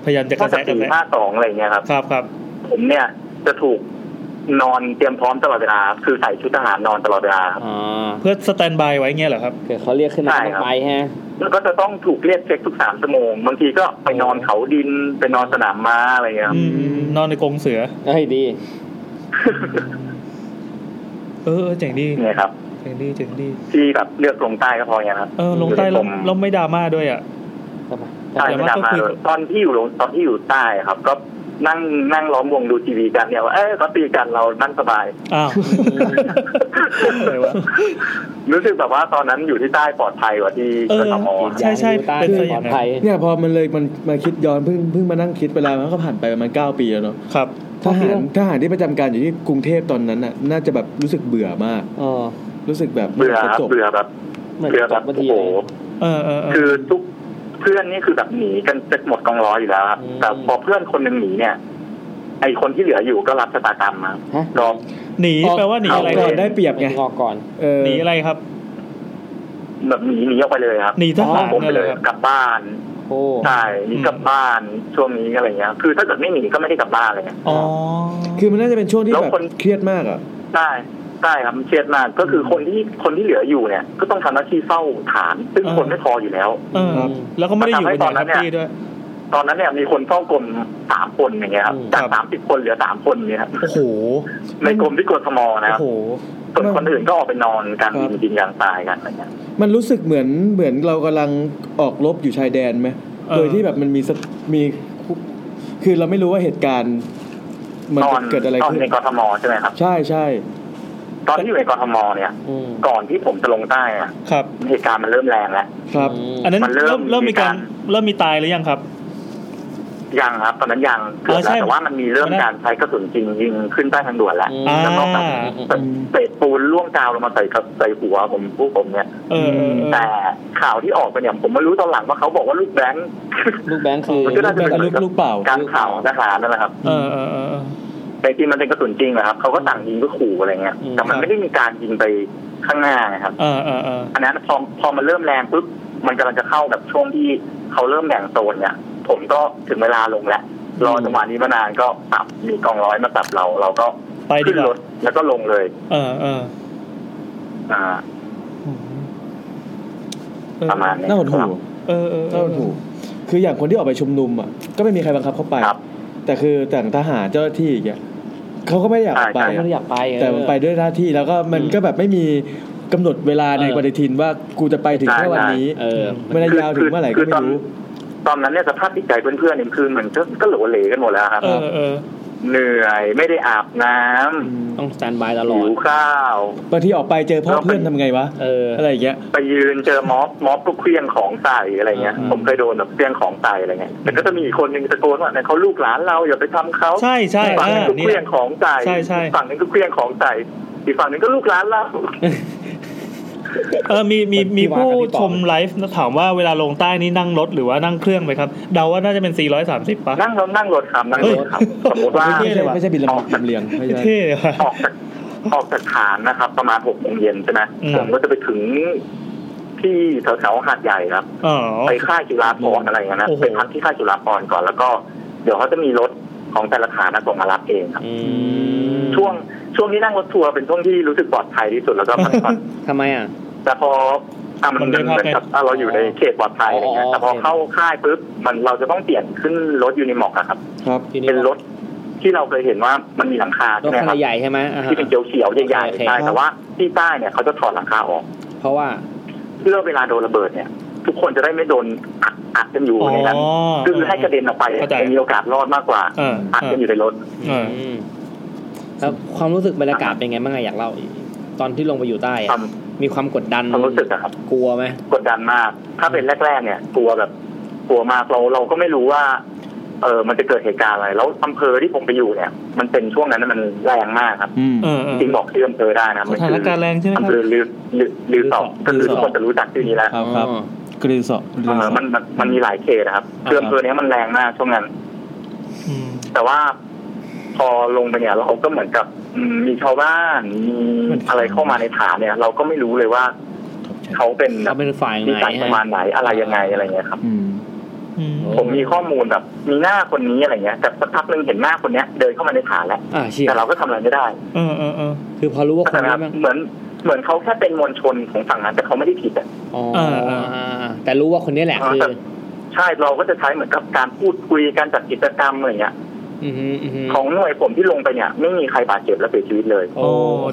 Speaker 1: พยายามจะก
Speaker 8: ก็
Speaker 1: ระ
Speaker 8: จะ
Speaker 1: แสกัน
Speaker 8: สี่
Speaker 1: แหละ
Speaker 8: ห้าสองอะไรเงี้ยครับ
Speaker 1: ครับครับ
Speaker 8: ผมเนี่ยจะถูกนอนเตรียมพร้อมตลอดเวลา คือใส่ชุดทหารนอนตลอดเวลาครับ
Speaker 2: อ่า
Speaker 1: เพื่อสแตนบายไว้เงี้ยเหรอครับ
Speaker 2: เกิดเขาเรียกขึ้นมา
Speaker 8: ใช่
Speaker 2: ต้อง
Speaker 8: ครับ
Speaker 2: ไปฮะ
Speaker 8: แล้วก็จะต้องถูกเรียกเช็คทุกสามชั่วโมงบางทีก็ไปนอนเขาดินไปนอนสนามม้าอะไรอย่างเงี้ยครับ
Speaker 1: อืมนอนในกรง
Speaker 8: [LAUGHS]
Speaker 1: เสือ
Speaker 2: เฮ้ยดี
Speaker 1: เออเออเจ๋งดี
Speaker 8: เนี่ยครับ
Speaker 1: เจ๋งดีเจ๋งดี
Speaker 8: ที่แบบเลือกลงใต้ก็พออย่างนี้ยครับ
Speaker 1: เออ ลงใต้
Speaker 8: อยู่
Speaker 1: เรา
Speaker 8: นกรม
Speaker 1: เราไม่ดราม่าด้วยอ่ะ
Speaker 8: ใช่
Speaker 1: แต่
Speaker 8: ไม่
Speaker 1: ว่า
Speaker 8: ดรามา
Speaker 1: ก็คือ
Speaker 8: เลยตอนที่อยู่ลงตอนที่อยู่ใต้ครับ ก็นั่งนั่งล้อมวงดูทีวีกันเนี่ยว่าเอ้ยเขาตีกันเรานั่งสบาย
Speaker 1: อ้าว อะไรวะ
Speaker 8: รู้สึกแบบว่าตอนนั้นอยู่ที่ใต้ปลอดภัยกว่าที่
Speaker 1: เออก
Speaker 8: ทม
Speaker 1: ใช่ใช่เป็น
Speaker 2: ป
Speaker 1: ซะอ
Speaker 2: ลอย่าง ด
Speaker 1: นั้น
Speaker 2: ภัย
Speaker 3: เนี่ยพอมันเลยมันมาคิดย้อนเพิ่งเพิ่งมานั่งคิดเวลามันก็ผ่านไปประมาณเก้าปีแล้วเนาะ
Speaker 1: ครับ
Speaker 3: ทหารทหารที่ประจำการอยู่ที่กรุงเทพตอนนั้นน่ะน่าจะแบบรู้สึกเบื่อมาก
Speaker 2: เออ
Speaker 3: รู้สึกแบบ
Speaker 8: เบื่อครับ
Speaker 3: จบ
Speaker 8: เบื่อแบบ
Speaker 2: เหมือน
Speaker 8: เบื่อแบ
Speaker 2: กับบ บั
Speaker 8: โอ้
Speaker 2: ที
Speaker 8: โห
Speaker 2: เลย
Speaker 1: เออเออเออ
Speaker 8: คือทุกเพื่อนนี่คือแบบหนีกันเจ็ดหมดกองร้อยอยู่แล้วครับ
Speaker 2: อืม
Speaker 8: แต่พอเพื่อนคนหนึ่งหนีเนี่ย ไอคนที่เหลืออยู่ก็รับชะตากรรมครับ
Speaker 2: ฮะ
Speaker 8: ก็
Speaker 1: หนี
Speaker 2: ออก
Speaker 1: แปลว่าหนี
Speaker 8: เอา
Speaker 1: อะไร
Speaker 3: ก่อนได้เปรียบไง
Speaker 2: ออกก่อน
Speaker 3: เออ
Speaker 1: หนีอะไรครับ
Speaker 8: แบบหนีหนีออกไปเลยครับ
Speaker 1: หนีทหาร
Speaker 8: ผมไป
Speaker 1: นั่นแห
Speaker 8: เล
Speaker 1: ละ
Speaker 8: ย
Speaker 1: ครับ
Speaker 8: กลับบ้าน
Speaker 2: โอ้
Speaker 8: ใช่หนีกลับบ้านช่วงนี้อะไรเงี้ย คือถ้าเกิดไม่หนีก็ไม่ได้กลับบ้านอะไรเลย
Speaker 1: อ๋อ
Speaker 3: คือมันน่าจะเป็นช่วงที่
Speaker 8: แล้ว
Speaker 3: แบบ
Speaker 8: คน
Speaker 3: เครียดมากอ่ะ
Speaker 8: ใช่ใช่ครับมันเครียดมากก็คือคนที่คนที่เหลืออยู่เนี่ย ก็ต้องทำหน้าที่เฝ้าฐาน ซึ่ง
Speaker 1: เออ
Speaker 8: คนไม่พออยู่แล้ว
Speaker 1: เออ
Speaker 3: ครับ
Speaker 1: แล้วก็ไม่ได้อยู่
Speaker 8: มัน
Speaker 1: เป็นอ
Speaker 8: ทำ
Speaker 1: ย่าง
Speaker 8: ให้ตอนนั้
Speaker 1: แฮป
Speaker 8: นเนี่ย
Speaker 1: ปี้ด้วย
Speaker 8: ตอนนั้นเนี่ยมีคนเฝ้ากรมสามคนอย่างเงี้ยครับจาก
Speaker 1: ครับ
Speaker 8: สามสิบคนเหลือสามคนเนี่ยครับ
Speaker 1: โอ้โห
Speaker 8: ในกรมที่กรทมนะ
Speaker 1: โอ้
Speaker 8: ค
Speaker 1: โห
Speaker 8: รับส่วนคนอื่นก็ออกไปนอนกัน
Speaker 3: ครับ
Speaker 8: กินยางตายกันอะไรเงี้ย
Speaker 3: มันรู้สึกเหมือนเหมือนเรากำลังออกรบอยู่ชายแดนไหม
Speaker 1: เออ
Speaker 3: โดยที่แบบมันมีสะมีคือเราไม่รู้ว่าเหตุการณ์ มัน
Speaker 8: ตอน
Speaker 3: เกิดอะไร
Speaker 8: ตอน
Speaker 3: ขึ้น
Speaker 8: ในกรทมใช่ไหมครับ
Speaker 3: ใช่ใช่
Speaker 8: ตอนที่อยู่ในกรทมเนี่ย
Speaker 2: อืม
Speaker 8: ก่อนที่ผมจะลงใต้อะ
Speaker 1: ครับ
Speaker 8: เหตุการณ์มันเริ่มแรงแล้ว
Speaker 3: ครับ
Speaker 1: อันนั้น
Speaker 8: มันเริ่
Speaker 1: เริ่
Speaker 8: ม
Speaker 1: มเริ่มมีการ
Speaker 8: มีการ
Speaker 1: เริ่มมีตายหรือยังครับ
Speaker 8: ยังครับ ตอนนั้นยังเกิด
Speaker 1: อ๋อใช่
Speaker 8: แล้วแต่ว่ามันมีเรื่องการใช้กระสุนจริงยิงขึ้นใต้ทางด่วนแล้ว
Speaker 2: อืม
Speaker 1: อ่า
Speaker 8: แล้วก็แบบ
Speaker 3: อืม
Speaker 8: เศษปูนล่วงกาวลงมาใส่กับใส่หัวผมพวกผมเนี่ย
Speaker 1: เออเออเออ
Speaker 8: แต่ข่าวที่ออกไปเนี่ยผมมารู้ตอนหลังว่าเขาบอกว่าลูกแบงค์
Speaker 2: ลูกแบงค์คือ
Speaker 8: มันก็น่าจะเป็น
Speaker 3: ลูกลูกเปล่า
Speaker 8: การข่าวทหารนั่นแหละครับ
Speaker 1: เออเออเออเออ
Speaker 8: แต่จริงมันเป็นกระสุนจริงนะครับเขาก็สั่งยิงเพื่อขู่อะไรเงี้ยแต่มั
Speaker 1: ค
Speaker 8: น
Speaker 1: รับ
Speaker 8: ไม่ได้มีการยิงไปข้างหน้านะครับ
Speaker 1: เออเออเออ
Speaker 8: อันนั้นพอพอมันเริ่มแรงปุ๊บมันกำลังจะเข้าแบบช่วงที่เขาเริ่มแบ่งโซนเนี่ยผมก็ถึงเวลาลงแล้วรอจังหวะนี้มานานก็ตับมีกองร้อยมาตับเรา เราก็
Speaker 1: ไปดี
Speaker 8: ขึ้น
Speaker 1: ก
Speaker 8: ร
Speaker 1: ว่า
Speaker 8: ถแล้วก็ลงเลย
Speaker 1: เออเออ
Speaker 8: อ่า
Speaker 1: เออ
Speaker 8: ประมาณนี้
Speaker 3: น่าหดหู
Speaker 8: ครับ
Speaker 1: เออเออเอ
Speaker 3: น่าห
Speaker 1: อ
Speaker 3: ดหูคืออย่างคนที่ออกไปชุมนุมอ่ะก็ไม่มีใครบังคับเขาไป
Speaker 8: ครับ
Speaker 3: แต่คือแต่างทหารเจ้าหน้าที่อย่างเงี้ยเขาก็ไม่ได้อยากออกไป
Speaker 8: ใช่
Speaker 2: ไม่
Speaker 8: ใช่
Speaker 2: ได้อยากไปเออ
Speaker 3: แต่มันไปด้วยหน้าที่แล้วก็มันก็แบบไม่มีกำหนดเวลาใน
Speaker 2: เออ
Speaker 3: ปฏิทินว่ากูจะไปถึงแค่วันนี้
Speaker 2: เออ
Speaker 3: เวลายาวถึงเมื่อไหร่ก็
Speaker 8: คือ
Speaker 3: ไม่
Speaker 8: ตอน
Speaker 3: รู้
Speaker 8: ตอนนั้นเนี่ยสภาพจิตใจเพื่อนๆเนี่ยคือมันก็ก็โหลเหลกันหมดแล้วครับ
Speaker 1: เออเออ
Speaker 8: เหนื่อยไม่ได้อาบน้
Speaker 2: ต้องสแตนบายตล
Speaker 8: ำหิ
Speaker 2: อด
Speaker 8: วข้าว
Speaker 3: บางทีออกไปเจอพ่อเพื่อนทำไงวะ
Speaker 2: เออ
Speaker 3: อะไรอย่างเงี้ย
Speaker 8: ไปยืนเจอม็อบม็อบก็เคลี้ยงของใส่อะไรเงี้ย
Speaker 1: อืม
Speaker 8: ผมเคยโดนแบบเคลี้ยงของใส่อะไรเงี้ยแต่ก็จะมีอีกคนหนึ่งตะโกนว่าเนี่ยเขาลูกหลานเราอย่าไปทำเขา
Speaker 1: ใช่ใช่
Speaker 8: ฝั่ง
Speaker 1: เอ
Speaker 8: หนึ
Speaker 1: อง
Speaker 8: ก็
Speaker 1: นี่
Speaker 8: เค
Speaker 1: แห
Speaker 8: ลี้ย
Speaker 1: ละ
Speaker 8: งของใส่
Speaker 1: ใช่ใช่
Speaker 8: ฝั่งหนึงก็เคลี้ยงของใส่อีกฝั่งหนึงก็ลูกหลานเรา
Speaker 1: เออมีมีมี
Speaker 2: ที่ว่า
Speaker 1: ผู้
Speaker 2: กันที่ต่อ
Speaker 1: ชมไลฟ์ถามว่าเวลาลงใต้นี่นั่งรถหรือว่านั่งเครื่องไหมครับ เดาว่าน่าจะเป็น 430ปะ
Speaker 8: นั่งรถนั่งรถครับนั่งรถครับ
Speaker 1: เฮ้ย
Speaker 8: สมมติว่า
Speaker 3: ไม่ใช่ไม่ใช่บินลำลำเลียงไม่ใช่
Speaker 1: เท่เลยว่ะ
Speaker 8: ออกจากออกจากฐานนะครับ ประมาณหกโมงเย็นใช่ไหม
Speaker 1: อืม
Speaker 8: ผมก็จะไปถึงที่แถวๆหาดใหญ่ครับ
Speaker 1: อ๋อ
Speaker 8: ไปค่ายจุฬาภรณ์อะไรอย่างเงี้ยนะ
Speaker 1: โอ้โห
Speaker 8: ไปพักที่ค่ายจุฬาภรณ์ก่อนแล้วก็เดี๋ยวเขาจะมีรถของแต่ละฐานนะส่งมารับเองครับ
Speaker 2: อืม
Speaker 8: ช่วงช่วงที่นั่งรถทัวร์เป็นช่วงที่รู้สึกปลอดภัยที่สุดแล้วก็พักผ่อน
Speaker 2: ทำไมอ่ะ
Speaker 8: แต่พออ่ะมัน
Speaker 1: มัน
Speaker 8: เห
Speaker 1: ได้
Speaker 8: มือ
Speaker 1: ภาพ
Speaker 8: น
Speaker 1: ไง
Speaker 8: กับอ่ะเราอยู่ในเขตปลอดภัยอะไรเงี้ย
Speaker 2: อ๋อ
Speaker 8: แต่พอเข้าค่ายปุ๊บมันเราจะต้องเปลี่ยนขึ้นรถยูนิมอร์กอะครับ
Speaker 3: ครับ
Speaker 2: ทีนี้
Speaker 8: เป็นรถที่เราเคยเห็นว่ามันมีหลังคาร ใช่
Speaker 2: ถ
Speaker 8: ไหม
Speaker 2: คัน
Speaker 8: ครับ
Speaker 2: ใหญ่ใช่ไหมอ่าฮะ
Speaker 8: ที่เป็นเขียวๆใหญ่
Speaker 2: โอเค
Speaker 8: ๆใช่แต่ว่าที่ใต้เนี่ยเขาจะถอดหลังคาออก
Speaker 2: เพราะว่า
Speaker 8: เพื่อเวลาโดนระเบิดเนี่ย ทุกคนจะได้ไม่โดนอัดอัดกันอยู่
Speaker 1: อ๋อ
Speaker 8: ในนั้น คือให้กระเด็นออกไป
Speaker 1: เข้าใจ
Speaker 8: จะมีโอกาสรอดมากกว่า
Speaker 1: เออ
Speaker 8: อัด
Speaker 1: เอ
Speaker 8: กันอยู่ในรถ
Speaker 1: อเออ
Speaker 2: อืมแล้วความรู้สึกบรรยากาศเป็นไงบ้างไงอยากเล่าอีกตอนที่ลงไปอยู่ใต้อะ
Speaker 8: ความ
Speaker 2: มีความกดดัน
Speaker 8: ความรู้สึกอะครับ
Speaker 2: กลัวไหม
Speaker 8: กดดันมาก ถ้าเป็นแรก ๆ เนี่ย กลัวแบบกลัวมากเราเราก็ไม่รู้ว่า เออมันจะเกิดเหตุการณ์อะไร แล้วอำเภอที่ผมไปอยู่เนี่ย มันเป็นช่วงนั้นนะมันแรงมากครับ
Speaker 3: อืม
Speaker 1: เออเออ
Speaker 8: จริงบอกชื่ออำเภอได้นะ
Speaker 1: ส
Speaker 8: มัน
Speaker 1: ถา
Speaker 8: คื
Speaker 1: นการณ์แรงใช่ไหมค
Speaker 8: อำ
Speaker 1: รับ
Speaker 8: เภอลือลือลือสอบก็คือทุกคนจะรู้จักชื่อนี้แล้ว
Speaker 3: ครับครับ
Speaker 2: อ๋อก
Speaker 3: รีนสอบกรีน
Speaker 8: เออ
Speaker 3: สอบ
Speaker 8: มันมันมันมีหลายเขตนะครับคืออำเภอเนี้ยมันแรงมากช่วงนั้น
Speaker 1: อืม
Speaker 8: แต่ว่าพอลงไปเนี่ยเราก็เหมือนกับอืมมีชาวบ้านมีอะไรเข้ามาในฐานเนี่ย เราก็ไม่รู้เลยว่าเขาเป็นแบ
Speaker 2: เขา
Speaker 8: บ
Speaker 2: เป็นฝ่ายไหน
Speaker 8: นิสัยประมาณ
Speaker 2: ฮะ
Speaker 8: ไหนอะไรยังไงอะไรเงี้ยครับ
Speaker 3: อืม
Speaker 1: อืม
Speaker 2: โอ้
Speaker 8: ผมมีข้อมูลแบบ มีหน้าคนนี้อะไรเงี้ยแต่สักพักหนึงเห็นหน้าคนเนี้ย เดินเข้ามาในฐานแล้ว
Speaker 2: อ่าเชี่ย
Speaker 8: แต่เราก็ทำอะไรไม่ได้
Speaker 1: เออเออเออ
Speaker 2: คือพอรู้ว่าค
Speaker 8: แต่
Speaker 2: น
Speaker 8: แบ
Speaker 2: นี้
Speaker 8: บ
Speaker 2: แมัน
Speaker 8: เหมือน เหมือนเขาแค่เป็นมวลชนของฝั่งนั้นแต่เขาไม่ได้ผิดอ่ะ
Speaker 2: อ๋อ
Speaker 1: เออเอ
Speaker 2: แต่รู้ว่าคนนี้แหละคือ
Speaker 8: แต่ใช่เราก็จะใช้เหมือนกับการพูดคุยการจัดกิจกรรมอะไรเงี้ย
Speaker 2: อือฮึอือฮึ
Speaker 8: ของหน่วยผมที่ลงไปเนี่ยไม่มีใครบาดเจ็บและเสียชีวิตเลย
Speaker 1: โอ้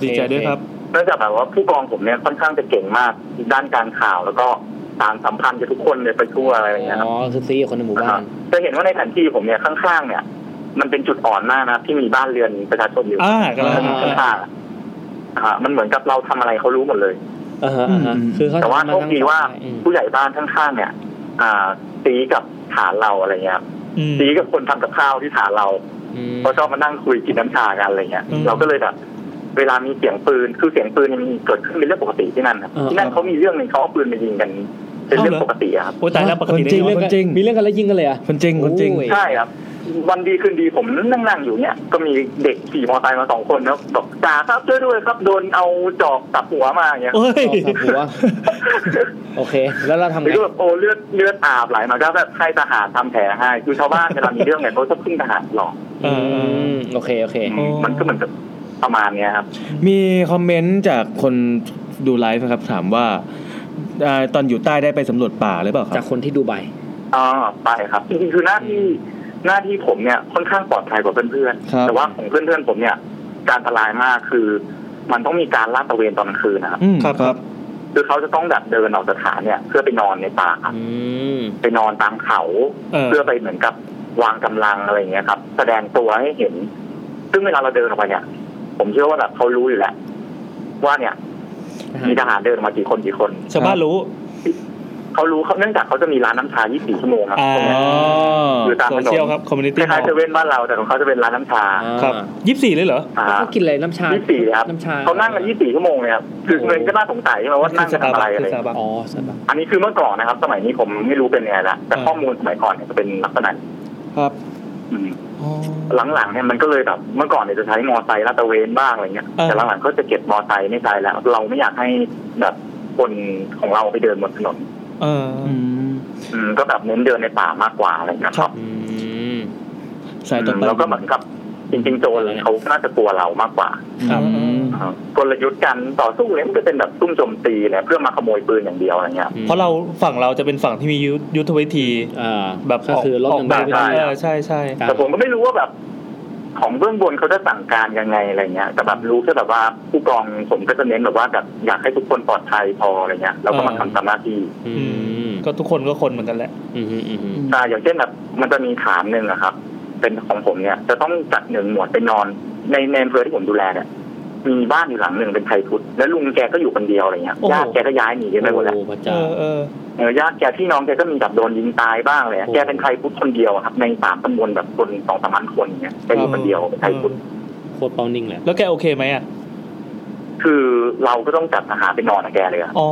Speaker 1: ดีใจด้วยครับ
Speaker 8: เนื่องจากแบบว่าผู้กองผมเนี่ยค่อนข้างจะเก่งมากด้านการข่าวแล้วก็ตามสัมพันธ์กับทุกคนเลยไปทั่วอะไรอย่างเงี้ยครับ
Speaker 2: อ๋อคือซีกับคนในหมู่
Speaker 8: นะค
Speaker 2: บ้า
Speaker 8: รับ
Speaker 2: น
Speaker 8: จะเห็นว่าในแผนที่ผมเนี่ยข้างๆ เนี่ย มันเป็นจุดอ่อนมากนะที่มีบ้านเรือนประชาชนอยู่
Speaker 1: อ่ากำลัง
Speaker 8: ข้างๆอะอ่ามันเหมือนกับเราทำอะไรเขารู้หมดเลย
Speaker 2: อ่าฮะอ่าฮะ
Speaker 1: อืม
Speaker 2: คือเขา
Speaker 8: แต่ว่า
Speaker 2: ทำม
Speaker 8: โชคดีว่า
Speaker 2: อืม
Speaker 8: ผู้ใหญ่บ้านข้างๆ เนี่ย อ่าตีกับฐานเราอะไรเงี้ยครับ
Speaker 1: อืม
Speaker 8: ตีกับคนทำกับข้าวที่ฐานเรา
Speaker 2: อืม
Speaker 8: เขาชอบมานั่งคุยกินน้ำชากันอะไรเงี้ย
Speaker 1: อืม
Speaker 8: เราก็เลยแบบเวลามีเสียงปืนคือเสียงปืนเนี่ยมันเกิดขึ้นเป็นเรื่องปกติที่นั่นครับ
Speaker 2: เออ
Speaker 8: ที่นั่นเขามีเรื่องหนึ่งเขาเอาปืนมายิงกัน เป็นเรื่องปกติอะครับ
Speaker 1: โอ้ยตายแล้วปกติได้
Speaker 3: จริง
Speaker 1: ไง
Speaker 3: เรื่อง
Speaker 1: วะ
Speaker 3: จริง
Speaker 2: มีเรื่องกันแล้วยิงกันเลยอ่ะ
Speaker 3: คนจริงคนจริง
Speaker 2: โอ้ย
Speaker 8: ใช่ครับ วันดีคืนดีผมนั่งนั่งๆอยู่เนี่ย ก็มีเด็กขี่มอเตอร์ไซค์มาสองคนแล้วบอกจ่าครับช่วยด้วยครับโดนเอาจอบตับหัวมาอย่างเงี้ย
Speaker 1: เอ้ย
Speaker 2: เอาสับหัวโอเค แล้วเราทำไง
Speaker 8: แล้วก็แบบโอ้เลือดเลือดอาบไหลมาก็แบบให้ทหารทำแผลให้คือชาวบ้านเวลามีเรื่องเนี่ยเขาจะพึ่งทหารหลอก
Speaker 1: เออเออ
Speaker 2: มโอเค โอเค
Speaker 1: อ๋อ
Speaker 8: มันก็เหมือนกับประมาณเนี้ยครับ
Speaker 3: มีคอมเมนต์จากคนดูไลฟ์นะครับถามว่าอ่า ตอนอยู่ใต้ได้ไปสำรวจป่าหรือเปล่าค
Speaker 2: จา
Speaker 3: รับ
Speaker 2: กคนที่ดูใบ
Speaker 8: อ่าไปครับจริงๆคือหน้าที่หน้าที่ผมเนี่ยค่อนข้างปลอดภัยกว่าเพื่อน
Speaker 3: ครับ
Speaker 8: ๆแต่ว่าของเพื่อนๆผมเนี่ยการอันตรายมากคือ มันต้องมีการลาดตระเวนตอนกลางคืนนะครับ
Speaker 3: อืม
Speaker 1: ครับ
Speaker 3: ครับ
Speaker 8: คือเขาจะต้องแบบเดินออกจากฐานเนี่ย เพื่อไปนอนในป่าครับ
Speaker 2: อืม
Speaker 8: ไปนอนตามเขา
Speaker 1: เออ
Speaker 8: เพื่อไปเหมือนกับวางกำลังอะไรอย่างเงี้ยครับ แสดงตัวให้เห็น ซึ่งเวลาเราเดินออกไปเนี่ย ผมเชื่อว่าแบบเขารู้อยู่แล้วว่าเนี่ย มีทหารเดินออกมากี่คนกี่คน
Speaker 1: ชาวบ้านรู้
Speaker 8: เขารู้เขาเนื่องจากเขาจะมีร้านน้ำชา 24 ชั่วโมงครับ
Speaker 1: อ่า
Speaker 8: ตรงเนี้ย
Speaker 3: อ๋อ
Speaker 8: อยู่ตาม
Speaker 1: โซ
Speaker 8: ถนน
Speaker 1: เชียลครับคอมมูนิ
Speaker 8: ค
Speaker 1: ตี้
Speaker 8: ล้ายๆเซเว่นบ้านเราแต่ของเขาจะเป็นร้านน้ำชา
Speaker 2: อ่า
Speaker 1: ครับยี่สิบสี่เลยเหรอ
Speaker 8: อ่า
Speaker 2: เขากินอะไรน้ำชา
Speaker 8: ยี่สิบสี่ครับ
Speaker 2: น้ำชา
Speaker 8: เขานั่งกันยี่สิบสี่ชั่วโมงเนี่ยครับคือเงินก็น่าสงสัยใช่ไหมว่านั่งกันทำอะไรอะไร
Speaker 2: อ๋อสบาย
Speaker 8: อันนี้คือเมื่อก่อนนะครับ สมัยนี้ผมไม่รู้เป็นยังไงละแต่
Speaker 1: อ่า
Speaker 8: ข้อมูลสมัยก่อนเนี่ยจะเป็นลักษณะนี้
Speaker 3: ครับ
Speaker 8: อืมหลังๆเนี่ยมันก็เลยแบบเมื่อก่อนเนี่ยจะใช้มอไซค์ลาดตระเวนบ้างอะไรเงี้ยแต่หลังๆก็จะเก็บมอไซค์ไม่ใช้แล้ว เราไม่อยากให้แบบคนของเราไปเดินบนถนน
Speaker 1: เออ
Speaker 3: อืม
Speaker 8: อืมก็แบบเน้นเดินในป่ามากกว่าอะไรเงี้ยครับ
Speaker 2: อืม
Speaker 3: สายต่อไป
Speaker 8: แล้วก็เหมือนกับจริงๆโจรเขาน่าจะกลัวเรามากกว่า
Speaker 3: ครับ
Speaker 8: กลยุทธ์การต่อสู้เนี่ยมันจะเป็นแบบซุ่มโจมตีเนี่ยเพื่อมาขโมยปืนอย่างเดียวอะไรเงี้ย
Speaker 1: เพราะเราฝั่งเราจะเป็นฝั่งที่มียุทยุทธวิธี
Speaker 2: อ่า
Speaker 1: แบบ
Speaker 2: ก็คือลด
Speaker 1: ออก
Speaker 2: เงิน
Speaker 1: แบบ
Speaker 2: ได้ไม่
Speaker 8: ได้
Speaker 2: ได้
Speaker 1: เออใช่ใช่
Speaker 2: ครับ
Speaker 8: แต่ผมก็ไม่รู้ว่าแบบ ของเบื้องบนเขาจะสั่งการยังไงอะไรเงี้ยแต่แบบรู้แค่แบบว่าผู้กองผมก็จะเน้นแบบว่าแบบอยากให้ทุกคนปลอดภัยพออะไรเงี้ยแล้วก็มาทำตามหน้าที่
Speaker 2: อืม
Speaker 1: ก็ทุกคนก็คนเหมือนกันแหละ
Speaker 2: อืมอืมอืม
Speaker 8: แต่อย่างเช่นแบบมันจะมีฐานหนึ่งอะครับ เป็นของผมเนี่ย จะต้องจัดหนึ่งหมวดไปนอนในในอำเภอที่ผมดูแลเนี่ยมีบ้านอยู่หลังหนึ่งเป็นไทยพุทธแล้วลุงแกก็อยู่คนเดียวอะไรเงี้ย
Speaker 1: โอ้โห
Speaker 8: ญาติแกก็ย้ายหนีกันไปหมดแล้ว
Speaker 2: โอ้พระ
Speaker 1: เอ
Speaker 2: เจ้า
Speaker 1: อเออ
Speaker 8: เออญาติแกพี่น้องแกก็มีแบบโดนยิงตายบ้างเลยอะแกเป็นไทยพุทธคนเดียวอะครับ ในสามตำบลแบบคนสองสามพันคนเนี่ยแกอยู่คนเดียวเป็นไทยพุทธ
Speaker 2: โคตรเป้านิ่งเลย
Speaker 1: แล้วแกโอเคไหมอ่ะ
Speaker 8: คือเราก็ต้องจัดทหารไปนอนกับแกเลยอะ
Speaker 1: อ๋อ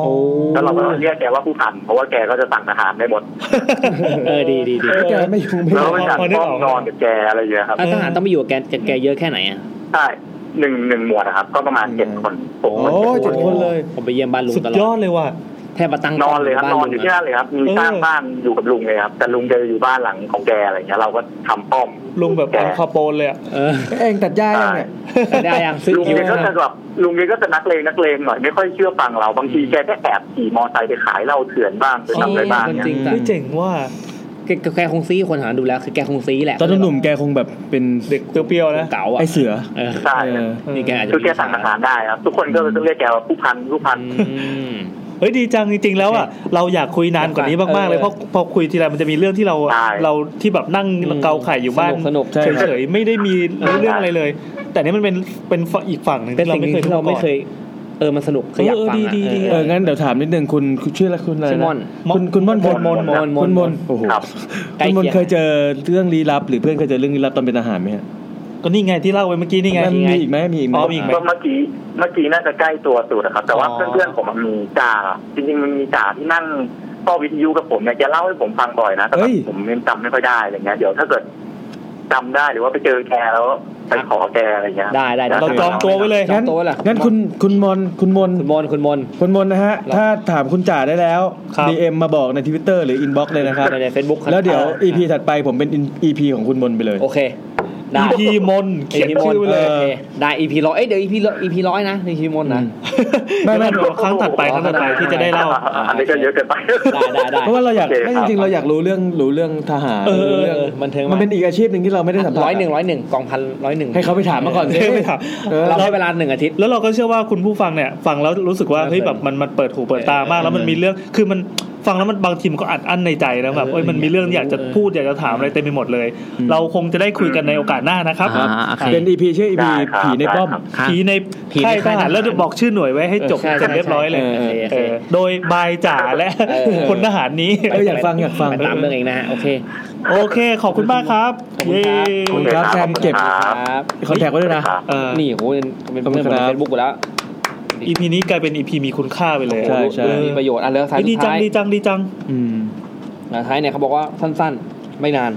Speaker 8: แล้วเราก็เรียกแกว่าผู้พัน เพราะว่าแกก็จะสั่งทหารได้หมด
Speaker 2: เออดีดีดี
Speaker 14: แกไม่ยุ่งไม่
Speaker 8: แล้ว
Speaker 14: ยุ่ง
Speaker 8: ก็ไปจัดห้องนอนกับแกอะไรอย่างเงี้ยครับ
Speaker 2: อ่ะทหารต้องไปอยู่กับแกแกแกเยอะแค่ไหนอ่ะ
Speaker 8: ใช่หนึ่งหนึ่งหมวดนะครับ ก็ประมาณเจ็ดคนผม
Speaker 14: โอ้ยเจ็ดคนเลย
Speaker 2: ผมไปเยี่ยมบ้านลุง
Speaker 1: สุด
Speaker 2: ตลอด
Speaker 1: ยอดเลยว่ะ
Speaker 2: แทบมาตั้ง
Speaker 8: นอนเลยครับ
Speaker 2: บ้าน
Speaker 8: อ
Speaker 2: ลุ
Speaker 8: น
Speaker 2: ง
Speaker 8: อยู่ที่
Speaker 2: อะ
Speaker 8: นั่นเลยครับมี
Speaker 1: เออ
Speaker 8: สร้างบ้านอยู่กับลุงเลยครับแต่ลุงแกอยู่บ้านหลังของแกอะไรเงี้ยเราก็ทำป้อม
Speaker 1: ลุงแบบคาโปนเลยอ่ะ
Speaker 2: เออ
Speaker 14: เองตัดหญ้ายังเนี่ย
Speaker 2: ไปได้ยังซื้อ
Speaker 8: ลุง
Speaker 2: คิว
Speaker 8: แก
Speaker 2: ให้
Speaker 8: ก็
Speaker 2: นะ
Speaker 8: จะแบบลุงแกก็จะนักเลงนักเลงหน่อยไม่ค่อยเชื่อฟังเราบางทีแกก็แอบขี่มอไซค์ไปขายเหล้าเถื่อนบ้างไปทำอะไรบ้างเนี่ย
Speaker 2: จริงจัง
Speaker 1: เฮ้ยเจ๋งว่า
Speaker 2: แกแกคงซีคนหาดูแล้วคือแกคงซีแหละ
Speaker 3: ตอนหนุ่มๆแกคงแบบเป็น
Speaker 1: เด็กเปรี้ยวๆนะ
Speaker 2: เก่าอ่ะ
Speaker 3: ไอเสือ
Speaker 2: เออ
Speaker 8: ใช่
Speaker 3: เออ
Speaker 2: นี่แกอาจจะ
Speaker 8: คือแกสั่งอาหารได้ครับ ทุกคนก็จะเรียกแกว่าผู้พันผู้พัน
Speaker 2: อืม
Speaker 1: เฮ้ยดีจังจริงๆแล้วอ่ะเราอยากคุยนานกว่านี้มากๆเลยเพราะพอคุยทีไรมันจะมีเรื่องที่เรา
Speaker 8: ใช่
Speaker 1: เราที่แบบนั่ง
Speaker 2: อืม
Speaker 1: เกาไข่อยู่บ้าน
Speaker 2: สนุกๆใช่
Speaker 1: เฉยๆไม่ได้มีเรื่องอะไรเลย แต่นี่มันเป็นเป็นอีกฝั่งหนึ่ง
Speaker 2: เป็น
Speaker 1: ที่เราไม่เคย
Speaker 2: สิ่งหนึ่งที่เราไม่เคย เออมันสนุกเคยอยากฟังอ่ะ
Speaker 3: เอองั้นเดี๋ยวถามนิดนึงคุณคุณชื่ออะไรคุณอะไร
Speaker 2: ชื่อม่อน
Speaker 3: ะคุณคุณม่อนเคย
Speaker 8: ม่อนม่อน
Speaker 3: คุณม่อนโอ้โห
Speaker 8: ครับ
Speaker 3: คุณม่อนเคยเจอเรื่องลี้ลับ หรือเพื่อนเคยเจอเรื่องลี้ลับตอนเป็นทหารไหมฮะ
Speaker 1: ก็นี่ไงที่เล่าไปเมื่อกี้นี่ไง
Speaker 3: มันมีอีกไหมมีอีกไหม
Speaker 1: อ๋อมีอีกไหม
Speaker 8: ก็เมื่อกี้เมื่อกี้น่าจะใกล้ตัวสุดนะครับ แต่ว่า
Speaker 1: อ๋อ
Speaker 8: เพื่อนๆผมมันมีจ่าจริงๆมันมีจ่าที่นั่งต่อวิทยุกับผมเนี่ยแกเล่าให้ผมฟังบ่อยนะแต่แบบผมยังจำไม่ค่อยได้อะไรเงี้ยเดี๋ยวถ้าเกิดจำได้หรือว่าไปเจอแกแล้วไปขอแกอะไรเงี้ย
Speaker 2: ได้ได้ได้
Speaker 1: เราจองตัวไว้เลย
Speaker 3: งั้น
Speaker 2: จำตัวล่ะ
Speaker 3: งั้นคุณคุณมอนคุณมน
Speaker 2: คุณมนคุณมน
Speaker 3: คุณมนนะฮะ ถ้าถามคุณจ่าได้แล้ว
Speaker 1: ครับ
Speaker 3: DM มาบอกในทวิตเตอร์หรืออินบ็อกซ์เลยนะครับ
Speaker 2: ในใน Facebook ครับ
Speaker 3: แล้วเดี๋ยว
Speaker 2: อ่า
Speaker 3: EP ถัดไปผมเป็น EP ของคุณมนไปเลย
Speaker 2: โอเค ได้
Speaker 1: EP มนเขียนชื่อไว้เลย
Speaker 2: โคได้ EP ร้อยเอ้ยเดี๋ยว EP ร้อย EP ร้อยนะ EP มนต์นะ
Speaker 1: ไม่ไม่เดี๋ยวครั้งถัดไปครั้งถัดไปที่จะได้เล่า
Speaker 15: อันนี้ก็เยอะเกินไป
Speaker 2: ได้ได้ได้
Speaker 3: เพราะว่าเราอยาก
Speaker 15: โอเค
Speaker 3: ไม่
Speaker 15: ค
Speaker 3: จ
Speaker 15: รับ
Speaker 3: ริงๆเราอยากรู้เรื่องรู้เรื่องทหาร
Speaker 1: เออ
Speaker 3: รู้เรื่อง
Speaker 2: บันเทิงมาก
Speaker 3: มันเป็นอีกอาชีพหนึ่งที่เราไม่ได้สัมผัส
Speaker 2: ร้อยหนึ่งร้อยหนึ่งกองพันร้อยหนึ่ง
Speaker 3: ให้เขาไปถามมาก่อนสิ
Speaker 1: เออไปถาม
Speaker 3: เออ
Speaker 2: เราให้เวลาหนึ่งอาทิตย์
Speaker 1: แล้วเราก็เชื่อว่าคุณผู้ฟังเนี่ยฟังแล้วรู้สึกว่าเฮ้ยแบบมันมันเปิดหูเปิดตามากแล้วมันมีเรื่องคือมันฟังแล้วมันบางทีมันก็อัดอั้นในใจนะแบบเอ้ยมันมีเรื่องอยากจะพูดอยากจะถามอะไรเต็มไปหมดเลย เราคงจะได้คุยกันในโอกาสหน้านะครับ
Speaker 2: อ่าโอเค
Speaker 3: เป็นอีพีชื่ออี
Speaker 15: ได้
Speaker 3: พี
Speaker 15: ครับ
Speaker 3: ผีในป้อม
Speaker 15: ได้ครับ
Speaker 1: ผีใน
Speaker 2: ผีใน
Speaker 1: ค่ายท
Speaker 2: ค่ายท
Speaker 1: หา
Speaker 2: หาร ร
Speaker 1: แล้วจะบอกชื่อหน่วยไว้ให้จบ
Speaker 6: เออใช่
Speaker 1: กันเรียบร้อยเลย
Speaker 3: ใช่
Speaker 2: โอ
Speaker 1: เอ
Speaker 2: เคโอเค
Speaker 1: อโดยบายจ๋าและ
Speaker 2: เออ
Speaker 1: คนทหารนี้
Speaker 3: เอออยากฟังอยากฟัง
Speaker 2: ไปตามเรื่องเองนะฮะโอเค
Speaker 1: โอเคขอบคุณมากครับ
Speaker 2: ขอบคุณครับ
Speaker 1: เย้
Speaker 3: ขอบคุณครับแซมเก็บ
Speaker 15: ครับ
Speaker 2: ครับ
Speaker 3: คอนแทคไว้ด้วยนะ
Speaker 15: ครับ
Speaker 1: เอ่อ
Speaker 2: นี่โหเป็น
Speaker 3: ขอบคุ
Speaker 2: เพื่อ
Speaker 3: ณ
Speaker 2: น
Speaker 3: ค
Speaker 2: ผม
Speaker 3: รับ
Speaker 2: ในเฟซบุ๊กกูแล้ว
Speaker 1: อีพีนี้กลายเป็นอีพีมีคุณค่าไปเลย
Speaker 3: ใช่ใช่
Speaker 1: เออ
Speaker 2: มีประโยชน์อันเลือกท้าย
Speaker 1: เฮ้ยดี
Speaker 2: สุด
Speaker 1: จัง
Speaker 2: ท้าย
Speaker 1: ดีจังดีจัง
Speaker 3: อืม
Speaker 2: สุดท้ายเนี่ยเขาบอกว่าสั้นๆ ไม่นาน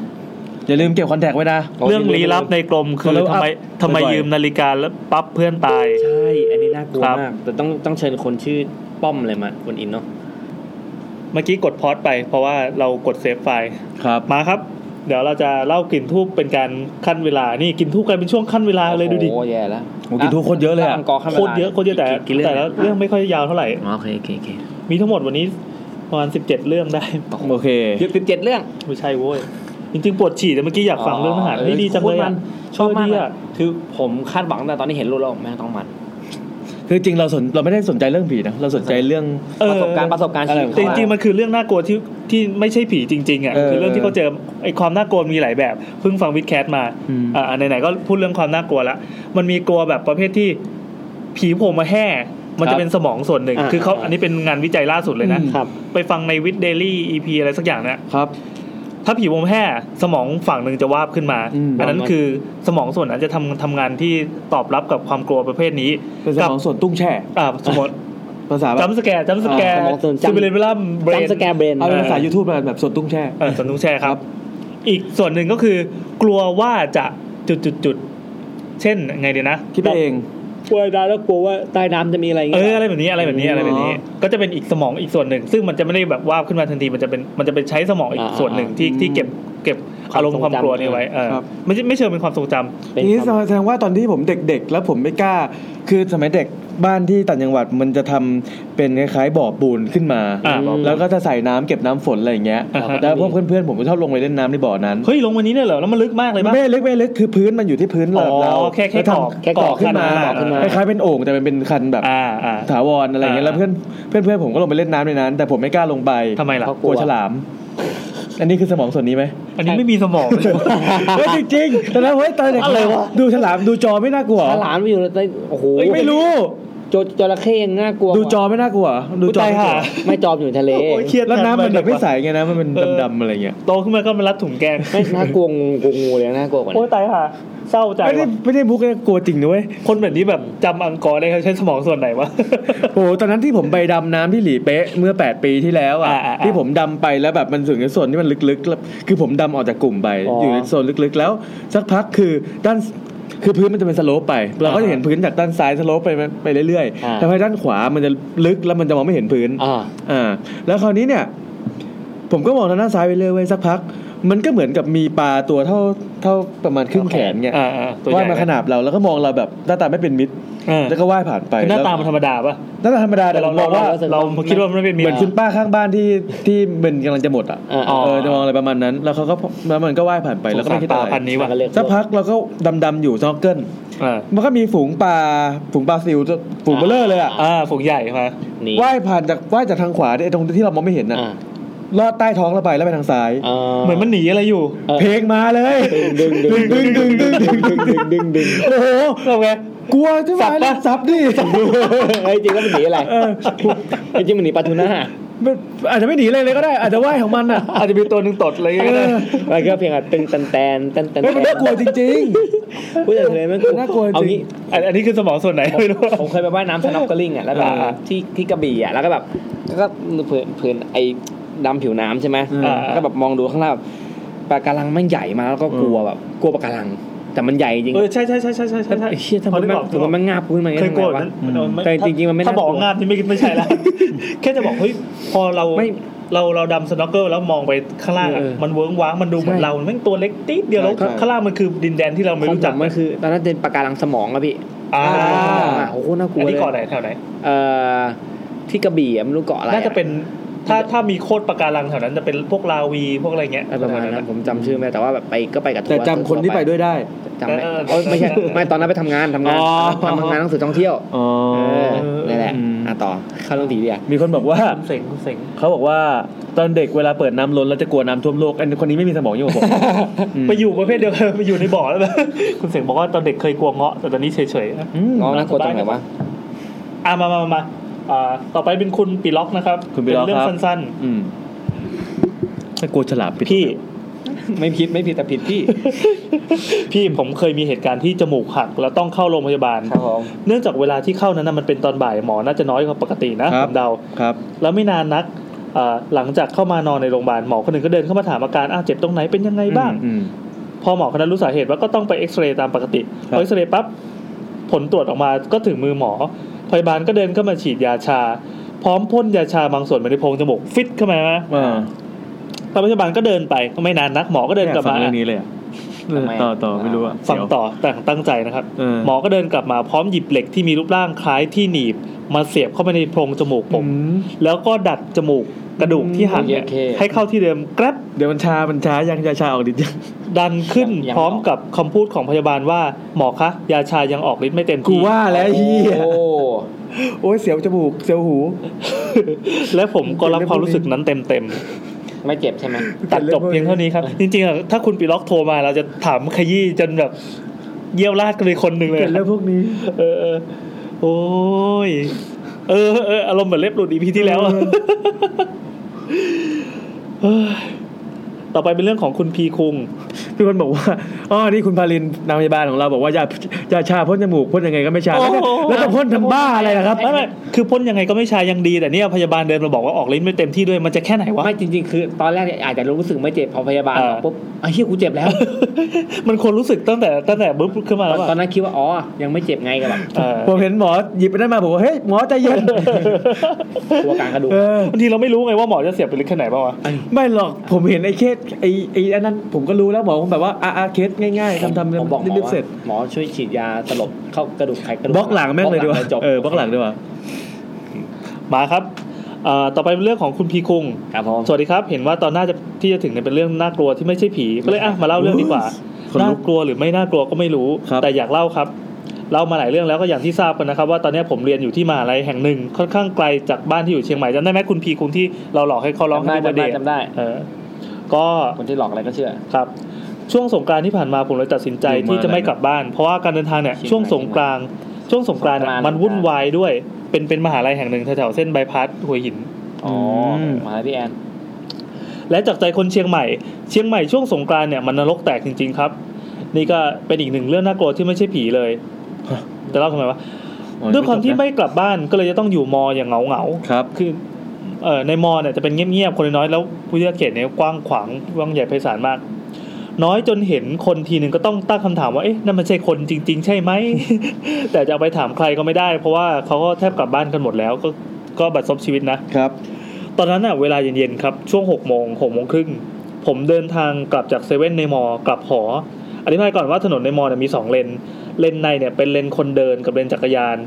Speaker 3: อย่าลืมเก็บคอนแทคไว้นะ
Speaker 1: เรื่องลี้ลับในกรมคือทำไมทำไมยืมนาฬิกาแล้วปั๊บเพื่อนตาย
Speaker 6: ใช่ อันนี้น่ากลัว
Speaker 1: ครับ
Speaker 6: มาก แต่ต้องต้องเชิญคนชื่อป้อมอะไรมาคนอินเนาะ
Speaker 1: เมื่อกี้กดพอดไป เพราะว่าเรากดเซฟไฟล์
Speaker 3: ครับ
Speaker 1: มาครับ เดี๋ยวเราจะเล่ากลิ่นทูบเป็นการขั้นเวลา นี่กลิ่นทูบกลายเป็นช่วงขั้นเวลาเลยดูดิ
Speaker 2: โอ้แย่แล้ว
Speaker 3: โอ้กินทุกคนเยอะเลยอะ
Speaker 2: ตั้งกองข้ามว
Speaker 1: โค
Speaker 2: ลา
Speaker 1: ตรเยอะโคตรเยอะแต่
Speaker 2: กี่เรื่อง
Speaker 1: แต่ละเรื่องไม่ค่อยยาวเท่าไหร่
Speaker 2: อ๋อโอเคโอเคโอเค
Speaker 1: มีทั้งหมดวันนี้ประมาณสิบเจ็ดเรื่องได้
Speaker 3: โอเค
Speaker 2: สิบสิบเจ็ดเรื่อง
Speaker 1: ไม่ใช่โว้ย จริงๆปวดฉี่แต่เมื่อกี้อยากฟังเรื่องทหาร
Speaker 2: อ๋อ
Speaker 1: นี่ดีจังเลย
Speaker 2: พูดมั
Speaker 1: อะ
Speaker 2: น
Speaker 1: ชอบมาก
Speaker 2: เลย
Speaker 1: อะ
Speaker 2: คือผมคาดหวังแต่ตอนนี้เห็นรูปแล้วแม่งต้องมัน
Speaker 3: คือจริงเราสนเราไม่ได้สนใจเรื่องผีนะ เราสนใจเรื่อง
Speaker 1: เอ
Speaker 2: ป
Speaker 1: อ
Speaker 2: ระสบการณ์ประสบการณ์ชีวิต
Speaker 1: จริงๆมันคือเรื่องน่ากลัวที่ที่ไม่ใช่ผีจริงๆอ่ะ
Speaker 3: เออ
Speaker 1: คือเรื่องที่เขาเจอไอ้ความน่ากลัวมีหลายแบบเพิ่งฟังวิดแคสมา
Speaker 3: อืม
Speaker 1: อ่าไหนๆก็พูดเรื่องความน่ากลัวละมันมีกลัวแบบประเภทที่ผีโผล่มาแห่มันจะเป็นสมองส่วนหนึ่ง
Speaker 6: อ่า
Speaker 1: คือเขา
Speaker 6: อ่า
Speaker 1: อันนี้เป็นงานวิจัยล่าสุดเลยนะ
Speaker 6: ครับ
Speaker 1: ไปฟังในวิดเดลี่อีพีอะไรสักอย่างเนะครับ ถ้าผีโผล่มาแห่สมองฝั่งหนึ่งจะวาบขึ้นมา
Speaker 3: อืม
Speaker 1: นนั้นคือสมองส่วนนั้นจะทำทำงานที่ตอบรับกับความกลัวประเภทนี้
Speaker 3: เป็นส
Speaker 1: กั
Speaker 3: มองส่วนตุ้งแช่
Speaker 1: อ่าสมมติ
Speaker 3: ภาษาแบบ
Speaker 1: จัมสแกร์จัมสแกร์
Speaker 6: อ่าสมองส่วนจำ
Speaker 1: ซูเปอร์เลเวลลัมเบรน
Speaker 6: จำสแกร์เบรน
Speaker 3: เอาเป็นภาษา YouTube แล้วกันแบบส่วนตุ้งแช่
Speaker 1: เออสวนทุกแชร์ครับ
Speaker 3: ครับ
Speaker 1: อีกส่วนหนึ่งก็คือกลัวว่าจะจุดจุดจุดๆเช่นไงดีนะ
Speaker 3: คิดไปเอง
Speaker 6: กลัวดาแล้วกลัวว่าใต้น้ำจะมีอะไรอย่าง
Speaker 1: เอ
Speaker 6: เงี้ย
Speaker 1: ออะไรแบบนี้อะไรแบบนี้อะไรแบบนี้
Speaker 3: อ๋อ
Speaker 1: ก็จะเป็นอีกสมองอีกส่วนหนึ่ง ซึ่งมันจะไม่ได้แบบว่าบขึ้นมาทันทีมันจะเป็นมันจะเป็นใช้สมองอีกส่วนหนึ่งที่
Speaker 3: อืม
Speaker 1: ที่เก็บเก็บอารมณ์ความกลัวนี้ไว้เออ
Speaker 3: ครับ
Speaker 1: ไม่ใช่ไม่เชิงเป็นความทรงจำ
Speaker 6: เป็น
Speaker 3: ทีนี้
Speaker 6: คำ
Speaker 3: แสดงว่าตอนที่ผมเด็กๆ แล้วผมไม่กล้า คือสมัยเด็กบ้านที่ต่างจังหวัดมันจะทำเป็นคล้ายๆบ่อปูนขึ้นมา
Speaker 1: อ่ะ
Speaker 3: แล้วก็จะใส่น้ำเก็บน้ำฝนอะไรอย่างเงี้ย
Speaker 1: อ่าฮะ
Speaker 3: แล้วพวกเพื่อนๆผมก็ชอบลงไปเล่นน้ำในบ่อนั้น
Speaker 1: เฮ้ยลงวันนี้เนี่ยเหรอแล้วมันลึกมากเลยปะ
Speaker 3: ไม่ลึกไม่ลึกคือพื้นมันอยู่ที่พื้นเรา
Speaker 1: อ๋อ
Speaker 3: เรา
Speaker 1: แค่แค่
Speaker 3: ล้ว
Speaker 1: ก
Speaker 3: ทำ
Speaker 1: รอก
Speaker 3: แค่กรอกขึ้นมา
Speaker 1: แค่กรอกขึ้นมา
Speaker 3: คล้ายๆเป็นโอ่งแต่มันเป็นคันแบบ
Speaker 1: อ่าอ่า
Speaker 3: ถาวรอะไรอย่างเงี้ย
Speaker 1: อ่า
Speaker 3: แล้วเพื่อนเพื่อนเพื่อนผมก็ลงไปเล่นน้ำในนั้น แต่ผมไม่กล้าลงไป
Speaker 1: ทำไมล่ะ
Speaker 3: กลัวฉลาม อันนี้คือสมองส่วน
Speaker 1: [LAUGHS]
Speaker 3: นี้ไหม
Speaker 1: อันนี้ไม่มีสมองเลย
Speaker 3: เฮ้ยจริงๆแต่แล้วเฮ้ยตอนเด็ก
Speaker 1: อะไรวะ
Speaker 3: ดูฉลามดูจอไม่น่ากลัว
Speaker 6: ฉลามไปอยู่ในใต้โอ้โห
Speaker 3: เอ้ยไม่รู้
Speaker 6: จจระเข้ยังน่ากลัว
Speaker 3: ดูจอ
Speaker 6: ว่า
Speaker 3: กไม่น่ากลัวดูจอ
Speaker 1: ตาย
Speaker 3: ไม่ก
Speaker 1: ห่า
Speaker 3: ลัว
Speaker 6: ไม่จอมอยู่ในทะเล
Speaker 1: โอ้ยเครียด
Speaker 3: แล้วน้ำมันแบบไม่ใส
Speaker 1: าก
Speaker 3: ไงนะมันเป็น
Speaker 1: เออ
Speaker 3: ดำๆอะไรเงี้ย
Speaker 1: โตขึ้นมาก็มารัดถุงแกง
Speaker 6: ไม่น่ากลัวงูกลัวงูเลยนะน่ากลัวกว่า
Speaker 1: โอ้ย
Speaker 6: นั้น
Speaker 1: ตายห่าเศร้าใจ
Speaker 3: ไม่ได้
Speaker 1: ว่ะ
Speaker 3: ไม่ได้มุกนะกลัวจริงนะเว้ย
Speaker 1: คนแบบนี้แบบจำอังกอร์ได้เขาใช้สมองส่วนไหนวะ
Speaker 3: โอ้โหตอนนั้นที่ผมไปดำน้ำที่หลีเป๊ะเมื่อ 8 ปีที่แล้วอ่ะ
Speaker 1: อ่าอ่าอ่า
Speaker 3: ที่ผมดำไปแล้วแบบมันถึงในส่วนที่มันลึกๆแล้วคือผมดำออกจากกลุ่มไป อยู่ในโซนลึกๆ แล้ว สักพักคือด้านคือพื้นมันจะเป็นสโลปไป เราก็จะเห็นพื้นจากด้านซ้ายสโลปไปไปเรื่อย
Speaker 6: อ่า
Speaker 3: ๆแต่พอด้านขวามันจะลึกแล้วมันจะมองไม่เห็นพื้น
Speaker 6: อ่า
Speaker 3: อ่าแล้วคราวนี้เนี่ย ผมก็มองทางด้านซ้ายไปเรื่อยเว้ยสักพัก มันก็เหมือนกับมีปลาตัวเท่าเท่าประมาณครึ่งแขนเงี้ย
Speaker 1: อ่าอ่าตัวให
Speaker 3: ว่าย
Speaker 1: ญ่
Speaker 3: มาขนาบเราแล้วก็มองเราแบบหน้าตาไม่เป็นมิตร
Speaker 1: เออ
Speaker 3: แล้วก็ว่ายผ่านไป
Speaker 1: หน้าตา
Speaker 3: แล้ว
Speaker 1: มันธรรมดาปะ
Speaker 3: นั่นแหละธรรมดาแต่
Speaker 1: แต่
Speaker 3: ผ
Speaker 1: เรา
Speaker 3: ม
Speaker 1: เรา
Speaker 3: มอง
Speaker 1: ว่า
Speaker 3: ว่า
Speaker 1: เราคิดว่ามันไม่เป็นมี
Speaker 3: เหมือนคุณป้าข้างบ้านที่ที่เป็นกำลังจะหมดอ่ะ
Speaker 6: อ่า
Speaker 3: เออจะมองอะไรประมาณนั้น แล้วเขาก็แล้วมันก็ว่ายผ่านไปแล้วก็ไม่คิด
Speaker 1: ปลา
Speaker 3: อะไร
Speaker 1: พันธุ์นี้ว่ะ
Speaker 6: ก็เรียก
Speaker 3: สักพักเราก็ดำดำๆอยู่ซอกเกิล
Speaker 1: เออ
Speaker 3: มันก็มีฝูงปลาฝูงปลาซิวฝูงเบลเลอร์เลยอ่ะ
Speaker 1: อ่าฝูงใหญ่มา
Speaker 6: หนี
Speaker 3: ว่ายผ่านจากว่ายจากทางขวาไอ้ตรงที่เรามองไม่เห็นน่ะ
Speaker 6: อ่า
Speaker 3: ลอดใต้ท้องเราไปแล้วไปทางซ้าย
Speaker 6: อ่า
Speaker 1: เหมือนมันหนีอะไรอยู่
Speaker 6: เออ
Speaker 3: เพลงมาเลย
Speaker 6: ดึงดึงดึงดึงดึงดึงดึงดึงดึงดึง
Speaker 3: โอ้โห
Speaker 1: เราไง
Speaker 3: กลัวที่
Speaker 1: สั
Speaker 3: มา
Speaker 1: บปะ
Speaker 3: เลยสับดิ
Speaker 6: [LAUGHS] ไอ้ยจริงแล้วมันหนีอะไร
Speaker 3: เออ
Speaker 6: ไอ้จริงมันหนีปลาทู
Speaker 1: [LAUGHS]
Speaker 6: น่า
Speaker 3: มันอาจจะไม่หนีเลยเลยก็ได้ อาจจะว่ายของมันอ่ะ
Speaker 1: อาจจะมีตัวหนึ่งตดอะไรอย่างเงี้ยนะ
Speaker 6: อะไรก็เพียงอ่ะตึงตันแตนตันตัน
Speaker 3: เฮ้ยมัน
Speaker 6: แต
Speaker 3: น่าน กลัวจริง
Speaker 6: พูดแต่ทะเลไม่กลัว
Speaker 3: น่ากลัวจริง
Speaker 6: เอางี้
Speaker 1: อันอันนี้คือสมองส่วนไหนไม่รู้
Speaker 6: ผมเคยไปว่ายน้ำสน็อกเกิลลิ่งอ่ะแล้วแบบ
Speaker 1: อ่า
Speaker 6: ที่ที่กระบี่อ่ะแล้วก็แบบก็เผื่อเผื่อไอ้ดำผิวน้ำใช่ไหม
Speaker 1: อ่า
Speaker 6: แล้วก็แบบมองดูข้างล่างแบบปลาการังมันใหญ่มากแล้วก็กลัวแบบกลัวปลาการัง แต่มันใหญ่จริง
Speaker 1: เออใช่ใช่ใช่ใช่ใช่ใช่ใช่
Speaker 6: ไอ้เชี่ยทำไม
Speaker 1: นึ
Speaker 6: มัน
Speaker 1: กออก
Speaker 6: ถึงมันมันงาบพื้นมาอย่าง
Speaker 1: เค
Speaker 6: เงี้
Speaker 1: ย
Speaker 6: ย
Speaker 1: กลัว
Speaker 6: ทำไมวะ
Speaker 1: นั้นมันเอา
Speaker 6: แต่จริงๆมันไม่
Speaker 1: ถ้า
Speaker 6: น่า
Speaker 1: บอก
Speaker 6: กลัว
Speaker 1: [LAUGHS] งาบนี่ไม่คิดไม่ใช่แล้ว แค่จะบอกเฮ้ยพอเรา
Speaker 6: ไม่
Speaker 1: เราเราดำสโนว์เกิลแล้วมองไปข้างล่างอะ
Speaker 2: เออ
Speaker 1: มันเวิ้งว้างมันดูเหมือน
Speaker 2: ใช่
Speaker 1: เราแม่งตัวเล็กติดเดียวแล้ว
Speaker 16: ใช่ใช่
Speaker 1: ข้างล่างมันคือดินแดนที่เราไม่
Speaker 2: ของ
Speaker 1: รู้
Speaker 2: ผ
Speaker 1: จัก
Speaker 2: มมันคือตอนนั้นเป็นปะการังสมองอะพี่
Speaker 1: อ่า
Speaker 2: ปะการังสมองอะโอ้โหน่ากลัว
Speaker 1: อัน
Speaker 2: เล
Speaker 1: นี้
Speaker 2: ย
Speaker 1: เกาะไหนแถวไหน
Speaker 2: เอ่อที่กระบี่อะไม่รู้เกาะอะไรอ
Speaker 1: น่าจะเป็นถ้าถ้ามีโคตรปะการังแถวนั้นจะเป็นพวกลาวีพวกอะไรเงี้ย
Speaker 2: อะไรประมาณนั้นผมจำชื่อไม่ได้แต่ว่าแบบไปก็ไปกับทัว
Speaker 16: แต่
Speaker 2: ร์
Speaker 16: จำคนที่ไปด้วยได้
Speaker 2: จำไม่เอ้ย [LAUGHS] ไม่ใช่ไม่ตอนนั้นไปทำงานทำงาน
Speaker 3: อ๋อ
Speaker 2: ทำงานหนังสือท่องเที่ยว
Speaker 3: อ๋อ
Speaker 2: เออนั่นแหละ
Speaker 3: อืม
Speaker 2: อ่ะต่อเข้าเรื่องผีดีอ่ะ
Speaker 3: มีคนบอกว่า
Speaker 1: เสงเสง
Speaker 3: เขาบอกว่าตอนเด็กเวลาเปิดน้ำล้นแล้วจะกลัวน้ำท่วมโลกอันนี้คนนี้ไม่มีสมองยิ่งกว่าผม อืม
Speaker 1: ไปอยู่ประเภทเดียวกันไปอยู่ในบ่อแล้ว [LAUGHS] นะคุณเสงบอกว่าตอนเด็กเคยกลัวเงาะแต่ตอนนี้เฉยๆ
Speaker 3: อืม
Speaker 2: น้องน่ากลัวตรงไหนวะ
Speaker 1: อ่ะมามามามาอ่าต่อไปเป็นคุณปีล็อกนะครับ
Speaker 3: คุณปีล็อก
Speaker 1: เนเรื่อ
Speaker 3: ค
Speaker 1: ง
Speaker 3: รับ
Speaker 1: สั้น
Speaker 3: อืมไม่กลัวฉลามปิด
Speaker 1: ๆ พี่
Speaker 2: ไม่ผิดไม่ผิดแต่ผิดพี่
Speaker 1: พี่ผมเคยมีเหตุการณ์ที่จมูกหัก แล้วต้องเข้าโรงพยาบาล
Speaker 2: ครับผม
Speaker 1: เนื่องจากเวลาที่เข้านั้นนะมันเป็นตอนบ่ายหมอน่าจะน้อยกว่าปกตินะครับ ผมเดา
Speaker 16: ครับ
Speaker 1: แล้วไม่นานนักอ่าหลังจากเข้ามานอนในโรงพยาบาลหมอคนหนึ่งก็เดินเข้ามาถามอาการอ้าวเจ็บตรงไหนเป็นยังไงบ้าง
Speaker 16: อืม
Speaker 1: พอหมอคนนั้นรู้สาเหตุว่าก็ต้องไปเอ็กซเรย์ตามปกติ
Speaker 16: ค
Speaker 1: พ
Speaker 16: รับ
Speaker 1: อเอ็กซเรย์ปั๊บผลตรวจออกมาก็ถึงมือหมอพยาบาลก็เดินเข้ามาฉีดยาชา พร้อมพ่นยาชาบางส่วนไปในโพรงจมูกฟิตเข้ามานะ
Speaker 3: อ่า
Speaker 1: ทางพยาบาลก็เดินไปก็ไม่นานนักหมอก็เดินกลับ
Speaker 3: ฟัง
Speaker 1: มา
Speaker 3: เรื่องนี้เลยอะ
Speaker 2: ทำไมอะ
Speaker 3: ต่อต่อไม่รู้อ่ะ
Speaker 1: ฟัง
Speaker 3: เดี๋ยว
Speaker 1: ต่อแต่ตั้งใจนะครับ
Speaker 3: เออ
Speaker 1: หมอก็เดินกลับมาพร้อมหยิบเหล็กที่มีรูปร่างคล้ายที่หนีบ มาเสียบเข้าไปในโพรงจมูกผม
Speaker 3: อืม
Speaker 1: แล้วก็ดัดจมูกกระดูกที่หักเนี่ย
Speaker 2: โอเค
Speaker 1: ให้เข้าที่เดิมแกร็บ
Speaker 3: เดี๋ยวมันชามันชายังยาชาออกฤทธิ์ยัง
Speaker 1: ดันขึ้น
Speaker 2: ยังยังไม่ออ
Speaker 1: พ
Speaker 2: ก
Speaker 1: ร้อมกับคำพูดของพยาบาลว่าหมอคะยาชายังออกฤทธิ์ไม่เต็ม
Speaker 3: กู
Speaker 1: ที่
Speaker 3: ว่าแล้วเฮีย
Speaker 2: โอ้
Speaker 3: โอ้ยเสียวจมูกเสียวหู
Speaker 1: [LAUGHS] และผมก็รับความรู้สึกนั้นเต็มเต็ม
Speaker 2: ไม่เจ็บใช่ไหม
Speaker 1: ๆตัดจบเพียงเท่านี้ครับ จริงๆอะถ้าคุณปีล็อกโทรมาเราจะถามขยี้จนแบบเยี่ยวราดกันเลยคนหนึ่งเลย
Speaker 3: เกิด
Speaker 1: อะ
Speaker 3: เรื่องพวกนี้
Speaker 1: เออเออโอ้ย เออเอออารมณ์เหมือนเล็บหลุดอีพีที่แล้วอะ
Speaker 3: เออ
Speaker 1: เฮ้ยต่อไปเป็นเรื่องของคุณพีคุง
Speaker 3: พี่คนบอกว่า [LAUGHS] อ๋อนี่คุณพาลินนางพยาบาลของเราบอกว่ายายาชาพ่นจมูกพ่นยังไงก็ไม่ชาแล้วก็
Speaker 1: โอ้โห
Speaker 3: แล้วจะพ่นทำบ้าอะไรนะครับ
Speaker 1: ไม่ไม่คือพ่นยังไงก็ไม่ชายังดี แต่เนี่ยพยาบาลเดินมาบอกว่าออกลิ้นไม่เต็มที่ด้วยมันจะแค่ไหนวะ
Speaker 2: ไม่จริง ๆ คือ ตอนแรกเนี่ยอาจจะรู้สึกไม่เจ็บพอพยาบาล
Speaker 1: เออ
Speaker 2: บอกปุ๊บไอ้เหี้ยกูเจ็บแล้ว
Speaker 1: มันควรรู้สึกตั้งแต่ตั้งแต่บึ๊บขึ้น
Speaker 3: [LAUGHS]
Speaker 1: มาแล้ว
Speaker 2: ตอ
Speaker 1: อะ
Speaker 2: นนั้นคิดว่าอ๋อยังไม่เจ็บไงกับแบบ
Speaker 1: เออ
Speaker 3: ผมเห็นหมอหยิบไปได้มาผมว่าเฮ้ยหมอใจเย็น
Speaker 2: กลัวกลางกระดูก
Speaker 3: เออ
Speaker 1: บางทีเราไม่รู้ไงว่าหมอจะเสียบไปลึกแค่ไหนบ้างวะ
Speaker 3: ไม่หรอกผมเห็นไอ้เคสไอ้ไอ้อันนั้นผมก็รู้แล้วหมอผมแบบว่าอ่ะอ่ะเคสง่ายๆทำทำ
Speaker 2: ผมบอกหมอ
Speaker 3: รีบๆ
Speaker 2: ว่า
Speaker 3: เสร็จ
Speaker 2: หมอช่วยฉีดยาสลบเข้ากระดูกไขกระดูก
Speaker 3: บล็อกหลังแม่งเลยดีกว่า
Speaker 2: จบ
Speaker 3: เออบล็อกหลังดีกว่า
Speaker 1: มาครับเอ่อต่อไปเป็นเรื่องของคุณพีคุง
Speaker 2: ครับผม
Speaker 1: สวัสดีครับ เห็นว่าตอนหน้าจะที่จะถึงเนี่ยเป็นเรื่องน่ากลัวที่ไม่ใช่ผีก็เลยอ่ะมาเล่าเรื่องดีกว่า น่ากลัวหรือไม่น่ากลัวก็ไม่รู้ แต่อยากเล่าครับ เล่ามาหลายเรื่องแล้วก็อย่างที่ทราบกันนะครับ ว่าตอนนี้ผมเรียนอยู่ที่มหาลัยแห่งหนึ่ง ค่อนข้างไกลจากบ้านที่อยู่เชียงใหม่จำได้ไหมคุณพีคุณที่เราหลอกให้เขาร้อง
Speaker 2: จำได้
Speaker 1: ให้ประ
Speaker 2: จำ
Speaker 1: เด
Speaker 2: ได้
Speaker 1: ย์
Speaker 2: จำได้
Speaker 1: เออ ก็
Speaker 2: คนที่หลอกอะไรก็เชื่อ
Speaker 1: ครับ ช่วงสงกรานต์ที่ผ่านมาผมเลยตัดสินใจที่จะไม่กลับบ้าน เพราะว่าการเดินทางเนี่ยช่วงสงกรานต์ช่วงสงกรานต์เนี่ยมันวุ่นวายด้วย เป็นเป็นมหาลัยแห่งหนึ่งแถวๆเส้นบายพาสหัวหิน
Speaker 2: อ๋อมาแล้วพี่แอน
Speaker 1: และจากใจคนเชียงใหม่ เชียงใหม่ช่วงสงกรานต์เนี่ยมันนรกแตกจริง ๆ ครับ นี่ก็เป็นอีกหนึ่งเรื่องน่ากลัวที่ไม่ใช่ผีเลยจะเล่าทำไมวะด้วยความที่ไม่กลับบ้านก็เลยจะต้องอยู่มออย่างเหงาเหงา
Speaker 3: ครับ
Speaker 1: ๆคือเอ่อในมอเนี่ยจะเป็นเงียบๆคนน้อยแล้ววิทยาเขตเนี่ยกว้างขวางกว้างใหญ่ไพศาลมาก น้อยจนเห็นคนทีหนึ่งก็ต้องตั้งคำถามว่าเอ๊ะนั่นมันใช่คนจริง ๆ ใช่ไหม [LAUGHS] แต่จะเอาไปถามใครก็ไม่ได้ เพราะว่าเขาก็แทบกลับบ้านกันหมดแล้ว ก็ก็บัดซบชีวิตนะ
Speaker 16: ครับ
Speaker 1: ตอนนั้นน่ะเวลาเย็นๆครับ ช่วงหกโมงหกโมงครึ่งผมเดินทางกลับจากเซเว่นในมอกลับหอ อธิบายก่อนว่าถนนในมอเนี่ยมีสองเลน เลนในเนี่ยเป็นเลนคนเดินกับเลนจักรยาน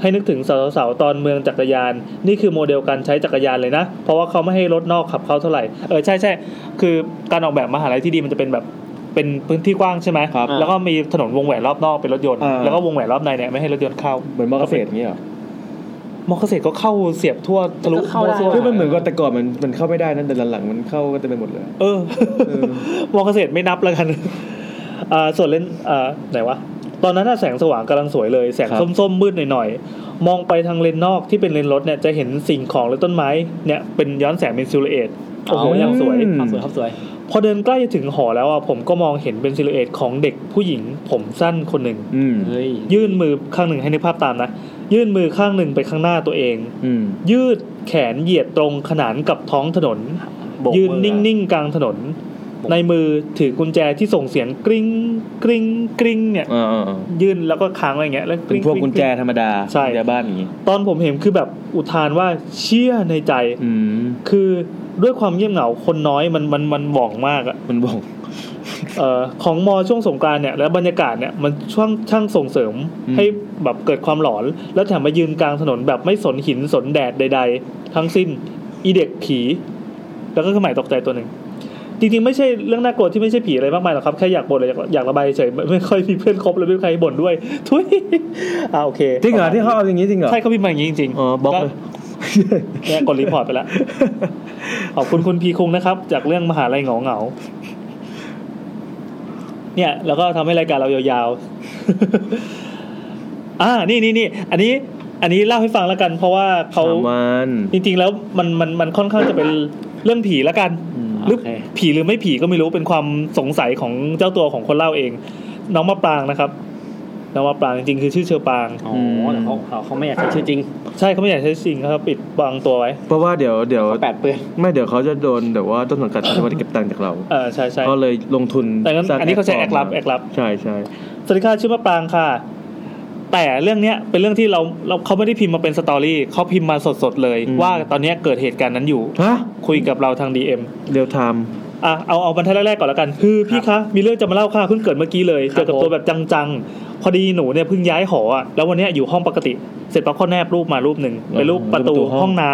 Speaker 1: ให้นึกถึงสาวๆตอนเมืองจักรยาน นี่คือโมเดลการใช้จักรยานเลยนะ เพราะว่าเขาไม่ให้รถนอกขับเข้าเท่าไหร่เออใช่ใช่คือการออกแบบมหาลัยที่ดีมันจะเป็นแบบเป็นพื้นที่กว้างใช่ไหม
Speaker 16: ครับ
Speaker 1: แล้วก็มีถนนวงแหวนรอบนอกเป็นรถยนต์
Speaker 16: อ่า
Speaker 1: แล้วก็วงแหวนรอบในเนี่ยไม่ให้รถยนต์เข้า
Speaker 16: เหมือนมอเกษตรอย่างเงี้ยเหรอ
Speaker 1: มอเกษตรก็เข้าเสียบทั่วทะลุ
Speaker 2: เข้าได้
Speaker 1: มั่วซั่ว
Speaker 16: คือมันเหมือนกับแต่ก่อนมันมันเข้าไม่ได้นั่นแต่หลังๆมันเข้าก็เต็มไปหมดเลย
Speaker 1: เออ
Speaker 16: เออ
Speaker 1: มองเกษตรไม่นับแล้วกันอ่าส่วนเล่นอ่าไหนวะ ตอนนั้นน่ะแสงสว่างกำลังสวยเลย แสง
Speaker 3: ครับ
Speaker 1: ส้มๆมืดหน่อยๆ มองไปทางเลนนอกที่เป็นเลนรถเนี่ยจะเห็นสิ่งของหรือต้นไม้เนี่ยเป็นย้อนแสงเป็นซิลูเอตโอ้โหอย่างสวย
Speaker 2: ครับสวยครับสวย
Speaker 1: พอเดินใกล้จะถึงหอแล้วอ่ะผมก็มองเห็นเป็นซิลูเอตของเด็กผู้หญิงผมสั้นคนหนึ่ง
Speaker 3: อืม
Speaker 2: เฮ้ย
Speaker 1: ยื่นมือข้างหนึ่งให้นึกภาพตามนะ ยื่นมือข้างหนึ่งไปข้างหน้าตัวเอง
Speaker 3: อืม
Speaker 1: ยืดแขนเหยียดตรงขนานกับท้องถนน ยืนนิ่งๆกลางถนน ในมือถือกุญแจที่ส่งเสียงกริ๊งกริ๊งกริ๊งเนี่ย
Speaker 3: อ่าอ่าอ่า
Speaker 1: ยื่นแล้วก็ค้างไว้อย่างเงี้ยแล้ว
Speaker 3: เป็น
Speaker 1: ง
Speaker 3: พวก
Speaker 1: ง
Speaker 3: กุญแจธรรมดา
Speaker 1: ใช่
Speaker 3: กุญแจบ้านอย่างงี้
Speaker 1: ตอนผมเห็นคือแบบอุทานว่าเชี่ยในใจ
Speaker 3: อืม
Speaker 1: คือ ด้วยความเงียบเหงาคนน้อยมันมันมันหว่องมากอะ
Speaker 3: มันบอก
Speaker 1: เออของมอช่วงสงกรารเนี่ยและบรรยากาศเนี่ยมันช่างช่างส่งเสริม
Speaker 3: อืม
Speaker 1: ให้แบบเกิดความหลอน แล้วแถมมายืนกลางถนนแบบไม่สนหินสนแดดใด ๆ ทั้งสิ้นอีเด็กผี แล้วก็ขมายตกใจตัวหนึ่ง จริงๆไม่ใช่เรื่องน่ากลัวที่ไม่ใช่ผีอะไรมากมายหรอกครับแค่อยากบ่นเลยอยากอยากระบายเฉย [LAUGHS] ไม่ไม่ค่อยมีเพื่อนคบเลยไม่มีใครให้บ่นด้วย [LAUGHS] ทุยอ่าโอเค
Speaker 3: จริงเหรอที่เขาเอาอย่างนี้จริงเหรอ
Speaker 1: ใช่เขาพิมพ์มาอย่างนี้จริงๆ
Speaker 3: อ๋อบล็อกเลย
Speaker 1: เนี่ยกดรีพอร์ตไปแล้ว ขอบคุณคุณพีคุงนะครับ จากเรื่องมหาลัยเหงาเหงาๆเนี่ย แล้วก็ทำให้รายการเรายาวๆ [LAUGHS] อ่า นี่นี่นี่อันนี้ อันนี้เล่าให้ฟังแล้วกัน เพราะว่าเขา
Speaker 3: สามวัน
Speaker 1: จริงๆแล้วมันมันมันค่อนข้างจะเป็นเรื่องผีแล้วกัน หรือ
Speaker 6: โอเค
Speaker 1: ผีหรือไม่ผีก็ไม่รู้เป็นความสงสัยของเจ้าตัวของคนเล่าเอง น้องมะปรางนะครับ น้องมะปรางจริงๆคือชื่อเชอปราง
Speaker 6: อ๋อแต่เขาเขาเขาไม่อยากใช้ชื่อจริง
Speaker 1: ใช่เขาไม่อยากใช้จริงเขาปิดบังตัวไว้
Speaker 3: เพราะว่าเดี๋ยวเดี๋ยว
Speaker 6: แปดเปื้อน
Speaker 3: ไม่เดี๋ยวเขาจะโดนแต่ว่าต้นสังกัดเขาจะมาเก็บตังค์จากเรา
Speaker 1: เออใช่ใช่
Speaker 3: ก็เลยลงทุน
Speaker 1: แต่งั้น
Speaker 3: สร้าง
Speaker 1: อันนี้เขาใช้
Speaker 3: ปล
Speaker 1: แอ
Speaker 3: ม
Speaker 1: คลับแอคลับ
Speaker 3: ใช่ใช่
Speaker 1: สวัสดีค่ะชื่อมะปรางค่ะ แต่เรื่องเนี้ยเป็นเรื่องที่เราเราเขาไม่ได้พิมพ์มาเป็นสตอรี่เขาพิมพ์มาสดๆเลย ว่าตอนเนี้ยเกิดเหตุการณ์นั้นอยู่
Speaker 3: ฮะ
Speaker 1: คุยกับเราทาง DM
Speaker 3: เรียวไทม์
Speaker 1: อ่ะเอาเอาบรรทัดแรกๆก่อนแล้วกัน คือพี่คะมีเรื่องจะมาเล่าค่ะเพิ่งเกิดเมื่อกี้เลยเจอกับตัวแบบจังๆ พอดีหนูเนี่ยเพิ่งย้ายหออ่ะแล้ววันเนี้ยอยู่ห้องปกติ เสร็จปั๊บเขาแนบรูปมารูปหนึ่งเป็นรูปประตูห้องน้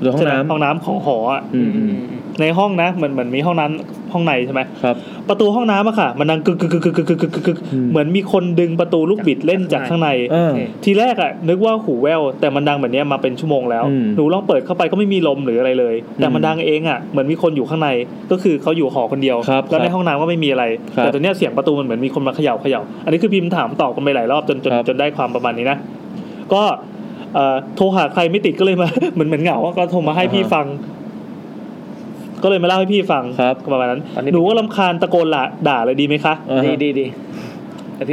Speaker 3: หรือ
Speaker 1: ำ
Speaker 3: ห้อ
Speaker 1: ใช่
Speaker 3: ง
Speaker 1: ไหม
Speaker 3: น้
Speaker 1: ห้องน้ำของหออ่ะ
Speaker 3: ำอืมอืม
Speaker 1: ในห้องนะเหมือนเหมือนมีห้องน้ำห้องในใช่ไหม
Speaker 3: ครับ
Speaker 1: ประตูห้องน้ำอะค่ะ มันดังกึกกึกกึกกึกกึกกึกกึกกึก
Speaker 3: อืม
Speaker 1: เหมือนมีคนดึงประตูลูกบิดเล่นจากข้างใน
Speaker 3: เออ
Speaker 1: ทีแรกอะนึกว่าหูแววแต่มันดังแบบเนี้ยมาเป็นชั่วโมงแล้ว
Speaker 3: อืม
Speaker 1: หนูลองเปิดเข้าไปก็ไม่มีลมหรืออะไรเลย แต่
Speaker 3: อืม
Speaker 1: มันดังเองอะเหมือนมีคนอยู่ข้างใน ก็คือเขาอยู่หอคนเดียว
Speaker 3: ครับ
Speaker 1: แล้วใน
Speaker 3: ครับ
Speaker 1: ห้องน้ำก็ไม่มีอะไร
Speaker 3: ครับ
Speaker 1: แต่ตอนเนี้ยเสียงประตูมันเหมือนมีคนมาเขย่าเขย่าอันนี้คือพิมพ์ถามตอบกันไปหลายรอบจนจน
Speaker 3: ครับ
Speaker 1: จนได้ความประมาณนี้นะ ก็เอ่อโทรหาใครไม่ติดก็เลยมา [LAUGHS] เหมือนเหมือนเหงาอะก็โทรมาให้พี่ฟัง ก็เลยมาเล่าให้พี่ฟัง
Speaker 3: ครับ
Speaker 1: ประมาณนั้น หนูก็ลำคาญตะโกนละด่าเลยดีไหมคะ
Speaker 3: อ่าฮะ
Speaker 6: ดีดีดี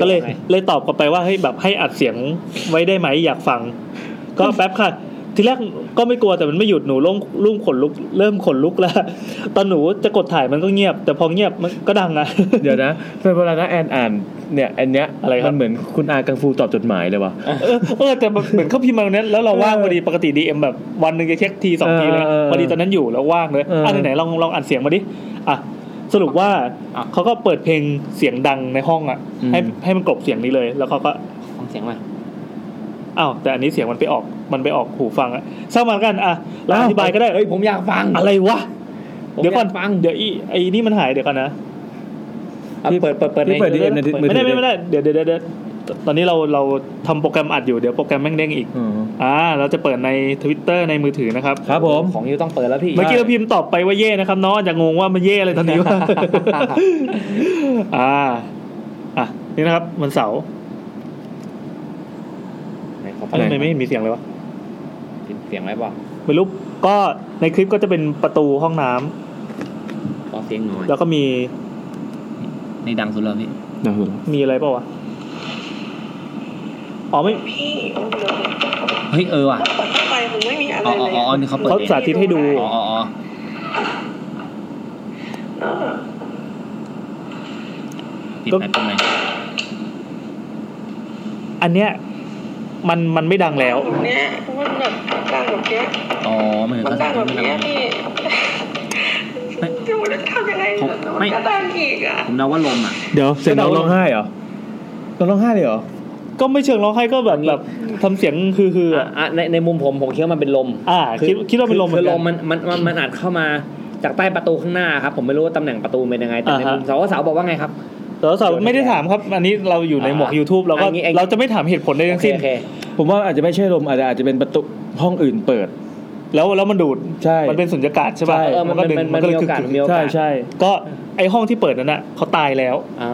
Speaker 1: ก็เลยเลยตอบกลับไปว่าเฮ้ยแบบให้อัดเสียงไว้ได้ไหมอยากฟัง ก็แป๊บค่ะ ทีแรกก็ไม่กลัวแต่มันไม่หยุดหนูร่มรุ่มขนลุกเริ่มขนลุกแล้ว ตอนหนูจะกดถ่ายมันก็เงียบ แต่พอเงียบมันก็ดังอะ [LAUGHS]
Speaker 3: เดี๋ยวนะเป็นเวลานะแอนอ่านเนี่ยอันเนี้ย
Speaker 1: อะไรครับ
Speaker 3: มันเหมือนคุณอากังฟูตอบจดหมายเลยว่ะ
Speaker 1: เออเออแต่เหมือนเขาพิมพ์มาวันนี้นแล้วเราว่างพอดีปกติดีเอ็มแบบวันหนึ่งจะเช็คทีสองทีเลย
Speaker 3: เออเออเออ
Speaker 1: พอดีตอนนั้นอยู่แล้วว่างเลย
Speaker 3: เอออ่
Speaker 1: อ่ะไหนๆลองลองอัดเสียงมาดิอ่ะสรุปว่าเขาก็เปิดเพลงเสียงดังในห้องอ่ะให้ให้มันกลบเสียงนี้เลย แล้วเขาก็
Speaker 6: ฟังเสียงมา
Speaker 1: อ้าวแต่อันนี้เสียงมันไปออกมันไปออกหูฟังอะเศร้างมันกันอะเราอธิบายก็ได้
Speaker 6: เฮ้ยผมอยากฟัง
Speaker 1: อะไรวะ
Speaker 6: ผม
Speaker 1: เดี๋ยวก่อนา
Speaker 6: ฟัง
Speaker 1: เดี๋ยวอีไอ้นี่มันหายเดี๋ยวก่อนนะ
Speaker 6: อ่ะเปิดเปิดเปิด
Speaker 3: ที่เปิดดีเอ็นในมือ
Speaker 1: ไม่
Speaker 3: ถื
Speaker 1: ได้
Speaker 3: อ
Speaker 1: ไม่ได้ไม่ได้เดี๋ยวเดี๋ยวเดี๋ยวเดี๋ยวตอนนี้เราเราทำโปรแกรมอัดอยู่เดี๋ยวโปรแกรมแม่งเด้งอีก
Speaker 3: อ๋อ
Speaker 1: อ่าเราจะเปิดใน Twitter ในมือถือนะครับ
Speaker 3: ครับผม
Speaker 6: ของยูต้องเปิดแล้วพี่
Speaker 1: เมื่อกี้เราพิมพ์ตอบไปว่าเย่นะครับน้องอาจจะงงว่ามันเย่อะไรต [LAUGHS] อนนี้ว่า อ่าอ่ะนี่นะครับมันเสาร์เอ้ยทำไมไม่เห็นมีเสียงเลยวะ
Speaker 6: เสียงไว้ป่ะ
Speaker 1: ไม่รู้ก็ในคลิปก็จะเป็นประตูห้องน้ำ
Speaker 6: ขอเสียงหน่อย
Speaker 1: แล้วก็มี
Speaker 2: นี่ดังสุดแล้วพี่
Speaker 3: นะคุณ
Speaker 1: มีอะไรเปล่าวะอ๋อไม่
Speaker 17: พี่มัน
Speaker 2: เฮ้
Speaker 17: เดียว
Speaker 2: ยเออว่ะ
Speaker 17: กดเข้าไปผมไม่มีอะไร
Speaker 2: อ๋อ
Speaker 17: เลย
Speaker 2: อ๋ออ๋อนี่เขาเปิด
Speaker 1: เขา
Speaker 2: เอง
Speaker 1: สาธิตให้ดู
Speaker 2: อ๋ออ๋ออ๋อ
Speaker 17: เออ
Speaker 2: ปิดไหมปิดไหม
Speaker 1: อันเนี้ยมันมันไม่ดังแล้ว
Speaker 17: แบบเนี้ยมันแบบกลางแบบเนี้ย
Speaker 2: อ๋อหมายถึง
Speaker 17: มัน
Speaker 2: เขา
Speaker 17: ก
Speaker 2: สา
Speaker 17: ลาง
Speaker 2: ธิต
Speaker 17: แบบ
Speaker 2: ให้ดู
Speaker 17: เนี้
Speaker 2: นะไม่
Speaker 17: ยพี่ [LAUGHS] จะมันจะทำยังไง
Speaker 2: ผมไม่
Speaker 17: มันก็ดังอีกอ่ะ
Speaker 2: ผมเดาว่าลมอ่ะ
Speaker 3: เดี๋ยวเสียงน้องร้องไห้เหรอน้องร้องไห้เลยเหรอ
Speaker 1: ก็ไม่เชิงร้องไห้ก็แบบแบบทำเสียงคือคือ
Speaker 6: อ่ะอ่ะในในมุมผมผมคิดว่ามันเป็นลม
Speaker 1: อ่าคิดคิดว่าเป็นลมเหมื
Speaker 6: คือ อนล
Speaker 1: กั
Speaker 6: ม
Speaker 1: น
Speaker 6: มันมันมันมันอาจเข้ามาจากใต้ประตูข้างหน้าครับ ผมไม่รู้ว่าตำแหน่งประตูเป็นยังไง แต่ใน
Speaker 1: อ่าฮะ
Speaker 6: มุมเสาว่าเสาบอกว่าไงครับ
Speaker 1: แต่ว่าสาวไม่ได้ถามครับ อันนี้เราอยู่ในหมวก
Speaker 6: อ่า
Speaker 1: YouTube เราก็
Speaker 6: อันนี้เอง
Speaker 1: เราจะไม่ถามเหตุผลใด
Speaker 6: โอ
Speaker 1: ทั้ง
Speaker 6: เค
Speaker 1: สิ้น
Speaker 6: โอเค
Speaker 3: ผมว่าอาจจะไม่ใช่ลมอาจจะอาจจะเป็นประตูห้องอื่นเปิด
Speaker 1: แล้วแล้วมันดูด
Speaker 3: ใช่
Speaker 1: มันเป็นสุญญากาศใช่ป่ะ
Speaker 3: ใช่
Speaker 6: เออมัน
Speaker 1: ก็
Speaker 6: มัน
Speaker 1: ดึง
Speaker 6: มัน
Speaker 1: มั
Speaker 6: มัน
Speaker 1: นก็เล
Speaker 6: มี
Speaker 1: ย
Speaker 6: โอ
Speaker 1: คึก
Speaker 6: กาส
Speaker 1: กึก
Speaker 6: มันมีโอกาส
Speaker 3: ใช่ใช่
Speaker 1: ก็ไอห้องที่เปิดนั้นน่ะเขาตายแล้ว
Speaker 6: อ๋อ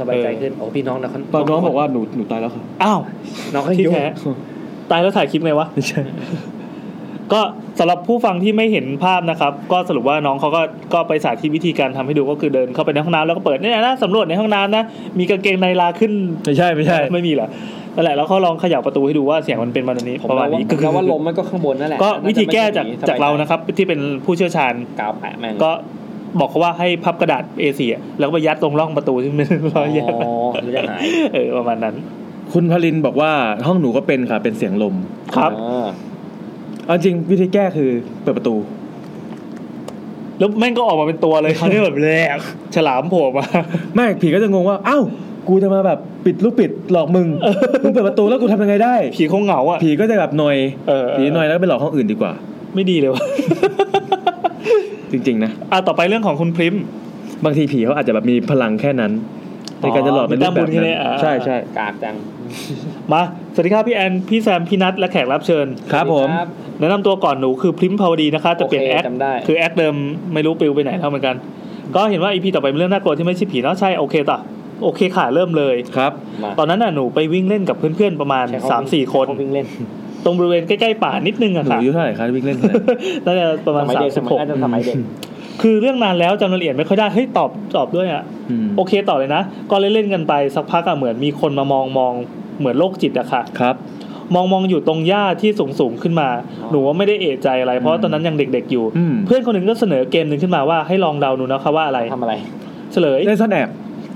Speaker 6: สบายใจขึ้นโอ้พี่น้องนะเขา
Speaker 3: ตอนน้องบอกว่าหนูหนูตายแล้วค่ะ
Speaker 1: อ้าว
Speaker 6: น้องเขา
Speaker 1: ที่
Speaker 6: ยุ่ง
Speaker 1: แท้ตายแล้วถ่ายคลิปไงวะ
Speaker 3: ไม่ใช่
Speaker 1: ก็สำหรับผู้ฟังที่ไม่เห็นภาพนะครับ ก็สรุปว่าน้องเขาก็ก็ไปสาธิตวิธีการทำให้ดูก็คือเดินเข้าไปในห้องน้ำแล้วก็เปิดเนี่ยนะสำรวจในห้องน้ำนะ มีกางเกงในลาขึ้น
Speaker 3: ไม่ใช่ไม่ใช่
Speaker 1: ไม่มีเหรอนั่นแหละแล้วเขาลองเขย่าประตูให้ดูว่าเสียงมันเป็นประมาณนี้
Speaker 6: ผม
Speaker 1: ประมาณ
Speaker 6: ว่า
Speaker 1: นี้
Speaker 6: ผมว่าลมมันก็ข้างบนนั่นแหละ
Speaker 1: ก็วิธีแก้
Speaker 6: น่
Speaker 1: จา
Speaker 6: จะ
Speaker 1: ก
Speaker 6: ไม่
Speaker 1: จากเรานะครับ ที่เป็นผู้เชี่ยวชาญ
Speaker 6: กาวแปะแม่ง
Speaker 1: ก็บอกเขาว่าให้พับกระดาษ A4 อะแล้วก็ไปยัดตรงร่องประตูที่มันเป็นร
Speaker 6: อ๋
Speaker 1: อยแยก
Speaker 6: อมันจะหาย
Speaker 1: เออประมาณนั้น
Speaker 3: คุณพลินบอกว่าห้องหนูก็เป็นค่ะเป็นเสียงลม
Speaker 1: ครับ
Speaker 6: อ๋อ
Speaker 3: เอาจริงวิธีแก้คือเปิดประตู
Speaker 1: แล้วแม่งก็ออกมาเป็นตัวเลยเขาเนี่ยแบบแหลกฉลามโผล่มา
Speaker 3: ไม่ผีก็จะงงว่าเอ้ากูจะมาแบบปิดลูกปิดหลอก [LAUGHS] มึงมึงเปิดประตูแล้วกูทำยังไงได้
Speaker 1: ผีคงเหงาอ่ะ
Speaker 3: ผีก็จะแบบหน่อย
Speaker 1: เออเออ
Speaker 3: ผีหน่อยแล้วไปหลอกห้องอื่นดีกว่า
Speaker 1: ไม่ดีเลยวะ [LAUGHS]
Speaker 3: จริง ๆ นะ
Speaker 1: อ่ะต่อไปเรื่องของคุณพริม
Speaker 3: บางทีผีเขาอาจจะแบบมีพลังแค่นั้นในการจะหลอกในรูป
Speaker 1: มี
Speaker 3: แบบ
Speaker 1: แต้มบุญแค่นี้
Speaker 3: นั้น
Speaker 1: อ่า
Speaker 3: ใช่ใช่
Speaker 2: กากจัง
Speaker 1: มาสวัสดีครับพี่แอนพี่แซมพี่นัทและแขกรับเชิญ
Speaker 3: ครับผม
Speaker 2: ครับ
Speaker 1: แนะนำตัวก่อนหนูคือพริมพาวดีนะคะแต่เปลี่ยน
Speaker 2: โอเค
Speaker 1: แอค
Speaker 2: จำได้
Speaker 1: คือแอคเดิมไม่รู้ปลิวไปไหนเท่าเหมือนกัน ก็เห็นว่าอีพีต่อไปเป็นเรื่องน่ากลัวที่ไม่ใช่ผีเนาะใช่โอเคต่อโอเคค่ะเริ่มเลย
Speaker 3: ครับ
Speaker 2: มา
Speaker 1: ตอนนั้นน่ะหนูไปวิ่งเล่นกับเพื่อนๆประมาณ
Speaker 2: ใช้เข
Speaker 1: สามสี่คน
Speaker 2: เขาวิ่งเล่น
Speaker 1: ตรงบริเวณใกล้ๆป่านิดนึงอะ
Speaker 3: หนู
Speaker 1: ค่ะ
Speaker 3: อายุเท่าไหร่ครับวิ่งเล่นเท่าไห [LAUGHS] ร่
Speaker 1: น่าจะประมาณ
Speaker 2: สมัย
Speaker 1: สาม
Speaker 2: เด็กส
Speaker 1: สิบ
Speaker 2: มั
Speaker 1: ห
Speaker 2: ย
Speaker 1: ก
Speaker 2: น่าจะสมัยเด็ก
Speaker 1: คือเรื่องนานแล้วจำรายละเอียดไม่ค่อยได้เฮ้ยตอบตอบด้วยอะ
Speaker 3: อืม
Speaker 1: โอเคต่อเลยนะ ก็เล่นเล่นๆกันไปสักพักอะเหมือนมีคนมามองมองเหมือนโรคจิตอะค่ะ
Speaker 3: ครับ
Speaker 1: มองมองอยู่ตรงหญ้าที่สูงสูงๆขึ้นมา หนูว่าไม่ได้เอะใจอะไร เพราะตอนนั้นยังเด็กๆอยู่
Speaker 3: อืม
Speaker 1: เพื่อนคนหนึ่งก็เสนอเกมหนึ่งขึ้นมาว่าให้ลองเดาดูนะคะว่าอะไร
Speaker 2: ทำอะไร
Speaker 1: เฉลย
Speaker 3: เล่นซ่อนแอบ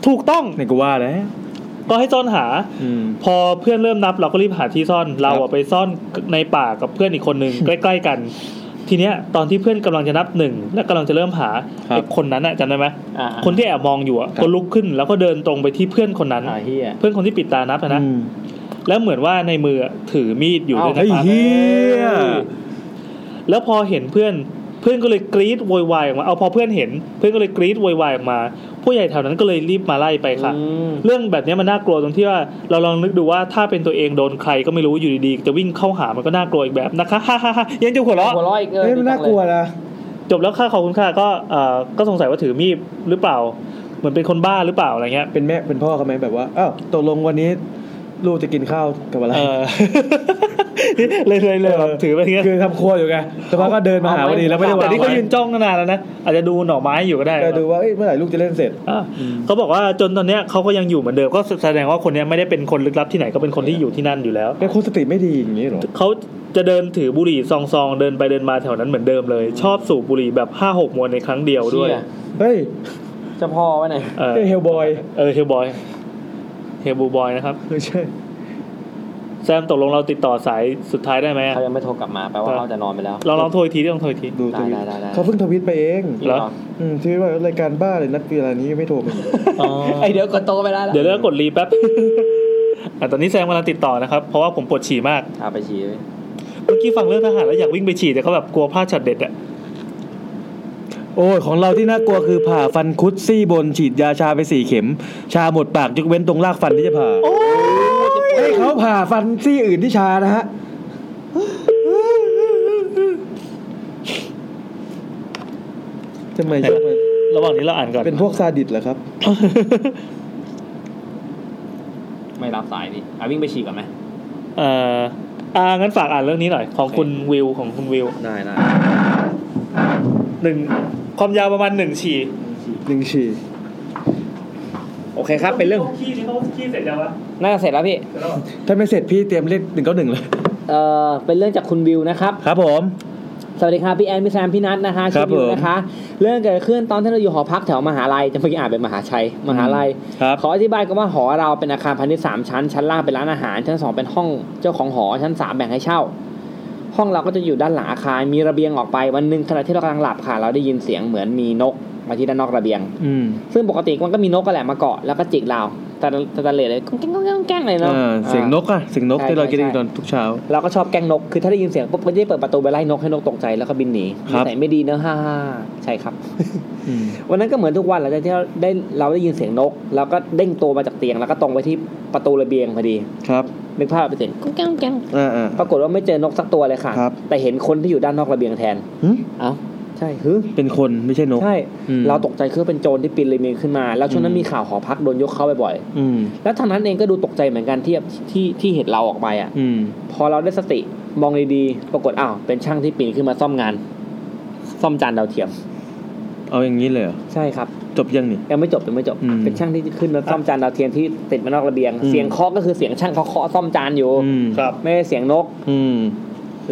Speaker 1: ถูกต้อง
Speaker 3: ในกูว่าแล้ว
Speaker 1: ก็ให้ซ่อนหา
Speaker 3: อืม
Speaker 1: พอเพื่อนเริ่มนับเราก็รีบหาที่ซ่อนเรา
Speaker 3: ครั
Speaker 1: อะ
Speaker 3: บ
Speaker 1: ไปซ่อนในป่ากับเพื่อนอีกคนห [LAUGHS] นึ่ง ใกล้ๆกัน ทีเนี้ยตอนที่เพื่อนกำลังจะนับหนึ่งและกำลังจะเริ่มหาไอ้คนนั้นอะจำได้ไหม
Speaker 2: อ่า
Speaker 1: คนที่แอบมองอยู่อะก็ลุกขึ้น แล้วก็เดินตรงไปที่เพื่อนคนนั้น
Speaker 2: อ่าเฮีย
Speaker 1: เพื่อนคนที่ปิดตานับอะนะ
Speaker 3: อืม
Speaker 1: แล้วเหมือนว่าในมืออะถือมีดอยู่ด้วยนะค
Speaker 2: เอ้า
Speaker 3: ไอ้
Speaker 1: รับ
Speaker 3: เฮีย
Speaker 1: แล้วพอเห็นเพื่อนเพื่อนก็เลยกรี๊ดโวยวายออกมา เอาพอเพื่อนเห็น เพื่อนก็เลยกรี๊ดโวยวายออกมา ผู้ใหญ่แถวนั้นก็เลยรีบมาไล่ไปค่ะ
Speaker 2: อืม
Speaker 1: เรื่องแบบเนี้ยมันน่ากลัวตรงที่ว่าเราลองนึกดูว่าถ้าเป็นตัวเองโดนใครก็ไม่รู้อยู่ดีๆจะวิ่งเข้าหามันก็น่ากลัวอีกแบบนะคะ [LAUGHS] ฮ่าฮ่าฮ่ายังจะหัวเราะ
Speaker 2: หัวเร้อยเกิน
Speaker 3: เฮ้ยมันน่ากลัวนะ
Speaker 1: จบแล้วค่ะขอบคุณค่ะก็เอ่อก็สงสัยว่าถือมีดหรือเปล่า เหมือนเป็นคนบ้าหรือเปล่าอะไรเงี้ย
Speaker 3: เป็นแม่เป็นพ่อเขาไหมแบบว่าอ้าวตกลงวันนี้ลูกจะกินข้าวกับอะไร
Speaker 1: เออ [LAUGHS] เลยเลยเลยแบบถือไปอย่างเงี้ย
Speaker 3: คือทำครัวอยู่ไงแต่ว่าก็เดินมาหาพอดีแล้วไม่ได้วา
Speaker 1: แต่
Speaker 3: ง
Speaker 1: นี่เขา
Speaker 3: ไว้
Speaker 1: ยืนจ้องตั้งนานแล้วนะอาจจะดูหน่อไม้อยู่ก็ได้
Speaker 3: ก็ดูว่าเอ้ยเมื่อไหร่ลูกจะเล่นเสร็จ
Speaker 1: อ่ะเขาบอกว่าจนตอนเนี้ยเขาก็ยังอยู่เหมือนเดิมก็แสดงว่าคนเนี้ยไม่ได้เป็นคนลึกลับที่ไหนก็เป็นคนที่อยู่ที่นั่นอยู่แล้ว
Speaker 3: เป็นคนสติไม่ดีอย่างนี้เหรอ
Speaker 1: เขาจะเดินถือบุหรี่ซองๆเดินไปเดินมาแถวนั้นเหมือนเดิมเลย ชอบสูบบุหรี่แบบห้าหกมวนในครั้งเดียวด้วย
Speaker 2: เหี้
Speaker 3: เฮ้ย
Speaker 2: เจะพ่อไว้ไหน
Speaker 1: เออ
Speaker 3: เฮ้ยเฮลบอย
Speaker 1: เออเฮลบอยเฮลบูบอยนะครับ
Speaker 3: ไม่ใช่
Speaker 1: แซมตกลงเราติดต่อสายสุดท้ายได้ไหมอะ
Speaker 2: เขายังไม่โทรกลับมาแปลว่าเขาจะนอนไปแล้ว
Speaker 1: เราลองโทรอีกทีดิลองโทรอีกที
Speaker 3: ดูทวิต
Speaker 2: ได้ได้ได้
Speaker 3: เขาเพิ่งทวิตไปเอง
Speaker 1: เหรอ
Speaker 3: อืมทวิตว่ารายการบ้าเลยนัดเวลานี้ไม่โทรมา
Speaker 1: อ๋อ
Speaker 2: ไอเดี๋ยวกดโตไปแล้ว
Speaker 1: เดี๋ยวเลิกกดรีแป๊บ [LAUGHS] อ่ะตอนนี้แซมกำลังติดต่อนะครับ เพราะว่าผมปวดฉี่มาก
Speaker 2: เอาไปฉี่เลย
Speaker 1: เมื่อกี้ฟังเรื่องทหารแล้วอยากวิ่งไปฉี่แต่เขาแบบกลัวพลาดช็อตเด็ดอะ
Speaker 3: โอ้ยของเราที่น่ากลัวคือผ่าฟันคุดซี่บนฉีดยาชาไปสี่เข็ม ชาหมดปากยกเว้นตรงรากฟันที่จะผ่าเฮ้ยเขาผ่าฟันซี่อื่นที่ชานะฮะทำไมชอบ
Speaker 1: ระหว่างนี้เราอ่านก่อน
Speaker 3: เป็นพวกซาดิสเหรอครับ
Speaker 18: ไม่รับสายดิอ่ะวิ่งไปฉี่ก่อนไหม
Speaker 1: เอ่ออ่างั้นฝากอ่านเรื่องนี้หน่อย ของคุณวิวของคุณวิว
Speaker 18: ได้ได้
Speaker 1: หนึ่งความยาวประมาณหนึ่งฉี่
Speaker 3: หนึ่งฉี่
Speaker 18: โอเคครับเป็นเรื่อง
Speaker 1: ขี้นี่เขาขี้เสร็จยังวะ
Speaker 2: น่าจะเสร็จแล้วพี่
Speaker 1: เสร็จแล้วเหรอ
Speaker 3: ถ้าไม่เสร็จพี่เตรียมเลขหนึ่งเก้าหนึ่งเลย
Speaker 2: เอ่อ เป็นเรื่องจากคุณวิวนะครับ
Speaker 3: ครับผม
Speaker 2: สวัสดีครับพี่แอนพี่แซมพี่นัทนะคะ
Speaker 3: ครั
Speaker 2: ชื่
Speaker 3: บ
Speaker 2: อวิว
Speaker 3: ผม
Speaker 2: นะคะ เรื่องเกิดขึ้นตอนที่เราอยู่หอพักแถวมหาลัยจะเมื่อกี้อ่านเป็นมหาชัยมหาลัย
Speaker 3: ครับ
Speaker 2: ขออธิบายกันว่าหอเราเป็นอาคารพาณิชย์สามชั้น ชั้นล่างเป็นร้านอาหาร ชั้นสองเป็นห้องเจ้าของหอชั้นสามแบ่งให้เช่า ห้องเราก็จะอยู่ด้านหลังอาคารมีระเบียงออกไปวันหนึ่งขณะที่เรากำลังหลับค่ะ เราได้ยินเสียงเหมือนมีนกมาที่ด้านนอกระเบียง
Speaker 3: อืม
Speaker 2: ซึ่งปกติมันก็มีนกก็แหละมาเกาะแล้วก็จิกเราแต่แต่ตะเลเลยก้องแก้งก้องแก้งก้องแก้งเลยเนาะ
Speaker 3: อ่าเสียงนกอะเสียงนก
Speaker 2: ใช่
Speaker 3: ที่เรากิน
Speaker 2: ใช่
Speaker 3: ตอนทุกเช้า
Speaker 2: เราก็ชอบแกล้งนก คือถ้าได้ยินเสียงปุ๊บก็จะเปิดประตูไปไล่นกให้นกตกใจแล้วก็บินหนี
Speaker 3: ครับ
Speaker 2: นิสัยไม่ดีเนอะฮ่าฮ่าใช่ครับ
Speaker 3: อืม
Speaker 2: วันนั้นก็เหมือนทุกวันหลังจากที่เราได้เราได้ยินเสียงนก เราก็เด้งตัวมาจากเตียง แล้วก็ตรงไปที่ประตูระเบียงพอดี
Speaker 3: ครับ
Speaker 2: นึกภาพไปนเสียงกุ้งแก้งแก้ง
Speaker 3: อ่าอ่า
Speaker 2: ปรากฏว่าไม่เจอนกสักตัวเลยค่ะ
Speaker 3: ครับ
Speaker 2: แต่เห็นคนที่อยู่ด้านนอกระเบียงแทน
Speaker 3: หึ
Speaker 2: เอ้า ใช่ฮึ
Speaker 3: เป็นคนไม่ใช่นก
Speaker 2: ใช่
Speaker 3: อืม
Speaker 2: เราตกใจคือเป็นโจรที่ปีนระเบียงขึ้นมา แล้วช่วงนั้
Speaker 3: อื
Speaker 2: น
Speaker 3: ม
Speaker 2: มีข่าวหอพักโดนยกเข้าบ่อย
Speaker 3: อืม
Speaker 2: ๆแล้วทางนั้นเองก็ดูตกใจเหมือนกันที่ที่ที่เห็นเราออกไปอ่ะ
Speaker 3: อืม
Speaker 2: พอเราได้สติมองดีๆ ปรากฏอ้าวเป็นช่างที่ปีนขึ้นมาซ่อมงาน ซ่อมจานดาวเทียม
Speaker 3: เอาอย่างนี้เลยเหรอ
Speaker 2: ใช่ครับ
Speaker 3: จบยังนี่
Speaker 2: ยังไม่จบยังไม่จบ
Speaker 3: อืม
Speaker 2: เป็นช่างที่ขึ้นมาซ่อมจานดาวเทียมที่ติดมานอกระเบียง
Speaker 3: อืม
Speaker 2: เสียงเคาะก็คือเสียงช่างเขาเคาะซ่อมจานอยู่
Speaker 3: อืม
Speaker 1: ครับ
Speaker 2: ไม่ได้เสียงนก
Speaker 3: อืม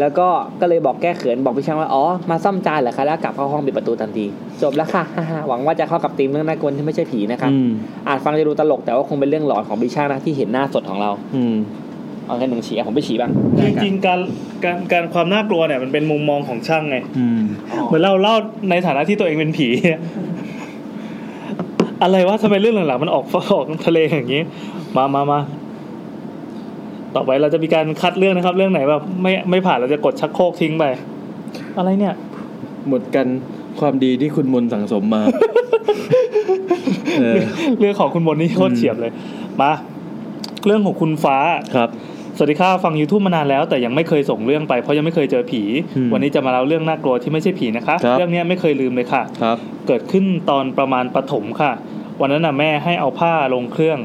Speaker 2: แล้วก็ก็เลยบอกแก้เขินบอกพี่ช่างว่าอ๋อมาซ่อมจานเหรอคะแล้วกลับเข้าห้องปิดประตูทันที จบแล้วค่ะ หวังว่าจะเข้ากับธีมเรื่องน่ากลัวที่ไม่ใช่ผีนะครับ
Speaker 3: อืม
Speaker 2: อาจฟังจะดูตลกแต่ว่าคงเป็นเรื่องหลอนของพี่ช่างนะที่เห็นหน้าสดของเรา
Speaker 3: อืม
Speaker 6: เอาแค่หนึ่งฉี่อ่ะผมไปฉี่บ้าง
Speaker 1: จริงๆการการการความน่ากลัวเนี่ยมันเป็นมุมมองของช่างไง
Speaker 3: อืม
Speaker 1: เหมือนเราเล่าในฐานะที่ตัวเองเป็นผี [LAUGHS] อะไรวะทำไมเรื่องหลังๆมันออกฟออกทะเลอย่างนี้ มามามาต่อไปเราจะมีการคัดเรื่องนะครับ เรื่องไหนแบบไม่ไม่ผ่านเราจะกดชักโครกทิ้งไป อะไรเนี่ย [LAUGHS]
Speaker 3: หมดกันความดีที่คุณมนต์สั่งสมมา
Speaker 1: [LAUGHS]
Speaker 3: เออ
Speaker 1: เรื่องของคุณมนต์นี่โคตรเฉียบเลย มา เรื่องของคุณฟ้า
Speaker 3: ครับ
Speaker 1: สวัสดีค่ะฟัง YouTube มานานแล้ว แต่ยังไม่เคยส่งเรื่องไปเพราะยังไม่เคยเจอผี
Speaker 3: อืม
Speaker 1: วันนี้จะมาเล่าเรื่องน่ากลัวที่ไม่ใช่ผีนะคะ
Speaker 3: ครับ
Speaker 1: เรื่องเนี้ยไม่เคยลืมเลยค่ะ
Speaker 3: ครับ
Speaker 1: เกิดขึ้นตอนประมาณประถมค่ะ วันนั้นน่ะแม่ให้เอาผ้าลงเครื่อง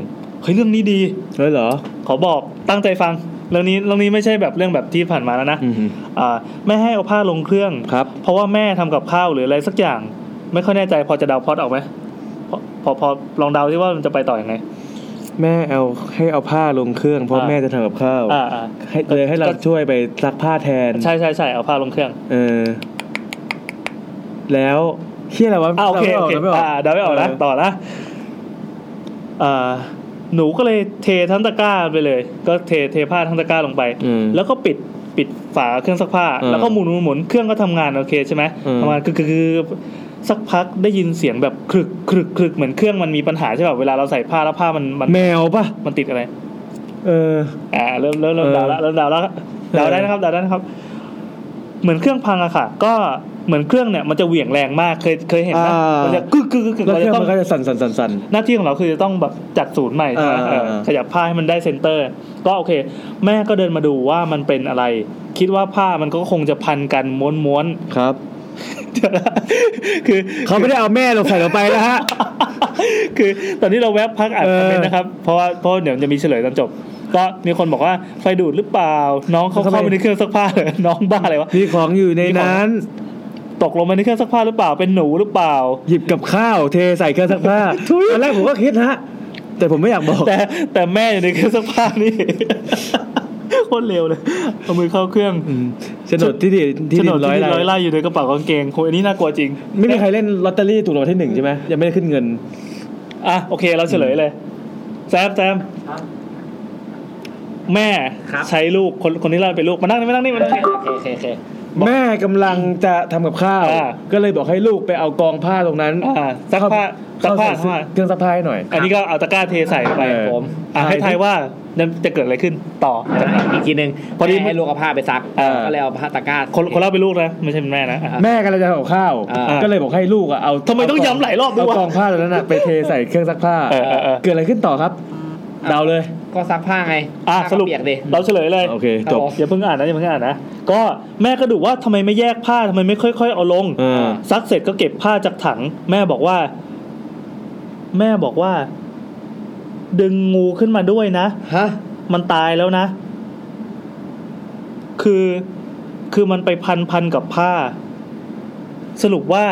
Speaker 1: เฮ้ยเรื่องนี้ดี
Speaker 3: เฮ้ยเหรอ
Speaker 1: ขอบอกตั้งใจฟัง เรื่องนี้เรื่องนี้ไม่ใช่แบบเรื่องแบบที่ผ่านมาแล้วนะ
Speaker 3: อืม
Speaker 1: อ่าแม่ให้เอาผ้าลงเครื่อง
Speaker 3: ครับ
Speaker 1: เพราะว่าแม่ทำกับข้าวหรืออะไรสักอย่าง ไม่ค่อยแน่ใจพอจะเดาพล็อดออกไหมพอพอพอลองเดาที่ว่ามันจะไปต่อยังไง
Speaker 3: แม่เอาให้เอาผ้าลงเครื่องเพราะ
Speaker 1: อ่า
Speaker 3: แม่จะทำกับข้าว
Speaker 1: อ่าอ่า
Speaker 3: ให้เลยให้เรา
Speaker 1: ก็
Speaker 3: ช่วยไปซักผ้าแทน
Speaker 1: ใช่ใช่ใช่เอาผ้าลงเครื่อง
Speaker 3: เออ แล้วเชี่ยอะไรวะ
Speaker 1: อ่าโอเคโอเค
Speaker 3: ดาไม่ก
Speaker 1: อ่าเดาไม่ออกนะ
Speaker 3: เ
Speaker 1: ต่อนะอ่าหนูก็เลยเททั้งตะกร้าไปเลย ก็เทเทผ้าทั้งตะกร้าลงไป
Speaker 3: อืม
Speaker 1: แล้วก็ปิดปิดฝาเครื่องซักผ้า
Speaker 3: อืม
Speaker 1: แล้วก็หมุนหมุนหมุนเครื่องก็ทำงานโอเคใช่ไหม
Speaker 3: อืม
Speaker 1: ทำงานคือคือสักพักได้ยินเสียงแบบครึกครึกครึกเหมือนเครื่องมันมีปัญหาใช่ป่ะเวลาเราใส่ผ้าแล้วผ้ามันมัน
Speaker 3: แมวป่ะ
Speaker 1: มันติดอะไร
Speaker 3: เออ
Speaker 1: อ่าเริ่มเริ่มเริ่มเดาละเริ่มเดาละเดาได้นะครับเดาได้นะครับ เหมือนเครื่องพังอะค่ะ ก็เหมือนเครื่องเนี่ยมันจะเหวี่ยงแรงมากเคยเคยเห็นไหม
Speaker 3: อ่ามั
Speaker 1: มันจะกึกกึกกึกกึก
Speaker 3: แล้ว
Speaker 1: เรา
Speaker 3: เค
Speaker 1: จะ
Speaker 3: รื่อง
Speaker 1: ต้อง
Speaker 3: มันก็จะสั่นสั่นสั่นสั่น
Speaker 1: หน้าที่ของเราคือจะต้องแบบจัดศูนย์ใหม่ใช่ไหม
Speaker 3: อ่า
Speaker 1: เออ
Speaker 3: อ่า
Speaker 1: ขยับผ้าให้มันได้เซนเตอร์ ก็โอเค แม่ก็เดินมาดูว่ามันเป็นอะไร คิดว่าผ้ามันก็คงจะพันกันม้วนม้วน
Speaker 3: ครับ
Speaker 1: ๆเดี๋ยวนะ [LAUGHS] คือ
Speaker 3: เขาไม่ได้เอาแม่ลงใส่ลงไปนะฮะ
Speaker 1: คือตอนนี้เราแวบพักอ่าน
Speaker 3: เอ
Speaker 1: ค
Speaker 3: อ
Speaker 1: อมเมนต์นะครับ เพราะว่าเพราะเดี๋ยวจะมีเฉลยตอนจบ ก็มีคนบอกว่าไฟดูดหรือเปล่า น้องเขาเข้าไปในเครื่องซักผ้าเหร [LAUGHS] อน้องบ้าอะไรวะ
Speaker 3: มีของอยู่ในนั้น
Speaker 1: ตกลงมาในเครื่องซักผ้าหรือเปล่าเป็นหนูหรือเปล่า
Speaker 3: หยิบกับข้าวเทใส่เครื่องซักผ้าตอนแรกผมก็คิดนะฮะ แต่ผมไม่อยากบอก
Speaker 1: แต่แต่แม่อยู่ในเครื่องซักผ้านี่ [LAUGHS] โคตรเร็วเลยเอามือเข้าเครื่อง
Speaker 3: อืมโฉนดที่ดินที่
Speaker 1: โฉน
Speaker 3: ดิ
Speaker 1: ด
Speaker 3: นร้
Speaker 1: ที่
Speaker 3: อย
Speaker 1: ดินร้อย
Speaker 3: ไร่
Speaker 1: ไร่อยู่ในกระเป๋ากางเกงโหอันนี้น่ากลัวจริง
Speaker 3: ไม่มีใครเล่นลอตเตอรี่ถูกรางวัลที่หนึ่งใช่ไหมยังไม่ได้ขึ้นเงิน
Speaker 1: อ่ะโอเคเราเฉลยเลยแซมแซมแม่
Speaker 2: ครับ
Speaker 1: ใช้ลูกคนคนที่เราเป็นลูกมานั่งนี่มานั่งนี่มานั่งนี่
Speaker 2: โอเคโอเคโอเค
Speaker 3: แม่กำลังจะทำกับข้าว
Speaker 1: อ่า
Speaker 3: ก็เลยบอกให้ลูกไปเอากองผ้าตรงนั้น
Speaker 1: อ่าซักผ้าซัก
Speaker 3: เข้า
Speaker 1: ผ้า
Speaker 3: ใส่
Speaker 1: ซักผ้า
Speaker 3: เครื่องซักผ้าให้หน่อย
Speaker 1: อันนี้ก็เอาตะกร้าเทใส่ไป
Speaker 3: เออ
Speaker 1: ผมอ่ะ
Speaker 3: ใช่
Speaker 1: ให้ทายว่าจะเกิดอะไรขึ้นต่อ
Speaker 2: อีกทีหนึ่ง
Speaker 1: พอดี
Speaker 2: แม่ให้ลูกเอาผ้าไปซัก
Speaker 3: เออ
Speaker 2: ก็เลยเอาผ้าตะกร้า
Speaker 1: คนคนเล่าเป็นลูกนะไม่ใช่เป็นแม่นะอ่ะ
Speaker 3: แม่กำลังจะทำกับข้าว
Speaker 2: อ่า
Speaker 3: ก็เลยบอกให้ลูกอะเอา
Speaker 1: ทำไมต้อง
Speaker 3: เก
Speaker 1: ย้ำหลายรอบด้วยวะ
Speaker 3: เากองผ้าตรงนั้นน่ะไปเทใส่เครื่องซักผ้า
Speaker 1: เออเออเออ
Speaker 3: เกิดอะไรขึ้นต่อครับ เดาเลย
Speaker 2: ก็ซักผ้าไง
Speaker 1: อ่ะ
Speaker 2: ผ้าก็
Speaker 1: สรุป
Speaker 2: เปียกดิ
Speaker 1: เราเฉลยเลย
Speaker 3: โอเค
Speaker 2: ครับ
Speaker 3: จบ
Speaker 2: ผม
Speaker 1: อย่าเพิ่งอ่านนะอย่าเพิ่งอ่านนะก็แม่ก็ดูว่าทำไมไม่แยกผ้าทำไมไม่ค่อย ๆ เอาลง
Speaker 3: อ่า
Speaker 1: ซักเสร็จก็เก็บผ้าจากถัง แม่บอกว่า แม่บอกว่า ดึงงูขึ้นมาด้วยนะ
Speaker 3: ฮะ
Speaker 1: มันตายแล้วนะ คือ คือมันไปพันพันกับผ้า สรุปว่า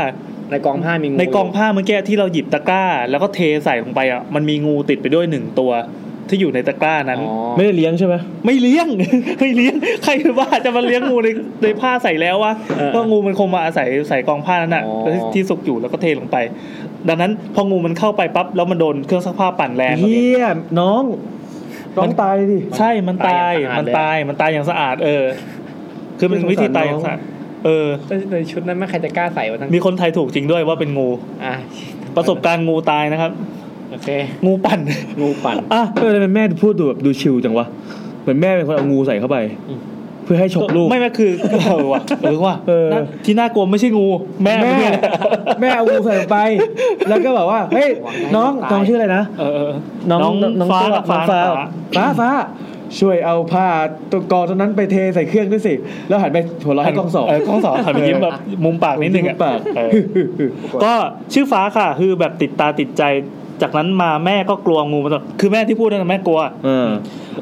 Speaker 2: ในกองผ้ามีงู
Speaker 1: ในกองผ้าเมื่อกี้ที่เราหยิบตะกร้า แล้วก็เทใส่ลงไปอ่ะมันมีงูติดไปด้วยหนึ่งตัว ที่อยู่ในตะกร้านั้น
Speaker 2: อ๋อ
Speaker 3: ไม่ได้เลี้ยงใช่ไหม
Speaker 1: ไม่เลี้ยง [LAUGHS] ไม่เลี้ยงใครว่าจะมาเลี้ยงงูใน [LAUGHS] ในผ้าใส่แล้ววะก็งูมันคงมาอาศัยใส่กองผ้านั้นอ่ะแล้วที่ที่สุกอยู่แล้วก็เทลงไป ดังนั้นพองูมันเข้าไปปั๊บแล้วมันโดนเครื่องซักผ้าปั่นแรง
Speaker 3: เยี่ยน้องน้อง
Speaker 1: มัน
Speaker 3: ตายดิ
Speaker 1: ใช่ มันตาย มันตาย มันตายอย่างสะอาด เออ คือมันเป็นวิธีตายอย่างสะอาด เออ
Speaker 2: ในชุดนั้นไม่ใครจะกล้าใส่วะทั้ง
Speaker 1: มีคนไทยถูกจริงด้วยว่าเป็นงู
Speaker 2: อ่ะ
Speaker 1: ประสบการณ์งูตายนะครับ
Speaker 2: โอเค
Speaker 1: งูปั่น
Speaker 2: งูปั่น
Speaker 1: อ่ะ
Speaker 3: เออทำไมแม่พูดดูแบบดูชิลจังวะ เหมือนแม่เป็นคนเอางูใส่เข้าไป เพื่อให้ฉกลูก
Speaker 1: ไม่ไม่คือเออว่ะเออว่ะ
Speaker 3: เออ
Speaker 1: น่าที่น่ากลัวไม่ใช่งู แม่
Speaker 3: แม่
Speaker 1: แม่ย
Speaker 3: แม่เอางูใส่ลงไป แล้วก็บอกว่า เฮ้ย น้อง น้องชื่ออะไรนะ
Speaker 1: เออเออ
Speaker 3: น้อง
Speaker 1: น้องฟ้า
Speaker 3: ตัว
Speaker 1: ฟ้า
Speaker 3: น้องฟ้าฟ้าฟ้า ช่วยเอาผ้าตัวกอตัวนั้นไปเทใส่เครื่องด้วยสิ แล้วหันไปหัวเราะให้กล้องสอง
Speaker 1: เกล้องสองหันไปยิ้มแบบมุมปากนิดนึงอ่ะ
Speaker 3: มุมปาก
Speaker 1: เออ ก็ชื่อฟ้าค่ะ คือแบบติดตาติดใจ จากนั้นมาแม่ก็กลัวงูมาตลอดคือแม่ที่พูดนั่นนะแม่กลัว
Speaker 3: เออ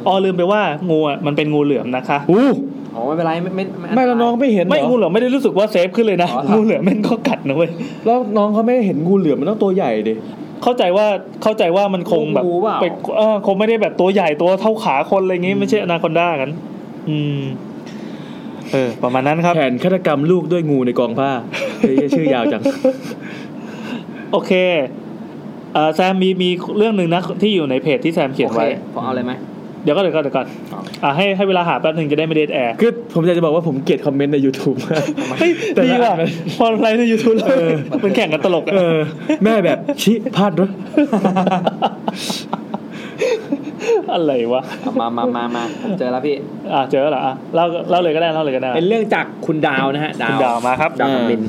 Speaker 1: อ๋อลืมไปว่างูอ่ะมันเป็นงูเหลือมนะคะ
Speaker 3: อู้
Speaker 2: อ๋อไม่เป็นไรไม่ไม่
Speaker 3: ไม่แล้วน้องไม่เห็นเหร
Speaker 1: ไม่งู
Speaker 3: อ
Speaker 1: เหลือมไม่ได้รู้สึกว่าเซฟขึ้นเลยนะงูเหลือมแม่งก็กัดนะเว้ย
Speaker 3: แล้วน้องเขาไม่ได้เห็นงูเหลือมมันต้องตัวใหญ่ดิ
Speaker 1: เข้าใจว่าเข้าใจว่ามันคงแบบ
Speaker 3: งูเปล่า
Speaker 1: ไปเออคงไม่ได้แบบตัวใหญ่ตัวเท่าขาคนอะไรอย่างงี้ไม่ใช่อนาคอนด้ากัน อืม เออ ประมาณนั้นครับ
Speaker 3: แผนฆาตกรรมลูกด้วยงูในกองผ้าเฮ้ยชื่อยาวจัง
Speaker 1: โอเคเออแซมมีมีเรื่องหนึ่งนะที่อยู่ในเพจที่แซมเขียน
Speaker 2: โอเค
Speaker 1: ไว้
Speaker 2: ผมเอาเลยไหม
Speaker 1: เดี๋ยวก็เดี๋ยวก็เดี๋ยวก่อนอ่ะให้ให้เวลาหาแป๊บหนึ่งจะได้ไม่เดทแอร์
Speaker 3: [LAUGHS] คือผมอยากจะบอกว่าผมเกลียดคอมเมนต์ใน YouTube มาก
Speaker 1: เฮ้ย
Speaker 3: แต่
Speaker 1: ดี
Speaker 3: ละ
Speaker 1: ว่ะ
Speaker 3: อันมัน
Speaker 1: พอไลฟ์ในยูทูบเลย
Speaker 3: เออ
Speaker 1: มันแข่งกันตลกอ่ะ
Speaker 3: เออ แม่แบบชิพลาด [LAUGHS] รถ
Speaker 1: อะไรวะ
Speaker 2: เอามามามามาผมเจอแล้วพี่
Speaker 1: อ่ะเจอแล้วเหรออ่ะเล่าเล่าเลยก็ได้เล่าเลยก็ได้
Speaker 2: เป็นเรื่องจากคุณดาวนะฮะดา
Speaker 1: คุณ
Speaker 2: ว
Speaker 1: ดาวมาครับ
Speaker 2: ดาวคำบิน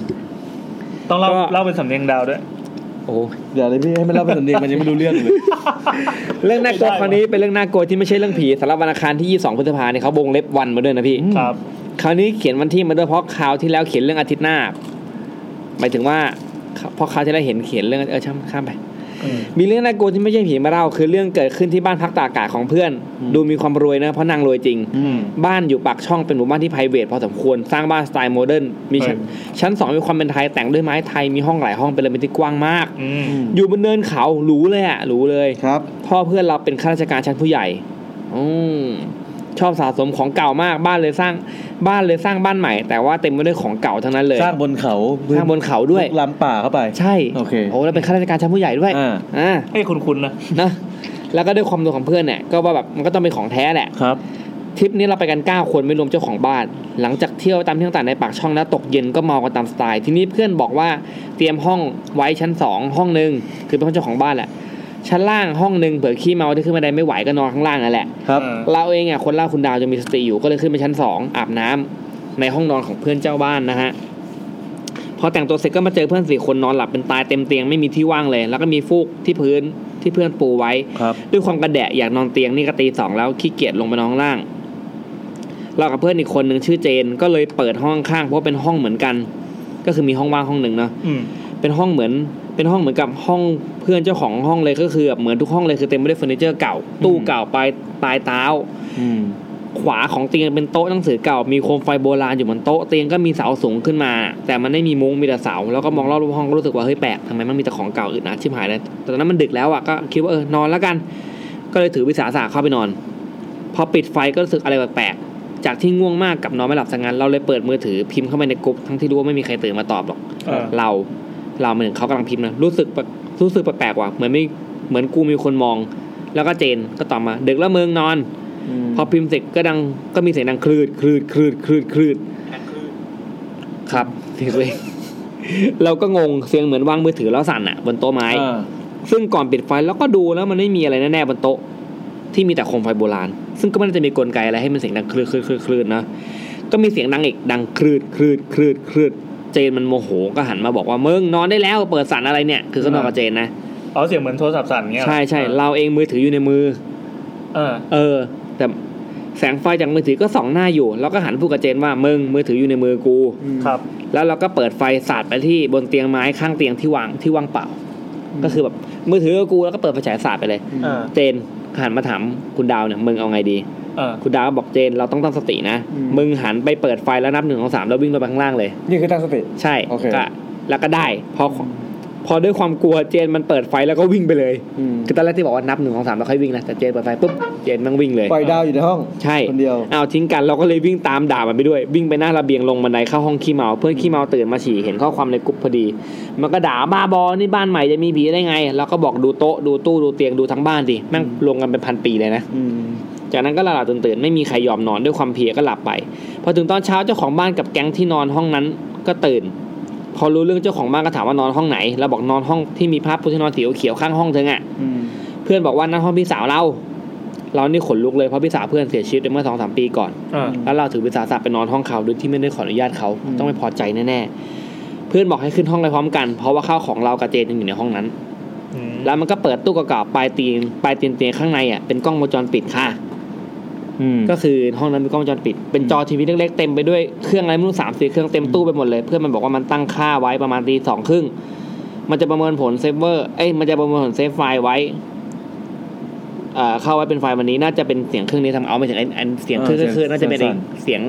Speaker 1: ต้องเล่า
Speaker 2: ก็
Speaker 1: เล่าเป็นสำเนียงดาวด้วย
Speaker 2: โอ้โห
Speaker 3: เดี๋ยวเลยพี่ให้มันเล่าเป็นสำเนียงมันยังไม่รู้เรื่องเลย
Speaker 2: เรื่องน่ากลัว
Speaker 1: ไม่ได้
Speaker 2: คราวนี้เป็นเรื่องน่ากลัวที่ไม่ใช่เรื่องผีสำหรับวันอังคารที่ 22พฤษภาเนี่ยเขาวงเล็บวันมาด้วยนะพี่
Speaker 1: ครับ
Speaker 2: คราวนี้เขียนวันที่มาด้วยเพราะคราวที่แล้วเขียนเรื่องอาทิตย์หน้าหมายถึงว่าเพราะคราวที่แล้วเห็นเขียนเรื่องเออช่างข้ามไป มีเรื่องน่ากลัวที่ไม่ใช่ผีมาเล่าคือเรื่องเกิดขึ้นที่บ้านพักตากอากาศของเพื่อน ดูมีความรวยนะเพราะนางรวยจริง บ้านอยู่ปากช่องเป็นหมู่บ้านที่ไพรเวทพอสมควรสร้างบ้านสไตล์โมเดิร์นมีชั้นชั้นสองมีความเป็นไทยแต่งด้วยไม้ไทยมีห้องหลายห้องเป็นระเบียงที่กว้างมาก
Speaker 1: อืม
Speaker 2: อยู่บนเนินเขาหรูเลยอะหรูเลย
Speaker 3: ครับ
Speaker 2: พ่อเพื่อนเราเป็นข้าราชการชั้นผู้ใหญ่อืมชอบสะสมของเก่ามากบ้านเลยสร้างบ้านเลยสร้างบ้านใหม่ แต่ว่าเต็มไปด้วยของเก่าทั้งนั้นเลย
Speaker 3: สร้างบนเขา
Speaker 2: สร้างบนเขาด้วย
Speaker 3: ลำป่าเข้าไป
Speaker 2: ใช่
Speaker 3: โอเค
Speaker 2: โอ้แล้วเป็นข้าราชการชั้นผู้ใหญ่ด้วย
Speaker 3: อ่า
Speaker 2: อ่า
Speaker 1: ให้คุณคุณนะ
Speaker 2: นะ แล้วก็ด้วยความรู้ของเพื่อนเนี่ยก็ว่าแบบมันก็ต้องเป็นของแท้แหละ
Speaker 3: ครับ
Speaker 2: ทริปนี้เราไปกัน 9 คนไม่รวมเจ้าของบ้าน หลังจากเที่ยวตามที่ต่างๆในปากช่องแล้วตกเย็นก็เมากันตามสไตล์ ทีนี้เพื่อนบอกว่าเตรียมห้องไว้ชั้น 2 ห้องหนึ่งคือเป็นห้องเจ้าของบ้านแหละ ชั้นล่างห้องหนึ่งเผื่อขี้เมาที่ขึ้นบันไดไม่ไหวก็นอนข้างล่างนั่นแหละ
Speaker 3: ครับ
Speaker 2: เราเองอ่ะคนเล่าคุณดาวจะมีสติอยู่ก็เลยขึ้นไปชั้นสองอาบน้ำในห้องนอนของเพื่อนเจ้าบ้านนะฮะพอแต่งตัวเสร็จก็มาเจอเพื่อนสี่คนนอนหลับเป็นตายเต็มเตียงไม่มีที่ว่างเลย แล้วก็มีฟูกที่พื้นที่เพื่อนปูไว้
Speaker 3: ครับ
Speaker 2: ด้วยความกระแดะอยากนอนเตียงนี่ก็ตีสองแล้วขี้เกียจลงไปนอนข้างล่าง เรากับเพื่อนอีกคนหนึ่งชื่อเจนก็เลยเปิดห้องข้างเพราะเป็นห้องเหมือนกัน ก็คือมีห้องว่างห้องหนึ่งเนาะ
Speaker 1: อืม
Speaker 2: เป็นห้องเหมือนเป็นห้องเหมือนกับห้องเพื่อนเจ้าของห้องเลยก็คือแบบเหมือนทุกห้องเลยคือเต็มไปด้วยเฟอร์นิเจอร์เก่า ตู้เก่าปลายปลายเท้า
Speaker 3: อืม
Speaker 2: ขวาของเตียงเป็นโต๊ะหนังสือเก่า มีโคมไฟโบราณอยู่บนโต๊ะเตียงก็มีเสาสูงขึ้นมา แต่มันไม่มีมุ้งมีแต่เสาแล้วก็มองรอบห้องก็รู้สึกว่าเฮ้ยแปลกทำไมมันมีแต่ของเก่าอื่นนะชิบหายเลยแต่ตอนนั้นมันดึกแล้วอ่ะก็คิดว่าเออนอนแล้วกัน ก็เลยถือวิสาสะเข้าไปนอน พอปิดไฟก็รู้สึกอะไรแปลกๆจากที่ง่วงมากกับนอนไม่หลับสังงานเราเลยเปิดมือถือพิมพ์เข้าไปในกลุ่มทั้งที่รู้ว่าไม่มีใครตื่นมาตอบหรอก
Speaker 1: เออ
Speaker 2: เราเราเหมือนเขากำลังพิมพ์นะรู้สึกแปลกรู้สึกแปลกๆว่ะเหมือนไม่เหมือนกูมีคนมอง แล้วก็เจนก็ตอบมาดึกแล้วเมืองนอน พอพิมพ์เสร็จก็ดังก็มีเสียงดังคลืดคลืดคลืดคลืดคลืดครับ [LAUGHS] เสียงตัวเองเราก็งงเสียงเหมือนวางมือถือแล้วสั่นอ่ะ บนโต๊ะไม้
Speaker 3: อ่า
Speaker 2: ซึ่งก่อนปิดไฟแล้วก็ดูแล้วมันไม่มีอะไรแน่ๆบนโต๊ะ ที่มีแต่โคมไฟโบราณ ซึ่งก็ไม่น่าจะมีกลไกอะไรให้มันเสียงดังคลืดคลืดคลืดคลืดนะก็มีเสียงดังอีกดังคลืดคลืดคลืดคลืดเจนมันโมโหก็หันมาบอกว่ามึงนอนได้แล้วเปิดสั่นอะไรเนี่ย คือก็นอนกับเจนนะ
Speaker 1: อ๋อเสียงเหมือนโทรศัพท์สั่นเงี้ยเหรอ
Speaker 2: ใช่ใช่เราเองมือถืออยู่ในมือ
Speaker 1: เออ
Speaker 2: เออ แต่แสงไฟจากมือถือก็ส่องหน้าอยู่ แล้วก็หันพูดกับเจนว่ามึงมือถืออยู่ในมือกู
Speaker 1: ครับ
Speaker 2: แล้วเราก็เปิดไฟสาดไปที่บนเตียงไม้ข้างเตียงที่วางที่ว่างเปล่า ก็คือแบบมือถือกับกูแล้วก็เปิดไฟฉายสาดไปเลย
Speaker 1: เออ
Speaker 2: เจนหันมาถามคุณดาวเนี่ยมึงเอาไงดี
Speaker 1: เออ
Speaker 2: คุณดาวบอกเจนเราต้องตั้งสตินะ
Speaker 3: อืม
Speaker 2: มึงหันไปเปิดไฟแล้วนับหนึ่งของสามแล้ววิ่งลงไปข้างล่างเลย
Speaker 3: นี่คือตั้งสติ
Speaker 2: ใช่
Speaker 3: โอเค
Speaker 2: ก็แล้วก็ได้พอพอด้วยความกลัวเจนมันเปิดไฟแล้วก็วิ่งไปเลย คือตอนแรกที่บอกว่านับหนึ่งของสามแล้วค่อยวิ่งนะแต่เจนเปิดไฟปุ๊บเจนมันวิ่งเลย
Speaker 3: ปล่อยดาวอยู่ในห้อง
Speaker 2: ใช่
Speaker 3: คนเดียว
Speaker 2: เอาทิ้งกันเราก็เลยวิ่งตามด่ามันไปด้วย วิ่งไปหน้าระเบียงลงบันไดเข้าห้องขี้เมา เพื่อนขี้เมาตื่นมาฉี่เห็นข้อความในกลุ่มพอดี มันก็ด่าบ้าบอนี่บ้านใหม่จะมีผีได้ไง เราก็บอกดูโต๊ะดูตู้ดูเตียงดูทั้งบ้านดิแม่งลงกันเป็นพันปีเลยนะ
Speaker 3: อืม
Speaker 2: จากนั้นก็หลับๆตื่นๆไม่มีใครยอมนอนด้วยความเพลียก็หลับไป พอถึงตอนเช้าเจ้าของบ้านกับแก๊งที่นอนห้องนั้นก็ตื่น พอรู้เรื่องเจ้าของบ้านก็ถามว่านอนห้องไหนเราบอกนอนห้องที่มีภาพพุทธนอนสีเขียวๆข้างห้องเธอไง
Speaker 3: อืม
Speaker 2: เพื่อนบอกว่านั่นห้องพี่สาวเรา เรานี่ขนลุกเลยเพราะพี่สาวเพื่อนเสียชีวิตไปเมื่อสองสามปีก่อน
Speaker 1: อ่า
Speaker 2: แล้วเราถือวิสาสะไปนอนห้องเขาโดยที่ไม่ได้ขออนุญาตเขาต้องไม่พอใจแน่ๆ เพื่อนบอกให้ขึ้นห้องไปพร้อมกัน เพราะว่าข้าวของเรากับเจนยังอยู่ในห้องนั้น
Speaker 1: อืม
Speaker 2: แล้วมันก็เปิดตู้เก่าๆปลายเตียงปลายเตียงเตียงข้างในอ่ะเป็นกล้องวงจรปิดค่ะ
Speaker 3: อืม
Speaker 2: ก็คือห้องนั้นมีกล้องวงจรปิด เป็นจอทีวีเล็กๆเต็มไปด้วยเครื่องอะไรไม่รู้สามสี่เครื่องเต็มตู้ไปหมดเลย เพื่อนมันบอกว่ามันตั้งค่าไว้ประมาณตีสองครึ่ง มันจะประเมินผลเซฟเวอร์ เอ้ย มันจะประเมินผลเซฟไฟล์ไว้เอ่อเข้าไว้เป็นไฟล์วันนี้น่าจะเป็นเสียงเครื่องนี้ทำเอาไม่ถึงไอ้ไอ้เสียงเครื่อง
Speaker 3: เอ
Speaker 2: ก็
Speaker 3: อเสี
Speaker 2: คือ
Speaker 3: ยง
Speaker 2: น่าจะเป็นไอ้
Speaker 3: สั่น
Speaker 2: เสียง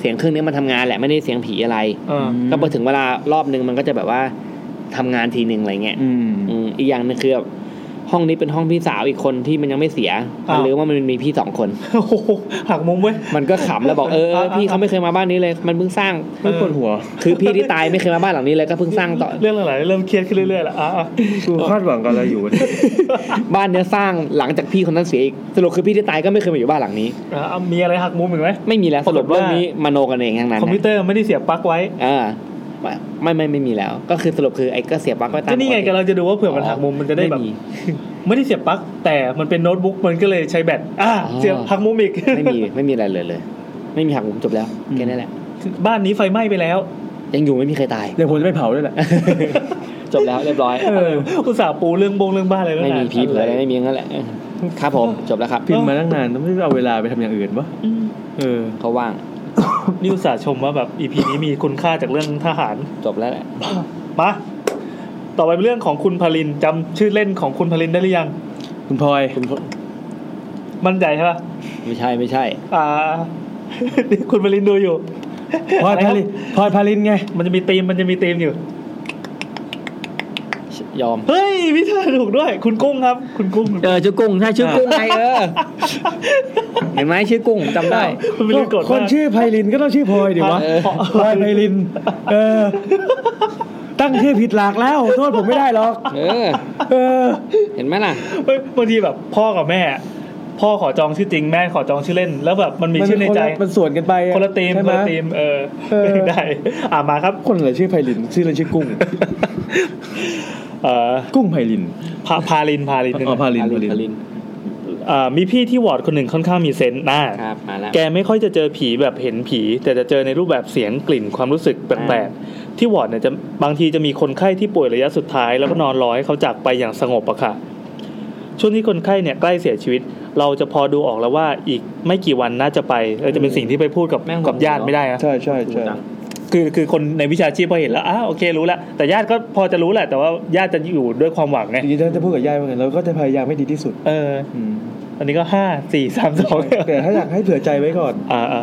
Speaker 2: เสียงเครื่องนี้มันทำงานแหละไม่ได้เสียงผีอะไร
Speaker 1: เออ [LAUGHS]
Speaker 2: ก็พอถึงเวลารอบนึงมันก็จะแบบว่าทำงานทีหนึ่งอะไรเงี้ย
Speaker 3: อืม
Speaker 2: อืมอีกอย่างหนึงคือแบบ
Speaker 6: ห้องนี้เป็นห้องพี่สาวอีกคนที่มันยังไม่เสียมัน
Speaker 1: อ้าว
Speaker 6: ลืมว่ามันมีพี่สองคน
Speaker 1: โอ้โหหักมุมเว้ย
Speaker 6: มันก็ขำแล้วบอกเออ
Speaker 1: อ่าอ่า
Speaker 6: พี่เขาไม่เคยมาบ้านนี้เลย มันเพิ่งสร้าง
Speaker 3: ไม่ปวดหัว
Speaker 6: คือพี่ที่ตายไม่เคยมาบ้านหลังนี้เลยก็เพิ่งสร้างต่อ
Speaker 1: เรื่องหลายๆเริ่มเครียดขึ้นเรื่อยๆละอ่ะอ่ะ
Speaker 3: กูคาดหวังกับอะไรอยู่วะเนี่ย
Speaker 6: บ้านเนี้ยสร้างหลังจากพี่คนนั้นเสียอีกสรุปคือพี่ที่ตายก็ไม่เคยมาอยู่บ้านหลังนี้
Speaker 1: อ่ะอ่ะมีอะไรหักมุมอีกไหม
Speaker 6: ไม่มีแล้วสรุป
Speaker 1: ปรากฏว่า
Speaker 6: เรื่องนี้มโนกันเองทั้งนั้น
Speaker 1: คอมพิว
Speaker 6: นะ
Speaker 1: เตอร์ไม่ได้เสียบปลั๊กไว้
Speaker 6: เออไม่ไม่ไม่มีแล้ว ก็คือสรุปคือไอ้ก็เสียบปลั๊กไว้ตาม
Speaker 1: ก็นี่ไง
Speaker 6: ปติ
Speaker 1: กำลังจะดูว่าเผื่อมันหักมุมมันจะได้แบบ
Speaker 6: ม่มี
Speaker 1: ไม่ได้เสียบปลั๊กแต่มันเป็นโน้ตบุ๊กมันก็เลยใช้แบตอ่ะ
Speaker 6: อ๋อ
Speaker 1: เสียบหักมุมอีก [LAUGHS]
Speaker 6: ไม่มีไม่มีอะไรเลยเลย ไม่มีหักมุมจบแล้วแค่นั้นแหละ
Speaker 1: บ้านนี้ไฟไหม้ไปแล้ว
Speaker 6: ยังอยู่ไม่มีใครตาย
Speaker 3: เดี๋ยวผมจะไม่เผาด้วยแหละ
Speaker 6: จบแล้วเรียบร้อย
Speaker 1: เอออุตส่าห์ปูเรื่องบงเรื่องบ้านอะไรตั้ง
Speaker 6: ไม่
Speaker 1: นา
Speaker 6: มี
Speaker 1: น
Speaker 6: ผีเผยอะไรไม่มีงั้นแหละครับผมจบแล้วครับ
Speaker 3: [LAUGHS] พิมพ์มาตั้งนานต้องไม่เอาเวลาไปทำอย่างอื่นวะเออ
Speaker 6: เขาว่าง
Speaker 1: นี่อุตส่าห์ชมว่าแบบอีพีนี้มีคุณค่าจากเรื่องทหาร
Speaker 6: จบแล้วแหละ
Speaker 1: มา ต่อไปเป็นเรื่องของคุณพลินจำชื่อเล่นของคุณพลินได้หรือยัง
Speaker 3: คุณพลอย
Speaker 6: คุณ
Speaker 1: มั่นใจใช่ปะ
Speaker 6: ไม่ใช่ไม่ใช่
Speaker 1: อ่า [LAUGHS] นี่คุณพลินดูอยู่
Speaker 3: พลอย
Speaker 1: ะไรค
Speaker 3: พา
Speaker 1: รับ
Speaker 3: ลินพลอยพาลินไง
Speaker 1: มันจะมีธีมมันจะมีธีมอยู่
Speaker 6: ยอม
Speaker 1: เฮ้ยพิธาถูกด้วย คุณกุ้งครับ คุณกุ้ง
Speaker 2: เออชื่อกุ้งใช่ชื่อกุ้งไงเออเห็นไหมชื่อกุ้งจำได้
Speaker 1: คุณพลินกด
Speaker 3: คน
Speaker 1: มา
Speaker 3: ชื่อไพลินก็ต้องชื่อพลอยดิวะ
Speaker 1: พอ
Speaker 3: พลอยไพลิน เออ ตั้งชื่อผิดหลักแล้ว โทษผมไม่ได้หรอก
Speaker 6: เออ
Speaker 3: เออ
Speaker 6: เห็นไหมล่ะ
Speaker 1: เฮ้ยบางทีแบบพ่อกับแม่ พ่อขอจองชื่อจริงแม่ขอจองชื่อเล่น แล้วแบบมันมี
Speaker 3: มั
Speaker 1: ชื่อในใจ
Speaker 3: มันส่วนกันไปอ
Speaker 1: คนละธีม
Speaker 3: ใช่
Speaker 1: ค
Speaker 3: ไห
Speaker 1: นละธีมเออ
Speaker 3: เออ
Speaker 1: ได้ อ่ามาครับ
Speaker 3: คนอะไรชื่อไพลิน ชื่ออะไรชื่อกุ้ [LAUGHS] ง
Speaker 1: เอ่อ
Speaker 3: กุ้งไพลิน
Speaker 1: พาพาลินพาลิน
Speaker 3: อ๋อพาลินพาลิน
Speaker 1: เอ่อมีพี่ที่วอร์ดคนหนึ่งค่อนข้างมีเซนต์น่า
Speaker 6: ครับ มาแล้ว
Speaker 1: แกไม่ค่อยจะเจอผีแบบเห็นผี แต่จะเจอในรูปแบบเสียงกลิ่นความรู้สึกแปลกๆที่วอร์ดเนี่ยจะบางทีจะมีคนไข้ที่ป่วยระยะสุดท้าย แล้วก็นอนรอให้เขาจากไปอย่างสงบอะค่ะ ช่วงที่คนไข้เนี่ยใกล้เสียชีวิต เราจะพอดูออกแล้วว่าอีกไม่กี่วันน่าจะไปเออจะเป็นสิ่งที่ไปพูดกับ
Speaker 2: แม่ง
Speaker 1: กับญาติไม่ได้นะ
Speaker 3: ใช่ใช่ใช่
Speaker 1: คือคือคนในวิชาชีพพอเห็นแล้วอ้าโอเครู้แล้วแต่ญาติก็พอจะรู้แหละแต่ว่าญาติจะอยู่ด้วยความหวังไง
Speaker 3: จริงๆถ้าจะพูดกับยายว่าไงเราก็จะพยายามให้ดีที่สุด
Speaker 1: เอออันนี้ก็ห้าสี่สามสอง
Speaker 3: [LAUGHS] แต่ถ้าอยากให้เผื่อใจไว้ก่อน
Speaker 1: อ่าอ่า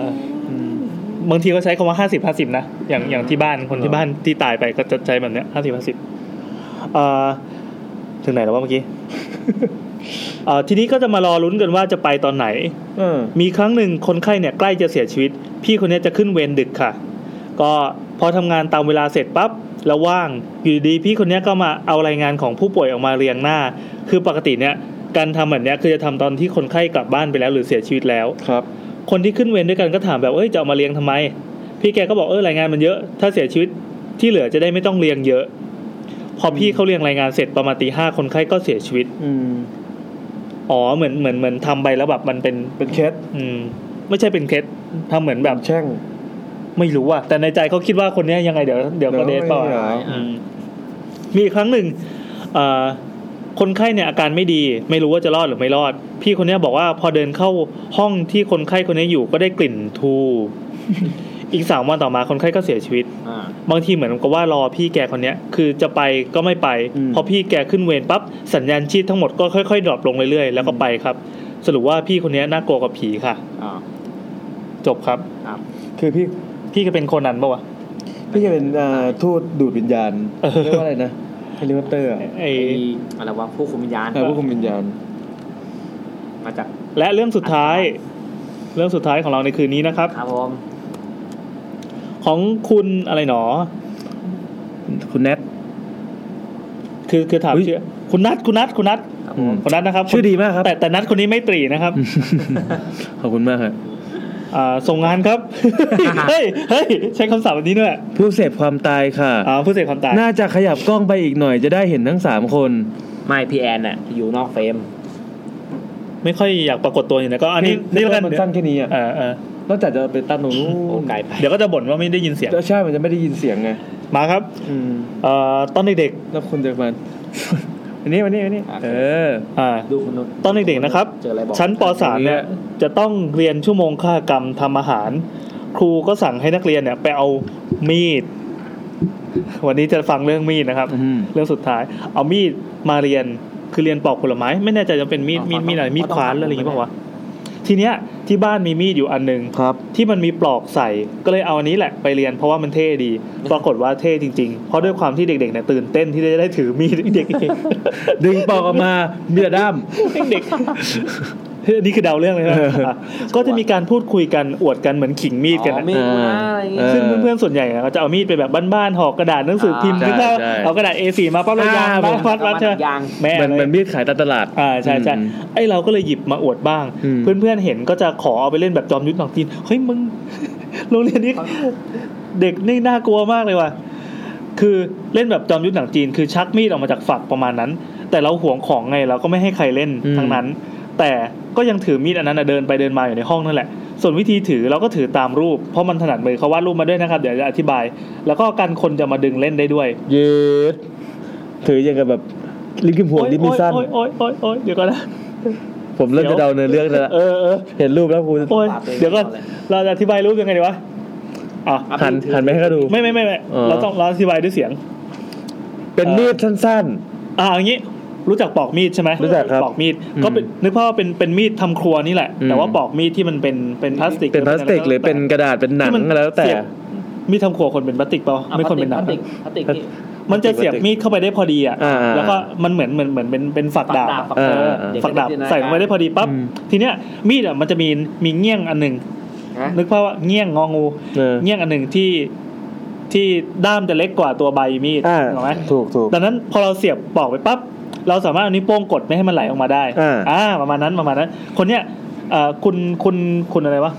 Speaker 1: บางทีก็ใช้คำว่าห้าสิบห้าสิบนะอย่างอย่างที่บ้านคนที่บ้านที่ตายไปก็จะใช้แบบเนี้ยห้าสิบห้าสิบถึงไหนแล้วว่าเมื่อ [LAUGHS] กี้ เอ่อทีนี้ก็จะมารอลุ้นกันว่าจะไปตอนไหน
Speaker 3: เออ
Speaker 1: มีครั้งหนึ่งคนไข้เนี่ยใกล้จะเสียชีวิต พี่คนเนี้ยจะขึ้นเวรดึกค่ะ ก็พอทำงานตามเวลาเสร็จปั๊บแล้วว่างอยู่ดีๆพี่คนเนี้ยก็มาเอารายงานของผู้ป่วยออกมาเรียงหน้า คือปกติเนี่ยการทำแบบเนี้ยคือจะทำตอนที่คนไข้กลับบ้านไปแล้ว หรือเสียชีวิตแล้ว
Speaker 3: ครับ
Speaker 1: คนที่ขึ้นเวรด้วยกันก็ถามแบบเอ้ยจะเอามาเรียงทำไม พี่แกก็บอกเออรายงานมันเยอะ ถ้าเสียชีวิตที่เหลือจะได้ไม่ต้องเรียงเยอะ พอพี่เขาเรียงรายงานเสร็จประมาณตีห้าคนไข้ก็เสียชีวิต
Speaker 3: อืม
Speaker 1: อ๋อเหมือนเหมือนเหมือนทำไปแล้วแบบมันเป็น
Speaker 3: เป็นเคส
Speaker 1: อืม ไม่ใช่เป็นเคสทำเหมือนแบบ
Speaker 3: แช่ง
Speaker 1: ไม่รู้อ่ะแต่ในใจเขาคิดว่าคนเนี้ยยังไงเดี๋ยวเดี๋ยวก็
Speaker 3: เดี๋
Speaker 1: เด
Speaker 3: ยว
Speaker 1: ท
Speaker 3: ก็
Speaker 1: ต่อ
Speaker 3: ไม่เหรอ
Speaker 1: อืมมีอีกครั้งหนึ่งเอ่อคนไข้เนี่ยอาการไม่ดี ไม่รู้ว่าจะรอดหรือไม่รอด พี่คนเนี้ยบอกว่าพอเดินเข้าห้องที่คนไข้คนนี้อยู่ก็ได้กลิ่นทู อีกสามวันต่อมาคนไข้ก็เสียชีวิต
Speaker 2: อ่า
Speaker 1: บางทีเหมือนกับว่ารอพี่แกคนเนี้ย คือจะไปก็ไม่ไป
Speaker 3: อืม
Speaker 1: พอพี่แกขึ้นเวรปั๊บสัญญาณชีพทั้งหมดก็ค่อยๆดรอปลงเรื่อยๆแล้วก็ไปครับ สรุปว่าพี่คนเนี้ยน่ากลัวกว่าผีค่ะ
Speaker 2: อ่า
Speaker 1: จบครับ
Speaker 3: คือพี่
Speaker 1: พี่ก็เป็นโคนนั้นปะวะ
Speaker 3: พี่จะเป็นอ่าทูตดูดวิญญาณ
Speaker 1: เออ
Speaker 3: เรียกว่าอะไรนะเฮลิคอปเตอร์อะ
Speaker 1: ไอ้
Speaker 2: ไอ้อะไรวะผู้คุมวิญญาณ
Speaker 3: เออผู้คุมวิญญาณ
Speaker 2: มาจาก
Speaker 1: และเรื่องสุดท้าย เรื่องสุดท้ายของเราในคืนนี้นะครับ
Speaker 2: ครับผม
Speaker 1: ของคุณอะไรหนอ
Speaker 3: คุณแนท
Speaker 1: คือคือถาม
Speaker 3: อุ๊ย
Speaker 1: ชื่อคุณนัทคุณนัทคุณนัท
Speaker 2: ครับ
Speaker 3: อื
Speaker 2: ผม
Speaker 3: ม
Speaker 1: คุณนัทนะครับ
Speaker 3: ชื่อดีมากครับ
Speaker 1: แต่แต่นัทคนนี้ไม่ตรีนะครับ
Speaker 3: [LAUGHS] ขอบคุณมากครับ
Speaker 1: อ่าส่งงานครับ เฮ้ยเฮ้ยใช้คำศัพท์แบบนี้ด้วย
Speaker 3: ผู้เสพความตายค่ะ
Speaker 1: อ่าผู้เสพความตาย
Speaker 3: น่าจะขยับกล้องไปอีกหน่อยจะได้เห็นทั้งสามคน
Speaker 2: ไม่พี่แอนน่ะอยู่นอกเฟรม
Speaker 1: ไม่ค่อยอยากปรากฏตัวอยู่นะก็อันนี้
Speaker 3: นี่
Speaker 1: นี่แล้วกัน
Speaker 3: มันสั้นแค่นี้อ่ะ
Speaker 1: เออเออน
Speaker 3: อกจากจะไปตั้งตรงนู้
Speaker 2: โอ้
Speaker 3: น
Speaker 2: ไกลไป
Speaker 1: เดี๋ยวก็จะบ่นว่าไม่ได้ยินเสียง
Speaker 3: ใช่มันจะไม่ได้ยินเสียงไง
Speaker 1: มาครับ
Speaker 3: อืม
Speaker 1: เอ่อตอนเด็ก
Speaker 3: แล้วคุณจะมา [LAUGHS] อันนี้วันนี้อันนี้เออ
Speaker 1: ๆอ่า
Speaker 2: ดูคุณนุช
Speaker 1: ตอนเด็กๆนะครับ
Speaker 2: เจออะไรบอก
Speaker 1: ชั้นป .3 เนี่ยจะต้องเรียนชั่วโมงค่ากรรมทำอาหาร ครูก็สั่งให้นักเรียนเนี่ยไปเอามีด วันนี้จะฟังเรื่องมีดนะครับ
Speaker 3: อืม
Speaker 1: เรื่องสุดท้าย เอามีดมาเรียนคือเรียนปอกผลไม้ ไม่แน่ใจจะเป็นมีดมีดมีดอะไรมีดคว้านหรืออะไรอย่างงี้ป่าวะทีเนี้ย ที่บ้านมีมีดอยู่อันหนึ่ง
Speaker 19: ครับ
Speaker 1: ที่มันมีปลอกใส่ก็เลยเอาอันนี้แหละไปเรียนเพราะว่ามันเท่ดี ปรากฏว่าเท่จริงๆ เพราะด้วยความที่เด็กๆเนี่ยตื่นเต้นที่ได้ได้ถือมีดเด็กเอง
Speaker 3: ดึงปอกออกมาเบียดด้าม
Speaker 1: เด็กๆเฮ้ยอันนี่คือเดาเรื่องเลย
Speaker 19: [LAUGHS]
Speaker 1: นะอ่ะก็จะมีการพูดคุยกันอวดกันเหมือนขิงมีดกัน
Speaker 20: อ๋
Speaker 1: อะ
Speaker 20: อมีดกูนะอะไรอย่างเงี้ย
Speaker 3: เอ
Speaker 1: ซึ่งเพื่อนๆ ส่วนใหญ่อะเขาจะเอามีดไปแบบบ้านๆห่อกระดาษหนังสือพิมพ์
Speaker 3: อ่า
Speaker 1: ที่เขา
Speaker 3: ใช่ใช่
Speaker 1: เอากระดาษ A4 มาปั๊บแล้วยาง
Speaker 3: อ่า
Speaker 1: มัดมัดมัดใช่ไหม
Speaker 20: ยาง
Speaker 1: แม่
Speaker 3: เหมือน
Speaker 1: เลย
Speaker 3: เหมือนมีดขายตามตลาด
Speaker 1: อ่าใช่ใช่
Speaker 3: อืม
Speaker 1: ไอเราก็เลยหยิบมาอวดบ้าง
Speaker 3: อืม
Speaker 1: เพื่อนๆ เห็นก็จะขอเอาไปเล่นแบบจอมยุทธหนองจีนเฮ้ยมึง [LAUGHS] โรงเรียนนี้เด็กนี่น่ากลัวมากเลยว่ะคือเล่นแบบจอมยุทธหนังจีน คือชักมีดออกมาจากฝักประมาณนั้น แต่เราหวงของไงเราก็ไม่ให้ใครเล่นทั้งนั้น แต่ก็ยังถือมีดอันนั้นนะเดินไปเดินมาอยู่ในห้องนั่นแหละ ส่วนวิธีถือเราก็ถือตามรูป เพราะมันถนัดมือเขาวาดรูปมาด้วยนะครับ เดี๋ยวจะอธิบาย แล้วก็การคนจะมาดึงเล่นได้ด้วย
Speaker 3: ยืดถืออย่างกับแบบลิงกิมห่วงลิมมีสั้น
Speaker 1: โอ๊ยโอ๊ยโอ๊ยโอ๊ยเดี๋ยวก่อนนะ
Speaker 3: ผมเริ่ม
Speaker 1: เดี๋ย
Speaker 3: จะ
Speaker 1: ว
Speaker 3: เดาเนื้อเรื่องแล้ว
Speaker 1: เออเออ
Speaker 3: เห็นรูปแล้วกู
Speaker 1: โอ๊ยเดี๋ยวก่อนเราจะอธิบายรูปยังไงดีวะอ่ะ
Speaker 3: หันหันไปให้เขาดู
Speaker 1: ไม่ไม่ไม่ไม่
Speaker 3: เออ
Speaker 1: เราต้องเราอธิบายด้วยเสียง
Speaker 3: เป็นมีดสั้น
Speaker 1: อ่าอย่างนี้รู้จักปอกมีดใช่ไหม
Speaker 3: รู้จักครับ
Speaker 1: ปอกมีด
Speaker 3: อืม
Speaker 1: ก็เป็นนึกภาพว่าเป็นเป็นมีดทำครัวนี่แหละ
Speaker 3: อืม
Speaker 1: แต่ว่าปอกมีดที่มันเป็นเป็นพลาสติก
Speaker 3: ๆ เป็นพลาสติกหรือเป็นกระดาษเป็นหนังก็แล้วแต่
Speaker 1: เสียบมีดทำครัวคนเป็นพลาสติกเปล่าไม่คนเป็นหนัง
Speaker 2: พลาสติ
Speaker 1: นะ
Speaker 2: กพลาสติกนี่
Speaker 1: มันจะเสียบมีดเข้าไปได้พอดีอ่ะ
Speaker 3: อ่าๆ
Speaker 1: แล้วก็มันเหมือนเหมือนเหมือนเป็นเป็นฝักดาบ
Speaker 2: ฝักดาบ
Speaker 1: อะเออ
Speaker 3: เออเออ
Speaker 1: ฝักดาบ
Speaker 2: เด็กๆ
Speaker 1: ใส่เข้าไปได้พอดีปั๊บ
Speaker 3: อืม
Speaker 1: ทีเนี้ยมีดอ่ะมันจะมีมีเงี้ยงอันหนึ่ง
Speaker 20: ฮะ
Speaker 1: นึกภาพว่าเงี้ยงงองู
Speaker 3: เออ
Speaker 1: เงี้ยงอันหนึ่งที่ที่ด้ามจะเล็กกว่าตัวใบมีด
Speaker 3: อ่า
Speaker 1: ถูกไหม
Speaker 3: ถูกถูก
Speaker 1: ดังนั้นพอเราเสียบปอกไปปั๊บเราสามารถเอานิ้วโป้งกดไม่ให้มันไหลออกมาได้
Speaker 3: อ่า
Speaker 1: ประมาณนั้นประมาณนั้น คนเนี้ยเอ่อคุณคุณคุณอะไรวะ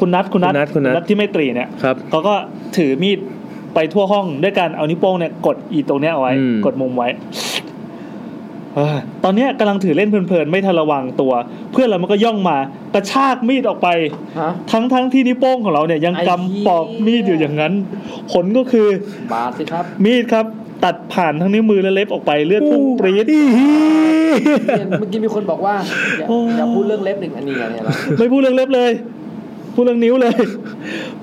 Speaker 1: คุณนัทคุณนัท
Speaker 3: คุณนัท
Speaker 1: ที่ไม่ตรีเนี่ย
Speaker 3: ครับ
Speaker 1: เขาก็ถือมีดไปทั่วห้องด้วยการเอานิ้วโป้งเนี่ยกดอีตรงเนี้ยเอาไว้
Speaker 3: อืม
Speaker 1: กดมุมไว้เอ้ยตอนเนี้ยกำลังถือเล่นเพลินๆไม่ทันระวังตัว เพื่อนเรามันก็ย่องมากระชากมีดออกไป
Speaker 20: ฮะ
Speaker 1: ทั้งๆที่นิ้วโป้งของเราเนี่ยยัง
Speaker 2: ไอ้เหี้ย
Speaker 1: กำปอกมีดอยู่อย่างนั้น ผลก็คือ
Speaker 2: บาทสิครับ
Speaker 1: มีดครับ ตัดผ่านทั้งนิ้วมือและเล็บออกไปเลือดพุ่งป [LAUGHS] รี๊ด
Speaker 2: เนี่ยเมื่อกี้มีคนบอกว่าอย่าอย่าพูดเรื่องเล็บหนึ่งอันนี้ไงเนี่ยเรา
Speaker 1: ไม่พูดเรื่องเล็บเลย พูดเรื่องนิ้วเลย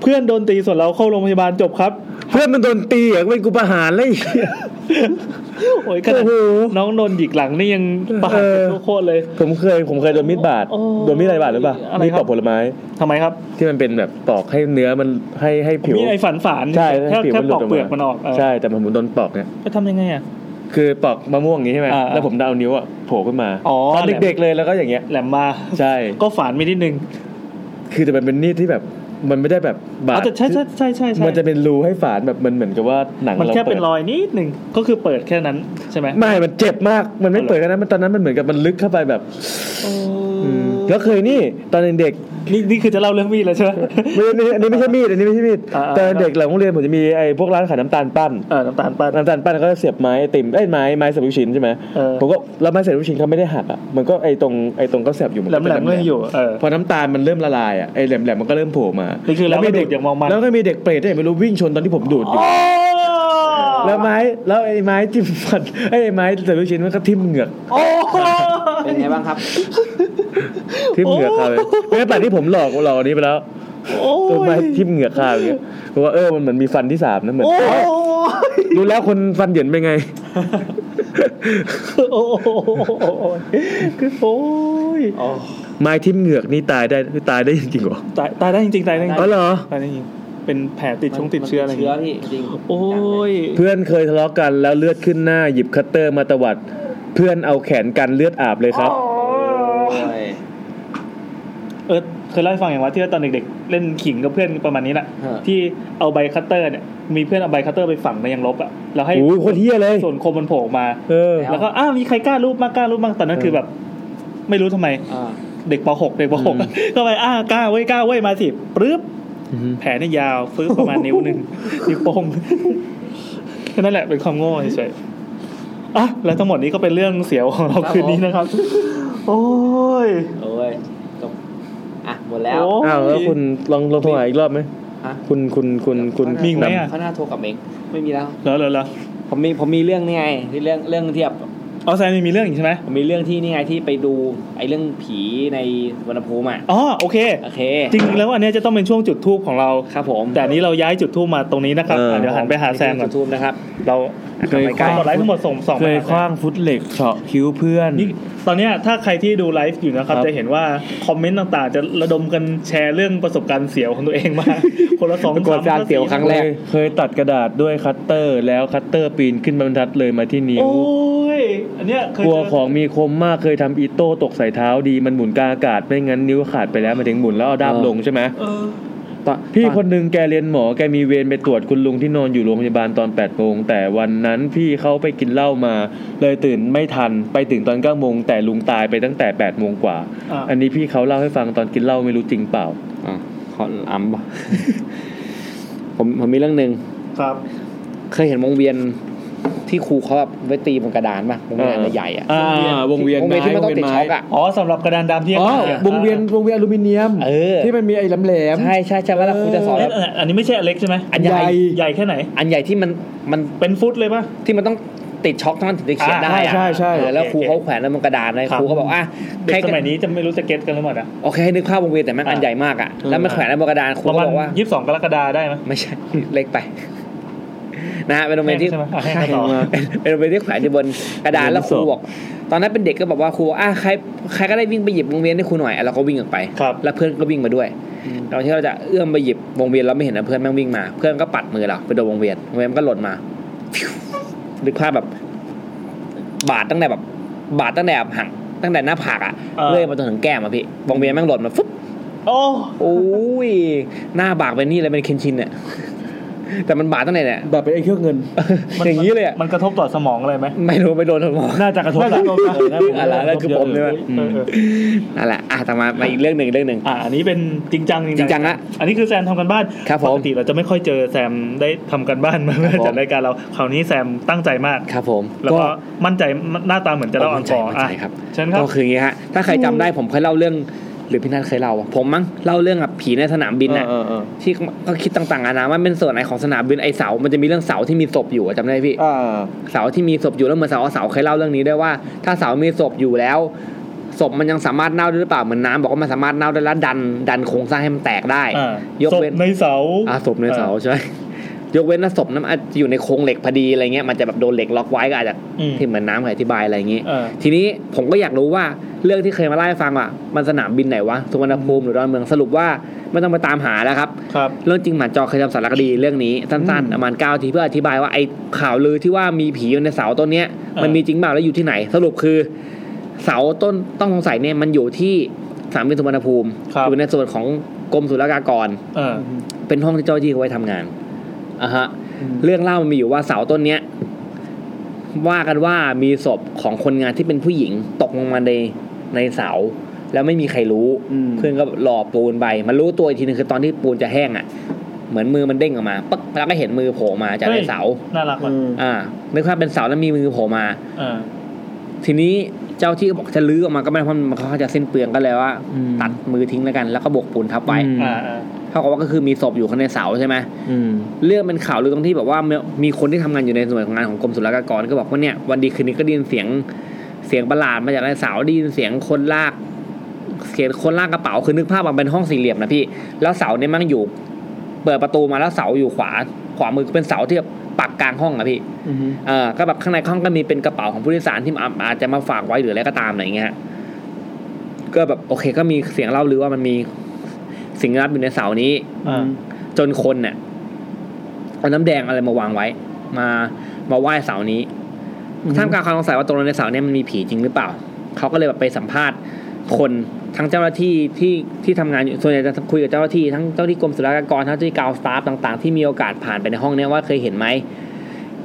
Speaker 1: เพื่อนโดนตีส่วนเราเข้าโรงพยาบาลจบครับ
Speaker 3: เพื่อนมันโดนตีอ่ะเป็นกูประหารเลย
Speaker 1: [LAUGHS]
Speaker 3: [LAUGHS]
Speaker 1: โอ้ยขนาด
Speaker 3: โอ้โห
Speaker 1: น้องโดนหยิกหลังนี่ยังประหาร
Speaker 3: เออ
Speaker 1: ทุกโคตรเลย
Speaker 3: ผมเคยผมเคยโดนมีดบาด
Speaker 1: โอ้
Speaker 3: โดนมีดอะไรบาดหรือเปล่า
Speaker 1: อะไรครับ
Speaker 3: มีดปอกผลไม้
Speaker 1: ทำไมครับ
Speaker 3: ที่มันเป็นแบบปอกให้เนื้อมันให้ให้ผิว
Speaker 1: มีไอ้ฝันฝาน
Speaker 3: ใช่
Speaker 1: แค่
Speaker 3: ให้ผิว
Speaker 1: แค่
Speaker 3: มันหลุ
Speaker 1: ปอ
Speaker 3: ด
Speaker 1: ก
Speaker 3: ออก
Speaker 1: เปลือก
Speaker 3: มา
Speaker 1: มันออกเออ
Speaker 3: ใช่แต่ผมโดนปอกเนี่ย
Speaker 1: ไปทำยังไงอ่ะ
Speaker 3: คือปอกมะม่วงอย่างนี้ใช่ไหม
Speaker 1: อ่าๆ
Speaker 3: แล้วผมจะเอานิ้วอะโผล่ขึ้นมา
Speaker 1: อ๋อ
Speaker 3: ตอนเด็กๆเลยแล้วก็อย่างเงี้ย
Speaker 1: แหลมมา
Speaker 3: ใช่
Speaker 1: ก็ฝานไปนิดนึง
Speaker 3: คือแต่มันเป็นมีดที่แบบมันไม่ได้แบบบา
Speaker 1: เอา
Speaker 3: ด
Speaker 1: แต่ใช่ใช่ใช่ใช่ใช่
Speaker 3: มันจะเป็นรูให้ฝานแบบมันเหมือนกับว่าหนัง
Speaker 1: มัน
Speaker 3: เรา
Speaker 1: แค่เป็
Speaker 3: เปิ
Speaker 1: น
Speaker 3: ด
Speaker 1: รอยนิดนึงก็คือเปิดแค่นั้นใช่ไหม
Speaker 3: ไม่ มันเจ็บมาก มันไม่เปิดกันนะมันตอนนั้นมันเหมือนกับมันลึกเข้าไปแบบอืมแล้วเคยนี่ตอนเด็ก
Speaker 1: นี่นี่คือจะเล่าเรื่องมีดแล้วใช่ไหม
Speaker 3: ๆไม่ไม่อันนี้ไม่ใช่มีดอันนี้ไม่ใช่มีด
Speaker 1: อ่าๆ
Speaker 3: ตอนเด็กหลังโรงเรียนผมจะมีไอ้พวกร้านขายน้ำตาลปั้น
Speaker 1: เออน้ำตาลปั้น
Speaker 3: น้ำตาลปั้นเขาจะเสียบไม้ไอติมไอ้ยไม้ไม้เสียบลูกชิ้นใช่ไหม
Speaker 1: เออ
Speaker 3: ผมก็แล้วไม้เสียบลูกชิ้นเขาไม่ได้หักอ่ะมันก็ไอ้ตรงไอ้ตรงก็เสียบอยู่น
Speaker 1: แหล
Speaker 3: ก็
Speaker 1: ม
Speaker 3: เป็
Speaker 1: แห
Speaker 3: น
Speaker 1: ลมๆก็ยังอยู่เออ
Speaker 3: พอน้ำตาลมันเริ่มละลายอ่ะไอ้แหลมแหลมๆมันก็เริ่มโผล่มา
Speaker 1: นี่คือเราก็ดูดอย่างมองมัน
Speaker 3: แล้วก็มีเด็กเปรตที่ไหนไม่รู้วิ่งชนตอนที่ผมดูดอยู่แล้วไม้แล้วไอ้ไม้จิ้มฟันไอ้ไม้เสียบลูกชิ้นมันก็ทิ่มเหงือก
Speaker 1: โอ้โห
Speaker 2: เป็นไงบ้างครับ
Speaker 3: ทิ่มเหงือกคาไปไม่แต่ที่ผมหลอกหลอกอันนี้ไปแล้ว
Speaker 1: โอ้
Speaker 3: ต้นไม้
Speaker 1: ย
Speaker 3: ทิ่มเหงือกคาอย่างเงี้ยผมว่าเออมันเหมือนมีฟันที่สามนะเหมือน
Speaker 1: โอ้ย
Speaker 3: รู้แล้วคนฟันเหยินเป็นไง
Speaker 1: โอ้ยคือโอ้ย
Speaker 3: ไม้ทิ่มเหงือกนี่ตายได้ตายได้จริงๆเหรอ
Speaker 1: ตายตายได้จริงๆตายได้จริง
Speaker 3: อ๋อเหรอ
Speaker 1: ตายได้จริงเป็นแผลติดชงติดเชื้ออะไรอย่าง
Speaker 2: เชื้อ
Speaker 1: เงี้ย
Speaker 2: พี่จริง
Speaker 1: โอ้ย
Speaker 3: เพื่อนเคยทะเลาะกันแล้วเลือดขึ้นหน้าหยิบคัตเตอร์มาตวัด เพื่อนเอาแขนกันเลือดอาบเลยครับ
Speaker 2: โอ้ย
Speaker 1: เออเคยเล่าให้ฟังอย่างว่าที่ว่าตอนเด็กๆ เล่นขิงกับเพื่อนประมาณนี้แหละที่เอาใบคัตเตอร์เนี่ยมีเพื่อนเอาใบคัตเตอร์ไปฝังในยังลบอ่ะแล้วให้
Speaker 3: โอ้ยโคตรเฮี้ยเลย
Speaker 1: ส่วนคมมันโผล่ออกมา
Speaker 3: เออ
Speaker 1: แล้วก็อ้าวมีใครกล้ารูปมากกล้ารูปมากตอนนั้นคือแบบ ไม่รู้ทำไม
Speaker 2: อ่า
Speaker 1: เด็กป .6 เด็กป
Speaker 3: อืม
Speaker 1: .6 ก็ไปอ้ากล้าเว้ยกล้าเว้ยมาสิปรึ๊บแผลเนี่ยยาวฟื้นประมาณนิ้วหนึ่ง [LAUGHS] นิ้วโป้งแค่นั้นแหละเป็นความโง่เฉยๆอ่ะแล้วทั้งหมดนี้ก็เป็นเรื่องเสียวของเราคืนนี้นะครับ โอ้ย
Speaker 2: โอ้ยจบอ่ะหมดแล้ว
Speaker 1: โย
Speaker 3: อ้าวแล้วคุณลองลองโทรหาอีกรอบไหม
Speaker 2: ฮะ
Speaker 3: คุณคุณคุณคุณ
Speaker 1: มีอีกไหมอะ
Speaker 2: เขาหน้าโทรกลับเองไม่มีแล้ว
Speaker 1: เหรอเหรอเหรอ
Speaker 2: ผมมีผมมีเรื่องนี่ไงที่เรื่องเรื่องที่แบบ
Speaker 1: อ๋อแซนมีมีเรื่องอีกใช่ไหม
Speaker 2: มันมีเรื่องที่นี่ไงที่ไปดูไอ้เรื่องผีในวรรณภูมิอ่ะ
Speaker 1: อ๋อโอเค
Speaker 2: โอเค
Speaker 1: จริงแล้วอันเนี้ยจะต้องเป็นช่วงจุดทูบของเรา
Speaker 2: ครับผม
Speaker 1: แต่อันนี้เราย้ายจุดทูบมาตรงนี้นะครับ
Speaker 21: เออ
Speaker 1: อ่ะเดี๋ยวหันไปหาแซมก่อน
Speaker 2: ทูบนะครับ
Speaker 1: เรา
Speaker 3: เคยคว้าง
Speaker 1: กดไลค์ทั้งหมดส่งสอง
Speaker 3: เค
Speaker 1: ไป
Speaker 3: ย
Speaker 1: หา
Speaker 3: ค
Speaker 1: แซม
Speaker 3: ว้างฟุตเหล็กเฉาะคิ้วเพื่อน
Speaker 1: นี่ตอนเนี้ยถ้าใครที่ดูไลฟ์อยู่นะครับ
Speaker 3: ครับ
Speaker 1: จะเห็นว่า คอมเมนต์ต่างๆ จะระดมกันแชร์เรื่องประสบการณ์เสียวของตัวเองมาก [LAUGHS] คนละสอง
Speaker 2: ประสบการณ์เสียวครั้งแรก
Speaker 3: เคยเคยตัดกระดาษด้วยคัตเตอร์ แล้วคัตเตอร์ปีนขึ้นบรรทัดเลยมาที่นิ้ว
Speaker 1: โอ้ย อันเนี้ยเคย
Speaker 3: กลัว
Speaker 1: เจอ
Speaker 3: ของมีคมมากเคยทำอีโต้ตกใส่เท้าดีมันหมุนกลางอากาศไม่งั้นนิ้วขาดไปแล้วหมันถึงหมุนแล้วเอาด้าม
Speaker 2: เออ
Speaker 3: ลงใช่ไหม
Speaker 1: เออ
Speaker 2: ตอน
Speaker 3: พี่
Speaker 2: ตอน
Speaker 3: คนหนึ่งแกเรียนหมอแกมีเวรไปตรวจคุณลุงที่นอนอยู่โรงพยาบาลตอน8ปดโมงแต่วันนั้นพี่เขาไปกินเหล้ามา เลยตื่นไม่ทันไปถึงตอน9ก้าโมงแต่ลุงตายไปตั้งแต่8ปดโมงกว่า
Speaker 1: อ่า
Speaker 3: นนี้พี่เขาเล่าให้ฟังตอนกินเหล้าไม่รู้จริงเปล่า
Speaker 2: อ่ะขออัม
Speaker 1: [LAUGHS]
Speaker 2: ปะ ผมผมมีเรื่องหนึ่ง
Speaker 1: ครับ
Speaker 2: เคยเห็นวงเวียนที่ครูเขาแบบไว้ตีบนกระดานป่ะวงเวียนอันใหญ่ๆอ่ะ
Speaker 3: อ่าวงเวียน
Speaker 2: วงเวียนที่มันต้องติด
Speaker 3: ไม้
Speaker 2: ช็อคอ่ะ
Speaker 1: อ๋อสำหรับกระดานดำที่
Speaker 3: อ๋อวงเวียนวงเวียนอลูมิเนียม
Speaker 2: เออ
Speaker 3: ที่มันมีไอ้แหลมๆ
Speaker 2: ใช่ใช่ใช่เวลาครูจะสอน
Speaker 1: เอ๊ะ
Speaker 2: แบบ
Speaker 1: อันอันนี้ไม่ใช่อเล็กใช่ไหม
Speaker 2: อันใหญ่
Speaker 1: ใหญ่แค่ไหน
Speaker 2: อันใหญ่ที่มันมัน
Speaker 1: เป็นฟุตเลยป่ะ
Speaker 2: ที่มันต้องติดช็อคทั้งนั้นถึงจะเขียนได้อ่ะ
Speaker 3: อ่าใช่ใช่
Speaker 2: เออแล้วครูเขาแขวนไว้บนกระดานเลย
Speaker 1: ครับ
Speaker 2: ครูก็บอกอ่ะ
Speaker 1: เด็
Speaker 2: ใคร
Speaker 1: กส
Speaker 2: ก็
Speaker 1: มัยนี้จะไม่รู้จะเก็ตกันหรือเปล่านะ
Speaker 2: โอเคให้นึกภาพวงเวียนแต่แมัน
Speaker 1: อ่า
Speaker 2: อันใหญ่มากอ่ะแล้วมันแขวนไว้บนกระดานครู
Speaker 1: ประ
Speaker 2: ก็
Speaker 1: มาณ
Speaker 2: บอกว่า
Speaker 1: ยี่สิบสองกรกฎาได้ไหม
Speaker 2: ไม่ใช่ เล็กไป นะฮะเป็นโรงเรียนที่
Speaker 1: ใช่ไหมอ่ะให้
Speaker 2: ใช่
Speaker 1: ต่อ
Speaker 2: เป็นโรงเรียนที่แขวนอยู่บนกระดานแล้วครูบอกตอนนั้นเป็นเด็กก็บอกว่าครูบอกอ่ะใครใครก็ได้วิ่งไปหยิบวงเวียนให้ครูหน่อยอ่ะเราก็วิ่งออกไป
Speaker 1: ครับ
Speaker 2: แล้วเพื่อนก็วิ่งมาด้วยตอนที่เราจะเอื้อมไปหยิบวงเวียนเราไม่เห็นนะเพื่อนแม่งวิ่งมา เพื่อนก็ปัดมือเราไปโดนวงเวียนวงเวียนมันก็หล่นมาฟิวนึกภาพแบบ บาดตั้งแต่แบบ บาดตั้งแต่แบบหังตั้งแต่หน้าผากอะ
Speaker 1: เออ
Speaker 2: เลื่อยมาจนถึงแก้มอะพี่วงเวียนแม่งหล่นมาฟึบ
Speaker 1: โอ้
Speaker 2: โอ้ย หน้าบากเป็นนี่เลยเป็นเคนชินเนี่ยแต่มันบาดตั้งไหนเนี่ย
Speaker 3: แบบเป็นไอ้เครื่องเงิน
Speaker 1: มั
Speaker 2: อย่างนี้เลยอะ
Speaker 1: มันกระทบต่อสมองอะไรไหม
Speaker 2: ไม่รู้ไม่โดนหมอ
Speaker 3: น่าจะกระทบ
Speaker 1: น่าจะก
Speaker 3: ละ
Speaker 1: ระทบนะ
Speaker 2: อ่ะแล้วนั่นคือผมใช่ไหม
Speaker 1: เออเออ
Speaker 2: นั่นแหละอ่ะต่อมามาอีกเรื่องหนึ่งเรื่องหนึ่ง
Speaker 1: อ่ะอันนี้เป็นจริงจังจริ
Speaker 2: จริ
Speaker 1: ง
Speaker 2: งจังละ
Speaker 1: อันนี้คือแซมทำกันบ้าน
Speaker 2: ครับผม
Speaker 1: ปกติเราจะไม่ค่อยเจอแซมได้ทำกัน [LAUGHS] บ้านมาเมื่อ
Speaker 2: ครับผม
Speaker 1: จัดรายการเราคราวนี้แซมตั้งใจมาก
Speaker 2: ครับผม
Speaker 1: แล้วก็มั่นใจหน้าตาเหมือนจะเล่าอังกอร์
Speaker 2: มั่นใจ
Speaker 1: อ่ะ
Speaker 2: มั่นใจครับ
Speaker 1: เชิญครับ
Speaker 2: ก็คืออย่างงี้ฮะถ้าใครจำได้ผมเคยเล่าเรื่อง หรือพี่นัทเคยเล่าอะผมมั้งเล่าเรื่องอะผีในสนามบินน่ะที่ก็คิดต่างๆนานาว่าเป็นส่วนไหนของสนามบินไอเสา มันจะมีเรื่องเสาที่มีศพอยู่อะจำได้พี่
Speaker 21: อ่า
Speaker 2: เสาที่มีศพอยู่แล้วเหมือนเสาเสาเคยเล่าเรื่องนี้ด้วยว่า ถ้าเสามีศพอยู่แล้วศพมันยังสามารถเน่าได้หรือเปล่าเหมือนน้ำบอกว่ามันสามารถเน่าได้แล้วดัน ดันโครงสร้างให้มันแตกได้
Speaker 1: อ่ะ
Speaker 2: ยก
Speaker 1: ศพ
Speaker 2: เว้น
Speaker 1: ในเสา
Speaker 2: อาศพในเสาใช่ไหมยกเว้นถ้าศพนั้นอาจจะอยู่ในโครงเหล็กพอดีอะไรเงี้ยมันจะแบบโดนเหล็กล็อกไว้ก็อาจจะ
Speaker 1: อืม
Speaker 2: ที่เหมือนน้ำเคยอธิบายอะไรอย่างงี้
Speaker 1: เออ
Speaker 2: ทีนี้ผมก็อยากรู้ว่าเรื่องที่เคยมาเล่าให้ฟังว่ามันสนามบินไหนวะสุวรรณภูมิหรือดอนเมืองสรุปว่าไม่ต้องไปตามหาแล้วครับ
Speaker 1: ครับ
Speaker 2: เรื่องจริงหมาจอเคยทำสารคดีเรื่องนี้สั้นๆประมาณเก้าทีเพื่ออธิบายว่าไอ้ข่าวลือที่ว่ามีผีอยู่ในเสาต้นเนี้ยมันมีจริงเปล่าแล้วอยู่ที่ไหน สรุปคือ เสาต้นต้องสงสัยเนี่ยมันอยู่ที่สนามบินสุวรรณภูมิ
Speaker 1: ครับ
Speaker 2: อยู่ในส่วนของกรมศุลกากร
Speaker 1: เออ
Speaker 2: เป็นห้องที่เจ้าหน้าที่เขาไว้ทำงานอ่ะฮะ เรื่องเล่ามันมีอยู่ว่าเสาต้นเนี้ย ว่ากันว่ามีศพของคนงานที่เป็นผู้หญิงตกลงมาในในเสา แล้วไม่มีใครรู้
Speaker 21: อืม
Speaker 2: เพื่อนก็หล่อปูนไปมันรู้ตัวอีกทีนึงคือตอนที่ปูนจะแห้งอ่ะ เหมือนมือมันเด้งออกมาปึ๊กแล้วก็เห็นมือโผล่มาจาก
Speaker 1: เฮ้
Speaker 2: ใน
Speaker 1: ย
Speaker 2: เสา
Speaker 1: น่ารักว่ะ
Speaker 2: อ่านึกว่าเป็นเสาแล้วมีมือโผล่มา
Speaker 1: เออ
Speaker 2: ทีนี้เจ้าที่ก็บอกจะลื้อออกมาก็ไม่ได้เพราะมันเขาจะเส้นเปลืองก็เลยว่า ตัดมือทิ้งแล้วกัน แล้วก็บวกปูนทับไว้
Speaker 3: อืม
Speaker 1: อ่าอ่า
Speaker 2: เท่ากับว่าก็คือมีศพอยู่ข้างในเสาใช่ไหม
Speaker 3: อืม
Speaker 2: เรื่องเป็นข่าวลือตรงที่แบบว่ามีคนที่ทำงานอยู่ในหน่วยของงานของกรมศุลกากรก็บอกว่าเนี่ยวันดีคืนนี้ก็ได้ยินเสียงเสียงประหลาดมาจากในเสาได้ยินเสียงคนลากเสียงคนลากกระเป๋าคือนึกภาพมันเป็นห้องสี่เหลี่ยมนะพี่ แล้วเสาเนี่ยมันอยู่ เปิดประตูมาแล้วเสาอยู่ขวา ขวามือเป็นเสาที่แบบปักกลางห้องอะพี่เออก็แบบข้างในห้องก็มีเป็นกระเป๋าของผู้โดยสารที่อาอาจจะมาฝากไว้หรืออะไรก็ตามอะไรอย่างเงี้ยฮะก็แบบโอเค ก็มีเสียงเล่าลือว่ามันมีสิ่งลี้ลับอยู่ในเสานี้
Speaker 1: อ่า
Speaker 2: จนคนเนี่ยเอาน้ำแดงอะไรมาวางไว้ มามาไหว้เสานี้ท่ามกลางความสงสัยว่าตรงในเสาเนี่ยมันมีผีจริงหรือเปล่า เขาก็เลยแบบไปสัมภาษณ์คนทั้งเจ้าหน้าที่ที่ที่ทำงานอยู่ส่วนใหญ่จะคุยกับเจ้าหน้าที่ทั้งเจ้าหน้าที่กรมศุลกากรทั้งเจ้าหน้าที่กาวสตาฟต่างๆที่มีโอกาสผ่านไปในห้องเนี้ยว่าเคยเห็นไหม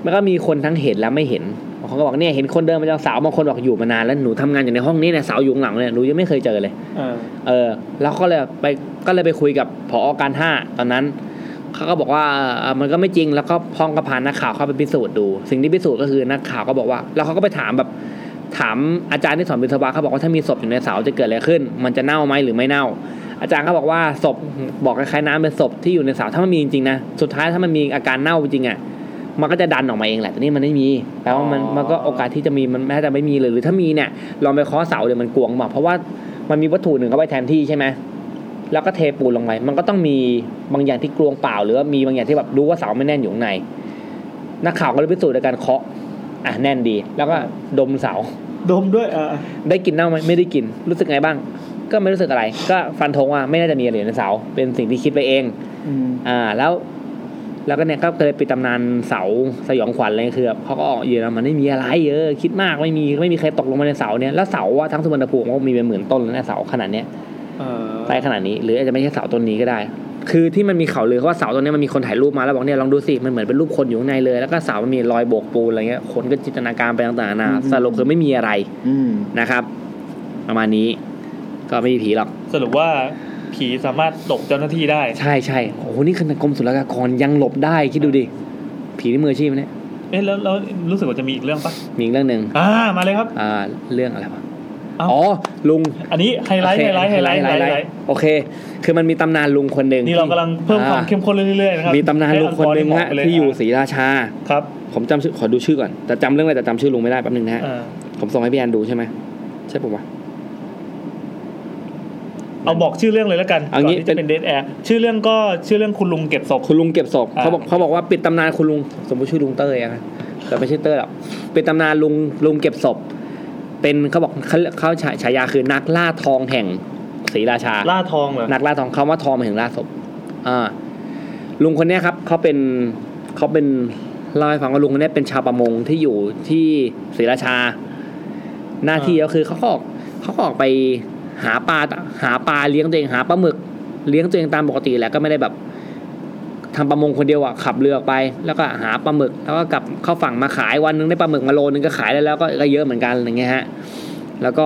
Speaker 2: แล้วก็มีคนทั้งเห็นและไม่เห็นบางคนก็บอกเนี่ยเห็นคนเดินมาจากเสาบางคนบอกอยู่มานานแล้วหนูทำงานอยู่ในห้องนี้เนี่ยเสาอยู่ข้างหลังเนี่ยหนูยังไม่เคยเจอเลย
Speaker 1: เออ
Speaker 2: เออแล้วก็เลยไปก็เลยไปคุยกับผอการห้าตอนนั้นเขาก็บอกว่าเอ่อมันก็ไม่จริงแล้วก็พ้องกระพานนักข่าวเข้าไปพิสูจน์ดู สิ่งที่พิสูจน์ก็คือนักข่าวก็บอกว่า แล้วเขาก็ไปถามแบบถามอาจารย์ที่สอนวิศวะเขาบอกว่าถ้ามีศพอยู่ในเสาจะเกิดอะไรขึ้น มันจะเน่าไหมหรือไม่เน่า อาจารย์เขาบอกว่าศพบอกคล้ายๆน้ำเป็นศพที่อยู่ในเสาถ้ามันมีจริงๆนะสุดท้ายถ้ามันมีอาการเน่าจริงอ่ะ มันก็จะดันออกมาเองแหละแต่นี่มันไม่มีแปลว่ามัน
Speaker 5: อ๋อ
Speaker 2: มันก็โอกาสที่จะมีมันแม้จะไม่มีเลยหรือถ้ามีเนี่ยลองไปเคาะเสาเดี๋ยวมันกวงมาเพราะว่ามันมีวัตถุหนึ่งเข้าไปแทนที่ใช่ไหมแล้วก็เทปูนลงไปมันก็ต้องมีบางอย่างที่กลวงเปล่า หรือว่ามีบางอย่างที่แบบรู้ว่าเสาไม่แน่นอยู่ข้างในนักข่าวก็เลยพิสูจน์ในการเคาะอ่ะแน่นดี แล้วก็ดมเสา
Speaker 1: ดมด้วยอ่ะ
Speaker 2: ได้กินเน่าไหมไม่ได้กินรู้สึกไงบ้าง ก็ไม่รู้สึกอะไร ก็ฟันธงว่าไม่น่าจะมีอะไรอยู่ในเสาเป็นสิ่งที่คิดไปเองอ่าแล้ว แล้วก็เนี่ยก็เคยปิดตำนานเสาสยองขวัญอะไรคือแบบเขาก็ออกอยู่แล้วมันไม่มีอะไรเออคิดมากไม่มีไม่มีใครตกลงมาในเสาเนี่ยแล้วเสาว่าทั้งสุวรรณภูมิก็มีเป็นหมื่นต้นแล้วนะเสาขนาดเนี้ย
Speaker 1: เออ
Speaker 2: ใต้ขนาดนี้ หรืออาจจะไม่ใช่เสาต้นนี้ก็ได้ คือที่มันมีข่าวลือว่าเสาต้นเนี้ยมันมีคนถ่ายรูปมาแล้วบอกเนี่ยลองดูสิมันเหมือนเป็นรูปคนอยู่ข้างในเลยแล้วก็เสามันมีรอยโบกปูนอะไรเงี้ยคนก็จินตนาการไปต่างๆนานาสรุปคือไม่มีอะไร
Speaker 3: อืม
Speaker 2: นะครับ ประมาณนี้ก็ไม่มีผีหรอก
Speaker 1: สรุปว่าผีสามารถตกเจ้าหน้าที่ได้
Speaker 2: ใช่ใช่โอ้โหนี่ขนาดกรมศุลกากรยังหลบได้คิดดูดิ ผีนี่มืออาชีพไหมเนี่ย
Speaker 1: เอ๊ะแล้วแล้วรู้สึกว่าจะมีอีกเรื่องปะ
Speaker 2: มีอีกเรื่องหนึ่ง
Speaker 1: อ่ามาเลยครับ
Speaker 2: อ่าเรื่องอะไรวะ
Speaker 1: เอ้า
Speaker 2: อ๋อลุง
Speaker 1: อันนี้ไฮไลท์
Speaker 2: โอเค
Speaker 1: ไฮไลท์ไฮไลท์ไฮไลท์
Speaker 2: โอเค คือมันมีตำนานลุงคนหนึ่ง
Speaker 1: นี่เรากำลังเพิ่มความเข้มข้นเรื่อยๆนะครับ
Speaker 2: มีตำนานลุงคนหนึ่ง
Speaker 1: ให้
Speaker 2: ฮะ
Speaker 1: อักอร์
Speaker 2: ที่อ
Speaker 1: ห
Speaker 2: ยู่
Speaker 1: มกไปเล
Speaker 2: ศรีราชา
Speaker 1: ครับ
Speaker 2: ผมจำชื่อขอดูชื่อก่อน แต่จำเรื่องอะไรแต่จำชื่อลุงไม่ได้แป๊บนึงนะฮะ
Speaker 1: อ่า
Speaker 2: ผมส่งให้พี่แอนดูใช่ไหมใช่ปะวะ
Speaker 1: เอาบอกชื่อเรื่องเลยแล้วกัน
Speaker 2: เอางี้
Speaker 1: ก่นที่จะเป็นเดทแอร์ชื่อเรื่องก็ชื่อเรื่องคุณลุงเก็บศพ
Speaker 2: คุณลุงเก็บศพ
Speaker 1: อ่า
Speaker 2: เขาบอกเขาบอกว่าปิดตำนานคุณลุงสมมติชื่อลุงเต้ยอะนะแต่ไม่ใช่เต้ยหรอกปิดตำนานลุงลุงเก็บศพ เป็นเขาบอกเขาเขาฉาฉายาคือนักล่าทองแห่งศรีราชา
Speaker 1: ล่าทองเหรอ
Speaker 2: นักล่าทองคำว่าทองหมายถึงล่าศพอ่าลุงคนเนี้ยครับเขาเป็นเขาเป็นเล่าให้ฟังว่าลุงคนเนี้ยเป็นชาวประมงที่อยู่ที่ศรีราชา หน้าที่ก็คือเขาก็ออกเขาก็ออกไปหาปลาหาปลาเลี้ยงตัวเองหาปลาหมึก เลี้ยงตัวเองตามปกติแหละก็ไม่ได้แบบทำประมงคนเดียวอะขับเรือออกไป แล้วก็หาปลาหมึก แล้วก็กลับเข้าฝั่งมาขายวันหนึงได้ปลาหมึกมาโลนึงก็ขายได้แล้วก็ก็เยอะเหมือนกันอย่างเงี้ยฮะ แล้วก็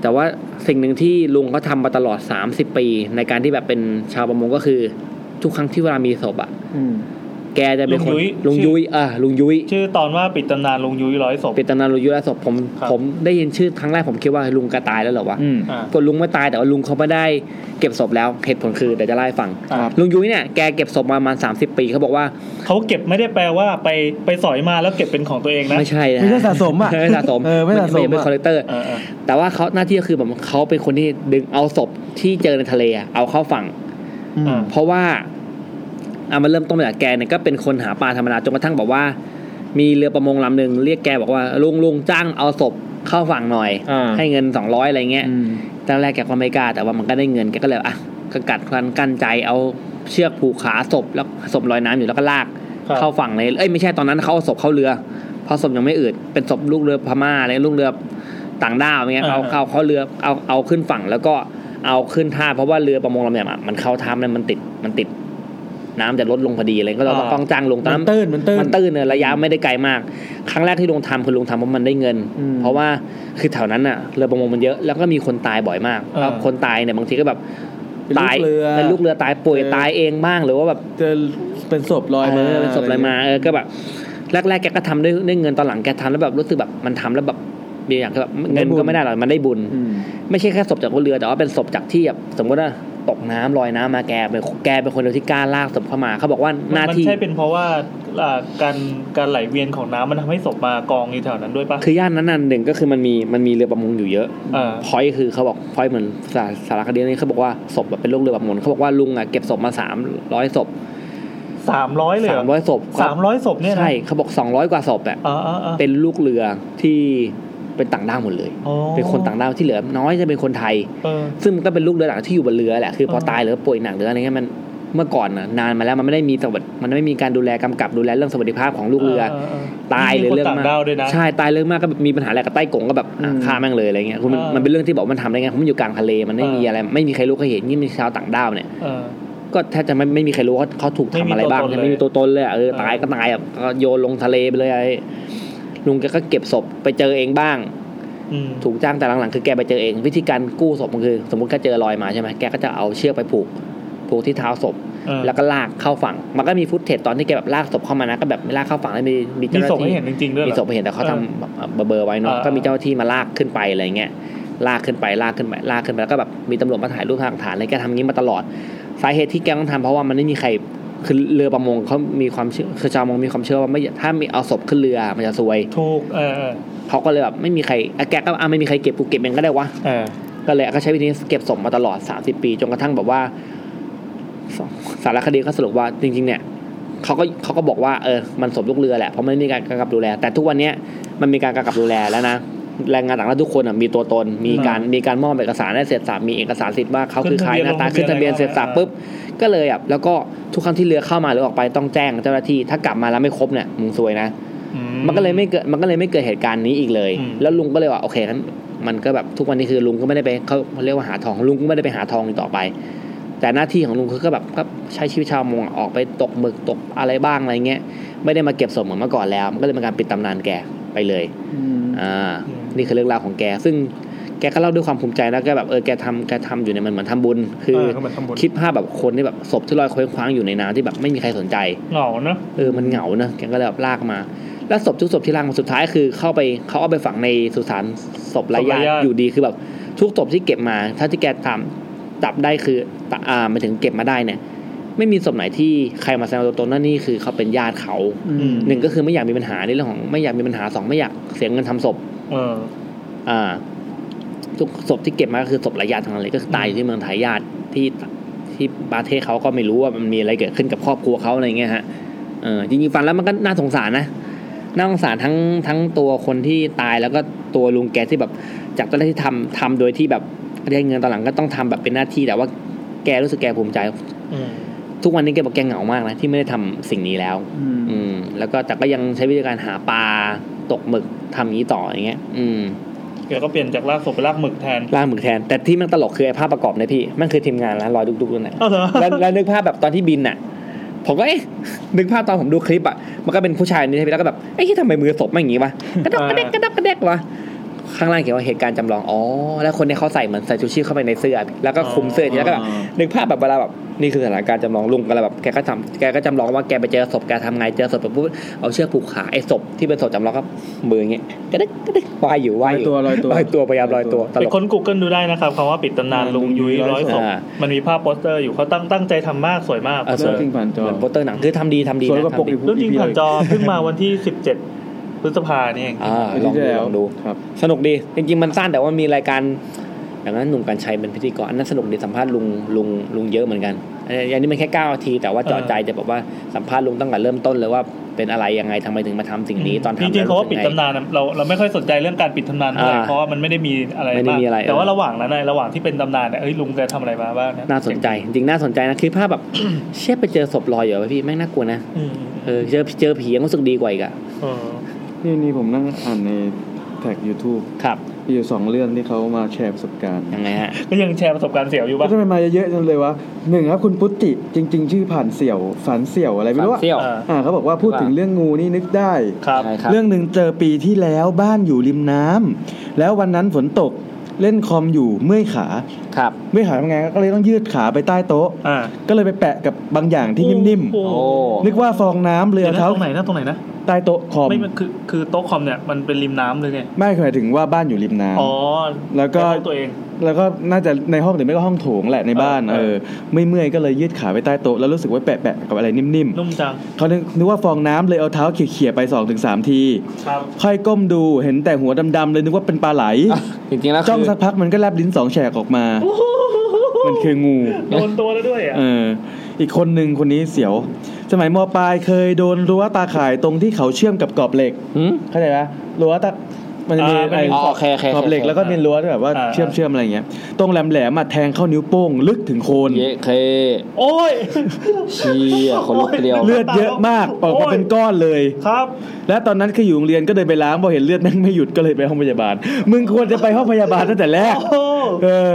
Speaker 2: แต่ว่าสิ่งหนึ่งที่ลุงเขาทำมาตลอด 30 ปี ในการที่แบบเป็นชาวประมงก็คือ ทุกครั้งที่เวลามีศพอะแกจะเป็นคนลุงยุ้ยอ่ะลุงยุ้ย
Speaker 1: ชื่อตอนว่าปิดตำนานลุงยุ้ยร้อยศพ
Speaker 2: เป็นตำนานลุงยุ้ยและศพผม
Speaker 1: ครับ
Speaker 2: ผมได้ยินชื่อครั้งแรกผมคิดว่าลุงแกตายแล้วเหรอวะ
Speaker 3: อืม
Speaker 1: อ่า
Speaker 2: ก็ลุงไม่ตายแต่ว่าลุงเขาไม่ได้เก็บศพแล้วเหตุผลคือเดี๋ยวจะเล่าให้ฟัง
Speaker 1: ครับ
Speaker 2: ลุงยุ้ยเนี่ยแกเก็บศพมาประมาณสามสิบปีเขาบอกว่า
Speaker 1: เขาเก็บไม่ได้แปลว่าไปไปสอยมาแล้วเก็บเป็นของตัวเองนะ
Speaker 2: ไม่ใช่นะ
Speaker 3: ไม่ใช่สะสมอะ
Speaker 2: ไม่ใช่สะสม
Speaker 3: เออไม่สะสมอะ
Speaker 2: เป็นคอลเลกเตอร์
Speaker 1: เออเออ
Speaker 2: แต่ว่าเขาหน้าที่ก็คือแบบเขาเป็นคนที่ดึงเอาศพที่เจอในทะเลอะเอาเข้าฝั่ง
Speaker 1: อ่า
Speaker 2: เพราะว่าเอามาเริ่มต้นมาจากแกเนี่ยก็เป็นคนหาปลาธรรมดาจนกระทั่งบอกว่า มีเรือประมงลำหนึ่งเรียกแกบอกว่าลุงลุงจ้างเอาศพเข้าฝั่งหน่อย
Speaker 3: อ่า
Speaker 2: ให้เงินสองร้อยอะไรเงี้ย
Speaker 3: อืม
Speaker 2: ตอนแรกแกก็ไม่กล้าแต่ว่ามันก็ได้เงินแกก็เลยอ่ะก็กัดครันกั้นใจเอาเชือกผูกขาศพแล้วศพลอยน้ำอยู่แล้วก็ลาก
Speaker 1: ครับ
Speaker 2: เข้าฝั่งเลยเอ้ยไม่ใช่ตอนนั้นเขาเอาศพเข้าเรือเพราะศพยังไม่อืดเป็นศพลูกเรือพม่าอะไรลูกเรือต่างด้าวอะไรเงี้ยเอา
Speaker 1: อ่า
Speaker 2: เข้าเข้าเรือเอาเอาขึ้นฝั่งแล้วก็เอาขึ้นท่าเพราะว่าเรือประมงลำเนี่ยอ่ะมันเข้าท่ามันมันติดมันติด น้ำจะลดลงพอดีอะไรก็เราต้องจ้างลงตอน
Speaker 3: มั
Speaker 2: นั้น น
Speaker 3: ตื้นมันตื้น
Speaker 2: มันตื้นเนี่ยระยะไม่ได้ไกลมาก ครั้งแรกที่ลุงทำคือลุงทำเพราะมันได้เงิน
Speaker 3: อืม
Speaker 2: เพราะว่าคือแถวนั้นน่ะเรือประมงมันเยอะแล้วก็มีคนตายบ่อยมาก
Speaker 1: เออ
Speaker 2: แล้วคนตายเนี่ยบางทีก็แบบ
Speaker 3: เป็นลู
Speaker 2: ตาย
Speaker 3: กเรือ
Speaker 2: เป็นลูกเรือตายป่วย
Speaker 3: เออ
Speaker 2: ตายเองบ้างหรือว่าแบบ
Speaker 3: เจอเป็นศพลอยมา
Speaker 2: เออเป็นศพลอยมาเออก็แบบแรกๆแกก็ทำด้วยด้วยเงินตอนหลังแกทำแล้วแบบรู้สึกแบบมันทำแล้วแบบมีอย่างที่แบบเงินก็ไม่ได้หรอกมันได้บุญ
Speaker 3: อืม
Speaker 2: ไม่ใช่แค่ศพจากเรือแต่ว่าเป็นศพจากที่แบบสมมติว่าตกน้ำลอยน้ำมาแกเป็นแกเป็นคนเดียวที่กล้าลากศพเข้ามาเขาบอกว่าหน้า
Speaker 1: มัน
Speaker 2: ที่
Speaker 1: ใช่เป็นเพราะว่าอ่าการการไหลเวียนของน้ำมันทำให้ศพมากองอยู่แถวนั้นด้วยปะ
Speaker 2: คือย่านนั้นน่ะหนึ่งก็คือมันมีมันมีเรือประมงอยู่เยอะ
Speaker 1: เออ
Speaker 2: พอยคือเขาบอกพอยเหมือนสาสารคดีนี่เขาบอกว่าศพแบบเป็นโรคเรือประมงเขาบอกว่าลุงอ่ะเก็บศพมาสามร้อยศพ
Speaker 1: สามร้อยเลย
Speaker 2: สามร้อยศพ
Speaker 1: สามร้อยศพเนี่ยนะ
Speaker 2: ใช่เขาบอกสองร้อยกว่าศพอ่ะ
Speaker 1: อ่าอ่าอ่า
Speaker 2: เป็นลูกเรือที่เป็นต่างด้าวหมดเลย
Speaker 1: อ๋อ
Speaker 2: เป็นคนต่างด้าวที่เหลือน้อยจะเป็นคนไทย
Speaker 1: เออ
Speaker 2: ซึ่งมันก็เป็นลูกเรือหลังที่อยู่บนเรือแหละคือพอ
Speaker 1: เออ
Speaker 2: ตายหรือป่วยหนักหรืออะไรเงี้ยมันเมื่อก่อนน่ะนานมาแล้วมันไม่ได้มีสวัสดมันไม่มีการดูแลกำกับดูแลเรื่องสวัสดิภาพของลูกเรือ ตายหรือ
Speaker 1: มีคน
Speaker 2: เรื่อง
Speaker 1: ต่าง
Speaker 2: มา
Speaker 1: ดาวด้วยนะ
Speaker 2: ใช่ตายเรื่องมากก็แบบมีปัญหาอะไรกับใต้กงก็แบบอ่ะ
Speaker 3: อืม
Speaker 2: ฆ่าแม่งเลยอะไรเงี้ยคือมัน
Speaker 1: เออ
Speaker 2: มันเป็นเรื่องที่บอกมันทำได้ไงเพราะมันอยู่กลางทะเลมันไม่
Speaker 1: เออ
Speaker 2: มีอะไร ไม่มีใครรู้ใครเห็นนี่มีชาวต่างด้าวเนี่ย
Speaker 1: เออ
Speaker 2: ก็แทบจะไม่ไม่มีใครรู้ว่าเขาถูกทำอะไรบ้าง
Speaker 1: ไม่มีตัวตนเลย
Speaker 2: ไม่มีตัวตนเลยอะเออ
Speaker 1: เออ
Speaker 2: ตายก็ตายอะก็โยนลงทะเลไปเลยไอ้ลุงแกก็เก็บศพไปเจอเองบ้าง
Speaker 1: อืม
Speaker 2: ถูกจ้างแต่หลังๆคือแกไปเจอเอง วิธีการกู้ศพมันคือ สมมติแกเจอรอยมาใช่ไหมแกก็จะเอาเชือกไปผูกผูกที่เท้าศพ
Speaker 1: เออ
Speaker 2: แล้วก็ลากเข้าฝั่ง มันก็มีฟุตเทจตอนที่แกแบบลากศพเข้ามานะก็แบบลากเข้าฝั่งแล้วมีมี
Speaker 1: มีศ
Speaker 2: เจ้าห
Speaker 1: พให้
Speaker 2: น้าที่
Speaker 1: เห็นจริงๆด้วย
Speaker 2: มี
Speaker 1: เหรอ
Speaker 2: ศพไปเห็นแต่เขาทำเบอร์เบอร์ไว้เนาะ
Speaker 1: เออ
Speaker 2: ก็มีเจ้าหน้าที่มาลากขึ้นไปอะไรเงี้ยลากขึ้นไปลากขึ้นไปลากขึ้นไปแล้วก็แบบมีตำรวจมาถ่ายรูปหลักฐานอะไรแกทำอย่างนี้มาตลอด สาเหตุที่แกต้องทำเพราะว่ามันไม่มีใคร คือเรือประมงเขามีความเชื่อคือชาวประมงมีความเชื่อว่าไม่ถ้ามีเอาศพขึ้นเรือมันจะซวย
Speaker 1: ถูกเออเออ
Speaker 2: เขาก็เลยแบบไม่มีใครอ่ะแกก็อ่ะไม่มีใครเก็บกูเก็บเองก็ได้วะ
Speaker 1: เออ
Speaker 2: ก็เลยก็ใช้วิธีเก็บศพมาตลอด 30 ปี จนกระทั่งแบบว่าสสารคดีก็สรุปว่าจริง ๆ เนี่ยเขาก็เขาก็บอกว่าเออมันศพลูกเรือแหละเพราะไม่มีการกำกับดูแล แต่ทุกวันเนี้ยมันมีการกำกับดูแลแล้วนะแรงงานต่างด้าวทุกคนอะมีตัวตน มีการมีการมอบเอกสารให้เสร็จสับมีเอกสารสิทธิ์ว่าเขาคือใครหน้าตา
Speaker 1: ขึ้
Speaker 2: ขึ้
Speaker 1: น
Speaker 2: น
Speaker 1: ทะ
Speaker 2: ทะ
Speaker 1: เบี
Speaker 2: เบี
Speaker 1: ย
Speaker 2: ย
Speaker 1: น
Speaker 2: นเสร็จสับ
Speaker 1: อะไร
Speaker 2: ปุ๊บก็เลยอ่ะแล้วก็ทุกครั้งที่เรือเข้ามาหรือออกไปต้องแจ้งเจ้าหน้าที่ถ้ากลับมาแล้วไม่ครบเนี่ยมึงซวยนะ
Speaker 1: อื
Speaker 2: มันก็เลยไม่เกิดมันก็เลยไม่เกิดเหตุการณ์นี้อีกเลย
Speaker 1: อืม
Speaker 2: แล้วลุงก็เลยว่าโอเคงั้นมันก็แบบทุกวันนี้คือลุงก็ไม่ได้ไปเขาเรียกว่าหาทองลุงก็ไม่ได้ไปหาทองอีกต่อไป แต่หน้าที่ของลุงคือก็แบบก็ใช้ชีวิตชาวมงอะออกไปตกหมึกตกอะไรบ้างอะไรเงี้ยไม่ได้มาเก็บศพเหมือนเมื่อก่อนแล้ว มันก็เลยเป็นการปิดตำนานแกไปเลยอ่านี่คือเรื่องราวของแก ซึ่งแกก็เล่าด้วยความภูมิใจนะแกแบบเออแกทำแกทำอยู่เนี่ยมันเหมือนทำบุญ คือ
Speaker 1: เออก็เหมือนทำบุญ
Speaker 2: คิดภาพแบบคนที่แบบศพที่ลอยเคว้งคว้างอยู่ในน้ำที่แบบไม่มีใครสนใจ
Speaker 1: เหงาเนอะ
Speaker 2: เออ มันเหงานะแกก็เลยแบบลากมา แล้วศพทุกศพที่ลากมาสุดท้ายคือเข้าไปเขาเอาไปฝังในสุสานศพไร้ญาติอยู่ดีคือแบบทุกศพที่เก็บมา ถ้าที่แกทำจับได้คือตะอ่าหมายถึงเก็บมาได้เนี่ย ไม่มีศพไหนที่ใครมาแสดงตัวตนนั่นนี่คือเขาเป็นญาติเขา
Speaker 1: อืม
Speaker 2: หนึ่งก็คือไม่อยากมีปัญหาในเรื่องของไม่อยากมีปัญหาสองไม่อยากเสียเงินทำศพ
Speaker 1: เออ
Speaker 2: อ่าทุกศพที่เก็บมาก็คือศพหลายญาติทั้งนั้นเลยก็คือตายอยู่ที่เมืองไทยญาติที่ที่ประเทศเขาก็ไม่รู้ว่ามันมีอะไรเกิดขึ้นกับครอบครัวเขาอะไรเงี้ยฮะเออจริงๆฟังแล้วมันก็น่าสงสารนะน่าสงสารทั้งทั้งตัวคนที่ตายแล้วก็ตัวลุงแกที่แบบจากตอนแรกที่ทำทำโดยที่แบบได้เงินตอนหลังก็ต้องทำแบบเป็นหน้าที่แต่ว่าแกรู้สึกแกภูมิใจ
Speaker 1: อืม
Speaker 2: ทุกวันนี้แกบอกแกเหงามากนะที่ไม่ได้ทำสิ่งนี้แล้ว อืม แล้วก็แต่ก็ยังใช้วิธีการหาปลาตกหมึกทำอย่างนี้ต่ออย่างเงี้ย อืม
Speaker 1: เดี๋ยวก็เปลี่ยนจากลากศพไปลากหมึกแทน
Speaker 2: ล่างหมึกแทน แต่ที่มันตลกคือไอ้ภาพประกอบเนยพี่มันคือทีมงานแล้วลอยดุกๆนั่นแหละ
Speaker 1: เอาเหรอ
Speaker 3: [LAUGHS]
Speaker 2: แล้วแล้วนึกภาพแบบตอนที่บินน่ะ ผมก็เอ๊ะนึกภาพตอนผมดูคลิปอ่ะมันก็เป็นผู้ชายนี่ใช่ไหมแล้วก็แบบเอ๊ะทำไมมือศพมันอย่าง
Speaker 3: [LAUGHS]
Speaker 2: งี้วะกระดกกระเดกกระดกกระเดกวะข้างล่างเขียนว่าเหตุการณ์จำลองอ๋อแล้วคนเนี่ยเขาใส่เหมือนใส่ชูชีพเข้าไปในเสื้อ แล้วก็คลุมเสื้อทีแล้วก็แบบนึกภาพแบบเวลาแบบนี่คือสถานการณ์จำลองลุงก็เลยแบบแกก็ทำแกก็จำลองว่าแกไปเจอศพแกทำไงเจอศพแบบปุ๊บเอาเชือกผูกขาไอ้ศพที่เป็นศพจำลองก็มืออย่างเงี้ยกระเดกกระเดกว่ายอยู่ว่ายอยู่
Speaker 3: ลอยตั
Speaker 2: ล
Speaker 3: วล
Speaker 2: อ
Speaker 3: อย ยตัว
Speaker 2: ตัวพยายามลอยตัวตล
Speaker 1: ไป
Speaker 2: ก
Speaker 1: ค้น Google ดูได้นะครับคำว่าปิดตำนาน
Speaker 3: อ่า
Speaker 1: ลุงยุ้ยร้อยศพ
Speaker 2: อ่า
Speaker 1: มันมีภาพโปสเตอร์อยู่เขาตั้งตั้งใจทำมากสวยมาก
Speaker 2: เออส
Speaker 3: เรื่
Speaker 2: ว
Speaker 3: อย งจริงผ่านจอ
Speaker 2: เหมือนโปสเตอร์หนังคือทำดีทำดี
Speaker 3: สวย
Speaker 2: นะ
Speaker 3: กว่าปก
Speaker 2: ทำดี
Speaker 3: อีก
Speaker 1: รุ่นยิงผ่านจอเพิ่งมาวันที่ 17พฤษภาเนี่ยเอง
Speaker 2: อ่าลองดูลองดู
Speaker 3: ครับ
Speaker 2: สนุกดีจริงๆมันสั้นแต่ว่ามีรายการอย่างนั้นหนุ่มกัญชัยเป็นพิธีกรอันนั้นสนุกดีสัมภาษณ์ลุงลุงลุงเยอะเหมือนกันอันนี้อันนี้มันแค่เก้านาที แต่ว่าเจาะใจจะบอกว่าสัมภาษณ์ลุงตั้งแต่เริ่มต้นเลยว่าเป็นอะไรยังไงทำไมถึงมาทำสิ่งนี้ตอนทำ
Speaker 1: จริงๆ
Speaker 2: แล้ว
Speaker 1: เขาว่าปิด
Speaker 2: สึกไ
Speaker 1: ตำนานอะเราเราไม่ค่อยสนใจเรื่องการปิดตำนานเท่าไหร่
Speaker 2: อ่า
Speaker 1: เพราะว่ามันไม่ได้มีอะไร
Speaker 2: ไม่ได้
Speaker 1: มาก
Speaker 2: มีอะไร
Speaker 1: แต่
Speaker 2: เออ
Speaker 1: ว่าระหว่างนั้นอะระหว่างที่เป็นตำนานเนี่ยเอ้ยลุงแกทำอะไรมาบ้างเย
Speaker 2: น่าสนใจ จริงๆน่าสนใจนะคือภาพแบบ เชี่ยไปเจอศพลอยอยู่วะพี่แม่งน่ากลัวนะ
Speaker 1: อืม
Speaker 2: เออเจอเจอผียังรู้สึกดีกว่าอีกอะ
Speaker 1: เออ
Speaker 3: นี่นี่ผมนั่งอ่านในแท็ก YouTube
Speaker 2: ครับ
Speaker 3: มีอยู่สองเรื่องที่เขามาแชร์ประสบการณ์
Speaker 2: ยังไงฮะ
Speaker 1: ก็ยังแชร์ประสบการณ์เสียวอยู่
Speaker 3: ก็
Speaker 1: ป่ะ
Speaker 3: ทำไมมาเยอะๆจังเลยวะหนึ่งครับคุณพุตติจริง ๆ ชื่อผ่านเสี่ยวฝันเสี่ยวอะไรไม่รู้อะ
Speaker 2: เที่ยว
Speaker 1: อ่า
Speaker 3: อ่าเขาบอกว่าพูดถึงเรื่องงูนี่นึกได้
Speaker 1: ครับ
Speaker 2: ใช่ครับ
Speaker 3: เรื่องหนึ่งเจอปีที่แล้วบ้านอยู่ริมน้ำแล้ววันนั้นฝนตกเล่นคอมอยู่เมื่อยขา
Speaker 2: ครับ
Speaker 3: เมื่อยขาทำไงก็เลยต้องยืดขาไปใต้โต๊ะ
Speaker 1: อ่า
Speaker 3: ก็เลยไปแปะกับบางอย่างที่นิ่ม
Speaker 1: โอ้
Speaker 2: โอ้
Speaker 3: ๆ นึกว่าฟองน้ำเรื
Speaker 1: เดี๋
Speaker 3: อ
Speaker 1: ยวนะ
Speaker 3: เท้า
Speaker 1: ตรงไหนนะตรงไหนนะ
Speaker 3: ใต้โต๊ะคอม
Speaker 1: ไม่มันคือคือโต๊ะคอมเนี่ยมันเป็นริมน้ำเลยไง
Speaker 3: ไม่หมายถึงว่าบ้านอยู่ริมน้ำ
Speaker 1: อ๋อ
Speaker 3: แล้วก็
Speaker 1: เป็นห้องตัวเอง
Speaker 3: แล้วก็น่าจะในห้องหรือไม่ก็ห้องโถงแหละในบ้าน
Speaker 1: เอ
Speaker 3: เอ
Speaker 1: อ
Speaker 3: อไม่เมื่อยก็เลยยืดขาไปใต้โต๊ะแล้วรู้สึกว่าแปะๆกับอะไรนิ่ม
Speaker 1: นุ่มจัง
Speaker 3: ๆเขานึกนึกว่าฟองน้ำเลยเอาเท้าเขี่ยๆไป2อถึงสที
Speaker 1: ครับ
Speaker 3: ค่อยก้มดูเห็นแต่หัวดำๆเลยนึกว่าเป็นป
Speaker 1: [LAUGHS]
Speaker 3: ลาไหล
Speaker 2: จริงๆแล้ว
Speaker 3: จ้อง
Speaker 2: คือ
Speaker 3: สักพักมันก็แลบลิ้นสองแฉกออกมา มันคืองู
Speaker 1: โดนตัวแล้วด้วยอ่ะ
Speaker 3: เออ อีกคนหนึ่งคนนี้เสียว สมัยมปลายเคยโดนรั้วตาข่ายตรงที่เขาเชื่อมกับกรอบเหล็ก
Speaker 2: หืม
Speaker 3: เข้าใจไหมรั้วตา มันจะมีไอ้
Speaker 2: อ๋อโอเคโอเค
Speaker 3: กรอบเหล็กแล้วก็มีรั้วที่แบบว่าเชื่อมเชื่อมอะไรอย่างเงี้ย ตรงแหลมแหลมๆอะแทงเข้านิ้วโป้งลึกถึงโคน
Speaker 2: เยะเค
Speaker 1: โอ้ย
Speaker 2: เชียคนลุกเกลียว
Speaker 3: เลือดเยอะมากออกมาเป็นก้อนเลย
Speaker 1: ครับ
Speaker 3: และตอนนั้นคืออยู่โรงเรียนก็เดินไปล้างพอเห็นเลือดแม่งไม่หยุดก็เลยไปห้องพยาบาล มึงควรจะไปห้องพยาบาลตั้งแต่แรก
Speaker 1: โอ้
Speaker 3: เออ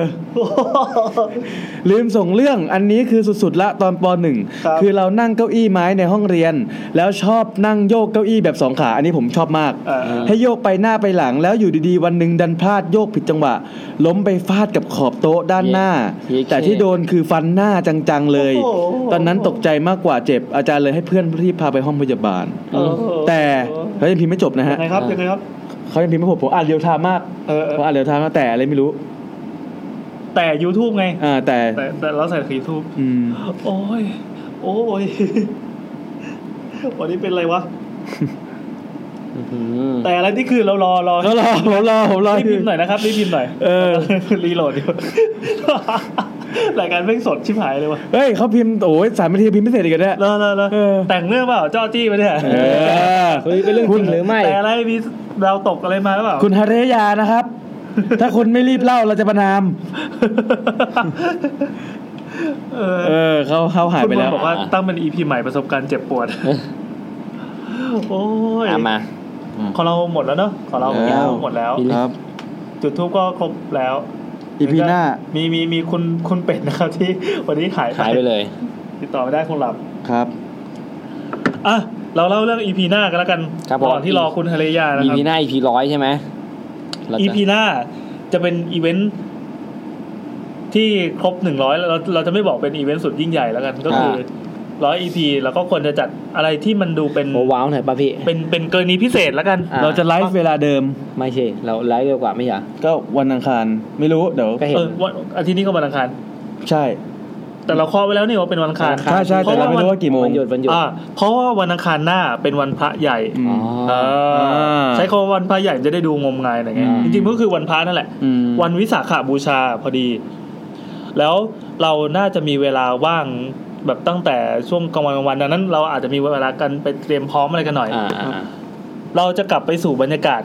Speaker 3: ลืมส่งเรื่องอันนี้คือสุดๆละตอนปหนึ่ง
Speaker 1: ครับ
Speaker 3: คือเรานั่งเก้าอี้ไม้ในห้องเรียน แล้วชอบนั่งโยกเก้าอี้แบบสองขาอันนี้ผมชอบมาก
Speaker 1: เออ
Speaker 3: ให้โยกไปหน้าไปหลังแล้วอยู่ดีๆ วันหนึ่งดันพลาดโยกผิดจังหวะ ล้มไปฟาดกับขอบโต๊ะด้านหน้า
Speaker 2: เย้เย้
Speaker 3: แต่ที่โดนคือฟันหน้าจังๆเลย
Speaker 1: โอ้โห
Speaker 3: ตอนนั้นตกใจมากกว่าเจ็บอาจารย์เลยให้เพื่อนรีบพาไปห้องพยาบาล
Speaker 1: เออ
Speaker 3: แต่เขายังพิมพ์ไม่จบนะฮะ
Speaker 1: ยังไงครับยังไงครับ
Speaker 3: เขายังพิมพ์ไม่จบผมอ่านเร็วไทม์มาก
Speaker 1: เออเออ
Speaker 3: ผมอ่านเร็วไทม์มากแต่อะไรไม่รู้
Speaker 1: แต่ YouTube ไง
Speaker 3: อ่าแต่
Speaker 1: แต่แต่เราใส่ YouTube
Speaker 3: อืม
Speaker 1: โอ้ย โอ้ย วันนี้เป็นไรวะ แต่อะไรนี่คือเรารอรอ
Speaker 22: เรารอเรารอผมรอ
Speaker 1: รีบพิมพ์หน่อยนะครับรีบพิมพ์หน่อย
Speaker 22: เออ
Speaker 1: รีโหลดอยู่ [LAUGHS] รายการเพ่งสดชิบหายเลยวะ
Speaker 22: เฮ้ยเขาพิมพ์โอ้ยสามนาทีพิมพ์พิเศษอีกแล้วเนี่ย
Speaker 1: เลอะเลอะเลอะ
Speaker 22: เออ
Speaker 1: แต่งเรื่องเปล่าจ้อจี้ไปเนี่ย
Speaker 22: เออ
Speaker 2: เฮ้ยเป็นเรื่องจริงหรือไม่
Speaker 1: แต่อะไรมีดาวตกอะไรมาหรือเปล่า
Speaker 22: คุณฮาเรยานะครับ ถ้าคุณไม่รีบเล่าเราจะประนาม
Speaker 1: เอ
Speaker 22: เอ
Speaker 1: อ
Speaker 22: อเขาเขาหาย
Speaker 1: คุณ
Speaker 22: ไป
Speaker 1: บอ
Speaker 22: แล้
Speaker 1: ล
Speaker 22: ว
Speaker 1: บอกว่าตั้งเป็นอีพีใหม่ประสบการณ์เจ็บปวด โอ้ย
Speaker 2: อ่ะมา
Speaker 1: ของเราหมดแล้วเนอะของเรา
Speaker 2: แล้ว
Speaker 1: หมดแล้ว
Speaker 3: ครับ
Speaker 1: จุดทูบก็ครบแล้ว
Speaker 3: อีพีหน้า
Speaker 1: มีมีมีคุณคุณเป็ดนะครับที่วันนี้หาย
Speaker 2: หายไปเลย
Speaker 1: ติดต่อไม่ได้คงหลับ
Speaker 3: ครับ
Speaker 1: อ่ะ เราเล่าเรื่องอีพีหน้ากันแล้วกัน
Speaker 2: ครับผม
Speaker 1: ก่อนที่รอคุณฮาเรยานะ
Speaker 2: อี
Speaker 1: ครับ
Speaker 2: พีหน้าอีพีร้อยใช่ไหมแล้วก็
Speaker 1: อีพีหน้าจะเป็นอีเวนท์ที่ครบหนึ่งร้อยเราเราจะไม่บอกเป็นอีเวนต์สุดยิ่งใหญ่แล้วกัน ก็คือร้อยอีพีแล้วก็ควรจะจัดอะไรที่มันดูเป็น
Speaker 2: โอ้ว้าวหน่อยป่ะพี่
Speaker 1: เป็นเป็นกรณีพิเศษแล้วกัน
Speaker 2: อ่ะ
Speaker 22: เราจะไลฟ์เวลาเดิม
Speaker 2: ไม่ใช่ เราไลฟ์เร็วกว่าไม่ใช่เหรอ
Speaker 3: ก็วันอังคารไม่รู้เดี๋ยว
Speaker 2: ก็เห็น
Speaker 1: เออวันอาทิตย์นี้ก็วันอังคาร
Speaker 3: ใช่
Speaker 1: แต่เราเคอไว้แล้วนี่ว่าเป็นวันอังคาร
Speaker 2: วันอังค
Speaker 3: ใช่ใช่
Speaker 1: เพ
Speaker 3: แต่
Speaker 1: ราะ
Speaker 3: เรา
Speaker 1: ว่า
Speaker 3: ไม่
Speaker 1: วัน
Speaker 3: รู้ว่ากี่โมง
Speaker 2: วันหยุดวันหยุด
Speaker 1: อ่าเพราะว่าวันอังคารหน้าเป็นวันพระใหญ่
Speaker 3: อืม
Speaker 2: อ๋อ
Speaker 1: เอออา ใช้คำว่าวันพระใหญ่มันจะได้ดูงมงายหน่อยไง
Speaker 3: อืม
Speaker 1: จริงๆมันก็คือวันพระนั่นแหละ
Speaker 3: อืม
Speaker 1: วันวิสาขบูชาพอดี แล้วเราน่าจะมีเวลาว่างแบบตั้งแต่ช่วงกลางวันกลางวันดังนั้น เราอาจจะมีเวลากันไปเตรียมพร้อมอะไรกันหน่อย
Speaker 2: อ่าอ่าอ่า
Speaker 1: เราจะกลับไปสู่บรรยากาศ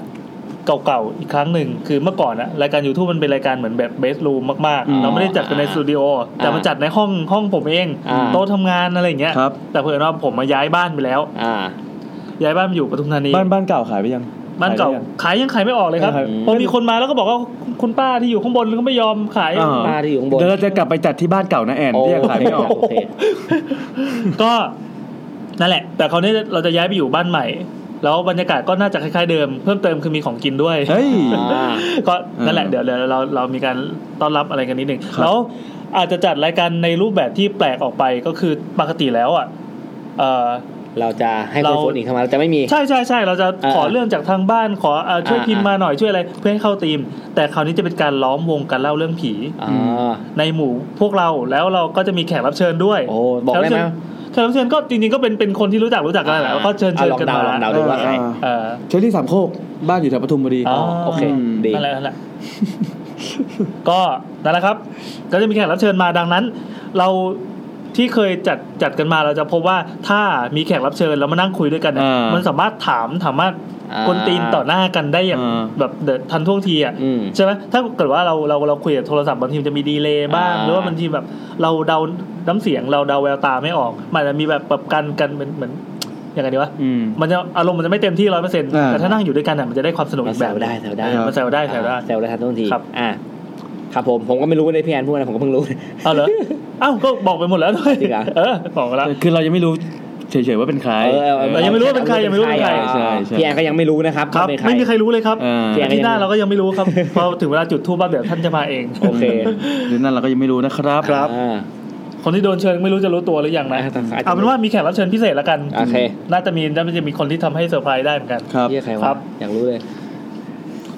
Speaker 1: เก่าๆอีกครั้งหนึ่งคือเมื่อก่อนอะรายการ YouTube มันเป็นรายการเหมือนแบบเบสรูมมากๆ เราไม่ได้จัดกันในสตูดิโอแต่มันจัดในห้องห้องผมเอง
Speaker 2: อ่า
Speaker 1: โต๊ะทำงานอะไรอย่างเงี้ย
Speaker 3: ครับ
Speaker 1: แต่เพื่อนว่าผมมาย้ายบ้านไปแล้ว
Speaker 2: อ่า
Speaker 1: ย้ายบ้านไปอยู่ปทุมธานี
Speaker 3: บ้านบ้านเก่าขายไปยัง
Speaker 1: บ้านเก่าขายยังขายไม่ออกเลยครับ
Speaker 3: ขายไม่ออก
Speaker 1: พอมีคนมาแล้วก็บอกว่าคุณป้าที่อยู่ข้างบนก็ไม่ยอมขาย
Speaker 3: อ่
Speaker 2: ป้าที่อยู่ข้างบน
Speaker 3: เดี๋ยวเราจะกลับไปจัดที่บ้านเก่านะแอนที่ยังขายไม่ออก
Speaker 2: โอเค
Speaker 1: ก็นั่นแหละ แต่คราวนี้เราจะย้ายไปอยู่บ้านใหม่ แล้วบรรยากาศก็น่าจะคล้ายๆเดิม เพิ่มเติมคือมีของกินด้วย
Speaker 3: เฮ้ย
Speaker 2: อ่า
Speaker 1: ก็นั่นแหละเดี๋ยวเดี๋ยวเราเรามีการต้อนรับอะไรกันนิดหนึ่ง
Speaker 3: ครับ
Speaker 1: แล้วอาจจะจัดรายการในรูปแบบที่แปลกออกไปก็คือปกติแล้วอ่ะเอ่อ
Speaker 2: เราจะให้ค
Speaker 1: เรา
Speaker 2: นโฟนอีกเข้ามาเราจะไม่มี
Speaker 1: ใช่ใช่ใช่เราจะ
Speaker 2: อ่า
Speaker 1: ขอเรื่องจากทางบ้านขอเอ่อช่วย
Speaker 2: อ่า
Speaker 1: พิมพ์มาหน่อยช่วยอะไรเพื่อให้เข้าธีม แต่คราวนี้จะเป็นการล้อมวงกันเล่าเรื่องผี
Speaker 2: อ่า
Speaker 1: ในหมู่พวกเราแล้วเราก็จะมีแขกรับเชิญด้วย
Speaker 2: โอ้บอกได้ไหม
Speaker 1: แขกรับเชิญแขกรับเชิญก็จริงๆก็เป็นเป็นคนที่รู้จักรู้จักกันแหละแล้วก็เชิญ
Speaker 2: อ่ะ
Speaker 1: เชิญ
Speaker 2: ลอง
Speaker 1: กัน
Speaker 2: เดา
Speaker 1: มา
Speaker 2: ลองเดาดูว่าใคร
Speaker 1: เออ
Speaker 3: เชอรี่สามโคกบ้านอยู่แถวปทุมพอดี
Speaker 1: อ๋อ
Speaker 2: โอเค ดี
Speaker 1: นั่นแหละนั่นแห [LAUGHS] ละ ก็นั่นแหละครับ ก็จะมีแขกรับเชิญมาดังนั้น เราที่เคยจัดจัดกันมาเราจะพบว่าถ้ามีแขกรับเชิญแล้วมานั่งคุยด้วยกันเนี่ย
Speaker 3: อ่ามั
Speaker 1: มันสามารถถามสามารถ
Speaker 2: อ่าก
Speaker 1: วนตีนต่อหน้ากันได้อย่าง
Speaker 3: อ่า
Speaker 1: แบบเดอะทันท่วงทีอ่ะ
Speaker 2: อืม
Speaker 1: ใช่ไหมถ้าเกิดว่าเราเราเราคุยกับโทรศัพท์บางทีมันจะมีดีเลย์บ้าง
Speaker 2: อ่า
Speaker 1: หรือว่าบางทีแบบ เราเดาน้ำเสียงเราเดาแววตาไม่ออก มันอาจจะมีแบบแบบกันกันเหมือนเหมือนยังไงดีวะ
Speaker 3: อืม
Speaker 1: มันจะอารมณ์มันจะไม่เต็มที่ร้อยเปอร์เซ็นต์
Speaker 3: อ่า
Speaker 1: แต่ถ้านั่งอยู่ด้วยกันอ่ะมันจะได้ความสนุก
Speaker 2: เรา
Speaker 1: อีก
Speaker 2: แซ
Speaker 1: แบบ
Speaker 2: วได้แซวได้
Speaker 1: เออมันแซวได้แซวได้
Speaker 2: อ่าแซวได้ทันทุกที
Speaker 1: ครับ
Speaker 2: อ่าครับผมผมก็ไม่รู้เลยพี่แอนพูดอะไรผมก็เพิ่งรู้
Speaker 1: เอาเหรอ เอ้าก็บอกไปหมดแล้วด้วย
Speaker 2: จริงเหรอ
Speaker 1: เออ บอกไปแล้ว
Speaker 3: คือเรายังไม่รู้เฉยๆว่าเป็นใคร
Speaker 2: เออออ
Speaker 1: เรายังไม่รู้ว่าเป็นใครยังไม่รู้เป็นใคร
Speaker 2: อ่า
Speaker 3: ใช่ใช่
Speaker 2: พี่แอนก็ยังไม่รู้นะครับ
Speaker 1: ครับ
Speaker 2: ว่าเป็น
Speaker 1: ไม่มีใครรู้เลยครับ
Speaker 3: เออ
Speaker 2: แจ้ง
Speaker 1: อาที่หน้าเราก็ยังไม่รู้ครับ พอ [LAUGHS] ถึงเวลาจุดทูบบ้าเดี๋ยวท่านจะมาเอง
Speaker 2: โอเค
Speaker 3: หรือนั่นเราก็ยังไม่รู้นะครับ
Speaker 1: ครับ
Speaker 2: อ่า
Speaker 1: คนที่โดนเชิญไม่รู้จะรู้ตัวหรือยังนะ
Speaker 2: อ่าแต่อาจจะ
Speaker 1: เอาเป็นว่ามีแขกรับเชิญพิเศษแล้วกัน
Speaker 2: โอเค
Speaker 1: น่าจะมีน่าจะมีคนที่ทำให้เซอร์ไพรส์ได้เหมือนกัน
Speaker 3: ครับ
Speaker 2: พี่ใคร
Speaker 1: ครั
Speaker 2: วะ
Speaker 1: บ
Speaker 2: อยากรู้เลย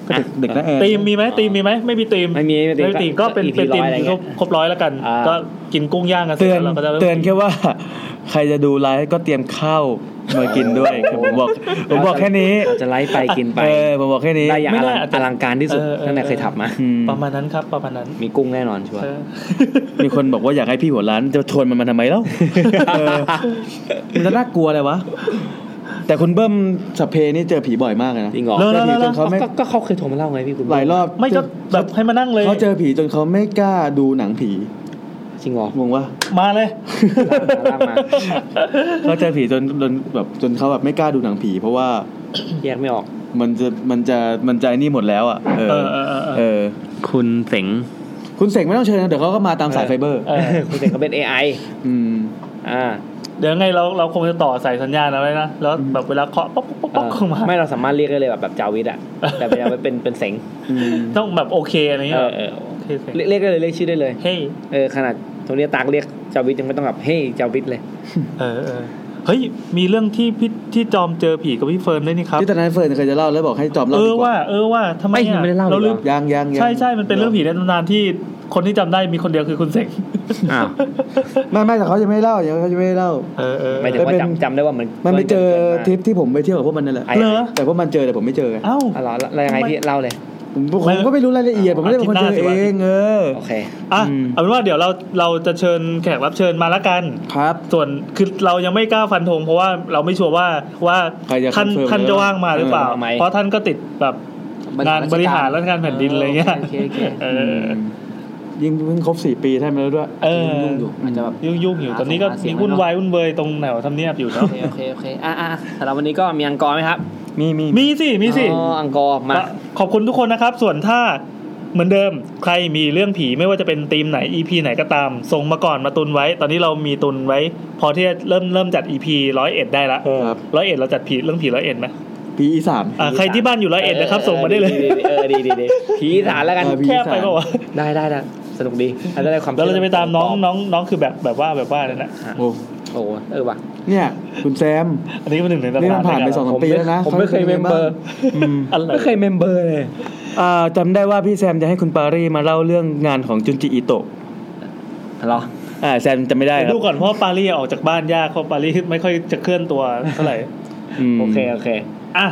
Speaker 3: ก็เด็กเด็กนะแอน
Speaker 1: ตีมมีไหมตีมมีไหมไม่มีตีม
Speaker 2: ไม่มีไม่มีธีม
Speaker 1: ธีมก็เป็น
Speaker 2: ก็
Speaker 1: เป็นตีม
Speaker 2: EP 100อะไรเงี้ย
Speaker 1: ครบร้อยแล้วกัน
Speaker 2: อ่า
Speaker 1: ก็กินกุ้งย่างกันเสร็
Speaker 3: เตื
Speaker 1: จ
Speaker 3: อน
Speaker 1: แล้วเราก็จะริ่ม
Speaker 3: เตือนแค่ว่า [LAUGHS] ใครจะดูไลฟ์ก็เตรียมข้าวมากินด้วยครับผมบอกผมบอกแค่นี้
Speaker 2: เราจะไลฟ์ไปกินไป
Speaker 3: เออผมบอกแค่นี้
Speaker 2: ได้อย่างอลังอลังการที่สุดตั้งแต่เคยทำมา
Speaker 3: อืม
Speaker 1: ประมาณนั้นครับ ประมาณนั้น
Speaker 2: มีกุ้งแน่นอนชัวร์
Speaker 1: เอ [LAUGHS] อ
Speaker 3: มีคนบอกว่าอยากให้พี่หัวร้านจะชวนมันมาทำไมแล้วเออมันจะน่ากลัวอะไรวะ แต่คุณเบิ้มสัพเพนี่เจอผีบ่อยมากเลยนะ
Speaker 2: จริงเหรอ
Speaker 1: เลิก
Speaker 3: เจอผีจนเขาไม่
Speaker 2: ก็ก็เขาเคยโทรมาเล่าไงพี่คุณ
Speaker 3: หลายรอบ
Speaker 1: ไม่ก็แบบให้มานั่งเลย
Speaker 3: เขาเจอผีจนเขาไม่กล้าดูหนังผี
Speaker 2: จริงเหรอ
Speaker 3: งงวะ
Speaker 1: มาเลย
Speaker 2: ลากมา
Speaker 3: เขาเจอผีจนจนแบบจนเขาแบบไม่กล้าดูหนังผี เพราะว่า
Speaker 2: แยกไม่ออก
Speaker 3: มันจะมันจะมันจะไอ้นี่หมดแล้วอ่ะเอ
Speaker 1: เอ
Speaker 3: อ
Speaker 1: อเออเออเออ
Speaker 3: เออ
Speaker 2: คุณเสง
Speaker 3: คุณเสกไม่ต้องเชิญนะเดี๋ยวเขาก็มาตามสายไฟเบอร์
Speaker 1: เออ
Speaker 2: คุณเสงเขาเป็น AI
Speaker 3: อืม
Speaker 2: อ่า
Speaker 1: เดี๋ยวไงเราเราคงจะต่อสายสัญญาณอะไรนะ แล้วแบบเวลาเคาะป๊อกป๊อกป๊อกป๊อกเข้ามา
Speaker 2: ไม่เราสามารถเรียกได้เลยแบบแบบจาวิทอะแต่เป็นเป็นเป็นเสง
Speaker 3: อืม
Speaker 1: ต้องแบบโอเคอะไรเงี้
Speaker 2: เอย อเออ
Speaker 1: โอเคเสร็จ
Speaker 2: เรียกเรียกได้เลยเรียกชื่อได้เลย
Speaker 1: เฮ้ย
Speaker 2: เออขนาดตรงนี้ตากเรียกจาวิทยังไม่ต้องแบบเฮ้ยจาวิทเลย
Speaker 1: เออเออเฮ้ย มีเรื่องที่พี่ที่จอมเจอผีกับพี่เฟิร์นด้วยนี่ครับ
Speaker 3: ที่ตอนนั้นเฟิร์นเคยจะเล่าแล้วบอกให้จอมเล่า
Speaker 1: เอ
Speaker 3: ดี
Speaker 1: อก
Speaker 3: ว่า
Speaker 1: ว่า เออว่าทำไม
Speaker 2: ไม่
Speaker 1: อะ
Speaker 2: ไม่ได้เล่าเลย
Speaker 1: ลืม
Speaker 2: เหรอ
Speaker 3: ยังยังยัง
Speaker 1: ใช่ใช่มันเป็นเรื่องผีในตำนานที่ คนที่จำได้มีคนเดียวคือคุณเสก
Speaker 2: อ้าว
Speaker 3: ไม่ไม่แต่เขาจะไม่เล่าอย่างเขาจะไม่เล่า
Speaker 1: เออเออ
Speaker 2: ไม่ถึงว่าจำจำได้ว่ามัน
Speaker 3: มันไปเจอทริ
Speaker 2: ทิ
Speaker 3: ปที่ผมไปเที่ยวกับพวกมันนั่นแหละ
Speaker 2: ไอ้
Speaker 1: เหรอ
Speaker 3: แต่พวกมันเจอแต่ผมไม่เจอไง
Speaker 1: เอ้า
Speaker 2: อะไรอแล้วยังไงพี่เล่าเลย
Speaker 3: ผมผม
Speaker 1: ไม่
Speaker 3: ก็ไม่รู้รายละเอียดผมไม่ได้เป็นคนเจอ
Speaker 1: อาทิตย์หน้าสิวะ
Speaker 3: เองเออ
Speaker 2: โอเค
Speaker 1: อ่ะ
Speaker 3: อืม
Speaker 1: เอาเป็นว่าเดี๋ยวเราเราจะเชิญแขกรับเชิญมาละกัน
Speaker 3: ครับ
Speaker 1: ส่วนคือเรายังไม่กล้าฟันธงเพราะว่าเราไม่ชัวร์ว่าว่า
Speaker 3: ใครจะ
Speaker 1: ท่าน
Speaker 3: confirm
Speaker 1: ท่านจะว่างมาหรือเปล่า
Speaker 2: เออเอาไหม
Speaker 1: เพราะท่านก็ติดแบบงานบริหารราชการแผ่นดินอะไรเงี้ย
Speaker 6: โอเคโอเค
Speaker 1: เออ
Speaker 3: ยิ่งเพิ่งครบสี่ปีท่านมาแล้วด้วย
Speaker 1: เออ
Speaker 3: ยุ่งอยู่
Speaker 6: อาจจะแบบ
Speaker 1: ยุ่งยุ่งๆอยู่ตอนนี้ก็มีวุ่นวายวุ่นเบยตรงแถวทำเนียบอยู่เนาะ
Speaker 6: โอเคโอเคโอเคอ่ะอ่ะอ่ะสำหรับวันนี้ก็มีอังกอร์ไหมครับ
Speaker 3: มีมี
Speaker 1: มีสิมีสิ
Speaker 6: อ๋ออังกอร์มา
Speaker 1: ขอบคุณทุกคนนะครับ ส่วนถ้าเหมือนเดิมใครมีเรื่องผีไม่ว่าจะเป็นธีมไหน EP ไหนก็ตาม ส่งมาก่อนมาตุนไว้ ตอนนี้เรามีตุนไว้ พอที่จะเริ่มเริ่มจัด EP ร้อยเอ็ดได้ละ
Speaker 3: ครับ
Speaker 1: ร้อยเอ็ดเราจัดผีเรื่องผีร้อยเอ็ดไหม
Speaker 3: ปีอีสาม
Speaker 1: อ่าใครที่บ้านอยู่ร้อยเอ็ดนะครับ ส่งมาได้เลย
Speaker 2: เออดีดีดีผีสารแล้วกัน
Speaker 3: อ่า
Speaker 1: แค่
Speaker 3: อีสาน
Speaker 1: ไปเปล่าวะ
Speaker 2: ได้ได้ได้สนุกดีอันนั้นได้ความ
Speaker 1: แล้วเราจะไปตามน้องน้องน้องคือแบบแบบว่าแบบว่าเลยนะ
Speaker 3: โอ้
Speaker 2: โอ้โหเออว่ะ
Speaker 3: เนี่ยคุณแซม
Speaker 1: อันนี้เป็นหนึ่งในตำ
Speaker 3: นี่
Speaker 1: รา
Speaker 3: มัน
Speaker 1: น
Speaker 3: ผ่านไปสองสามปีแล้วนะ
Speaker 2: ผมไม่เคยเมมเบอร์
Speaker 3: อืม
Speaker 1: อะไร
Speaker 2: ไม่เคยเมมเบอร์เลย
Speaker 3: อ่าจำได้ว่าพี่แซมจะให้คุณปารีมาเล่าเรื่องงานของจุนจิอิโตะ
Speaker 2: เหรอ
Speaker 3: อ่าแซมจะไม่ได้
Speaker 1: เดี๋ย
Speaker 3: คว รับ
Speaker 1: ดูก่อนเพราะปารีสออกจากบ้านยากเพราะปารีสไม่ค่อยจะเคลื่อนตัวเท่าไหร่
Speaker 3: ม
Speaker 2: โอเคโอเค
Speaker 1: อ่ะ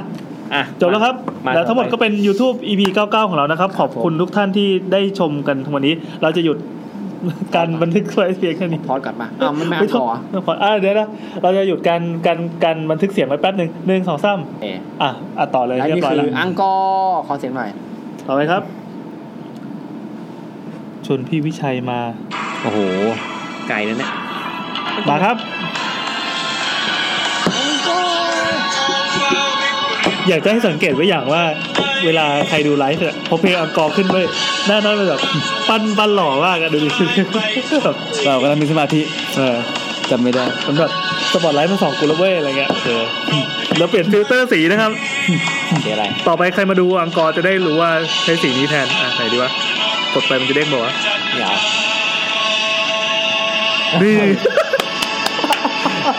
Speaker 2: อ่ะ
Speaker 1: จบแล้วครับ
Speaker 2: มา
Speaker 1: แล้วทั้งหมด
Speaker 2: ต่อไป
Speaker 1: ก็เป็น YouTube EP 99 ของเรานะครับ ขอบคุณทุกท่านที่ได้ชมกันทั้งวันนี้ เราจะหยุด [LAUGHS] การบันทึกไว้เพียงแค่นี้
Speaker 6: พอดกลับมาอ้าวมันไม่อั
Speaker 1: ไม่
Speaker 6: ง
Speaker 1: ต้
Speaker 6: ก
Speaker 1: อง
Speaker 6: อร์
Speaker 1: ไม่ต้องอ่ะเดี๋ยวนะเราจะหยุดการการการบันทึกเสียงไว้แป๊บหนึ่งหนึ่งสองสาม
Speaker 6: เอ๊ะ
Speaker 1: อ่ะอ่ะต่อเลย
Speaker 6: และ
Speaker 1: เรีย
Speaker 6: นี่
Speaker 1: บร้อย
Speaker 6: คื
Speaker 1: แล้ว
Speaker 6: ออังกอร์ขอเสียงหน่อย
Speaker 1: ต่อไปครับชวนพี่วิชัยมา
Speaker 2: โอ้โห ไก่นั่นแหละ
Speaker 1: มาครับ อยากจะให้สังเกตไว้อย่างว่า เวลาใครดูไลฟ์เนี่ยพอเพลงอังกอร์ขึ้นไปหน้านั้นมันแบบปั้นปั้นหล่อมากอะดูดิแบบ
Speaker 3: เรากำลังมีสมาธิ
Speaker 1: เออ
Speaker 3: จำไม่ได้
Speaker 1: สำหรับสปอตไลท์มาสองกูแล้วเว้ยอะไรเงี้ยเออแล้วเปลี่ยนฟิลเตอร์สีนะครับ
Speaker 2: เสียอะไร
Speaker 1: ต่อไปใครมาดูอังกอร์จะได้รู้ว่าใช้สีนี้แทน อ่ะไหนดีวะ กดไปมันจะเด้งบอกว่า
Speaker 2: อย่า
Speaker 1: นี่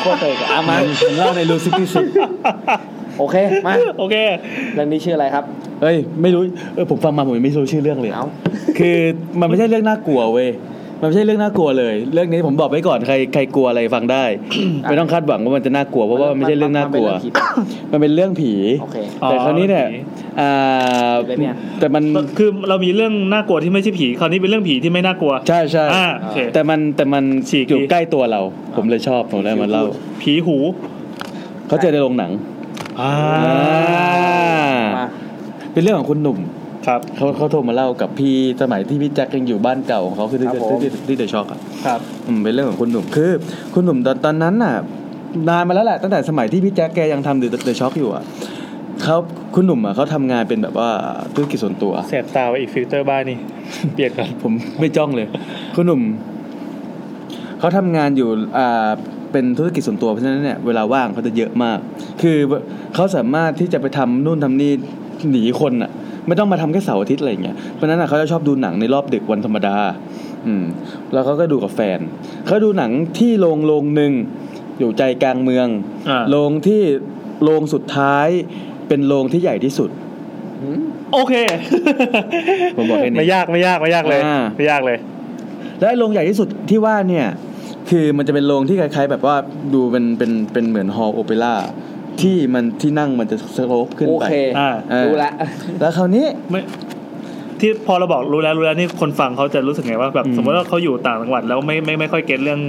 Speaker 2: โคตรเลยอ่ะ
Speaker 3: มั
Speaker 2: มาน
Speaker 3: เล่าในรูซิตี้ซิ
Speaker 2: โอเค มา
Speaker 1: [LAUGHS] โอเค
Speaker 2: เรื่องนี้ชื่ออะไรครับ
Speaker 3: เอ้ยไม่รู้เออผมฟังมาผมยังไม่รู้ชื่อเรื่องเลย
Speaker 2: เอ้า
Speaker 3: คือมันไม่ใช่เรื่องน่ากลัวเว้ยมันไม่ใช่เรื่องน่ากลัวเลย เรื่องนี้ผมบอกไว้ก่อนใครใครกลัวอะไรฟังได้ ไม่ต้องคาดหวังว่ามันจะน่ากลัวเพราะว่ามันไม่ใช่เรื่องน่ากลัว
Speaker 6: มัเป็นเรื่องผี
Speaker 3: มันเป็นเรื่องผี
Speaker 6: โอเค
Speaker 3: แต่คราวนี้เนี่ย
Speaker 1: อ๋อผี
Speaker 3: อ่า
Speaker 6: เลยเนี่ย
Speaker 3: แต่มัน
Speaker 1: คือเรามีเรื่องน่ากลัวที่ไม่ใช่ผีคราวนี้เป็นเรื่องผีที่ไม่น่ากลัว
Speaker 3: ใช่ใช่
Speaker 1: อ่าโอเค
Speaker 3: แต่มันแต่มัน
Speaker 1: ฉีก
Speaker 3: อยู่ใกล้ตัวเรา ผมเลยชอบผมเลยมาเล่า
Speaker 1: ผีหู
Speaker 3: เขาเจอในโรงหนัง
Speaker 1: อ่า
Speaker 3: อ่า
Speaker 6: มา
Speaker 3: เป็นเรื่องของคุณหนุ่ม
Speaker 1: ครับ
Speaker 3: เขาเขาโทรมาเล่ากับพี่สมัยที่พี่แจ็คยังอยู่บ้านเก่าของเขาคือที่
Speaker 6: ครับผม
Speaker 3: ที่ที่ที่เดอะช็อกอ่ะ
Speaker 1: ครับ
Speaker 3: อืมเป็นเรื่องของคุณหนุ่มคือ คุณหนุ่มตอนตอนนั้นน่ะ นานมาแล้วแหละตั้งแต่สมัยที่พี่แจ็คแกยังทำเดอะช็อกอยู่อ่ะเขาคุณหนุ่มอ่ะเขาทำงานเป็นแบบว่าธุรกิจส่วนตัว
Speaker 1: เสียบตาไว้อีกฟิลเตอร์บ้านนี่ [LAUGHS] เปลี่ยนกัน
Speaker 3: ผมไม่จ้องเลย [LAUGHS] คุณหนุ่มเขาทำงานอยู่อ่าเป็นธุรกิจส่วนตัวเพราะฉะนั้นเนี่ยเวลาว่างเขาจะเยอะมาก คือเขาสามารถที่จะไปทำนู่นทำนี่หนีคนอ่ะ ไม่ต้องมาทำแค่เสาร์อาทิตย์อะไรอย่างเงี้ยเพราะฉะนั้นอ่ะเขาจะชอบดูหนังในรอบดึกวันธรรมดา อืม แล้วเขาก็ดูกับแฟนเขาดูหนังที่โรงโรงหนึ่งอยู่ใจกลางเมือง
Speaker 1: อ่า
Speaker 3: โรงที่โรงสุดท้ายเป็นโรงที่ใหญ่ที่สุด
Speaker 1: โอเค
Speaker 3: [LAUGHS] ผมบอกแค่นี้
Speaker 1: ไม่ยากไม่ยากไม่ยากเลย
Speaker 3: อ่า
Speaker 1: ไม่ยากเลย
Speaker 3: และโรงใหญ่ที่สุดที่ว่าเนี่ยคือมันจะเป็นโรงที่คล้ายๆ แบบว่าดูเป็นเป็นเป็นเหมือนฮอลล์โอเปร่าที่มันที่นั่งมันจะสโลปขึ้น
Speaker 6: โอ
Speaker 3: ไป
Speaker 6: เค
Speaker 1: อ่า
Speaker 3: เออ
Speaker 6: รู้ละ
Speaker 3: แล้วคราวนี้
Speaker 1: ไม่ที่พอเราบอกรู้แล้วรู้แล้วนี่คนฟังเขาจะรู้สึกไงว่าแบบ
Speaker 3: อืม
Speaker 1: สมมติว่าเขาอยู่ต่างจังหวัดแล้วไม่ไม่ไม่ค่อยเก็ตเรื่อง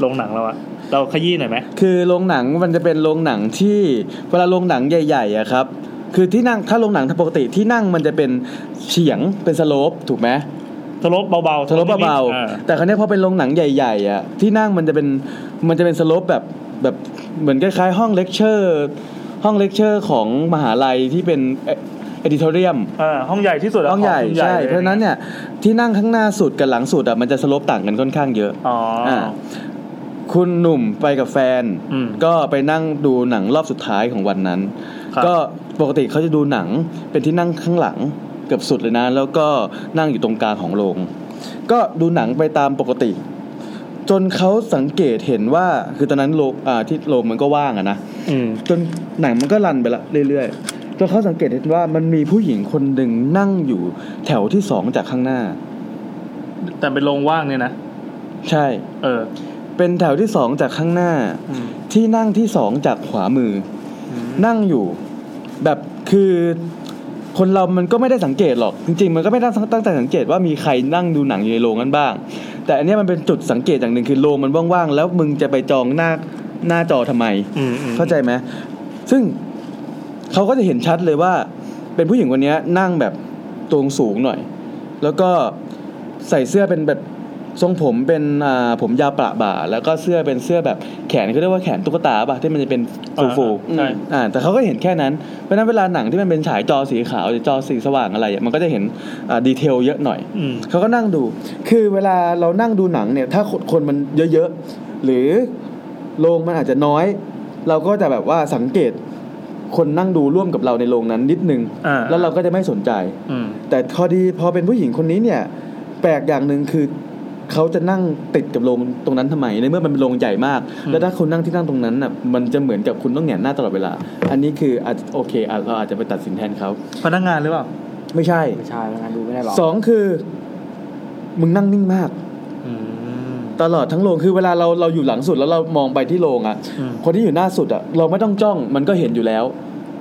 Speaker 1: โรงหนังเราอะเราขยี้หน่อยไหม
Speaker 3: คือโรงหนังมันจะเป็นโรงหนังที่เวลาโรงหนังใหญ่ๆอะครับ คือที่นั่งถ้าโรงหนังปกติที่นั่งมันจะเป็นเฉียงเป็นสโลปถูกไหม
Speaker 1: ทะลบเบาๆ
Speaker 3: สโลปเบา
Speaker 1: ๆอ่
Speaker 3: ๆแต่คราวนี้พอเป็นโรงหนังใหญ่ๆอะที่นั่งมันจะเป็นมันจะเป็นสโลปแบบแบบเหมือนคล้ายๆ ห้องเลคเชอร์ห้องเลคเชอร์ของมหาลัยที่เป็นเอดิทอเรียม
Speaker 1: อ่าห้องใหญ่ที่สุดะ
Speaker 3: ห้องใหญ่ใช่
Speaker 1: ลย
Speaker 3: เพราะฉะนั้นเนี่ยที่นั่งข้างหน้าสุดกับหลังสุดอ่ะมันจะสโลปต่างกันค่อนข้างเยอะ
Speaker 1: อ๋ออ่า
Speaker 3: าคุณหนุ่มไปกับแฟน
Speaker 1: อืม
Speaker 3: ก็ไปนั่งดูหนังรอบสุดท้ายของวันนั้น
Speaker 1: ครับ
Speaker 3: ก็ปกติเขาจะดูหนังเป็นที่นั่งข้างหลังเกือบสุดเลยนะ แล้วก็นั่งอยู่ตรงกลางของโรงก็ดูหนังไปตามปกติ จนเขาสังเกตเห็นว่าคือตอนนั้นโรงอ่าที่โรงมันก็ว่างอะนะ
Speaker 1: อืม
Speaker 3: จนหนังมันก็รันไปละเรื่อยๆจนเขาสังเกตเห็นว่ามันมีผู้หญิงคนหนึ่งนั่งอยู่แถวที่สองจากข้างหน้า
Speaker 1: แต่เป็นโรงว่างเนี่ยนะ
Speaker 3: ใช่
Speaker 1: เออ
Speaker 3: เป็นแถวที่สองจากข้างหน้า
Speaker 1: อืม
Speaker 3: ที่นั่งที่สองจากขวามืออนั่งอยู่ แบบคือคนเรามันก็ไม่ได้สังเกตหรอก จริง ๆ มันก็ไม่ได้ตั้งแต่สังเกตว่ามีใครนั่งดูหนังอยู่ในโรงนั้นบ้าง แต่อันเนี้ยมันเป็นจุดสังเกตอย่างหนึ่งคือโรงมันว่างๆแล้วมึงจะไปจองหน้าหน้าจอทำไม
Speaker 1: อืมอืม
Speaker 3: เข้าใจไหมซึ่งเขาก็จะเห็นชัดเลยว่า เป็นผู้หญิงคนเนี้ยนั่งแบบตัวสูงหน่อย แล้วก็ใส่เสื้อเป็นแบบทรงผมเป็นอ่าผมยาวประบ่า แล้วก็เสื้อเป็นเสื้อแบบแขนเขาเรียกว่าแขนตุ๊กตาป่ะที่มันจะเป็นฟูฟูๆ
Speaker 1: ใช่
Speaker 3: อ่าแต่เขาก็เห็นแค่นั้น เพราะฉะนั้นเวลาหนังที่มันเป็นฉายจอสีขาวหรือจอสีสว่างอะไรอ่ะมันก็จะเห็นอ่าดีเทลเยอะหน่อย
Speaker 1: อืม
Speaker 3: เขาก็นั่งดู คือเวลาเรานั่งดูหนังเนี่ย ถ้าคนคนมันเยอะๆ หรือโรงมันอาจจะน้อย เราก็จะแบบว่าสังเกตคนนั่งดูร่วมกับเราในโรงนั้นนิดนึง
Speaker 1: อ่า
Speaker 3: แล้วเราก็จะไม่สนใจ
Speaker 1: อืม
Speaker 3: แต่พอดีพอเป็นผู้หญิงคนนี้เนี่ย แปลกอย่างหนึ่งคือเขาจะนั่งติดกับโรงตรงนั้นทำไม ในเมื่อมันเป็นโรงใหญ่มาก
Speaker 1: อืม
Speaker 3: แล้วถ้าคุณนั่งที่นั่งตรงนั้นน่ะ มันจะเหมือนกับคุณต้องแหงนหน้าตลอดเวลา อันนี้คืออาจจะโอเคอ่ะเราอาจจะไปตัดสินแทนเขา
Speaker 1: พนักงานหรือเปล่า
Speaker 3: ไม่ใช่
Speaker 6: ไม่ใช่แล้วงานดูไม่ได้หรอก
Speaker 3: สองคือ มึงนั่งนิ่งมาก
Speaker 1: อืม
Speaker 3: ตลอดทั้งโรงคือเวลาเราเราอยู่หลังสุดแล้วเรามองไปที่โรงอะ่ะ
Speaker 1: อืม
Speaker 3: คนที่อยู่หน้าสุดอะ่ะ เราไม่ต้องจ้องมันก็เห็นอยู่แล้ว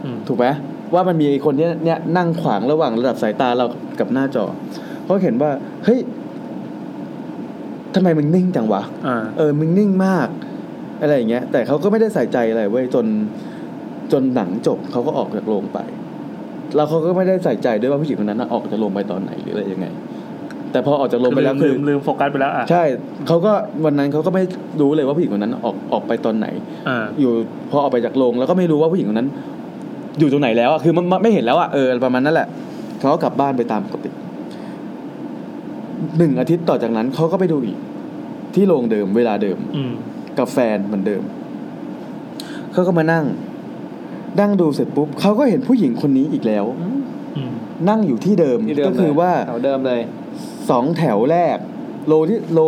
Speaker 1: อืม
Speaker 3: ถูกไหมว่ามันมีไอ้คนเนี้ยเนี่ยนั่งขวางระหว่างระดับสายตาเรากับหน้าจอเพราะเห็นว่า เฮ้ยทำไมมึงนิ่งจังวะ
Speaker 1: อ่า
Speaker 3: เออมึงนิ่งมาก อะไรอย่างเงี้ย แต่เขาก็ไม่ได้ใส่ใจอะไรเว้ยจนจนหนังจบเขาก็ออกจากโรงไป แล้วเขาก็ไม่ได้ใส่ใจด้วยว่าผู้หญิงคนนั้นน่ะออกจากโรงไปตอนไหนหรืออะไรยังไง แต่พอออกจากโรงไปแล้ว
Speaker 1: ลื
Speaker 3: คือ
Speaker 1: มลืมโฟกัสไปแล้วอ่ะ
Speaker 3: ใช่เขาก็วันนั้นเขาก็ไม่รู้เลยว่าผู้หญิงคนนั้นออกออกไปตอนไหน
Speaker 1: อ่า
Speaker 3: อยู่พอออกไปจากโรงแล้วก็ไม่รู้ว่าผู้หญิงคนนั้น อยู่ตรงไหนแล้วอะคือมันมันไม่เห็นแล้วอะเออประมาณนั้นแหละเขาก็กลับบ้านไปตามปกติหนึ่งอาทิตย์ต่อจากนั้นเขาก็ไปดูอีก ที่โรงเดิมเวลาเดิม
Speaker 1: อืม
Speaker 3: กับแฟนเหมือนเดิม เขาก็มานั่ง นั่งดูเสร็จปุ๊บเขาก็เห็นผู้หญิงคนนี้อีกแล้ว
Speaker 1: อืม
Speaker 3: นั่งอยู่ที่เดิม
Speaker 6: ที่เดิม
Speaker 3: ก็คือ
Speaker 6: เลย
Speaker 3: ว่า
Speaker 6: แถวเดิมเลย
Speaker 3: สองแถวแรก โลที่โล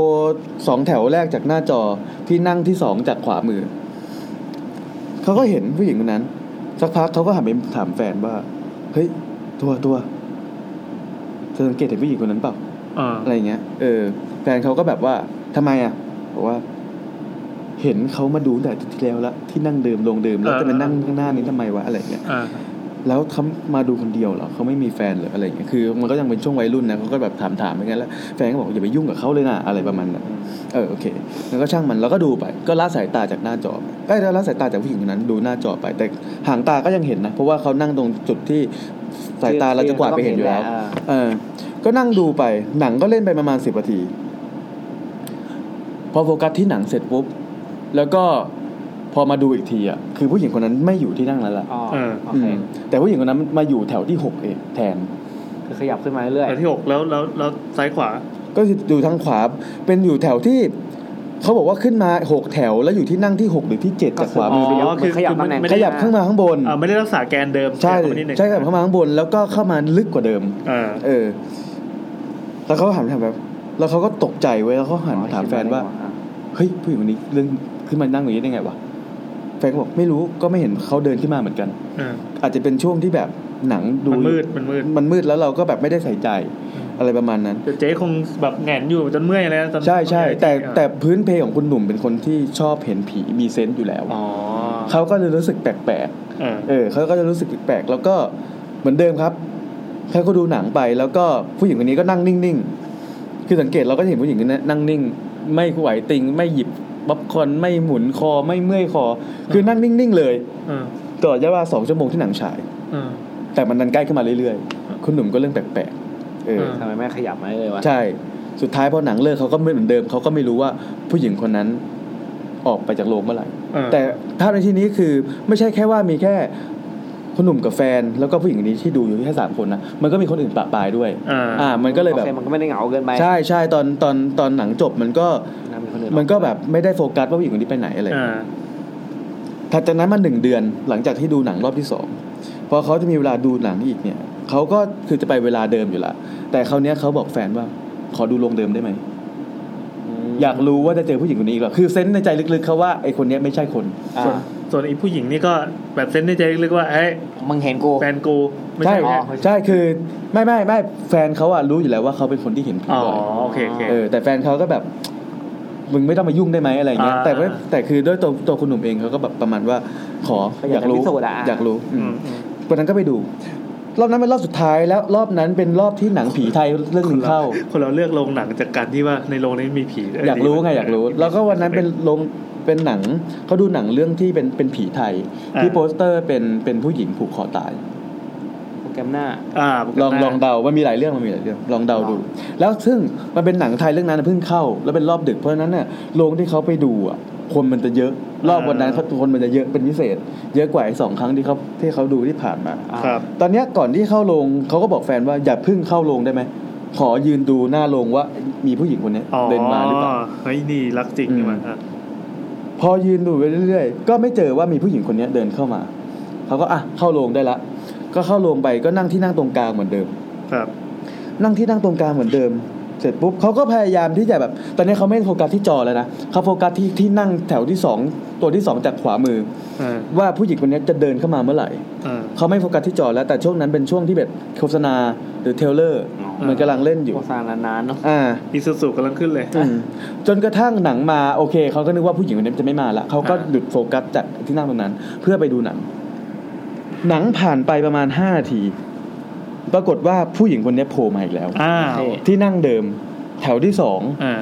Speaker 3: สองแถวแรกจากหน้าจอที่นั่งที่สองจากขวามือ เขาก็เห็นผู้หญิงคนนั้น สักพักเขาก็หันไปถามแฟนว่า เฮ้ย ตัวตัวเธอสังเกตเห็นผู้หญิงคนนั้นเปล่า
Speaker 1: อ่า
Speaker 3: อะไรอย่างเงี้ย เออ แฟนเขาก็แบบว่าทำไมอ่ะ บอกว่า เห็นเขามาดูตั้งแต่อาทิตย์ที่แล้วละที่นั่งเดิมลงเดิมแล้ว
Speaker 1: เออ
Speaker 3: จะมานั่งข้างหน้านี้ทำไมวะอะไรอย่างเงี้ย
Speaker 1: อ่า
Speaker 3: แล้วเขามาดูคนเดียวเหรอเขาไม่มีแฟนเหรืออะไรอย่างเงี้ยคือ มันก็ยังเป็นช่วงวัยรุ่นนะเขาก็แบบถามถามๆอย่างเงี้ยแล้วแฟนก็บอกอย่าไปยุ่งกับเขาเลยนะอะไรประมาณนั้นเออโอเคแล้วก็ช่างมันแล้วก็ดูไป ก็ละสายตาจากหน้าจอไปก็ละสายตาจากผู้หญิงคนนั้นดูหน้าจอไป แต่ห่างตาก็ยังเห็นนะ เพราะว่าเขานั่งตรงจุดที่สายตาเราจะกวาดไปเห็นอยู่แล้ว เออ ก็นั่งดูไป หนังก็เล่นไปประมาณสิบนาที พอโฟกัสที่หนังเสร็จปุ๊บ แล้วก็พอมาดูอีกทีอ่ะ คือผู้หญิงคนนั้นไม่อยู่ที่นั่งนั้นละ
Speaker 6: อ๋อ
Speaker 1: เออ
Speaker 6: โอ
Speaker 3: อื
Speaker 6: เค
Speaker 3: มแต่ผู้หญิงคนนั้นมาอยู่แถวที่หกเองแทน
Speaker 6: คือขยับขึ้นมาเรื่อย
Speaker 1: แถวที่หกแล้วแล้วแล้วซ้ายขวา
Speaker 3: ก็คืออยู่ทางขวาเป็นอยู่แถวที่ เขาบอกว่าขึ้นมาหกแถวแล้วอยู่ที่นั่งที่หกหรือที่เจ็ดจากขวามือไป
Speaker 1: อ๋อคือ
Speaker 6: ขยับ
Speaker 1: คือ
Speaker 6: ตำแหน่ง
Speaker 1: ไม่
Speaker 3: ขยับขึ้นมาข้างบน
Speaker 1: อ่าไม่ได้รักษาแกนเดิม
Speaker 3: ใช่
Speaker 1: ขยับเข้าไปนิดหนึ่ง
Speaker 3: ใช่ขยับเข้ามาข้างบน แล้วก็เข้ามาลึกกว่าเดิม
Speaker 1: อ่า
Speaker 3: เออ แล้วเขาหันมาถามแบบ แล้วเขาก็ตกใจเว้ยแล้วเขาหันมาถามแฟนว่า เฮ้ยผู้หญิงคนนี้เรื่องขึ้นมานั่งอย่างนี้ได้ไงวะแฟนก็บอกไม่รู้ก็ไม่เห็นเขาเดินขึ้นมาเหมือนกัน
Speaker 1: อ่า
Speaker 3: อาจจะเป็นช่วงที่แบบหนังดู
Speaker 1: มันมืดมันมืด
Speaker 3: มันมืดแล้วเราก็แบบไม่ได้ใส่ใจ อะไรประมาณนั้น
Speaker 1: เดี๋ยวเจ๊คงแบบแหงนอยู่จนเมื่อยเลยนะตอน
Speaker 3: ใช่ใช่
Speaker 1: ตอน
Speaker 3: แต่
Speaker 1: เจ๊อ่ะ
Speaker 3: แต่พื้นเพของคุณหนุ่มเป็นคนที่ชอบเห็นผีมีเซนต์อยู่แล้ว
Speaker 1: อ๋อ
Speaker 3: เขาก็เลยรู้สึกแปลก
Speaker 1: เออ
Speaker 3: ๆเออเขาก็จะรู้สึกแปลกๆแล้วก็เหมือนเดิมครับเขาก็ดูหนังไปแล้วก็ผู้หญิงคนนี้ก็นั่งนิ่งๆคือสังเกตเราก็จะเห็นผู้หญิงคนนี้นั่งนิ่ง ไม่ไหวติง ไม่หยิบบ๊อบคอร์นไม่หมุนคอไม่เมื่อยคอ คือนั่งนิ่งๆเลย
Speaker 1: เออ
Speaker 3: ตลอดระยะเวลาสองชั่วโมงที่หนังฉาย
Speaker 1: เออ
Speaker 3: แต่มันดันใกล้ขึ้นมาเรื่อยๆ คุณหนุ่มก็เรื่องแปลกๆเออ
Speaker 1: อ่า
Speaker 6: ทำไมไม่ขยับมาเรื่อยวะ
Speaker 3: ใช่ สุดท้ายพอหนังเลิกเขาก็ไม่เหมือนเดิม เขาก็ไม่รู้ว่าผู้หญิงคนนั้นออกไปจากโรงเมื่อไหร่
Speaker 1: เออ
Speaker 3: แต่ภาพในที่นี้คือไม่ใช่แค่ว่ามีแค่คนหนุ่มกับแฟน แล้วก็ผู้หญิงคนนี้ที่ดูอยู่แค่สามคนนะ มันก็มีคนอื่นปะปายด้วย
Speaker 1: อ่า
Speaker 3: อ่า มันก็เลยแบบ
Speaker 6: โอคมันก็ไม่ได้เหงาเกินไป
Speaker 3: ใช่ใช่ตอนตอนตอนหนังจบมันก็
Speaker 6: นะมีคนอื่น
Speaker 3: มันก็แบบไม่ได้โฟกัสว่าผู้หญิงคนนี้ไปไหนอะไร
Speaker 1: อ่า
Speaker 3: ถัดจากนั้นมาหนึ่งเดือนหลังจากที่ดูหนังรอบที่สองพอเขาจะมีเวลาดูหนังอีกเนี่ยเขาก็คือจะไปเวลาเดิมอยู่ละแต่คราวเนี้ยเขาบอกแฟนว่า ขอดูโรงเดิมได้ไหม
Speaker 6: อืม
Speaker 3: อยากรู้ว่าจะเจอผู้หญิงคนนี้อีกหรอคือเซนส์ในใจลึกๆเขาว่าไอ้คนเนี้ยไม่ใช่คน
Speaker 6: อ่า
Speaker 1: ส่วนส่วนไอีผู้หญิงนี่ก็แบบเซนส์ในใจลึกๆว่าเอ้ย
Speaker 6: มึงเห็นกู
Speaker 1: แฟนกูไม่
Speaker 3: ใช่
Speaker 1: ใช่แม่
Speaker 3: ใช่คือไม่ไม่ไม่แฟนเขาอะรู้อยู่แล้วว่าเขาเป็นคนที่เห็นผี
Speaker 1: อ๋อ
Speaker 3: บ่อย
Speaker 1: โอเคโอเค
Speaker 3: เออแต่แฟนเขาก็แบบมึงไม่ต้องมายุ่งได้ไหมอะไรเงี้ย
Speaker 1: อ่า
Speaker 3: แต่ว่าแต่คือด้วยตัวตัวคุณหนุ่มเองเขาก็แบบประมาณว่าขออ
Speaker 6: อาย
Speaker 3: ยาก ก
Speaker 6: จะ
Speaker 3: รู้
Speaker 6: พิสูจน์อะ
Speaker 3: อยากรู้อืม
Speaker 1: ม
Speaker 3: วันนั้นก็ไปดู รอบนั้นเป็นรอบสุดท้ายแล้วรอบนั้นเป็นรอบที่หนังผีไทยเรื่องหนึ่งเข้า
Speaker 1: คนเราเลือกโรงหนังจากการที่ว่าในโรงนี้มีผีเ
Speaker 3: อยากรู้ไงอยากรู้ แล้วก็วันนั้นเป็นลงเป็นหนังเขาดูหนังเรื่องที่เป็นเป็นผีไทย ที่
Speaker 1: อ่า
Speaker 3: โปสเตอร์เป็นเป็นผู้หญิงผูกคอตาย
Speaker 6: โปรแกรมหน้า
Speaker 1: อ่า
Speaker 3: ลองลองเดามันมีหลายเรื่องมันมีหลายเรื่องลองเดาดู แล้วซึ่งมันเป็นหนังไทยเรื่องนั้นนะเพิ่งเข้า แล้วเป็นรอบดึกเพราะฉะนั้นเนี่ยโรงที่เขาไปดูอ่ะคนมันจะเยอะรอบวันนั้นเขาคนมันจะเยอะเป็นพิเศษ เยอะกว่าไอ้สองครั้งที่เขาที่เขาดูที่ผ่านมา
Speaker 1: ครับ
Speaker 3: ตอนเนี้ยก่อนที่เข้าโรงเขาก็บอกแฟนว่าอย่าเพิ่งเข้าโรงได้ไหมขอยืนดูหน้าโรงว่ามีผู้หญิงคนเนี้ย
Speaker 1: อ๋อ
Speaker 3: เดินมาหรือเปล่า
Speaker 1: เฮ้ยนี่รักจริง
Speaker 3: อืม
Speaker 1: ใช่ไหมอ่ะ
Speaker 3: พอยืนดูไปเรื่อยๆ ก็ไม่เจอว่ามีผู้หญิงคนเนี้ยเดินเข้ามา เขาก็อ่ะเข้าโรงได้ละ ก็เข้าโรงไปก็นั่งที่นั่งตรงกลางเหมือนเดิม
Speaker 1: ครับ
Speaker 3: นั่งที่นั่งตรงกลางเหมือนเดิม เสร็จปุ๊บเขาก็พยายามที่จะแบบ ตอนนี้เขาไม่โฟกัสที่จอแล้วนะเขาโฟกัสที่ที่นั่งแถวที่สองตัวที่สองจากขวามือ
Speaker 1: เออ
Speaker 3: ว่าผู้หญิงคนเนี้ยจะเดินเข้ามาเมื่อไหร่
Speaker 1: เออ
Speaker 3: เขาไม่โฟกัสที่จอแล้วแต่ช่วงนั้นเป็นช่วงที่แบบโฆษณาหรือเทรลเลอร์
Speaker 1: อ๋อ
Speaker 3: มันกำลังเล่นอยู่
Speaker 6: โฆษณานานๆเนาะ
Speaker 3: อ่า
Speaker 1: อีซูซูกำลังขึ้นเลย
Speaker 3: อืมจนกระทั่งหนังมาโอเคเขาก็นึกว่าผู้หญิงคนนี้จะไม่มาละเขาก็
Speaker 1: อ่า
Speaker 3: หยุดโฟกัสจากที่นั่งตรงนั้น เพื่อไปดูหนัง หนังผ่านไปประมาณห้านาที ปรากฏว่าผู้หญิงคนนี้โผล่มาอีกแล้ว
Speaker 1: อ้าว
Speaker 3: ที่นั่งเดิม แถวที่สอง
Speaker 1: อ่า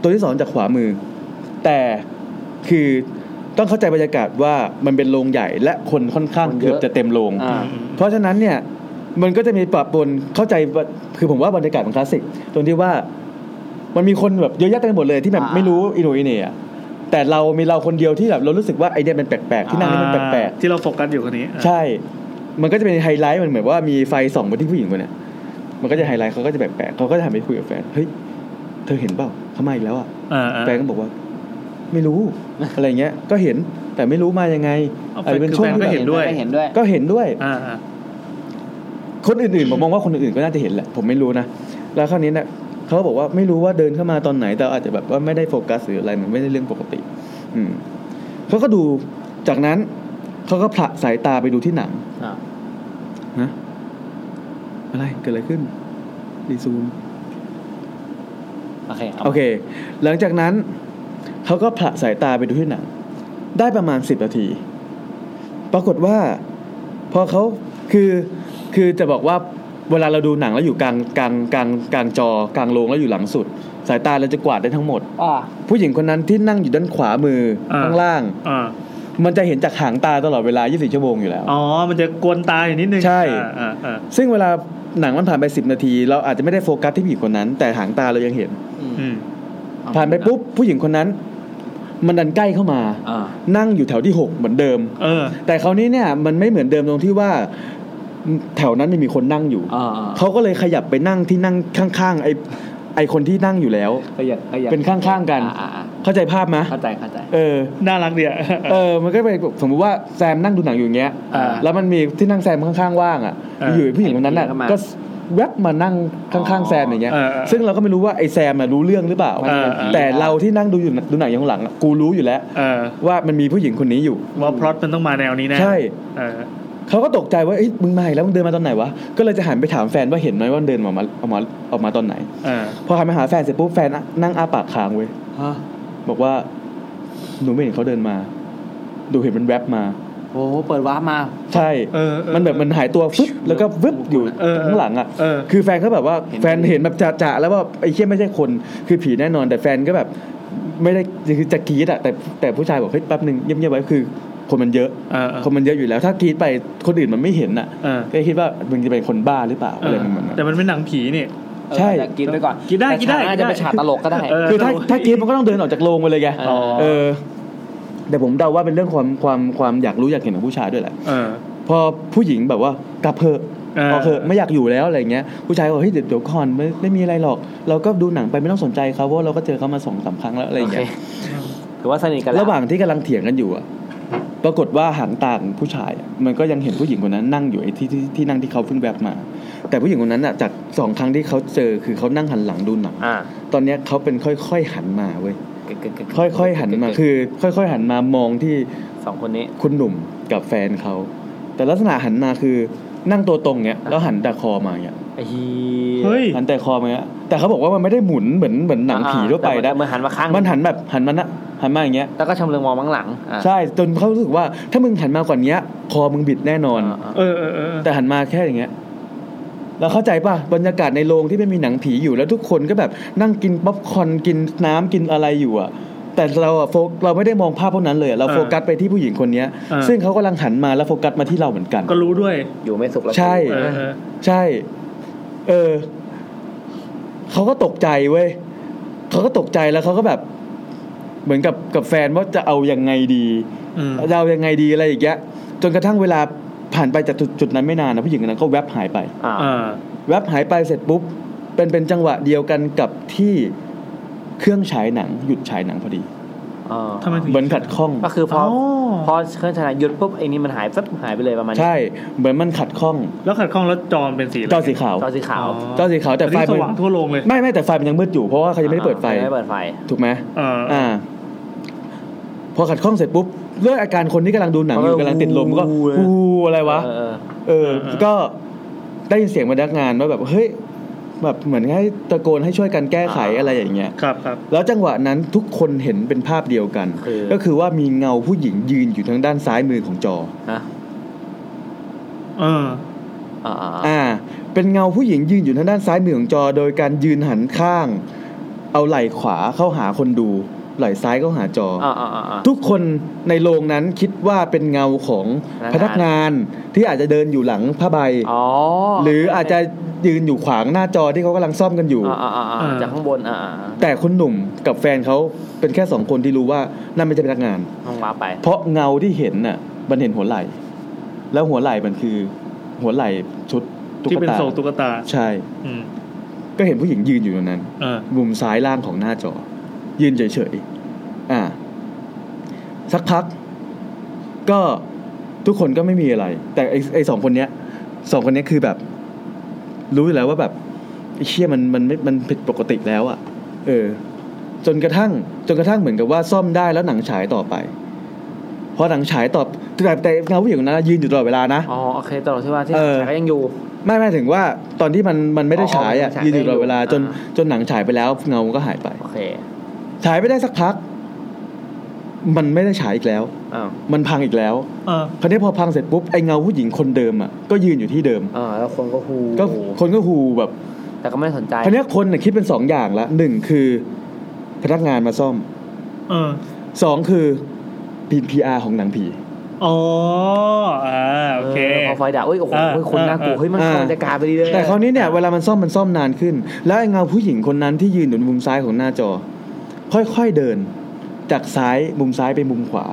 Speaker 3: ตัวที่สองจากขวามือ แต่คือต้องเข้าใจบรรยากาศว่ามันเป็นโรงใหญ่และคนค่อนข้าง
Speaker 6: คนเยอะ
Speaker 3: เกือบจะเต็มโรง
Speaker 6: อ่า
Speaker 3: เพราะฉะนั้นเนี่ยมันก็จะมีปะปนเข้าใจว่าคือผมว่าบรรยากาศมันคลาสสิกตรงที่ว่ามันมีคนแบบเยอะแยะเต็มไปหมดเลยที่แบบ
Speaker 6: อ่า
Speaker 3: ไม่รู้อินโนอินเหน่อะแต่เรามีเราคนเดียวที่แบบเรารู้สึกว่าไอเดียมันแปลกๆที่นั่งนี่มันแปลก
Speaker 1: อ่าที่เราโฟกัสอยู่คนนี้อ่ะ
Speaker 3: ๆใช่ มันก็จะเป็นไฮไลท์มันเหมือนว่ามีไฟส่องไปที่ผู้หญิงคนเนี้ยมันก็จะไฮไลท์เขาก็จะแปลกๆเขาก็จะหันไปคุยกับแฟนเฮ้ยเธอเห็นเปล่าเขามาอีกแล้วอ่ะ
Speaker 1: อ่าอ่า
Speaker 3: แฟนก็บอกว่า ไม่รู้ อะไรเงี้ย ก็เห็นแต่ไม่รู้มายังไง
Speaker 1: เอา
Speaker 3: อาจ
Speaker 1: แฟน
Speaker 3: จะเป็น
Speaker 1: คือ
Speaker 3: ช่ว
Speaker 1: แฟ
Speaker 3: ง
Speaker 1: น
Speaker 3: ที่
Speaker 1: ก็
Speaker 3: แบบ
Speaker 1: เห็นด้วย
Speaker 6: ไม่เห็นด้วย
Speaker 3: ก็เห็นด้วย
Speaker 1: อ่าอ่า
Speaker 3: คนอื่นๆผมมองว่าคนอื่นๆก็น่าจะเห็นแหละ ผมไม่รู้นะ แล้วคราวนี้เนี่ยเขาบอกว่าไม่รู้ว่าเดินเข้ามาตอนไหนแต่อาจจะแบบว่าไม่ได้โฟกัสหรืออะไรมันไม่ได้เรื่องปกติ อืมเขาก็ดูจากนั้นเขาก็ผละสายตาไปดูที่หนัง
Speaker 6: อ่า
Speaker 3: ฮะอะไรเกิดอะไรขึ้นรีซูม
Speaker 6: โอเคเอา
Speaker 3: โอเค หลังจากนั้นเขาก็ผละสายตาไปดูที่หนัง ได้ประมาณสิบนาที ปรากฏว่า พอเขาคือคือจะบอกว่าเวลาเราดูหนังแล้วอยู่กลางกลางกลางกลางจอกลางโรงแล้วอยู่หลังสุด สายตาเราจะกวาดได้ทั้งหมด
Speaker 6: อ่า
Speaker 3: ผู้หญิงคนนั้นที่นั่งอยู่ด้านขวามืออา ข้างล่าง
Speaker 1: อ่า
Speaker 3: มันจะเห็นจากหางตาตลอดเวลา 24 ชั่วโมงอยู่แล้ว
Speaker 1: อ๋อ มันจะกวนตาอยู่นิดนึง
Speaker 3: ใช่
Speaker 1: อ่าอ่าอ่า
Speaker 3: ซึ่งเวลาหนังมันผ่านไป 10 นาที เราอาจจะไม่ได้โฟกัสที่ผู้หญิงคนนั้น แต่หางตาเรายังเห็น
Speaker 1: อืม
Speaker 3: ผ่านไปปุ๊บผู้หญิงคนนั้น มันดันใกล้เข้ามา
Speaker 6: อ่า
Speaker 3: นั่งอยู่แถวที่หกเหมือนเดิม
Speaker 1: เออ
Speaker 3: แต่คราวนี้เนี่ยมันไม่เหมือนเดิมตรงที่ว่า แถวนั้นไม่มีคนนั่งอยู่
Speaker 6: อ่า
Speaker 3: เขาก็เลยขยับไปนั่งที่นั่งข้างๆไอไอคนที่นั่งอยู่แล้ว
Speaker 6: ขยับขยับ
Speaker 3: เป็นข้างๆกัน
Speaker 6: อ่าอ่าอ่า
Speaker 3: เข้าใจภาพไหม
Speaker 6: เข้าใจเข้าใจ
Speaker 3: เออ
Speaker 1: น่ารักดีอ่ะ
Speaker 3: เออ มันก็เป็นสมมุติว่าแซมนั่งดูหนังอยู่อย่างเงี้ย
Speaker 1: อ่า
Speaker 3: แล้วมันมีที่นั่งแซมข้างๆว่างอ่ะ
Speaker 1: เออ
Speaker 3: อยู่ๆผู้หญิงคนนั้นน่ะ
Speaker 6: ไอ้ผู้หญิงเข้ามา
Speaker 3: ก็แวบมานั่งข้างๆแซมอย่างเงี้ย
Speaker 1: เออเออ
Speaker 3: ซึ่งเราก็ไม่รู้ว่าไอ้แซมน่ะรู้เรื่องหรือเปล่า
Speaker 1: เออเออ
Speaker 3: แต่เราที่นั่งดูอยู่ดูหนังอยู่ข้างหลังอะกูรู้อยู่แล้ว
Speaker 1: เออ
Speaker 3: ว่ามันมีผู้หญิงคนนี้อยู่
Speaker 1: ว่าพล็อตมันต้องมาแนวนี้แน่
Speaker 3: ใช่
Speaker 1: เออ
Speaker 3: เขาก็ตกใจว่าเอ้ยมึงมาอีกแล้วมึงเดินมาตอนไหนวะ ก็เลยจะหันไปถามแฟนว่าเห็นไหมว่ามันเดินออกมาออกมาออกมาตอนไหน
Speaker 1: เออ
Speaker 3: พอหันไปหาแฟนเสร็จปุ๊บแฟนอะนั่งอ้าปากค้างเว้ยบอกว่าหนูไม่เห็นเขาเดินมา ดูเห็นมันแวบมา
Speaker 6: โอ้โหเปิดวาร์ปมา
Speaker 3: ใช่
Speaker 1: เออเออ
Speaker 3: มันแบบมันหายตัวฟึ๊บแล้วก็วึ๊บอยู่
Speaker 1: เออเออ
Speaker 3: ข้างหลังอ่ะ
Speaker 1: เออ
Speaker 3: คือแฟนก็แบบว่า
Speaker 6: เห็น
Speaker 3: แฟนเห็นแบบจะๆแล้วว่าไอ้เชี่ยไม่ใช่คน คือผีแน่นอน แต่แฟนก็แบบ ไม่ได้คือจะกรีดอะแต่แต่ผู้ชายบอกเฮ้ยแป๊บนึงเงียบๆไว้คือ คนมันเยอะ
Speaker 1: เออเออ
Speaker 3: คนมันเยอะอยู่แล้ว ถ้ากรีดไปคนอื่นมันไม่เห็นอ่ะ
Speaker 1: เออ
Speaker 3: ก็คิดว่ามึงจะเป็นคนบ้าหรือเปล่า
Speaker 1: เอ
Speaker 3: อะไร
Speaker 1: อ
Speaker 3: ประมาณนั้น
Speaker 1: แต่มันเป็นหนังผีนี่
Speaker 6: เออ
Speaker 3: ใช่
Speaker 6: แต่กินไปก่อน
Speaker 1: กินได้
Speaker 6: แต่
Speaker 1: กินได้
Speaker 6: ฉาอาจจะเป็นฉากตลกก็ได้
Speaker 1: เออ
Speaker 3: คือถ้าถ้ากรีดมันก็ต้องเดินออกจากโรงไปเลยไง
Speaker 1: อ๋อ
Speaker 3: เออ แต่ผมเดาว่าเป็นเรื่องความความความอยากรู้อยากเห็นของผู้ชายด้วยแหละ
Speaker 1: เออ
Speaker 3: พอผู้หญิงแบบว่ากลับเถอะ
Speaker 1: เออ
Speaker 3: พอเถอะไม่อยากอยู่แล้วอะไรเงี้ยผู้ชายก็บอกเฮ้ยเดี๋ยวเดี๋ยวก่อนไม่ไม่มีอะไรหรอก เราก็ดูหนังไปไม่ต้องสนใจเขาเพราะเราก็เจอเขามาสองสามครั้งแล้วอะไรเงี้ย
Speaker 6: โอ ถือว่าสนิทกันแล้
Speaker 3: ระหว่างที่กำลังเถียงกันอยู่อะปรากฏว่าหางตาของผู้ชายอะมันก็ยังเห็นผู้หญิงคนนั้นนั่งอยู่ไอ้ที่ที่ที่นั่งที่เขาเพิ่งแบบมา แต่ผู้หญิงคนนั้นอ่ะจากสองครั้งที่เขาเจอคือเขานั่งหันหลังดูหนัง
Speaker 2: อ่า
Speaker 3: ตอนเนี้ยเขาเป็นค่อย ๆ หันมาเว้ยค่อย ๆ หัน
Speaker 2: [LAUGHS]
Speaker 3: มาคือ ค่อย ๆ หันมามองที่
Speaker 2: สองคนนี้
Speaker 3: คุณหนุ่มกับแฟนเขาแต่ลักษณะหันมาคือนั่งตัวตรงเงี้ยแล้วหันแต่คอมาเงี้ย
Speaker 2: ไอ้เฮี
Speaker 1: เฮ้ย
Speaker 3: หันแต่คอมาเงี้ยแต่เขาบอกว่ามันไม่ได้หมุนเหมือนเหมือนหนังผีทั่วไปนะ
Speaker 2: เมื่อหันมาข้าง
Speaker 3: มันหันแบบหันมานะหันมาอย่างเงี้ย
Speaker 2: แล้วก็ชำเลืองมองข้างหลังอ่ะ
Speaker 3: ใช่จนเขารู้สึกว่าถ้ามึงหันมากว่านี้คอมึงบิดแน่นอน
Speaker 2: อ่ะอ่ะ
Speaker 1: เออเออเออ
Speaker 3: แต่หันมาแค่อย่างเงี้ยแล้วเข้าใจป่ะบรรยากาศในโรงที่ไม่มีหนังผีอยู่แล้วทุกคนก็แบบนั่งกินป๊อปคอร์นกินน้ำกินอะไรอยู่อะแต่เราอะโฟกเราไม่ได้มองภาพพวกนั้นเลยอะเราโฟกัสไปที่ผู้หญิงคนเนี้ย
Speaker 1: อ่า
Speaker 3: ซึ่งเขากำลังหันมาแล้วโฟกัสมาที่เราเหมือนกัน
Speaker 1: ก็รู้ด้วย
Speaker 2: อยู่ไม่สุขแล้ว
Speaker 3: ใช่
Speaker 1: เออเออ
Speaker 3: ใช่ เออ เขาก็ตกใจเว้ย เขาก็ตกใจแล้วเขาก็แบบ เหมือนกับกับแฟนว่าจะเอายังไงดี
Speaker 1: อืม
Speaker 3: เรายังไงดีอะไรอย่างเงี้ยจนกระทั่งเวลาผ่านไปจากจุดจุดนั้นไม่นานนะผู้หญิงคนนั้นก็แวบหายไป
Speaker 2: อ่ะ
Speaker 1: อ่า
Speaker 3: แวบหายไปเสร็จปุ๊บ เป็นเป็นจังหวะเดียวกันกับที่เครื่องฉายหนังหยุดฉายหนังพอดี
Speaker 2: อ่ะ
Speaker 1: ทำไมถึง
Speaker 3: เหมือนขัดข้อง
Speaker 2: ก็คือพอ
Speaker 1: อ๋อ
Speaker 2: พอเครื่องชนะหยุดปุ๊บไอ้นี่มันหายปุ๊บหายไปเลยประมาณนี้
Speaker 3: ใช่ เหมือนมันขัดข้อง
Speaker 1: แล้วขัดข้องแล้วจอมเป็นสีอะไร
Speaker 3: จอสีขาว
Speaker 2: จอสีขาว
Speaker 3: จอสีขาวแต่
Speaker 1: อัน
Speaker 3: ไฟ
Speaker 1: นี้ส
Speaker 3: มัน
Speaker 1: ว่างทั่วโรงเลย
Speaker 3: ไม่ไม่แต่ไฟมันยังมืดอยู่เพราะว่าเขายังไม่ได้เปิดไฟ
Speaker 2: อ่ะยังไม่เปิดไฟ
Speaker 3: ถูกไหม
Speaker 1: เออเออ
Speaker 3: อ่า พอขัดข้องเสร็จปุ๊บด้วยอาการคนที่กำลังดูหนังอ
Speaker 2: เออก
Speaker 3: ยู่ำลังติดลมก็
Speaker 2: วูวู
Speaker 3: วูอะไรวะ
Speaker 2: เออเออ
Speaker 3: เออ
Speaker 1: เออ
Speaker 3: ก็ได้ยินเสียงพนักงานว่าแบบเฮ้ยแบบเหมือนให้ตะโกนให้ช่วยกันแก้ไข
Speaker 2: อ่า
Speaker 3: อะไรอย่างเงี้ย
Speaker 1: ครับครับ
Speaker 3: แล้วจังหวะนั้นทุกคนเห็นเป็นภาพเดียวกัน
Speaker 2: คือ
Speaker 3: ก็คือว่ามีเงาผู้หญิงยืนอยู่ทางด้านซ้ายมือของจอ
Speaker 2: ฮะ
Speaker 1: เออ
Speaker 2: อ่ะอ่ะอ่ะ
Speaker 3: อ่า เป็นเงาผู้หญิงยืนอยู่ทางด้านซ้ายมือของจอ โดยการยืนหันข้าง เอาไหล่ขวาเข้าหาคนดู ไหล่ซ้ายเข้าหาจอ
Speaker 2: อ่ะอ่ะอ่ะอ่ะ
Speaker 3: ทุกคนในโรงนั้นคิดว่าเป็นเงาของ
Speaker 2: พ
Speaker 3: พ
Speaker 2: นั
Speaker 3: นัก
Speaker 2: ก
Speaker 3: งาง
Speaker 2: าน น
Speaker 3: ที่อาจจะเดินอยู่หลังผ้าใบ
Speaker 2: อ๋อ
Speaker 3: หรืออาจจะยืนอยู่ขวางหน้าจอที่เขากำลังซ่อมกันอยู่
Speaker 2: อ่ะอ่ะอ่ะ
Speaker 1: อ่า
Speaker 2: อ่ะจากข้างบนอ่ะอ่ะอ่ะ
Speaker 3: แต่คุณหนุ่มกับแฟนเขาเป็นแค่สองคนที่รู้ว่านั่นไม่ใช่พนักงาน
Speaker 2: ต้องว้าไป
Speaker 3: เพราะเงาที่เห็นน่ะมันเห็นหัวไหล่ แล้วหัวไหล่มันคือหัวไหล่ชุดตุ๊
Speaker 1: ที่
Speaker 3: ก
Speaker 1: เป็น
Speaker 3: ตา
Speaker 1: ทรงตุ๊กตา
Speaker 3: ใช่
Speaker 1: อืม
Speaker 3: ก็เห็นผู้หญิงยืนอยู่ตรงนั้น
Speaker 1: เออ
Speaker 3: มุมซ้ายล่างของหน้าจอ ยืนเฉยๆ อ่า สักพัก ก็ทุกคนก็ไม่มีอะไร แต่ไอ้ไอ้สองคนเนี้ยสองคนเนี้ยคือแบบ รู้อยู่แล้วว่าแบบไอ้เชี่ยมันมันไม่มันผิดปกติแล้วอะ่ะ เออ จนกระทั่ง จนกระทั่งเหมือนกับว่าซ่อมได้แล้วหนังฉายต่อไปพอหนังฉายต่อแต่แต่เงาผู้หญิงคนนั้นนะยืนอยู่ตลอดเวลานะ
Speaker 2: อ๋อโอเคตลอดที่ว่าที่
Speaker 3: เออ
Speaker 2: ฉายก็ยังอยู่
Speaker 3: ไม่ไม่ถึงว่าตอนที่มันมันไม่ได้ฉายอ่ะ
Speaker 2: อ๋อไม่ได้ฉาย
Speaker 3: ยืนอยู่ตลอดเวลา จน
Speaker 2: อ่า
Speaker 3: จนหนังฉายไปแล้ว เงามันก็หายไป
Speaker 2: โอเค
Speaker 3: ฉายไปได้สักพัก มันไม่ได้ฉายอีกแล้ว
Speaker 2: อ้าว
Speaker 3: มันพังอีกแล้ว
Speaker 1: เออ
Speaker 3: คราวนี้พอพังเสร็จปุ๊บไอเงาผู้หญิงคนเดิมอ่ะก็ยืนอยู่ที่เดิม
Speaker 2: อ่าแล้วคนก็ฮู
Speaker 3: ก็คนก็ฮูแบบ
Speaker 2: แต่ก็ไม่ได้สนใจ
Speaker 3: คราวนี้คนน่ะคิดเป็นสองอย่างละหนึ่งคือ พนักงานมาซ่อม
Speaker 1: เออ
Speaker 3: สองคือปีนพีอาของหนังผี
Speaker 1: อ๋อ อ่า โอเค
Speaker 2: พอไฟดับเอ้ยโอ้โห
Speaker 1: อ่า
Speaker 2: เฮ้ยคนน่ากลัว
Speaker 1: อ่า
Speaker 2: เฮ้ยมัน
Speaker 3: อ่า
Speaker 2: เข้าบรรยากาศไปดีเลย
Speaker 3: แต่คราวนี้เนี่ยเวลามันซ่อมมันซ่อมนานขึ้น แล้วไอเงาผู้หญิงคนนั้นที่ยืนอยู่มุมซ้ายของหน้าจอ ค่อยๆเดิน จากซ้ายมุมซ้ายไปมุมขวา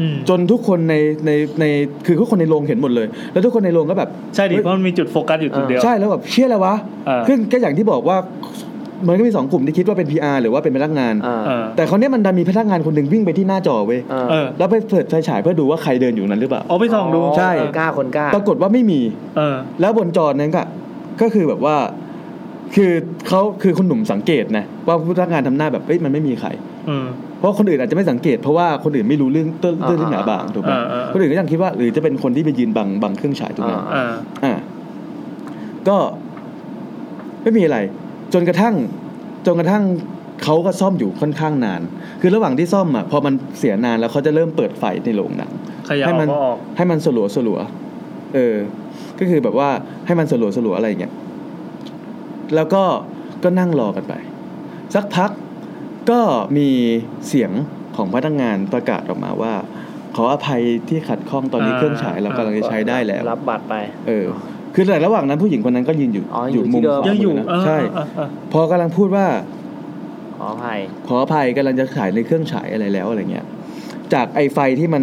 Speaker 1: อืม
Speaker 3: จนทุกคนในในในคือทุกคนในโรงเห็นหมดเลย แล้วทุกคนในโรงก็แบบ
Speaker 1: ใช่ดิ เพราะมันมีจุดโฟกัสอยู่จุดเดียว
Speaker 3: ใช่แล้วแบบเชื่อแล้ววะ
Speaker 1: เออ
Speaker 3: ซึ่งก็อย่างที่บอกว่ามันก็มีสองกลุ่มที่คิดว่าเป็น PR หรือว่าเป็นพนักงาน
Speaker 2: อ่า
Speaker 1: เออ
Speaker 3: แต่คราวเนี้ยมันดันมีพนักงานคนหนึ่งวิ่งไปที่หน้าจอเว้ย
Speaker 2: อ่า
Speaker 1: เออ
Speaker 3: แล้วไปเปิดไฟฉายเพื่อดูว่าใครเดินอยู่นั้นหรือเปล่า
Speaker 1: เอาไปส่องดู
Speaker 3: ใช่
Speaker 2: คนกล้าคนกล้า
Speaker 3: ปรากฏว่าไม่มี
Speaker 1: เออ
Speaker 3: แล้วบนจอนั้นก็ก็คือแบบว่า คือเขาคือคุณหนุ่มสังเกตนะว่าพนักงานทำหน้าแบบเอ้ยมันไม่มีใคร
Speaker 1: อืม
Speaker 3: เพราะคนอื่นอาจจะไม่สังเกตเพราะว่าคนอื่นไม่รู้เรื่องต้นเรื่องที่หนาบางถูกไหม
Speaker 1: อ่าอ่า
Speaker 3: คนอื่นก็ยังคิดว่าหรือจะเป็นคนที่ไปยืนบังบังเครื่องฉายถูกไหม
Speaker 1: อ่า
Speaker 3: อ่ะก็ไม่มีอะไร จนกระทั่ง จนกระทั่งเขาก็ซ่อมอยู่ค่อนข้างนาน คือระหว่างที่ซ่อมอ่ะพอมันเสียนานแล้วเขาจะเริ่มเปิดไฟในโรงหนัง
Speaker 1: ขยับ
Speaker 3: ให้
Speaker 1: ออ
Speaker 3: มั
Speaker 1: กก็ออก
Speaker 3: ให้มันสลัวสลัวเออ ก็คือแบบว่าให้มันสลัวสลัวอะไรอย่างเงี้ยแล้วก็ก็นั่งรอกันไป สักพักก็มีเสียงของพนักงานประกาศออกมาว่า ขออภัยที่ขัดข้องตอนนี้
Speaker 1: อ่า
Speaker 3: เครื่องฉายเรากำลังจะใช้ได้แล้ว
Speaker 2: รับบัตรไป
Speaker 3: เออ คือแต่ระหว่างนั้นผู้หญิงคนนั้นก็ยืนอยู่
Speaker 2: อ๋ออยู่ที่เดิม
Speaker 1: ยังอยู่
Speaker 3: นะ
Speaker 1: เออ
Speaker 3: ใช่
Speaker 1: เออเออ
Speaker 3: พอกำลังพูดว่า
Speaker 2: ขออภัย
Speaker 3: ขออภัยกำลังจะฉายในเครื่องฉายอะไรแล้วอะไรเงี้ย จากไอไฟที่มัน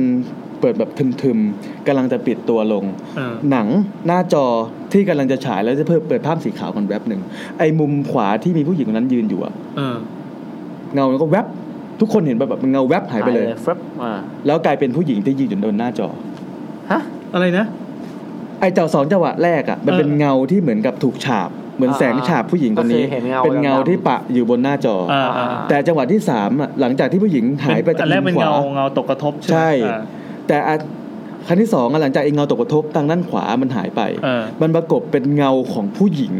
Speaker 3: เปิดแบบทึมๆกำลังจะปิดตัวลง
Speaker 1: เออ
Speaker 3: หนังหน้าจอที่กำลังจะฉายแล้วจะเพิ่มเปิดภาพสีขาวกันแวบหนึ่งไอมุมขวาที่มีผู้หญิงคนนั้นยืนอยู่อะ
Speaker 1: เออ
Speaker 3: เงามันก็แวบทุกคนเห็นแบบแบบเงาแวบหายไปเลย
Speaker 2: ฟรึบอ่า
Speaker 3: แล้วกลายเป็นผู้หญิงที่ยืนอยู่บนหน้าจอ
Speaker 2: ฮะ
Speaker 1: อะไรนะ
Speaker 3: ไอเจ้าสองจังหวะแรกอ่ะมันเป็น
Speaker 1: เออ
Speaker 3: เงาที่เหมือนกับถูกฉาบ เหมือน
Speaker 6: อ่า
Speaker 3: แสงฉาบผู้หญิงคนนี้
Speaker 6: ก็คือเห็นเงา
Speaker 3: เป็นเงา
Speaker 6: ดำๆ
Speaker 3: ที่ปะอยู่บนหน้าจออา แต่จังหวะที่สามอ่ะหลังจากที่ผู้หญิงหายไปจาก
Speaker 1: อันแรก
Speaker 3: มุ
Speaker 1: เป็
Speaker 3: ม
Speaker 1: น
Speaker 3: ขวา
Speaker 1: เงาเงาตกกระทบใช่ไหม
Speaker 3: ใช่
Speaker 1: อ่า
Speaker 3: แต่อ่ะครั้งที่สองอ่ะหลังจากไอเงาตกกระทบทางด้านขวามันหายไป
Speaker 1: เออ
Speaker 3: มันประกบเป็นเงาของผู้หญิง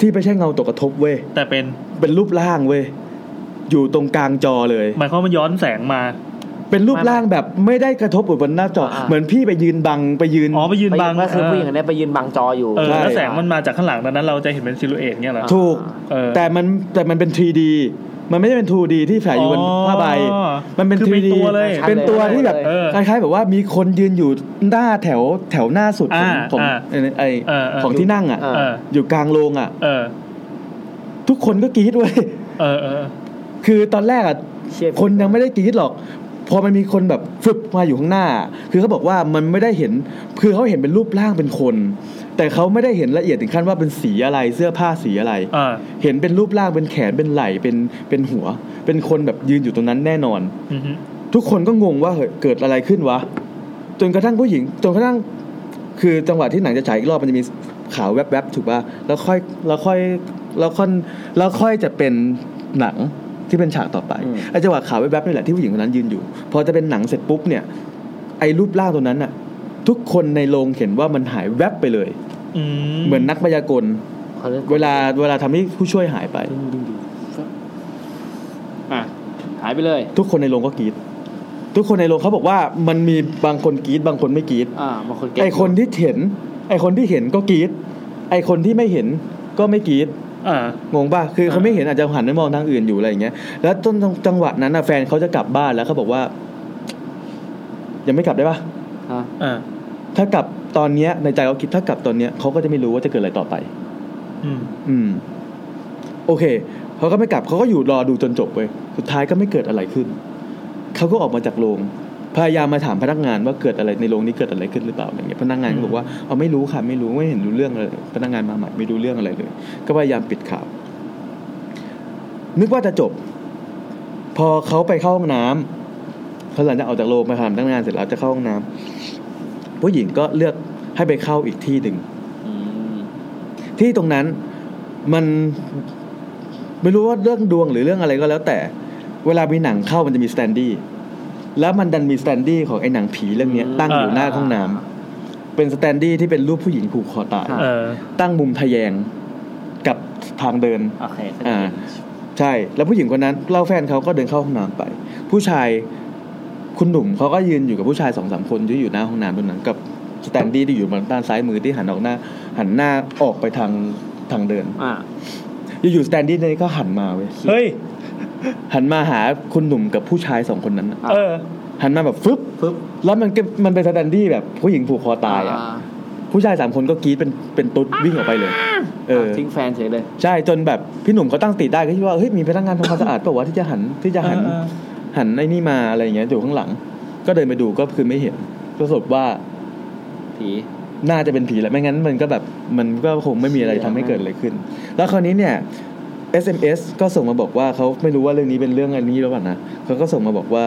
Speaker 3: ที่ไม่ใช่เงาตกกระทบเว้ย
Speaker 1: แต่เป็น
Speaker 3: เป็นรูปร่างเว้ยอยู่ตรงกลางจอเลย
Speaker 1: หมายความว่ามันย้อนแสงมา
Speaker 3: เป็นรูปร่างแบบไม่ได้กระทบอยู่บนหน้าจอ
Speaker 6: อ่า
Speaker 3: เหมือนพี่ไปยืนบังไปยืน
Speaker 1: อ๋อไปยืนบัง
Speaker 6: ก็คือผู้หญิงคนนี้ไปยืนบังจออยู่
Speaker 1: เออ
Speaker 3: ใช่
Speaker 1: แล้วแสงมันมาจากข้างหลังดังนั้นเราจะเห็นเป็นซิลูเอทเนี่ยเหรอ
Speaker 6: อ่า
Speaker 3: ถูก
Speaker 1: เออ
Speaker 3: แต่มันแต่มันเป็น 3D มันไม่ได้เป็น 2D ที่ฉายอยู่บนผ้าใบ
Speaker 1: อ๋อ
Speaker 3: มันเป็น
Speaker 1: คือเป็น
Speaker 3: 3D
Speaker 1: ตัวเลย
Speaker 3: เป็นตัวที่แบบ
Speaker 1: เออ
Speaker 3: คล้ายๆแบบว่ามีคนยืนอยู่หน้าแถวแถวหน้าสุดของ
Speaker 1: อ่า
Speaker 3: ของ
Speaker 1: อ่า
Speaker 3: ไอ้ไอ
Speaker 1: เออเออ
Speaker 3: ของที่นั่งอ่ะ
Speaker 6: เอ
Speaker 1: เออ
Speaker 3: อยู่กลางโรงอ่ะ
Speaker 1: เออ
Speaker 3: ทุกคนก็กรี๊ดเว้ย
Speaker 1: เออเออ
Speaker 3: คือตอนแรกอ่ะ
Speaker 6: เชี่ย
Speaker 3: คนยังไม่ได้กรี๊ดหรอก พอมันมีคนแบบฟึบมาอยู่ข้างหน้า คือเขาบอกว่ามันไม่ได้เห็นคือเขาเห็นเป็นรูปร่างเป็นคน แต่เขาไม่ได้เห็นละเอียดถึงขั้นว่าเป็นสีอะไรเสื้อผ้าสีอะไร
Speaker 1: เออ
Speaker 3: เห็นเป็นรูปร่างเป็นแขนเป็นไหล่เป็นเป็นหัว เป็นคนแบบยืนอยู่ตรงนั้นแน่นอน
Speaker 1: อืมฮึ
Speaker 3: ทุกคนก็งงว่าเฮ้ยเกิดอะไรขึ้นวะจนกระทั่งผู้หญิงจนกระทั่ง คือจังหวะที่หนังจะฉายอีกรอบมันจะมีขาวแวบๆถูกป่ะแล้วค่อยแล้วค่อยแล้วค่อยแล้วค่อยจะเป็นหนังที่เป็นฉากต่อไป
Speaker 6: อืม
Speaker 3: ไอ้จังหวะขาวแวบๆนี่แหละที่ผู้หญิงคนนั้นยืนอยู่พอจะเป็นหนังเสร็จปุ๊บเนี่ย ไอ้รูปร่างตัวนั้นน่ะ ทุกคนในโรงเห็นว่ามันหายแวบไปเลย
Speaker 1: อื
Speaker 3: เหมือนนักมายากล
Speaker 6: เขาเรียก
Speaker 3: เวลาเวลาทำให้ผู้ช่วยหายไป
Speaker 6: อ่ะหายไปเลย
Speaker 3: ทุกคนในโรงก็กรีดทุกคนในโรงเขาบอกว่ามันมีบางคนกรีดบางคนไม่กรีด
Speaker 6: อ่าบางคนเก็
Speaker 3: ไอคนที่เห็น ไอคนที่เห็นก็กรีดไอคนที่ไม่เห็นก็ไม่กรีด
Speaker 1: อ่าง
Speaker 3: งป่ะคือเขาไม่เห็นอาจจะหันไปมองทางอื่นอยู่อะไรอย่างเงี้ย แล้วต้นจังหวะนั้นน่ะแฟนเขาจะกลับบ้านแล้วเขาบอกว่า ยังไม่กลับได้ปะ
Speaker 1: อ่า
Speaker 3: ถ้ากลับตอนเนี้ยในใจเขาคิดถ้ากลับตอนเนี้ยเขาก็จะไม่รู้ว่าจะเกิดอะไรต่อไป
Speaker 1: อืม
Speaker 3: อืม โอเคเขาก็ไม่กลับเขาก็อยู่รอดูจนจบเว้ยสุดท้ายก็ไม่เกิดอะไรขึ้นเขาก็ออกมาจากโรงพยายามมาถามพนักงานว่าเกิดอะไรในโรงนี้เกิดอะไรขึ้นหรือเปล่าอะไรเงี้ยพนักงานก็บอกว่าเอาไม่รู้ค่ะไม่รู้ไม่เห็นรู้เรื่องเลยพนักงานมาใหม่ไม่รู้เรื่องอะไรเลย ก็พยายามปิดข่าว นึกว่าจะจบ พอเขาไปเข้าห้องน้ำเขาหลังจากออกจากโรงมาถามพนักงานเสร็จแล้วจะเข้าห้องน้ำผู้หญิงก็เลือกให้ไปเข้าอีกที่หนึ่ง ที่ตรงนั้นมันไม่รู้ว่าเรื่องดวงหรือเรื่องอะไรก็แล้วแต่ เวลามีหนังเข้ามันจะมีสแตนดี้แล้วมันดันมีสแตนดี้ของไอ้หนังผีเรื่องเนี้ยตั้งอยู่
Speaker 1: อ่า
Speaker 3: หน้าห้องน้ำเป็นสแตนดี้ที่เป็นรูปผู้หญิงผูกคอตาย
Speaker 1: เออ
Speaker 3: ตั้งมุมทะแยงกับทางเดิน
Speaker 6: โอเค
Speaker 3: อ่า ใช่ แล้วผู้หญิงคนนั้นเล่าแฟนเขาก็เดินเข้าห้องน้ำไป ผู้ชายคุณหนุ่มเขาก็ยืนอยู่กับผู้ชายสองสามคนที่อยู่หน้าห้องน้ำตรงนั้นกับสแตนดี้ที่อยู่บนด้านซ้ายมือที่หันออกหน้า หันหน้าออกไปทางทางเดิน
Speaker 6: อ่า
Speaker 3: อยู่ๆสแตนดี้นี่ก็หันมาเว้ย
Speaker 1: เฮ้ย
Speaker 3: หันมาหาคุณหนุ่มกับผู้ชายสองคนนั้นน่ะ
Speaker 1: เออ
Speaker 3: หันมาแบบฟึบ
Speaker 6: ฟึบ
Speaker 3: แล้วมันก็มันเป็นสแตนดี้แบบผู้หญิงผูกคอตายอ่ะผู้ชายสามคนก็กรี๊ดเป็นเป็นตุ๊ดวิ่งออกไปเลย เออ
Speaker 6: ทิ้งแฟนเฉยเลย
Speaker 3: ใช่จนแบบพี่หนุ่มเขาตั้งสติได้ก็คิดว่าเฮ้ยมีพนักงานทำความสะอาดเปล่าวะที่จะหันที่จะหัน
Speaker 1: เออ
Speaker 3: หันไอ้นี่มาอะไรอย่างเงี้ยอยู่ข้างหลัง ก็เดินไปดูก็คือไม่เห็นปรากฏว่า
Speaker 6: ผี
Speaker 3: น่าจะเป็นผีแหละไม่งั้นมันก็แบบมันก็คงไม่มีอะไรทำให้เกิดอะไรขึ้น แล้วคราวนี้เนี่ย SMS ก็ส่งมาบอกว่าเขาไม่รู้ว่าเรื่องนี้เป็นเรื่องอันนี้หรือเปล่านะเขาก็ส่งมาบอกว่า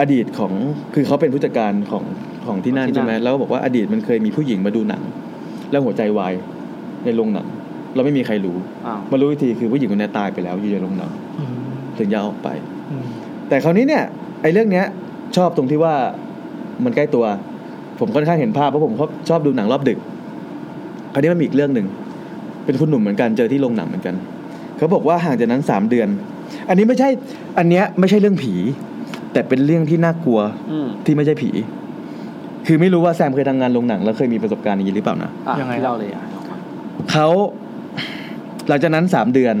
Speaker 3: อดีตของคือเขาเป็นผู้จัดการของของที่นั่นใช่ไหมแล้วก็บอกว่าอดีตมันเคยมีผู้หญิงมาดูหนัง แล้วหัวใจวายในโรงหนังเราไม่มีใครรู้
Speaker 6: อ้าว
Speaker 3: มารู้อีกทีคือผู้หญิงคนนี้ตายไปแล้วอยู่ในโรงหนัง
Speaker 1: อืม
Speaker 3: ถึงจะเอาออกไป
Speaker 1: อืม
Speaker 3: แต่คราวนี้เนี่ยไอ้เรื่องเนี้ยชอบตรงที่ว่ามันใกล้ตัว ผมค่อนข้างเห็นภาพเพราะผมชอบชอบดูหนังรอบดึก คราวนี้มันมีอีกเรื่องหนึ่งเป็นคุณหนุ่มเหมือนกันเจอที่โรงหนังเหมือนกันเขาบอกว่าห่างจากนั้นสามเดือน อันนี้ไม่ใช่อันเนี้ยไม่ใช่เรื่องผี แต่เป็นเรื่องที่น่ากลัว
Speaker 6: อืม
Speaker 3: ที่ไม่ใช่ผี คือไม่รู้ว่าแซมเคยทำงานโรงหนังแล้วเคยมีประสบการณ์อย่างนี้หรือเปล่านะ
Speaker 6: อ่ะ
Speaker 1: ยังไง
Speaker 6: ที่เล่าเลยอ่ะ
Speaker 3: เขาหลังจากนั้นสามเดือน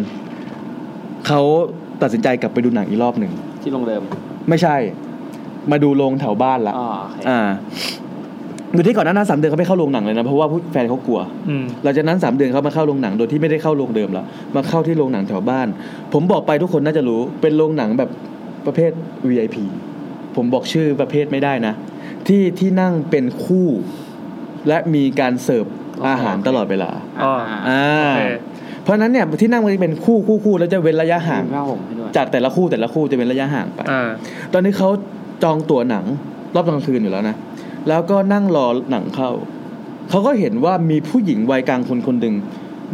Speaker 3: เขาตัดสินใจกลับไปดูหนังอีกรอบหนึ่ง
Speaker 6: ที่โรงเดิม
Speaker 3: ไม่ใช่ มาดูโรงแถวบ้านละ
Speaker 6: อ๋อโอเค
Speaker 3: อ่าโดยที่ก่อนหน้านั้นสามเดือนเขาไม่เข้าโรงหนังเลยนะเพราะว่าผู้แฟนเขากลัว
Speaker 1: อืม
Speaker 3: หลังจากนั้นสามเดือนเขามาเข้าโรงหนังโดยที่ไม่ได้เข้าโรงเดิมละมาเข้าที่โรงหนังแถวบ้าน ผมบอกไปทุกคนน่าจะรู้ เป็นโรงหนังแบบประเภท VIP ผมบอกชื่อประเภทไม่ได้นะ ที่ที่นั่งเป็นคู่ และมีการเสิร์ฟอาหารตลอดเวลา
Speaker 1: อ๋อ
Speaker 6: อ่า
Speaker 3: อ่า
Speaker 1: โอเค
Speaker 3: เพราะฉะนั้นเนี่ยที่นั่งมันจะเป็นคู่คู่คู่แล้วจะเว้นระยะห่าง
Speaker 6: มีผ้าห่มให้ด้วย
Speaker 3: จากแต่ละคู่แต่ละคู่จะเว้นระยะห่างไป
Speaker 1: อ่า
Speaker 3: ตอนนี้เขาจองตั๋วหนังรอบกลางคืนอยู่แล้วนะ แล้วก็นั่งรอหนังเข้า เขาก็เห็นว่ามีผู้หญิงวัยกลางคนคนหนึ่ง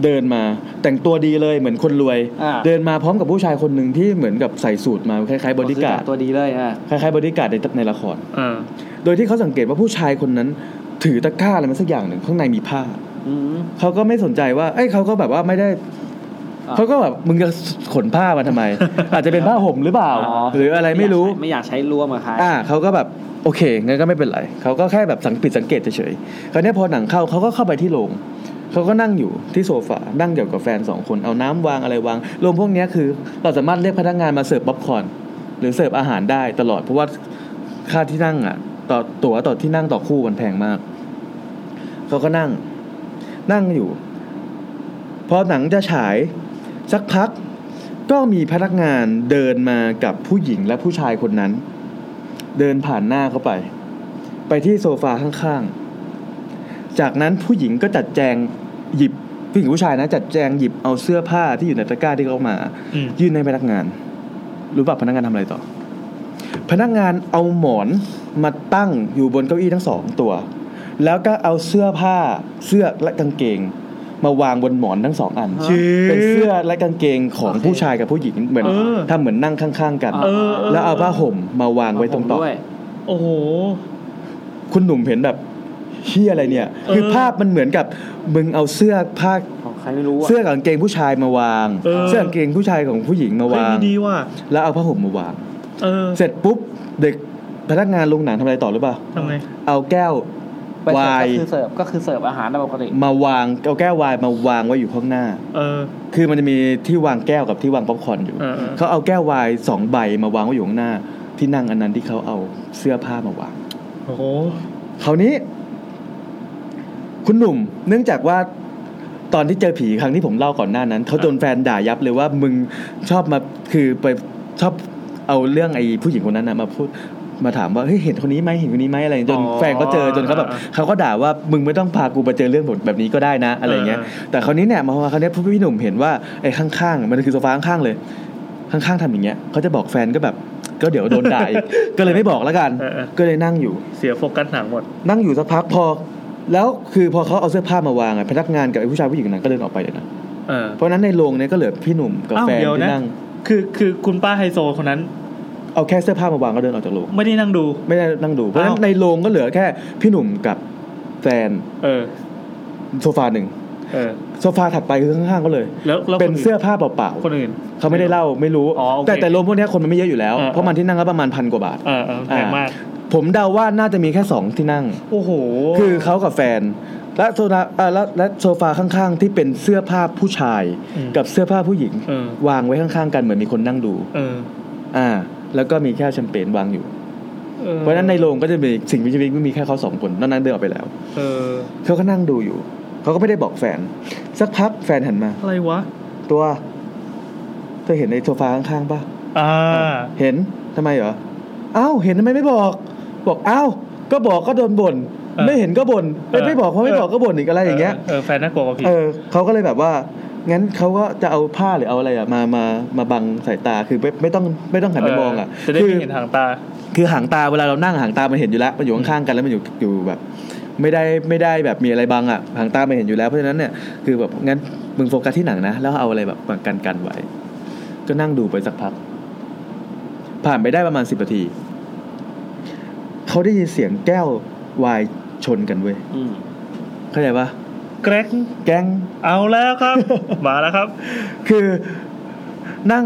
Speaker 3: เดินมา แต่งตัวดีเลยเหมือนคนรวย
Speaker 6: อ่า
Speaker 3: เดินมาพร้อมกับผู้ชายคนหนึ่งที่เหมือนกับใส่สูทมาคล้ายๆบอดี้การ์ด
Speaker 6: ตัวดีเลยอ่ะ
Speaker 3: คล้ายๆบอดี้การ์ดในในละคร
Speaker 1: อ่า
Speaker 3: โดยที่เขาสังเกตว่าผู้ชายคนนั้น ถือตะกร้าอะไรมาสักอย่างหนึ่งข้างในมีผ้า
Speaker 6: อืม
Speaker 3: เขาก็ไม่สนใจว่า เอ้ยเขาก็แบบว่าไม่ได้
Speaker 6: อ่า
Speaker 3: เขาก็แบบมึงจะขนผ้ามาทำไม อาจจะเป็นผ้าห่มหรือเปล่า หรืออะไรไม่รู้
Speaker 6: ไม่อยากใช้รวมอะใคร
Speaker 3: อ่าเขาก็แบบโอเคงั้นก็ไม่เป็นไรเขาก็แค่แบบสังปิดสังเกตเฉยๆคราวเนี้ยพอหนังเข้าเขาก็เข้าไปที่โรงเขาก็นั่งอยู่ที่โซฟานั่งเดี่ยวกับแฟนสองคนเอาน้ำวางอะไรวางโรงพวกเนี้ยคือ เราสามารถเรียกพนักงานมาเสิร์ฟป๊อปคอร์นหรือเสิร์ฟอาหารได้ตลอดเพราะว่าค่าที่นั่งอ่ะ ต่อตั๋วต่อที่นั่งต่อคู่มันแพงมากเขาก็นั่ง นั่งอยู่ พอหนังจะฉายสักพัก ก็มีพนักงานเดินมากับผู้หญิงและผู้ชายคนนั้น เดินผ่านหน้าเข้าไป ไปที่โซฟาข้างๆ จากนั้นผู้หญิงก็จัดแจงหยิบผู้หญิงผู้ชายนะ จัดแจงหยิบเอาเสื้อผ้าที่อยู่ในตะกร้าที่เขามา
Speaker 1: อืม
Speaker 3: ยื่นให้พนักงาน รู้ป่ะพนักงานทำอะไรต่อ พนักงานเอาหมอนมาตั้งอยู่บนเก้าอี้ทั้งสองตัว แล้วก็เอาเสื้อผ้าเสื้อและกางเกง มาวางบนหมอนทั้งสองอัน เป็นเสื้อและกางเกงของผู้ชายกับผู้หญิงเหมือน
Speaker 1: เออ
Speaker 3: ทำเหมือนนั่งข้าง ๆ กัน
Speaker 1: เออเออ
Speaker 3: แล้วเอาผ้าห่มมาวางไว้ตรงต่อ
Speaker 6: ด้วย
Speaker 1: โอ้โห
Speaker 3: คุณหนุ่มเห็นแบบเฮียอะไรเนี่ย คือ
Speaker 1: เออ
Speaker 3: ภาพมันเหมือนกับมึงเอาเสื้อผ้า
Speaker 6: ของใครไม่รู้อะ
Speaker 3: เสื้อกบกางเกงผู้ชายมาวาง
Speaker 1: เออ
Speaker 3: เสื้อกางเกงผู้ชายของผู้หญิง
Speaker 1: เฮ้ยว
Speaker 3: มาาง
Speaker 1: ดีว่ะ
Speaker 3: แล้วเอาผ้าห่มมาวาง
Speaker 1: เออ
Speaker 3: เสร็จปุ๊บเด็กพนักงานโรงหนังทำอะไรต่อหรือเปล่า
Speaker 1: ทำไง
Speaker 3: เอาแก้ว
Speaker 6: ไปเสิ
Speaker 3: วาย
Speaker 6: ร์ฟก็คือเสิร์ฟก็คือเสิร์ฟอาหารตามปกติ
Speaker 3: มาวางเอาแก้ววายมาวางไว้อยู่ข้างหน้า
Speaker 1: เออ
Speaker 3: คือมันจะมีที่วางแก้วกับที่วางป๊อปคอร์นอยู่
Speaker 1: เออเออ
Speaker 3: เขาเอาแก้ววายสองใบมาวางไว้อยู่ข้างหน้า ที่นั่งอันนั้นที่เขาเอาเสื้อผ้ามาวาง
Speaker 1: โอ้โห
Speaker 3: คราวนี้ คุณหนุ่ม เนื่องจากว่าตอนที่เจอผีครั้งที่ผมเล่าก่อนหน้านั้น เขาโดนแฟนด่ายับเลยว่ามึงชอบมาคือไปชอบเอาเรื่องไอ้ผู้หญิงคนนั้นนะมาพูดมาถามว่าเฮ้ยเห็นคนนี้ไหมเห็นคนนี้ไหมอะไรจน
Speaker 1: อ๋อ
Speaker 3: แฟนเขาเจอจนเขาแบบเขาก็ด่าว่ามึงไม่ต้องพากูไปเจอเรื่องแบบนี้ก็ได้นะ อะไรเงี้ย
Speaker 1: เออ
Speaker 3: แต่คราวนี้เนี่ยมาคราวนี้พี่หนุ่มเห็นว่าไอ้ข้างๆอ่ะมันคือโซฟาข้างๆเลย ข้างๆทำอย่างเงี้ยเขาจะบอกแฟนก็แบบ ก็เดี๋ยวโดนด่า [LAUGHS] อีกก็เลยไม่บอกแล้วกัน
Speaker 1: เออเออ
Speaker 3: ก็เลยนั่งอยู่
Speaker 1: เสียโฟกัสหนังหมด
Speaker 3: นั่งอยู่สักพักพอ แล้วคือพอเขาเอาเสื้อผ้ามาวางอะพนักงานกับไอ้ผู้ชายผู้หญิงคนนั้นก็เดินออกไปเลยนะ
Speaker 1: เออ
Speaker 3: เพราะฉะนั้นในโรงเนี่ยก็เหลือพี่หนุ่มกับ
Speaker 1: อ้าว
Speaker 3: แฟน
Speaker 1: เดี๋ยว
Speaker 3: ที่
Speaker 1: นะ
Speaker 3: นั่ง
Speaker 1: คือคือคุณป้าไฮโซคนนั้น
Speaker 3: เอาแค่เสื้อผ้ามาวางก็เดินออกจากโรง
Speaker 1: ไม่ได้นั่งดู
Speaker 3: ไม่ได้นั่งดูเพราะฉะนั้น
Speaker 1: อ้าว
Speaker 3: ในโรงก็เหลือแค่พี่หนุ่มกับแฟน
Speaker 1: เออ
Speaker 3: โซฟาหนึ่ง
Speaker 1: เออ
Speaker 3: โซฟาถัดไปคือข้างๆก็เลย
Speaker 1: แล้วแล้วค
Speaker 3: เป็น
Speaker 1: น
Speaker 3: เสื้อผ้าเปล่า
Speaker 1: คนอื่น
Speaker 3: ๆเขาไม่ได้เล่าไม่รู้
Speaker 1: อ๋อโอเค
Speaker 3: แต่แต่โรงพวกเนี้ยคนมันไม่เยอะอยู่แล้ว
Speaker 1: เออ
Speaker 3: เพราะมันที่นั่งก็ประมาณพันกว่าบาท
Speaker 1: เออเออแพงมาก
Speaker 3: ผมเดาว่าน่าจะมีแค่สองที่นั่ง
Speaker 1: โอ้โห
Speaker 3: คือเขากับแฟน และโซฟาเอ่อและและโซฟาข้างๆ ที่เป็นเสื้อผ้าผู้ชาย
Speaker 1: อืม
Speaker 3: กับเสื้อผ้าผู้หญิง
Speaker 1: เออ
Speaker 3: วางไว้ข้างๆ กันเหมือนมีคนนั่งดู
Speaker 1: เออ
Speaker 3: อ่า แล้วก็มีแค่แชมเปญวางอยู่
Speaker 1: ออ
Speaker 3: เพราะฉะนั้นในโรงก็จะมีสิ่งมีชีวิตก็มีแค่เขาสองคนนอกนั้นเดินออกไปแล้ว
Speaker 1: เออ
Speaker 3: เขาก็นั่งดูอยู่ เขาก็ไม่ได้บอกแฟน สักพักแฟนหันมา
Speaker 1: อะไรวะ
Speaker 3: ตัว เธอเห็นในโซฟาข้างๆปะ
Speaker 1: อ่า
Speaker 3: เห็นทำไมเหรอ อ้าว เห็นทำไมไม่บอก บอก อ้าว ก็บอกก็โดนบ่น
Speaker 1: เออ
Speaker 3: ไม่เห็นก็บ่นเอ้ย
Speaker 1: เออ
Speaker 3: ไม่บอกเพราะไม่
Speaker 1: เออ
Speaker 3: บอกก็บ่นอีกอะไรอย่างเงี้ย
Speaker 1: เออแฟนน่ากลัวกว่าผี
Speaker 3: เออเขาก็เลยแบบว่า งั้นเขาก็จะเอาผ้าหรือเอาอะไรอะมา มา มาบังสายตา คือไม่ไม่ต้องไม่ต้องหันไปมองอะ
Speaker 1: จะได้
Speaker 3: คื
Speaker 1: ไม่เห็นทางตา
Speaker 3: คือหางตาเวลาเรานั่งหางตา มันเห็นอยู่แล้ว มันอยู่ข้างๆกันแล้วมันอยู่อยู่แบบ ไม่ได้ไม่ได้แบบมีอะไรบังอะหางตามันเห็นอยู่แล้ว เพราะฉะนั้นเนี่ย คือแบบงั้นมึงโฟกัสที่หนังนะ แล้วเอาอะไรแบบมากันกันไว้ ก็นั่งดูไปสักพัก ผ่านไปได้ประมาณสิบนาที เขาได้ยินเสียงแก้ววายชนกันเว้ย
Speaker 6: อืม
Speaker 3: เข้าใจปะ
Speaker 1: เกรก
Speaker 3: แก๊ง
Speaker 1: เอาแล้วครับ
Speaker 3: [LAUGHS]
Speaker 1: มาแล้วครับ
Speaker 3: คือนั่ง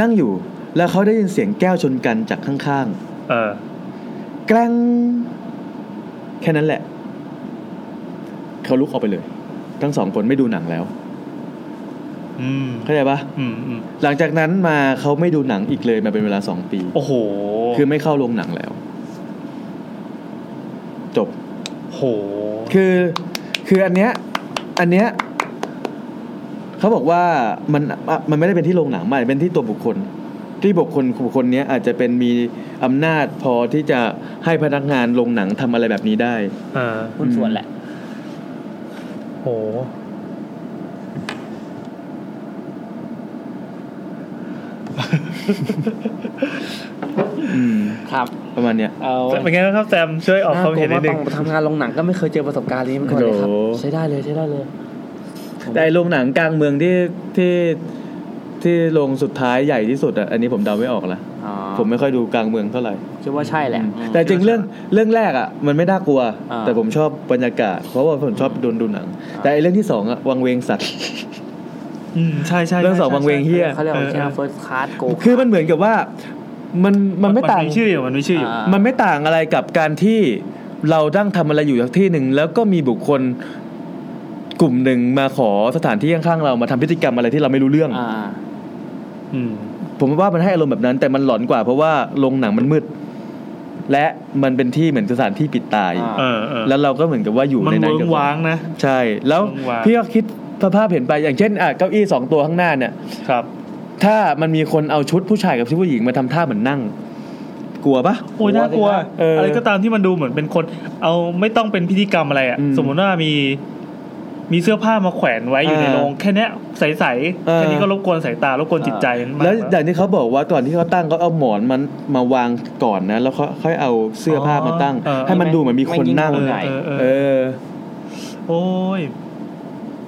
Speaker 3: นั่งอยู่ แล้วเขาได้ยินเสียงแก้วชนกันจากข้าง
Speaker 1: เออ
Speaker 3: ๆ แกล้ง แค่นั้นแหละ เขาลุกออกไปเลย ทั้งสองคนไม่ดูหนังแล้ว
Speaker 1: อืม
Speaker 3: เข้าใจปะ
Speaker 1: อืมอืม
Speaker 3: หลังจากนั้นมาเขาไม่ดูหนังอีกเลยมาเป็นเวลาสองปี
Speaker 1: โอ้โห
Speaker 3: คือไม่เข้าโรงหนังแล้ว จบ
Speaker 1: โห
Speaker 3: คือคืออันเนี้ยอันเนี้ยเขาบอกว่ามันอ่ะมันไม่ได้เป็นที่โรงหนังมันอาจจะเป็นที่ตัวบุคคล ที่บุคคลบุคคลเนี้ยอาจจะเป็นมีอำนาจพอที่จะให้พนักงานโรงหนังทำอะไรแบบนี้ได้
Speaker 1: เออ
Speaker 2: หุ้นส่วนแหละ
Speaker 1: โห
Speaker 3: อืม
Speaker 6: ครับ
Speaker 3: ประมาณเนี้ย
Speaker 6: เอา
Speaker 1: เป็นไงบ้างครับแซมช่วยออกความเห็นนิดนึง
Speaker 6: าผมทำงานโรงหนังก็ไม่เคยเจอประสบการณ์นี้มาก่อนเลยครับ
Speaker 3: โอ้โห
Speaker 6: ใช้ได้เลยใช้ได้เลย
Speaker 3: แต่โรงหนังกลางเมืองที่ที่ที่โรงสุดท้ายใหญ่ที่สุดอ่ะอันนี้ผมเดาไม่ออกละ
Speaker 6: อ๋อ
Speaker 3: ผมไม่ค่อยดูกลางเมืองเท่าไหร่
Speaker 6: คิดว่าใช่แหละ
Speaker 3: แต่จริงเรื่องเรื่องแรกอ่ะมันไม่น่ากลัว
Speaker 6: อ่า
Speaker 3: แต่ผมชอบบรรยากาศ เพราะว่าผมชอบดูดูหนัง แต่ไอ้เรื่องที่สองอ่ะวังเวงสัตว์
Speaker 1: อืมใช่ใช่ใช่
Speaker 3: เรื่องสอง
Speaker 1: ใช่
Speaker 3: วังเวงเฮีย
Speaker 6: เขาเรียกว่าใช่เฟิร์สคลาสโก
Speaker 3: คือมันเหมือนกับว่ามันมันไม่ต่าง
Speaker 1: ชื่ออยู่มันมีชื่ออยู่
Speaker 6: อ่า
Speaker 3: มันไม่ต่างอะไรกับการที่เราตั้งทำอะไรอยู่ที่หนึ่ง แล้วก็มีบุคคลกลุ่มหนึ่งมาขอสถานที่ข้างๆเรามาทำพิธีกรรมอะไรที่เราไม่รู้เรื่อง
Speaker 6: อ่า
Speaker 1: อืม
Speaker 3: ผมว่ามันให้อารมณ์แบบนั้น แต่มันหลอนกว่าเพราะว่าโรงหนังมันมืด และมันเป็นที่เหมือนสถานที่ปิดตาย
Speaker 6: อ่า
Speaker 1: เออเออ
Speaker 3: แล้วเราก็เหมือนกับว่าอยู่
Speaker 1: มัน
Speaker 3: ในนั้
Speaker 1: เวิ
Speaker 3: น
Speaker 1: ร์
Speaker 3: กับ
Speaker 1: งว้างนะ
Speaker 3: ใช่ แล้ว
Speaker 1: เวิ้งว้าง
Speaker 3: พี่ก็คิดสภาพเห็นไปอย่างเช่นอ่ะเก้าอี้สองตัวข้างหน้าเนี่ย
Speaker 1: ครับ
Speaker 3: ถ้ามันมีคนเอาชุดผู้ชายกับชุดผู้หญิงมาทำท่าเหมือนนั่ง กลัวปะ
Speaker 1: โอ้ยน่ากลัว
Speaker 3: เอออ
Speaker 1: อะไรก็ตามที่มันดูเหมือนเป็นคน เอาไม่ต้องเป็นพิธีกรรมอะไรอ่ะ
Speaker 3: อืม
Speaker 1: สมมุติว่ามี มีเสื้อผ้ามาแขวนไว้อยู่ใน
Speaker 3: อ่า
Speaker 1: โรงแค่เนี้ยใสๆ
Speaker 3: เออ
Speaker 1: แค่นี้ก็รบกวนสายตารบกวนจิตใจมาก
Speaker 3: แล้วอ
Speaker 1: แล้ว
Speaker 3: ย่างที่เขาบอกว่าก่อนที่เขาตั้งเขาเอาหมอนมันมาวางก่อนนะ แล้วเขาค่อยเอาเสื้อผ้ามาตั้ง
Speaker 1: อ๋อเออ
Speaker 3: ให้มันดูเหมือนมีคนนั่ง
Speaker 1: เออ
Speaker 6: ใหญ่
Speaker 1: เออเออ
Speaker 3: เออ
Speaker 1: โอ้ย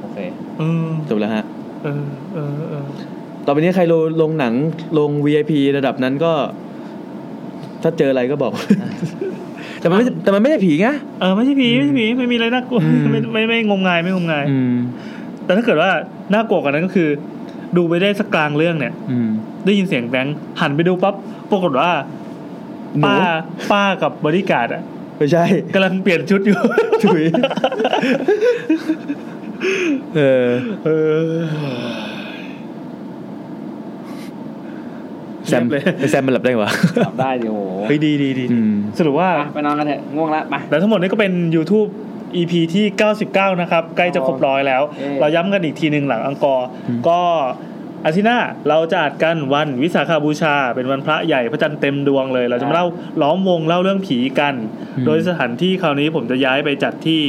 Speaker 6: โอเค
Speaker 1: เออ
Speaker 3: จบแล้วฮะ
Speaker 1: เออเออเออ
Speaker 3: ต่อไปนี้ใครลงหนังลง VIP ระดับนั้นก็ ถ้าเจออะไรก็ [LAUGHS] บอก แต่มันไม่แต่มันไม่ได้ผีไง
Speaker 1: เออไม่ใช่ผีไม่ใช่ผีไม่มีอะไรน่ากลัว
Speaker 3: อืม
Speaker 1: ไม่ไม่ไม่งมงายไม่งมงาย
Speaker 3: อืม
Speaker 1: แต่ถ้าเกิดว่าน่ากลัวกว่านั้นก็คือ ดูไปได้สักกลางเรื่องเนี่ย
Speaker 3: อืม
Speaker 1: ได้ยินเสียงแบงค์หันไปดูปั๊บปรากฏว่า
Speaker 3: หนู
Speaker 1: ป้าป้ากับบริการดอ่ะ
Speaker 3: ไม่ใช่
Speaker 1: กำลังเปลี่ยนชุดอยู่
Speaker 3: ถุย เออ
Speaker 1: เออ
Speaker 3: แซมไอ้แซมมันหลับได้วะ
Speaker 6: จับได้ดิโอ้โห
Speaker 1: เฮ้ยดีดีดี
Speaker 3: อืม
Speaker 1: สรุปว่า
Speaker 6: ไปไปนอนกันเถอะง่วงละไป
Speaker 1: แล้วทั้งหมดนี้ก็เป็น YouTube EP ที่ 99 นะครับ ใกล้จะครบร้อยแล้ว
Speaker 6: เย้
Speaker 1: เราย้ำกันอีกทีหนึ่งหลังอังกอร์ ก็อาทิตย์หน้าเราจะอัดกันวันวิสาขาบูชา เป็นวันพระใหญ่พระจันทร์เต็มดวงเลย เราจะมาเล่าล้อมวงเล่าเรื่องผีกัน
Speaker 3: อืม
Speaker 1: โดยสถานที่คราวนี้ผมจะย้ายไปจัดที่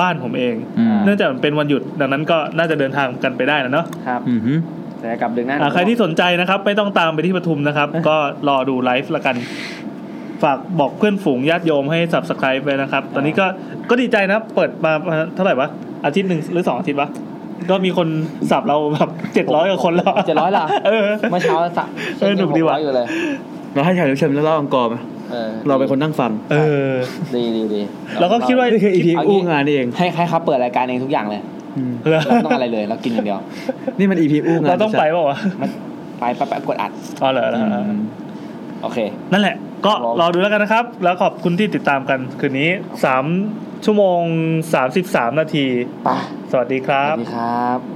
Speaker 1: บ้านผมเอง
Speaker 3: อืม
Speaker 1: เนื่องจากมันเป็นวันหยุดดังนั้นก็น่าจะเดินทางกันไปได้นะเนาะ
Speaker 6: ครับ
Speaker 3: อืมฮึ
Speaker 6: แต่กลับดึกนะ
Speaker 1: อ่าใครที่สนใจนะครับ ไม่ต้องตามไปที่ปทุมนะครับ ก็รอดูไลฟ์ละกัน ฝากบอกเพื่อนฝูงญาติโยมให้ subscribe ไปนะครับ ตอนนี้ก็ก็ดีใจนะ เปิดมาเท่าไหร่วะ อาทิตย์หนึ่งหรือสองอาทิตย์วะ ก็มีคนสับเราแบบเจ็ดร้อยกว่าคนแล้ว
Speaker 6: เจ็ดร้อยละ
Speaker 1: เออ
Speaker 6: เมื่อเช้าสัก
Speaker 1: เออหนุกดีว่ะ
Speaker 6: เช็คเงิหร้อยอยู่เลย
Speaker 3: เราให้ชายรับเชิญแล้วเล่าอังกอร์ไหม
Speaker 6: เออ
Speaker 3: เราเป็นคนนั่งฟัง
Speaker 1: เออ
Speaker 6: ดีดีดี
Speaker 1: แล้วก็คิดว่า
Speaker 3: นี่คืออีพี
Speaker 6: เา
Speaker 3: อู้งานนี่เอง
Speaker 6: ให้ให้เขาเปิดรายการเองทุกอย่างเลย
Speaker 1: เรา
Speaker 6: เราไม่ต้องอะไรเลยเรากินอย่างเดียว
Speaker 3: นี่มันอีพีอู้งาน
Speaker 1: เราต้องไปเปล่าวะ
Speaker 6: มันไปไปไปกดอัด
Speaker 1: อ๋อเหรอเหร
Speaker 3: อื
Speaker 1: อ
Speaker 3: ม
Speaker 6: โอเค
Speaker 1: นั่นแหละ ก็รอดูแล้วกันนะครับ แล้วขอบคุณที่ติดตามกันคืนนี้สามชั่วโมงสามสิบสามนาที
Speaker 6: ไป
Speaker 1: สวัสดีครั
Speaker 6: สวั
Speaker 1: บ
Speaker 6: สดีครับ